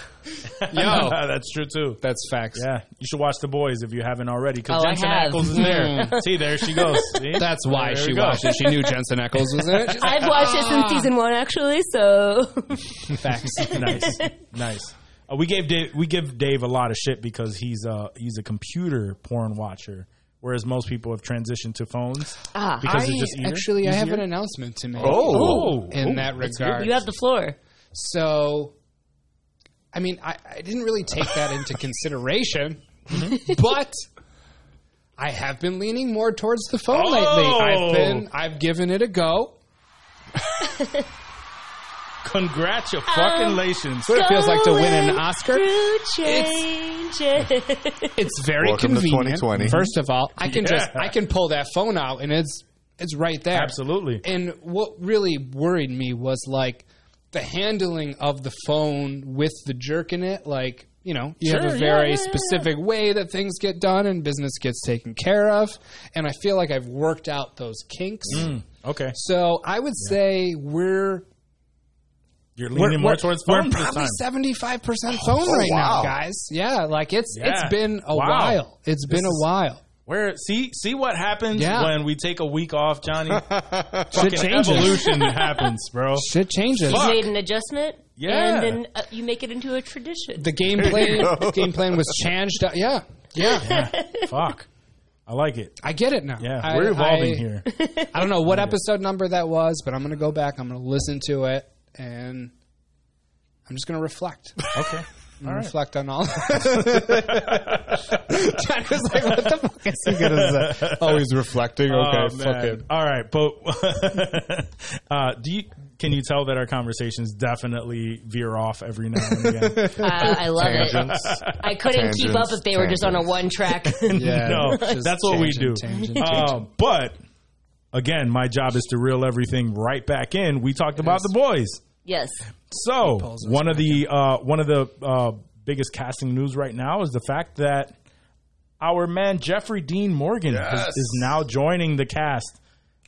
[SPEAKER 9] Yo,
[SPEAKER 4] Ah, that's true too.
[SPEAKER 9] that's facts.
[SPEAKER 4] Yeah, you should watch The Boys if you haven't already. Because
[SPEAKER 6] Oh, I
[SPEAKER 4] Jackson
[SPEAKER 6] have.
[SPEAKER 4] Ackles is there. See, there she goes. See?
[SPEAKER 9] That's why
[SPEAKER 4] There
[SPEAKER 9] she
[SPEAKER 4] we go.
[SPEAKER 9] watched it. She knew Jensen Ackles was in it. She's
[SPEAKER 6] I've watched it
[SPEAKER 9] ah.
[SPEAKER 6] since season one, actually. So
[SPEAKER 9] like, facts.
[SPEAKER 4] nice, nice. Uh, we gave Dave, we give Dave a lot of shit because he's uh he's a computer porn watcher, whereas most people have transitioned to phones
[SPEAKER 6] Ah.
[SPEAKER 4] because
[SPEAKER 9] I
[SPEAKER 4] it's just easier.
[SPEAKER 9] actually I have
[SPEAKER 4] easier.
[SPEAKER 9] an announcement to make.
[SPEAKER 4] Oh.
[SPEAKER 9] in
[SPEAKER 4] Oh.
[SPEAKER 9] that regard,
[SPEAKER 6] you have the floor.
[SPEAKER 9] So, I mean, I, I didn't really take that into consideration, but
[SPEAKER 7] I have been leaning more towards the phone
[SPEAKER 4] Oh.
[SPEAKER 7] lately. I've been I've given it a go.
[SPEAKER 4] Congratulations.
[SPEAKER 7] That's what it feels like to win an
[SPEAKER 6] Going
[SPEAKER 7] Oscar.
[SPEAKER 6] Through changes.
[SPEAKER 7] It's very
[SPEAKER 5] Welcome to
[SPEAKER 7] convenient.
[SPEAKER 5] 2020.
[SPEAKER 7] First of all, I can
[SPEAKER 4] Yeah.
[SPEAKER 7] just I can pull that phone out and it's it's right there.
[SPEAKER 4] Absolutely.
[SPEAKER 7] And what really worried me was like the handling of the phone with the jerk in it. Like you know, you have
[SPEAKER 4] Sure,
[SPEAKER 7] a
[SPEAKER 4] yeah,
[SPEAKER 7] very
[SPEAKER 4] yeah, yeah.
[SPEAKER 7] specific way that things get done and business gets taken care of. And I feel like I've worked out those kinks.
[SPEAKER 4] Okay.
[SPEAKER 7] So I would say we're
[SPEAKER 4] You're
[SPEAKER 7] we're,
[SPEAKER 4] leaning more
[SPEAKER 7] we're-
[SPEAKER 4] towards
[SPEAKER 7] we're
[SPEAKER 4] phones this
[SPEAKER 7] probably
[SPEAKER 4] time.
[SPEAKER 7] seventy five percent phone
[SPEAKER 5] oh,
[SPEAKER 7] right now,
[SPEAKER 5] wow.
[SPEAKER 7] guys. Yeah, like it's
[SPEAKER 4] Yeah.
[SPEAKER 7] it's been a
[SPEAKER 4] Wow.
[SPEAKER 7] while. It's been a while.
[SPEAKER 4] Where see see what happens
[SPEAKER 7] Yeah.
[SPEAKER 4] when we take a week off, Johnny?
[SPEAKER 7] Shit
[SPEAKER 4] Fucking
[SPEAKER 7] changes.
[SPEAKER 4] evolution happens, bro.
[SPEAKER 7] Shit changes.
[SPEAKER 4] Fuck.
[SPEAKER 6] made an adjustment.
[SPEAKER 4] Yeah.
[SPEAKER 6] And then uh, you make it into a tradition.
[SPEAKER 7] The game plan the game plan was changed. Out. Yeah, yeah.
[SPEAKER 4] Fuck. I like it.
[SPEAKER 7] I get it now.
[SPEAKER 4] Yeah,
[SPEAKER 7] I,
[SPEAKER 4] we're evolving
[SPEAKER 7] I-
[SPEAKER 4] here.
[SPEAKER 7] I don't know what episode number that was, but I'm gonna go back. I'm gonna listen to it, and I'm just gonna reflect.
[SPEAKER 4] Okay.
[SPEAKER 7] I'm gonna reflect on all. John was like, "What the fuck is he gonna say?" Always reflecting.
[SPEAKER 4] uh, Oh, man. All right, but uh, do you can you tell that our conversations definitely veer off every now and again?
[SPEAKER 6] Uh, I love it. I couldn't keep up
[SPEAKER 5] Tangents,
[SPEAKER 6] if they were just on a one track.
[SPEAKER 7] Yeah,
[SPEAKER 4] no,
[SPEAKER 7] just
[SPEAKER 4] that's what we do.
[SPEAKER 7] tangent, tangent,
[SPEAKER 4] Uh, but again, my job is to reel everything right back in. We talked about the boys.
[SPEAKER 6] yes.
[SPEAKER 4] So
[SPEAKER 7] pulls us
[SPEAKER 4] one of the uh, one of the uh, biggest casting news right now is the fact that our man Jeffrey Dean Morgan is, is now joining the cast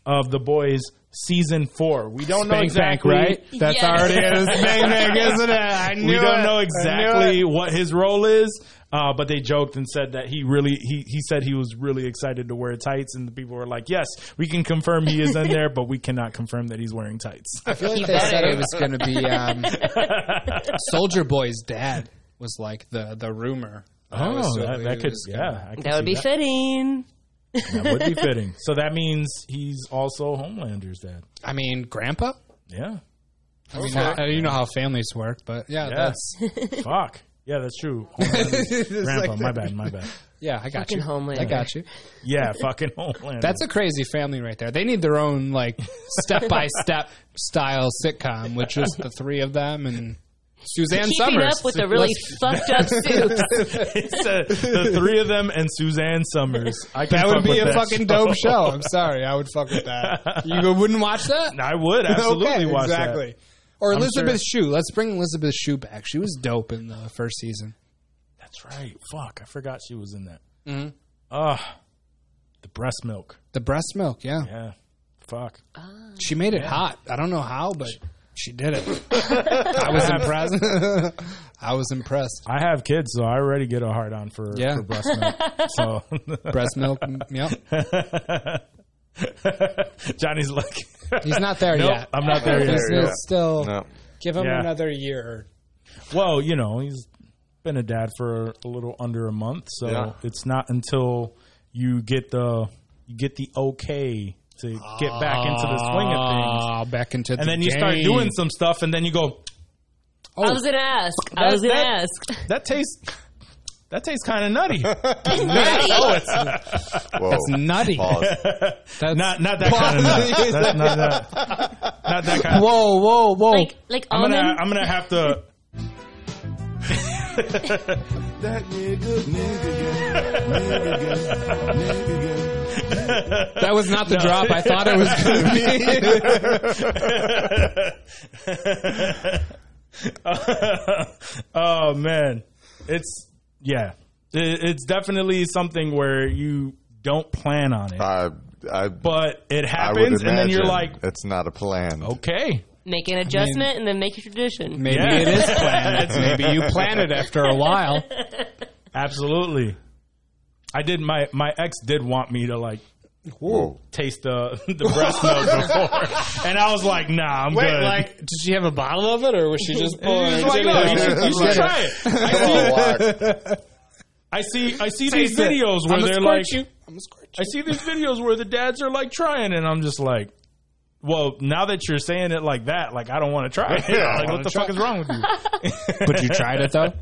[SPEAKER 4] of the boys season four. We don't know
[SPEAKER 7] Spank
[SPEAKER 4] exactly,
[SPEAKER 7] bank, right? That's
[SPEAKER 6] Yes.
[SPEAKER 7] already in his bang bang, isn't it? I knew
[SPEAKER 4] we
[SPEAKER 7] it.
[SPEAKER 4] don't know
[SPEAKER 7] I knew
[SPEAKER 4] exactly
[SPEAKER 7] it.
[SPEAKER 4] what his role is, uh, but they joked and said that he really he he said he was really excited to wear tights, and the people were like, "Yes, we can confirm he is in there, but we cannot confirm that he's wearing tights."
[SPEAKER 7] I feel like they said it was going to be um, Soldier Boy's dad was like the the rumor. was-
[SPEAKER 4] Oh, that,
[SPEAKER 7] it
[SPEAKER 4] that could
[SPEAKER 7] was gonna-
[SPEAKER 4] yeah, I could
[SPEAKER 6] That would
[SPEAKER 4] see
[SPEAKER 6] be fitting.
[SPEAKER 4] That would be fitting. So that means he's also Homelander's dad.
[SPEAKER 7] I mean, Grandpa.
[SPEAKER 4] Yeah.
[SPEAKER 7] I mean, I- Uh, you know how families work, but yeah, that's
[SPEAKER 4] Fuck. Yeah, that's true. Homelander's
[SPEAKER 7] It's
[SPEAKER 4] grandpa.
[SPEAKER 7] like
[SPEAKER 4] my
[SPEAKER 7] that.
[SPEAKER 4] bad. My bad.
[SPEAKER 7] Yeah, I got
[SPEAKER 6] Fucking
[SPEAKER 7] you.
[SPEAKER 6] Homelander.
[SPEAKER 7] I got you.
[SPEAKER 4] Yeah, fucking Homelander.
[SPEAKER 7] That's a crazy family right there. They need their own like step by step style sitcom, which is the three of them and Suzanne
[SPEAKER 6] Keeping
[SPEAKER 7] Summers.
[SPEAKER 6] up with the really fucked up soup.
[SPEAKER 4] It's a- the three of them and Suzanne Summers. I can
[SPEAKER 7] that
[SPEAKER 4] fuck
[SPEAKER 7] would be
[SPEAKER 4] with
[SPEAKER 7] a
[SPEAKER 4] that
[SPEAKER 7] fucking dope show. I'm sorry, I would fuck with that. You wouldn't watch that?
[SPEAKER 4] I would absolutely
[SPEAKER 7] okay,
[SPEAKER 4] watch that.
[SPEAKER 7] exactly. Or
[SPEAKER 4] I'm
[SPEAKER 7] Elizabeth Shue. Let's bring Elizabeth Shue back. She was dope in the first season.
[SPEAKER 4] That's right. Fuck, I forgot she was in that.
[SPEAKER 7] Mm-hmm.
[SPEAKER 4] Ah, the breast milk.
[SPEAKER 7] The breast milk, yeah.
[SPEAKER 4] Yeah. Fuck.
[SPEAKER 7] She made it hot. I don't know how, but she did it. I was impressed. I was impressed.
[SPEAKER 4] I have kids, so I already get a hard on for,
[SPEAKER 7] Yeah.
[SPEAKER 4] for breast milk. So
[SPEAKER 7] Breast milk, mm, yep.
[SPEAKER 4] Johnny's like,
[SPEAKER 7] He's not there
[SPEAKER 4] Nope,
[SPEAKER 7] yet.
[SPEAKER 4] I'm not there yet.
[SPEAKER 7] He's
[SPEAKER 5] Yeah.
[SPEAKER 7] still
[SPEAKER 5] No.
[SPEAKER 7] give him
[SPEAKER 4] Yeah.
[SPEAKER 7] another year.
[SPEAKER 4] Well, you know, he's been a dad for a little under a month, so
[SPEAKER 5] Yeah.
[SPEAKER 4] it's not until you get the you get the okay to get back into the swing of things.
[SPEAKER 7] Ah, back into
[SPEAKER 4] And then you start doing some stuff and then you go,
[SPEAKER 6] I was gonna ask. I
[SPEAKER 4] That-
[SPEAKER 6] was gonna
[SPEAKER 4] that-
[SPEAKER 6] ask.
[SPEAKER 4] that tastes that tastes kind of nutty.
[SPEAKER 5] Whoa.
[SPEAKER 7] That's nutty.
[SPEAKER 5] Pause.
[SPEAKER 7] That's,
[SPEAKER 4] not not that kind of nutty. That's not that. Not that kind. Of,
[SPEAKER 7] whoa, whoa, whoa!
[SPEAKER 6] Like, like
[SPEAKER 4] I'm
[SPEAKER 6] almond.
[SPEAKER 4] gonna I'm gonna have to.
[SPEAKER 1] That nigga, nigga, nigga, nigga.
[SPEAKER 7] that was not the drop I thought it was going to be.
[SPEAKER 4] oh man, it's yeah, it, it's definitely something where you don't plan on it,
[SPEAKER 5] I, I,
[SPEAKER 4] but it
[SPEAKER 5] I would
[SPEAKER 4] happens,
[SPEAKER 5] imagine
[SPEAKER 4] and then you're like,
[SPEAKER 5] it's not a plan.
[SPEAKER 4] okay,
[SPEAKER 6] make an adjustment and then make a tradition.
[SPEAKER 7] Maybe
[SPEAKER 4] Yeah.
[SPEAKER 7] it is planned. Maybe you planned it after a while.
[SPEAKER 4] absolutely. I did my my ex did want me to like
[SPEAKER 5] Whoa.
[SPEAKER 4] taste the the breast milk before, and I was like, nah, I'm good.
[SPEAKER 7] did she have a bottle of it, or was she just
[SPEAKER 4] And she was like, no, you should, you should try it. I
[SPEAKER 5] Come on,
[SPEAKER 4] see,
[SPEAKER 5] Locke.
[SPEAKER 4] I see, I see these videos
[SPEAKER 7] "Oh,
[SPEAKER 4] where they're like, I see these videos where the dads are like trying, and I'm just like, well, now that you're saying it like that, like I don't want to try it.
[SPEAKER 5] Yeah, I
[SPEAKER 4] like,
[SPEAKER 5] wanna
[SPEAKER 4] what the fuck is wrong with you?
[SPEAKER 7] But you tried it though.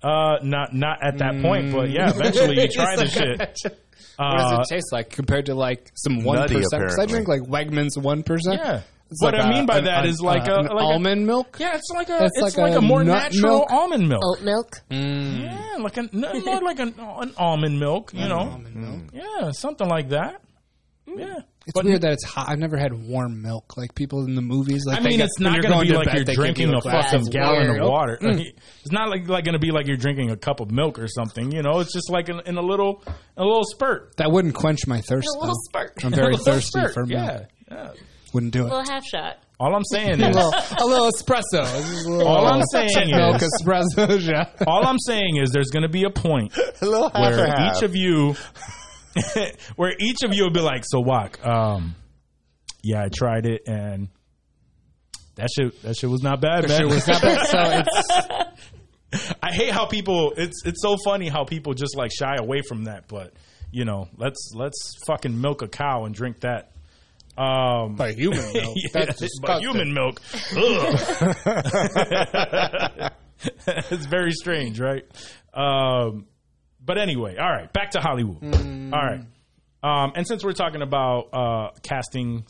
[SPEAKER 4] Uh, not not at that point, but yeah, eventually you try
[SPEAKER 7] It's
[SPEAKER 4] this
[SPEAKER 7] like-
[SPEAKER 4] shit.
[SPEAKER 7] What does
[SPEAKER 4] Uh,
[SPEAKER 7] it taste like compared to like some one
[SPEAKER 5] Nutty,
[SPEAKER 7] percent? Because I drink like
[SPEAKER 5] apparently.
[SPEAKER 7] Wegmans one percent.
[SPEAKER 4] Yeah. What I mean by that is like a-
[SPEAKER 7] an
[SPEAKER 4] like a-
[SPEAKER 7] almond milk.
[SPEAKER 4] Yeah, it's like a
[SPEAKER 7] That's
[SPEAKER 4] it's
[SPEAKER 7] like
[SPEAKER 4] like,
[SPEAKER 7] a
[SPEAKER 4] a, more
[SPEAKER 7] nut
[SPEAKER 4] natural
[SPEAKER 7] milk? Mm.
[SPEAKER 4] almond milk.
[SPEAKER 6] Oat milk.
[SPEAKER 4] Yeah, like a no, more like an, an almond milk. You know,
[SPEAKER 7] Mm.
[SPEAKER 4] yeah, something like that. Yeah.
[SPEAKER 7] It's weird that it's hot. I've never had warm milk like people in the movies. Like
[SPEAKER 4] I
[SPEAKER 7] they
[SPEAKER 4] mean,
[SPEAKER 7] get-
[SPEAKER 4] it's
[SPEAKER 7] when
[SPEAKER 4] not
[SPEAKER 7] you're
[SPEAKER 4] going to be like
[SPEAKER 7] bed,
[SPEAKER 4] you're
[SPEAKER 7] they give
[SPEAKER 4] drinking
[SPEAKER 7] you
[SPEAKER 4] a
[SPEAKER 7] glass. Mm.
[SPEAKER 4] fucking
[SPEAKER 6] of
[SPEAKER 4] gallon
[SPEAKER 6] water.
[SPEAKER 4] of water. Like, it's not like, like going to be like you're drinking a cup of milk or something. You know, it's just like in, in a little a little spurt.
[SPEAKER 7] That wouldn't quench my thirst.
[SPEAKER 6] A little
[SPEAKER 7] though.
[SPEAKER 6] spark.
[SPEAKER 7] I'm very
[SPEAKER 4] A little
[SPEAKER 7] thirsty
[SPEAKER 4] spurt,
[SPEAKER 7] for milk.
[SPEAKER 4] yeah, yeah.
[SPEAKER 7] Wouldn't do it.
[SPEAKER 6] A little half shot.
[SPEAKER 4] All I'm saying
[SPEAKER 7] a,
[SPEAKER 4] is,
[SPEAKER 7] little, a little espresso. It's just a little-
[SPEAKER 4] all I'm saying
[SPEAKER 7] milk
[SPEAKER 4] is,
[SPEAKER 7] espresso. Yeah.
[SPEAKER 4] all I'm saying is, there's going to be a point
[SPEAKER 5] A little half
[SPEAKER 4] where
[SPEAKER 5] and half.
[SPEAKER 4] each of you, where each of you would be like, "So Wak, um, yeah, I tried it and that shit, that shit was not bad, man.
[SPEAKER 7] It was not bad. So it's
[SPEAKER 4] I hate how people. It's it's so funny how people just like shy away from that. But you know, let's let's fucking milk a cow and drink that. Um,
[SPEAKER 7] by human milk.
[SPEAKER 4] yeah,
[SPEAKER 7] That's
[SPEAKER 4] but
[SPEAKER 7] disgusting.
[SPEAKER 4] human milk. Ugh. it's very strange, right? Um, but anyway, all right, back to Hollywood.
[SPEAKER 7] Mm.
[SPEAKER 4] All right. Um, and since we're talking about uh, castings,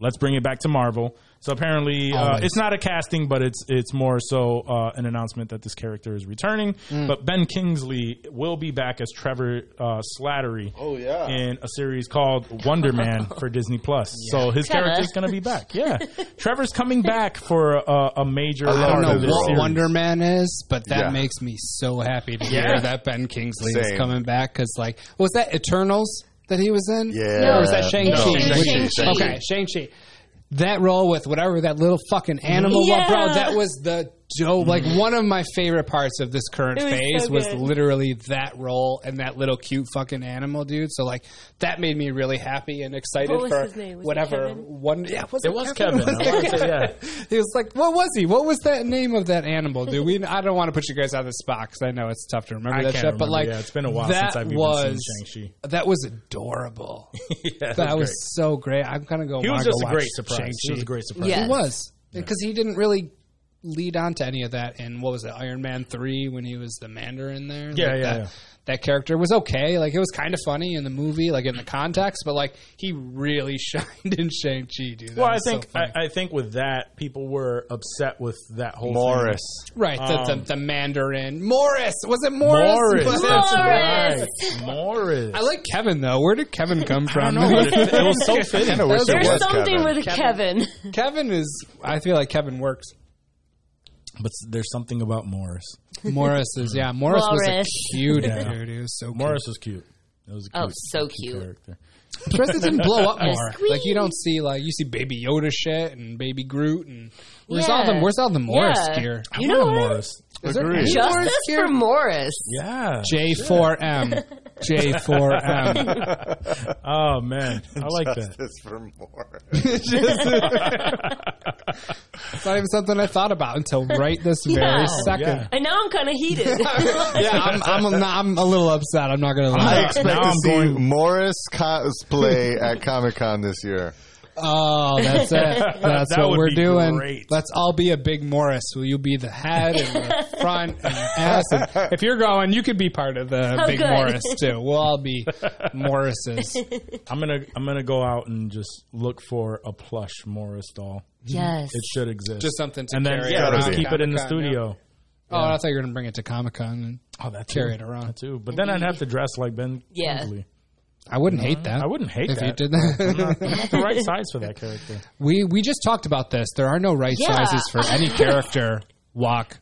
[SPEAKER 4] let's bring it back to Marvel. So apparently, uh,
[SPEAKER 7] Always.
[SPEAKER 4] it's not a casting, but it's it's more so uh, an announcement that this character is returning.
[SPEAKER 7] Mm.
[SPEAKER 4] But Ben Kingsley will be back as Trevor uh, Slattery.
[SPEAKER 5] Oh, yeah.
[SPEAKER 4] in a series called Wonder Man for Disney Plus. So his
[SPEAKER 6] Trevor.
[SPEAKER 4] character's going to be back. Yeah, Trevor's coming back for a, a major.
[SPEAKER 5] I
[SPEAKER 7] I
[SPEAKER 4] part
[SPEAKER 7] don't
[SPEAKER 4] of
[SPEAKER 7] know
[SPEAKER 4] this
[SPEAKER 7] what
[SPEAKER 4] series.
[SPEAKER 7] Wonder Man is, but that
[SPEAKER 5] Yeah.
[SPEAKER 7] makes me so happy to hear
[SPEAKER 4] Yeah.
[SPEAKER 7] that Ben Kingsley is
[SPEAKER 5] Same.
[SPEAKER 7] coming back. Because like, was that Eternals that he was in?
[SPEAKER 5] Yeah.
[SPEAKER 7] or was that Shang Chi?
[SPEAKER 6] No,
[SPEAKER 5] Shang-Chi, Shang-Chi. Shang-Chi.
[SPEAKER 7] Okay, Shang Chi. That role with whatever that little fucking animal was, bro.
[SPEAKER 6] Yeah.
[SPEAKER 7] That was the dope. Like one of my favorite parts of this current
[SPEAKER 6] It was
[SPEAKER 7] phase
[SPEAKER 6] so
[SPEAKER 7] was
[SPEAKER 6] good.
[SPEAKER 7] literally that role and that little cute fucking animal dude. So like that made me really happy and excited
[SPEAKER 6] What was
[SPEAKER 7] for
[SPEAKER 6] his name? Was it
[SPEAKER 7] whatever
[SPEAKER 6] Kevin?
[SPEAKER 7] one. Yeah, was
[SPEAKER 4] It was Kevin. I wanna say, yeah.
[SPEAKER 7] he was like, "What was he? What was that name of that animal, dude?" We I don't want to put you guys out of the spot because I know it's tough to remember
[SPEAKER 4] I
[SPEAKER 7] that
[SPEAKER 4] can't
[SPEAKER 7] shit. but
[SPEAKER 4] remember.
[SPEAKER 7] like,
[SPEAKER 4] Yeah, it's been a while
[SPEAKER 7] that
[SPEAKER 4] since I've even
[SPEAKER 7] was,
[SPEAKER 4] seen
[SPEAKER 7] That was adorable.
[SPEAKER 4] Yeah,
[SPEAKER 7] that was so great. I'm gonna go.
[SPEAKER 4] He was
[SPEAKER 7] wanna
[SPEAKER 4] just
[SPEAKER 7] go
[SPEAKER 4] a
[SPEAKER 7] watch
[SPEAKER 4] great surprise. He was
[SPEAKER 7] Shang-Chi.
[SPEAKER 4] a great surprise.
[SPEAKER 6] Yeah.
[SPEAKER 7] He was because he didn't really lead on to any of that in what was it Iron Man three when he was the Mandarin there.
[SPEAKER 4] Yeah,
[SPEAKER 7] Like,
[SPEAKER 4] yeah,
[SPEAKER 7] that,
[SPEAKER 4] yeah.
[SPEAKER 7] That character was okay. Like it was kind of funny in the movie, like in the context, but like he really shined in Shang Chi, dude. That
[SPEAKER 4] Well, I
[SPEAKER 7] was so
[SPEAKER 4] think
[SPEAKER 7] funny.
[SPEAKER 4] I, I think with that, people were upset with that whole
[SPEAKER 5] Morris.
[SPEAKER 7] Right, the,
[SPEAKER 4] Um,
[SPEAKER 7] the, the Mandarin. Morris. Was it Morris?
[SPEAKER 4] Thing. Morris,
[SPEAKER 7] Was it-
[SPEAKER 4] that's
[SPEAKER 6] Morris.
[SPEAKER 4] right. Morris.
[SPEAKER 7] I like Kevin, though. Where did Kevin come
[SPEAKER 4] I
[SPEAKER 7] from?
[SPEAKER 4] don't know, but it, it was so
[SPEAKER 5] I kinda
[SPEAKER 4] fitting.
[SPEAKER 5] wish it
[SPEAKER 6] There's
[SPEAKER 5] was
[SPEAKER 6] something
[SPEAKER 5] Kevin.
[SPEAKER 6] with Kevin.
[SPEAKER 7] Kevin is, I feel like Kevin works.
[SPEAKER 4] But there's something about Morris.
[SPEAKER 7] Morris is, yeah. Morris was
[SPEAKER 6] Morris.
[SPEAKER 7] a cute
[SPEAKER 4] Yeah.
[SPEAKER 7] dude. He was so cute.
[SPEAKER 4] Oh, Morris was cute. It was a cute,
[SPEAKER 6] Oh, so cute.
[SPEAKER 4] character.
[SPEAKER 7] I'm surprised it didn't blow up more.
[SPEAKER 6] squeak.
[SPEAKER 7] Like, you don't see, like, you see Baby Yoda shit and Baby Groot and. Where's all the
[SPEAKER 6] Yeah.
[SPEAKER 7] Where's all the Morris
[SPEAKER 6] Yeah.
[SPEAKER 7] gear?
[SPEAKER 4] I
[SPEAKER 6] You
[SPEAKER 4] wanted
[SPEAKER 6] know what?
[SPEAKER 4] Morris. Ah.
[SPEAKER 7] Is there
[SPEAKER 5] Agreed.
[SPEAKER 7] any
[SPEAKER 5] Justice
[SPEAKER 7] Morris
[SPEAKER 6] Justice
[SPEAKER 7] gear?
[SPEAKER 6] for Morris.
[SPEAKER 4] Yeah.
[SPEAKER 7] J4M. J4M.
[SPEAKER 4] Oh man, I like that.
[SPEAKER 5] Justice for more.
[SPEAKER 7] it's not even something I thought about until right this very
[SPEAKER 6] Yeah.
[SPEAKER 7] second.
[SPEAKER 4] Yeah.
[SPEAKER 6] And now I'm kind of heated.
[SPEAKER 7] yeah, I'm, I'm, a, I'm a little upset. I'm not gonna
[SPEAKER 5] I
[SPEAKER 7] lie.
[SPEAKER 5] expect
[SPEAKER 4] now
[SPEAKER 5] to
[SPEAKER 4] I'm
[SPEAKER 5] see
[SPEAKER 4] going-
[SPEAKER 5] Morris cosplay at Comic Con this year.
[SPEAKER 7] Oh, that's it. That's
[SPEAKER 4] That
[SPEAKER 7] what
[SPEAKER 4] would
[SPEAKER 7] we're
[SPEAKER 4] be
[SPEAKER 7] doing.
[SPEAKER 4] great.
[SPEAKER 7] Let's all be a big Morris. Will you be the head and the front and the ass? And if you're going, you could be part of the
[SPEAKER 6] Oh,
[SPEAKER 7] big
[SPEAKER 6] good.
[SPEAKER 7] Morris too. We'll all be Morrises.
[SPEAKER 4] I'm gonna I'm gonna go out and just look for a plush Morris doll.
[SPEAKER 6] yes.
[SPEAKER 4] It should exist.
[SPEAKER 7] Just something to
[SPEAKER 4] and then
[SPEAKER 7] carry
[SPEAKER 4] yeah,
[SPEAKER 5] around.
[SPEAKER 4] just keep it in the
[SPEAKER 7] Comic-Con,
[SPEAKER 4] studio.
[SPEAKER 7] Oh, I thought you were gonna bring it to Comic Con and
[SPEAKER 4] Oh, that
[SPEAKER 7] carry
[SPEAKER 4] too.
[SPEAKER 7] it around.
[SPEAKER 4] That too. But then I'd have to dress like Ben.
[SPEAKER 6] Yeah.
[SPEAKER 4] Kingsley.
[SPEAKER 7] I wouldn't hate that.
[SPEAKER 4] I wouldn't hate
[SPEAKER 7] if
[SPEAKER 4] that.
[SPEAKER 7] you did that.
[SPEAKER 4] I'm not the right size for that character.
[SPEAKER 7] we we just talked about this. There are no right
[SPEAKER 6] Yeah.
[SPEAKER 7] sizes for any character walk.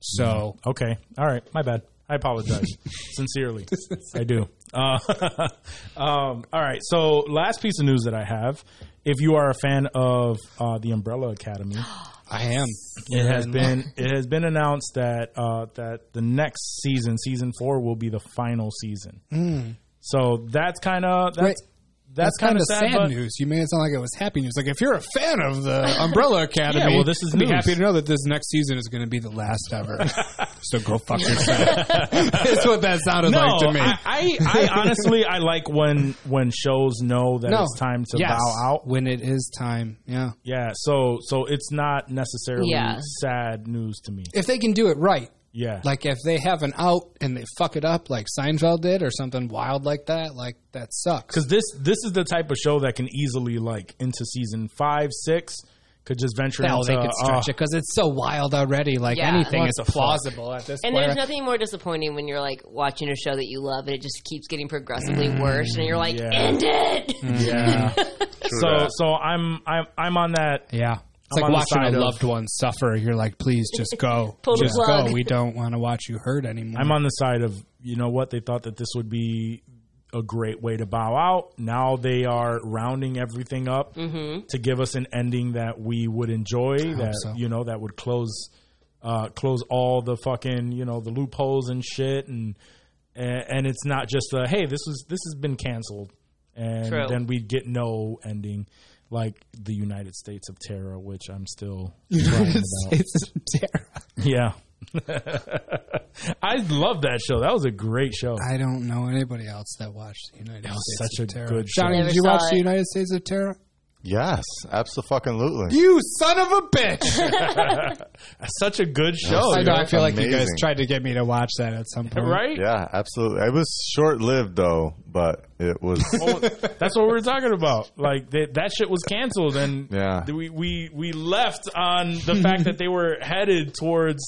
[SPEAKER 7] So
[SPEAKER 4] Okay. All right. My bad. I apologize. Sincerely. I do. Uh, um, all right. So, last piece of news that I have if you are a fan of uh, the Umbrella Academy,
[SPEAKER 7] I am.
[SPEAKER 4] it has been it has been announced that uh, that the next season, season four, will be the final season. So, that's kind of. That's,
[SPEAKER 7] Hmm. Wait.
[SPEAKER 4] that's, kind of sad, but-
[SPEAKER 7] news. You made it sound like it was happy news. Like if you're a fan of the Umbrella Academy,
[SPEAKER 4] Yeah, well, this is
[SPEAKER 7] I'd be
[SPEAKER 4] news.
[SPEAKER 7] happy to know that this next season is going to be the last ever. so go fuck yourself. That's what that sounded like to me.
[SPEAKER 4] I, I, I honestly I like when when shows know that it's time to
[SPEAKER 7] Yes.
[SPEAKER 4] bow out.
[SPEAKER 7] when it is time. Yeah,
[SPEAKER 4] Yeah, so so it's not necessarily
[SPEAKER 6] Yeah.
[SPEAKER 4] sad news to me.
[SPEAKER 7] if they can do it right,
[SPEAKER 4] Yeah.
[SPEAKER 9] Like if they have an out and they fuck it up like Seinfeld did or something wild like that, like that sucks.
[SPEAKER 4] because this this is the type of show that can easily like into season five, six could just venture
[SPEAKER 9] Hell,
[SPEAKER 4] into.
[SPEAKER 9] they could
[SPEAKER 4] uh,
[SPEAKER 9] stretch it because it's so wild already. Like
[SPEAKER 6] Yeah.
[SPEAKER 9] anything
[SPEAKER 4] What
[SPEAKER 9] is
[SPEAKER 4] the fuck?
[SPEAKER 9] plausible at this
[SPEAKER 6] And
[SPEAKER 9] point.
[SPEAKER 6] there's nothing more disappointing when you're like watching a show that you love and it just keeps getting progressively worse, and you're like,
[SPEAKER 4] yeah.
[SPEAKER 6] end it.
[SPEAKER 4] yeah. so
[SPEAKER 5] that.
[SPEAKER 4] so I'm I'm I'm on that.
[SPEAKER 9] yeah. It's
[SPEAKER 4] I'm on
[SPEAKER 9] like
[SPEAKER 4] the
[SPEAKER 9] watching
[SPEAKER 4] side
[SPEAKER 9] a
[SPEAKER 4] of-
[SPEAKER 9] loved one suffer. You're like, please just go.
[SPEAKER 6] Pull the
[SPEAKER 9] just
[SPEAKER 6] plug.
[SPEAKER 9] go. We don't want to watch you hurt anymore.
[SPEAKER 4] I'm on the side of you know what they thought that this would be a great way to bow out. Now they are rounding everything up to give us an ending that we would enjoy. That
[SPEAKER 9] so.
[SPEAKER 4] you know that would close uh, close all the fucking you know the loopholes and shit and and, and it's not just a hey this was this has been canceled and
[SPEAKER 6] True.
[SPEAKER 4] then we'd get no ending like the United States of Terror, which I'm still crying about.
[SPEAKER 9] it's terrible.
[SPEAKER 4] Yeah. I love that show. That was a great show.
[SPEAKER 9] I don't know anybody else that watched the United
[SPEAKER 4] was
[SPEAKER 9] States
[SPEAKER 4] such
[SPEAKER 9] of
[SPEAKER 4] a
[SPEAKER 9] Terror.
[SPEAKER 4] good show.
[SPEAKER 9] Johnny,
[SPEAKER 6] Never
[SPEAKER 9] did you
[SPEAKER 6] saw
[SPEAKER 9] watch the
[SPEAKER 6] it.
[SPEAKER 9] United States of Terror?
[SPEAKER 5] Yes, absolutely.
[SPEAKER 9] You son of a bitch!
[SPEAKER 4] Such a good show.
[SPEAKER 9] I know.
[SPEAKER 5] you're
[SPEAKER 9] I feel like you guys
[SPEAKER 5] amazing.
[SPEAKER 9] tried to get me to watch that at some point,
[SPEAKER 4] Right?
[SPEAKER 5] Yeah, absolutely. It was short lived though, but it was.
[SPEAKER 4] That's what we were talking about. Like that, that shit was canceled, and
[SPEAKER 5] Yeah.
[SPEAKER 4] we, we we left on the fact that they were headed towards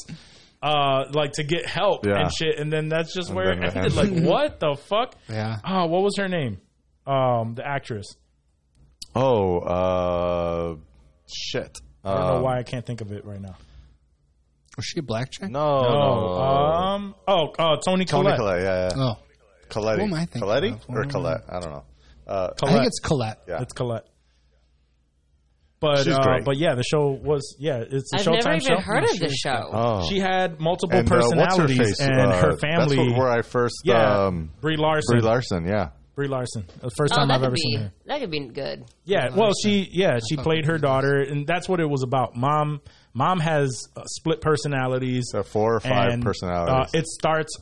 [SPEAKER 4] uh like to get help
[SPEAKER 5] Yeah.
[SPEAKER 4] and shit, and then that's just where it
[SPEAKER 5] then it
[SPEAKER 4] ended. Like
[SPEAKER 5] happened.
[SPEAKER 4] what the fuck?
[SPEAKER 9] Yeah.
[SPEAKER 4] Oh, what was her name? Um, the actress.
[SPEAKER 5] oh, uh, shit.
[SPEAKER 4] I don't
[SPEAKER 5] Um,
[SPEAKER 4] know why I can't think of it right now.
[SPEAKER 9] Was she a black chick?
[SPEAKER 5] No,
[SPEAKER 4] Oh,
[SPEAKER 5] no.
[SPEAKER 4] um, oh, uh, Tony
[SPEAKER 5] Tony
[SPEAKER 4] Collette.
[SPEAKER 5] Collette. Yeah,
[SPEAKER 4] Uh,
[SPEAKER 5] yeah.
[SPEAKER 9] Oh,
[SPEAKER 5] Coletti.
[SPEAKER 9] Who am I thinking
[SPEAKER 5] Coletti
[SPEAKER 9] of?
[SPEAKER 5] or
[SPEAKER 9] Mm.
[SPEAKER 5] Collette? I don't know. Uh,
[SPEAKER 9] I think it's Colette.
[SPEAKER 5] yeah.
[SPEAKER 4] It's Colette. But
[SPEAKER 5] She's
[SPEAKER 4] uh,
[SPEAKER 5] great.
[SPEAKER 4] but yeah, the show was yeah, it's a
[SPEAKER 6] I've
[SPEAKER 4] Showtime
[SPEAKER 6] never even
[SPEAKER 4] show.
[SPEAKER 6] heard of this show.
[SPEAKER 5] oh.
[SPEAKER 4] She had multiple
[SPEAKER 5] uh,
[SPEAKER 4] personalities and
[SPEAKER 5] Uh,
[SPEAKER 4] her family.
[SPEAKER 5] That's where I first.
[SPEAKER 4] yeah,
[SPEAKER 5] Um,
[SPEAKER 4] Brie Larson.
[SPEAKER 5] Brie Larson. Yeah.
[SPEAKER 4] Brie Larson. The first
[SPEAKER 6] Oh,
[SPEAKER 4] time
[SPEAKER 6] that
[SPEAKER 4] I've
[SPEAKER 6] could
[SPEAKER 4] ever
[SPEAKER 6] be
[SPEAKER 4] seen her.
[SPEAKER 6] that could be good.
[SPEAKER 4] Yeah, well, she yeah she played her daughter, and that's what it was about. Mom, mom has uh, split personalities.
[SPEAKER 5] So four or five
[SPEAKER 4] and,
[SPEAKER 5] personalities.
[SPEAKER 4] Uh, it starts,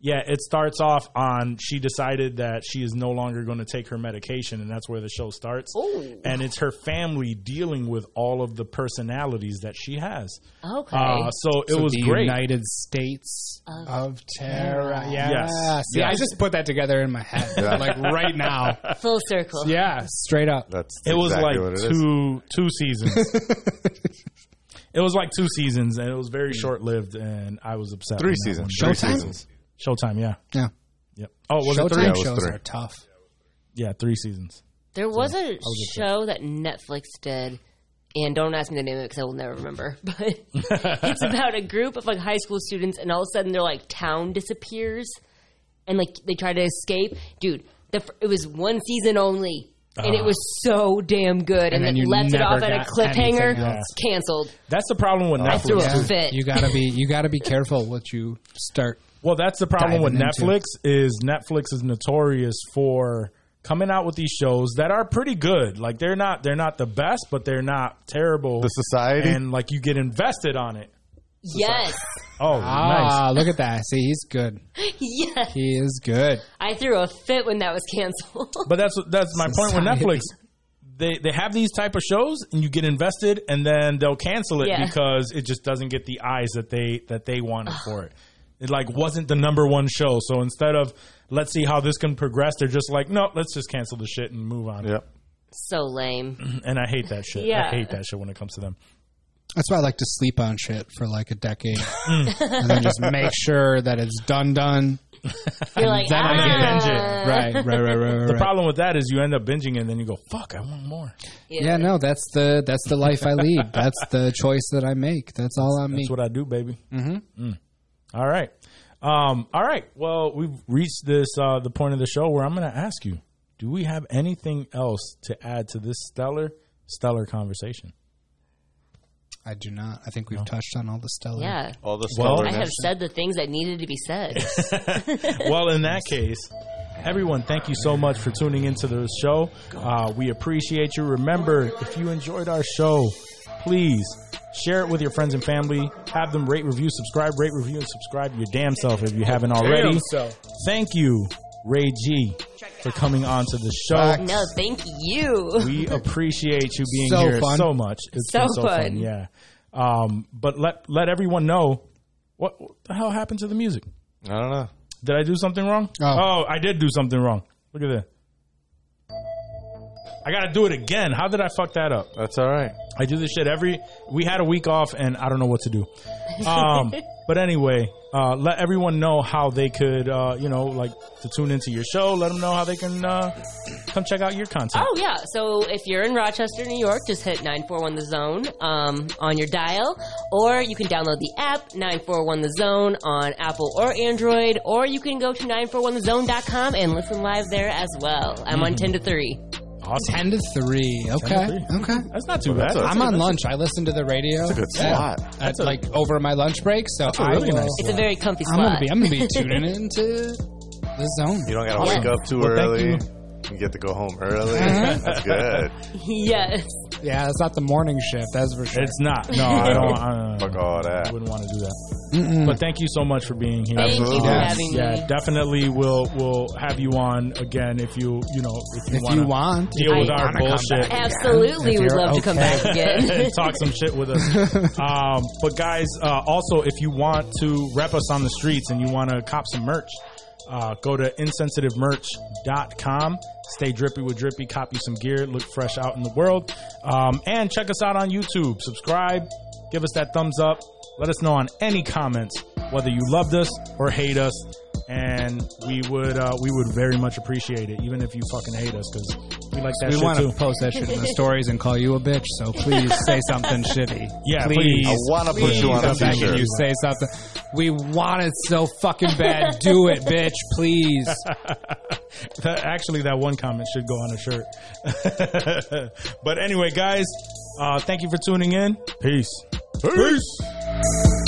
[SPEAKER 4] yeah, it starts off on she decided that she is no longer going to take her medication, and that's where the show starts.
[SPEAKER 6] Ooh.
[SPEAKER 4] And it's her family dealing with all of the personalities that she has.
[SPEAKER 6] Oh, Okay.
[SPEAKER 4] Uh, so it
[SPEAKER 9] So
[SPEAKER 4] was
[SPEAKER 9] the
[SPEAKER 4] great.
[SPEAKER 9] United States of, Terror. Yeah.
[SPEAKER 4] Yes.
[SPEAKER 9] Ah, See, I just put that together in my head, like right now.
[SPEAKER 6] Full circle.
[SPEAKER 9] Yeah, straight up.
[SPEAKER 5] That's
[SPEAKER 4] it was
[SPEAKER 5] exactly what
[SPEAKER 4] like
[SPEAKER 5] it is.
[SPEAKER 4] two two seasons. it was like two seasons, and it was very short lived, and I was upset.
[SPEAKER 5] three
[SPEAKER 4] when that
[SPEAKER 5] seasons.
[SPEAKER 4] one-
[SPEAKER 5] Three
[SPEAKER 9] Showtime?
[SPEAKER 5] seasons.
[SPEAKER 4] Showtime, yeah,
[SPEAKER 9] Yeah.
[SPEAKER 4] yep. Oh, was it three?
[SPEAKER 9] Showtime
[SPEAKER 5] Yeah, it was
[SPEAKER 9] shows
[SPEAKER 5] three.
[SPEAKER 9] are tough.
[SPEAKER 4] Yeah, three seasons.
[SPEAKER 6] There was a show that Netflix did, and don't ask me the name of it because I will never remember. But it's about a group of like high school students, and all of a sudden their like town disappears, and like they try to escape. Dude, the, fir- it was one season only. And it was so damn good, and,
[SPEAKER 9] Ah. then
[SPEAKER 6] then
[SPEAKER 9] you
[SPEAKER 6] left it
[SPEAKER 9] never
[SPEAKER 6] off at a
[SPEAKER 9] got anything
[SPEAKER 6] cliffhanger.
[SPEAKER 9] else.
[SPEAKER 6] It's canceled.
[SPEAKER 4] That's the problem
[SPEAKER 5] Oh.
[SPEAKER 4] with
[SPEAKER 6] I
[SPEAKER 4] Netflix.
[SPEAKER 6] threw a fit.
[SPEAKER 9] You gotta be. You gotta be careful what you start.
[SPEAKER 4] Well, that's the problem
[SPEAKER 9] diving
[SPEAKER 4] with
[SPEAKER 9] into.
[SPEAKER 4] Netflix is Netflix is notorious for coming out with these shows that are pretty good. Like they're not they're not the best, but they're not terrible.
[SPEAKER 5] The Society?
[SPEAKER 4] and like you get invested on it.
[SPEAKER 6] yes,
[SPEAKER 4] Oh, nice.
[SPEAKER 9] Ah, look at that. See, he's good.
[SPEAKER 6] yes.
[SPEAKER 9] He is good.
[SPEAKER 6] I threw a fit when that was canceled.
[SPEAKER 4] But that's that's my point
[SPEAKER 9] Society.
[SPEAKER 4] with Netflix. They they have these type of shows and you get invested and then they'll cancel it
[SPEAKER 6] Yeah.
[SPEAKER 4] because it just doesn't get the eyes that they that they wanted for it. It like wasn't the number one show. So instead of let's see how this can progress, they're just like, no, let's just cancel the shit and move on.
[SPEAKER 5] Yep.
[SPEAKER 6] so lame.
[SPEAKER 4] and I hate that shit.
[SPEAKER 6] Yeah.
[SPEAKER 4] I hate that shit when it comes to them.
[SPEAKER 9] That's why I like to sleep on shit for like a decade, and then just make sure that it's done, done.
[SPEAKER 6] You're like,
[SPEAKER 9] then I get
[SPEAKER 6] ah.
[SPEAKER 4] binge it.
[SPEAKER 9] Right, right, right, right, right.
[SPEAKER 4] The problem with that is you end up binging and then you go, "Fuck, I want more."
[SPEAKER 9] Yeah, no, that's the that's the life I lead. That's the choice that I make. That's all on me.
[SPEAKER 4] That's what I do, baby. Mm-hmm. All right, um, all right. Well, we've reached this uh, the point of the show where I'm going to ask you: Do we have anything else to add to this stellar, stellar conversation?
[SPEAKER 9] I do not. I think we've touched on all the stellar.
[SPEAKER 6] Yeah.
[SPEAKER 5] All the
[SPEAKER 4] Well,
[SPEAKER 5] stellar
[SPEAKER 6] I have
[SPEAKER 5] nations.
[SPEAKER 6] said the things that needed to be said.
[SPEAKER 4] well, in that case, everyone, thank you so much for tuning into the show. Uh, we appreciate you. Remember, if you enjoyed our show, please share it with your friends and family. Have them rate, review, subscribe, rate, review, and subscribe your damn self if you haven't already. Thank you, Ray G, for coming onto the show.
[SPEAKER 6] No, thank you.
[SPEAKER 4] We appreciate you being
[SPEAKER 9] So
[SPEAKER 4] here
[SPEAKER 9] fun.
[SPEAKER 4] so much. It's
[SPEAKER 6] So
[SPEAKER 4] been so fun.
[SPEAKER 6] fun.
[SPEAKER 4] Yeah. Um, but let let everyone know What, what the hell happened to the music?
[SPEAKER 5] I don't know.
[SPEAKER 4] Did I do something wrong?
[SPEAKER 7] Oh.
[SPEAKER 4] I did do something wrong. Look at that. I gotta do it again. How did I fuck that up?
[SPEAKER 5] That's all right.
[SPEAKER 4] I do this shit every. We had a week off, and I don't know what to do. Um, but anyway, uh, let everyone know how they could, uh, you know, like to tune into your show. Let them know how they can uh, come check out your content.
[SPEAKER 6] Oh yeah. So if you're in Rochester, New York, just hit 941 the zone um, on your dial or you can download the app 941 the zone on Apple or Android or you can go to 941thezone.com and listen live there as well. I'm
[SPEAKER 7] Mm-hmm.
[SPEAKER 6] on 10 to 3.
[SPEAKER 4] awesome.
[SPEAKER 7] Ten to three. Okay. Okay.
[SPEAKER 4] That's not too
[SPEAKER 5] That's
[SPEAKER 4] bad.
[SPEAKER 5] a-
[SPEAKER 4] i
[SPEAKER 7] I'm on lunch. I listen to the radio. That's
[SPEAKER 5] a good slot.
[SPEAKER 7] That's like over my lunch break. So
[SPEAKER 4] a
[SPEAKER 7] I
[SPEAKER 4] really
[SPEAKER 7] will,
[SPEAKER 4] nice
[SPEAKER 6] It's a very comfy
[SPEAKER 7] I'm
[SPEAKER 6] spot.
[SPEAKER 7] gonna be. I'm gonna be tuning into the zone.
[SPEAKER 5] You don't gotta wake up too
[SPEAKER 4] Well, thank
[SPEAKER 5] early.
[SPEAKER 4] you.
[SPEAKER 5] You get to go home early.
[SPEAKER 7] Mhm.
[SPEAKER 5] That's good.
[SPEAKER 6] yes.
[SPEAKER 7] Yeah, it's not the morning shift. That's for sure.
[SPEAKER 4] it's not. No, I don't. I,
[SPEAKER 5] Fuck all
[SPEAKER 4] I
[SPEAKER 5] that.
[SPEAKER 4] wouldn't want to do that. But thank you so much for being here.
[SPEAKER 6] Thank you for
[SPEAKER 5] Absolutely.
[SPEAKER 6] having me.
[SPEAKER 4] Yeah, definitely. We'll we'll have you on again if you you know if you
[SPEAKER 7] If
[SPEAKER 4] want
[SPEAKER 7] you want,
[SPEAKER 4] deal with
[SPEAKER 6] I-
[SPEAKER 4] our
[SPEAKER 7] wanna come
[SPEAKER 4] bullshit.
[SPEAKER 6] Absolutely
[SPEAKER 7] If
[SPEAKER 6] would
[SPEAKER 7] you're
[SPEAKER 6] love to come back again.
[SPEAKER 4] and talk some shit with us. Um, but guys, uh, also if you want to rep us on the streets and you want to cop some merch, uh, go to insensitivemerch.com. Stay drippy with drippy. Copy some gear. Look fresh out in the world. Um, and check us out on YouTube. Subscribe. Give us that thumbs up. Let us know on any comments whether you loved us or hate us. And we would uh, we would very much appreciate it, even if you fucking hate us, because we like that
[SPEAKER 7] we
[SPEAKER 4] shit
[SPEAKER 7] want to
[SPEAKER 4] too.
[SPEAKER 7] post that shit in the stories and call you a bitch. So please say something shitty.
[SPEAKER 4] Yeah,
[SPEAKER 7] please.
[SPEAKER 4] please.
[SPEAKER 5] I want to put you on a
[SPEAKER 7] Come back and
[SPEAKER 5] t-shirt.
[SPEAKER 7] you say something. We want it so fucking bad. Do it, bitch. Please.
[SPEAKER 4] That- actually, that one comment should go on a shirt. but anyway, guys, uh, thank you for tuning in. Peace. Peace.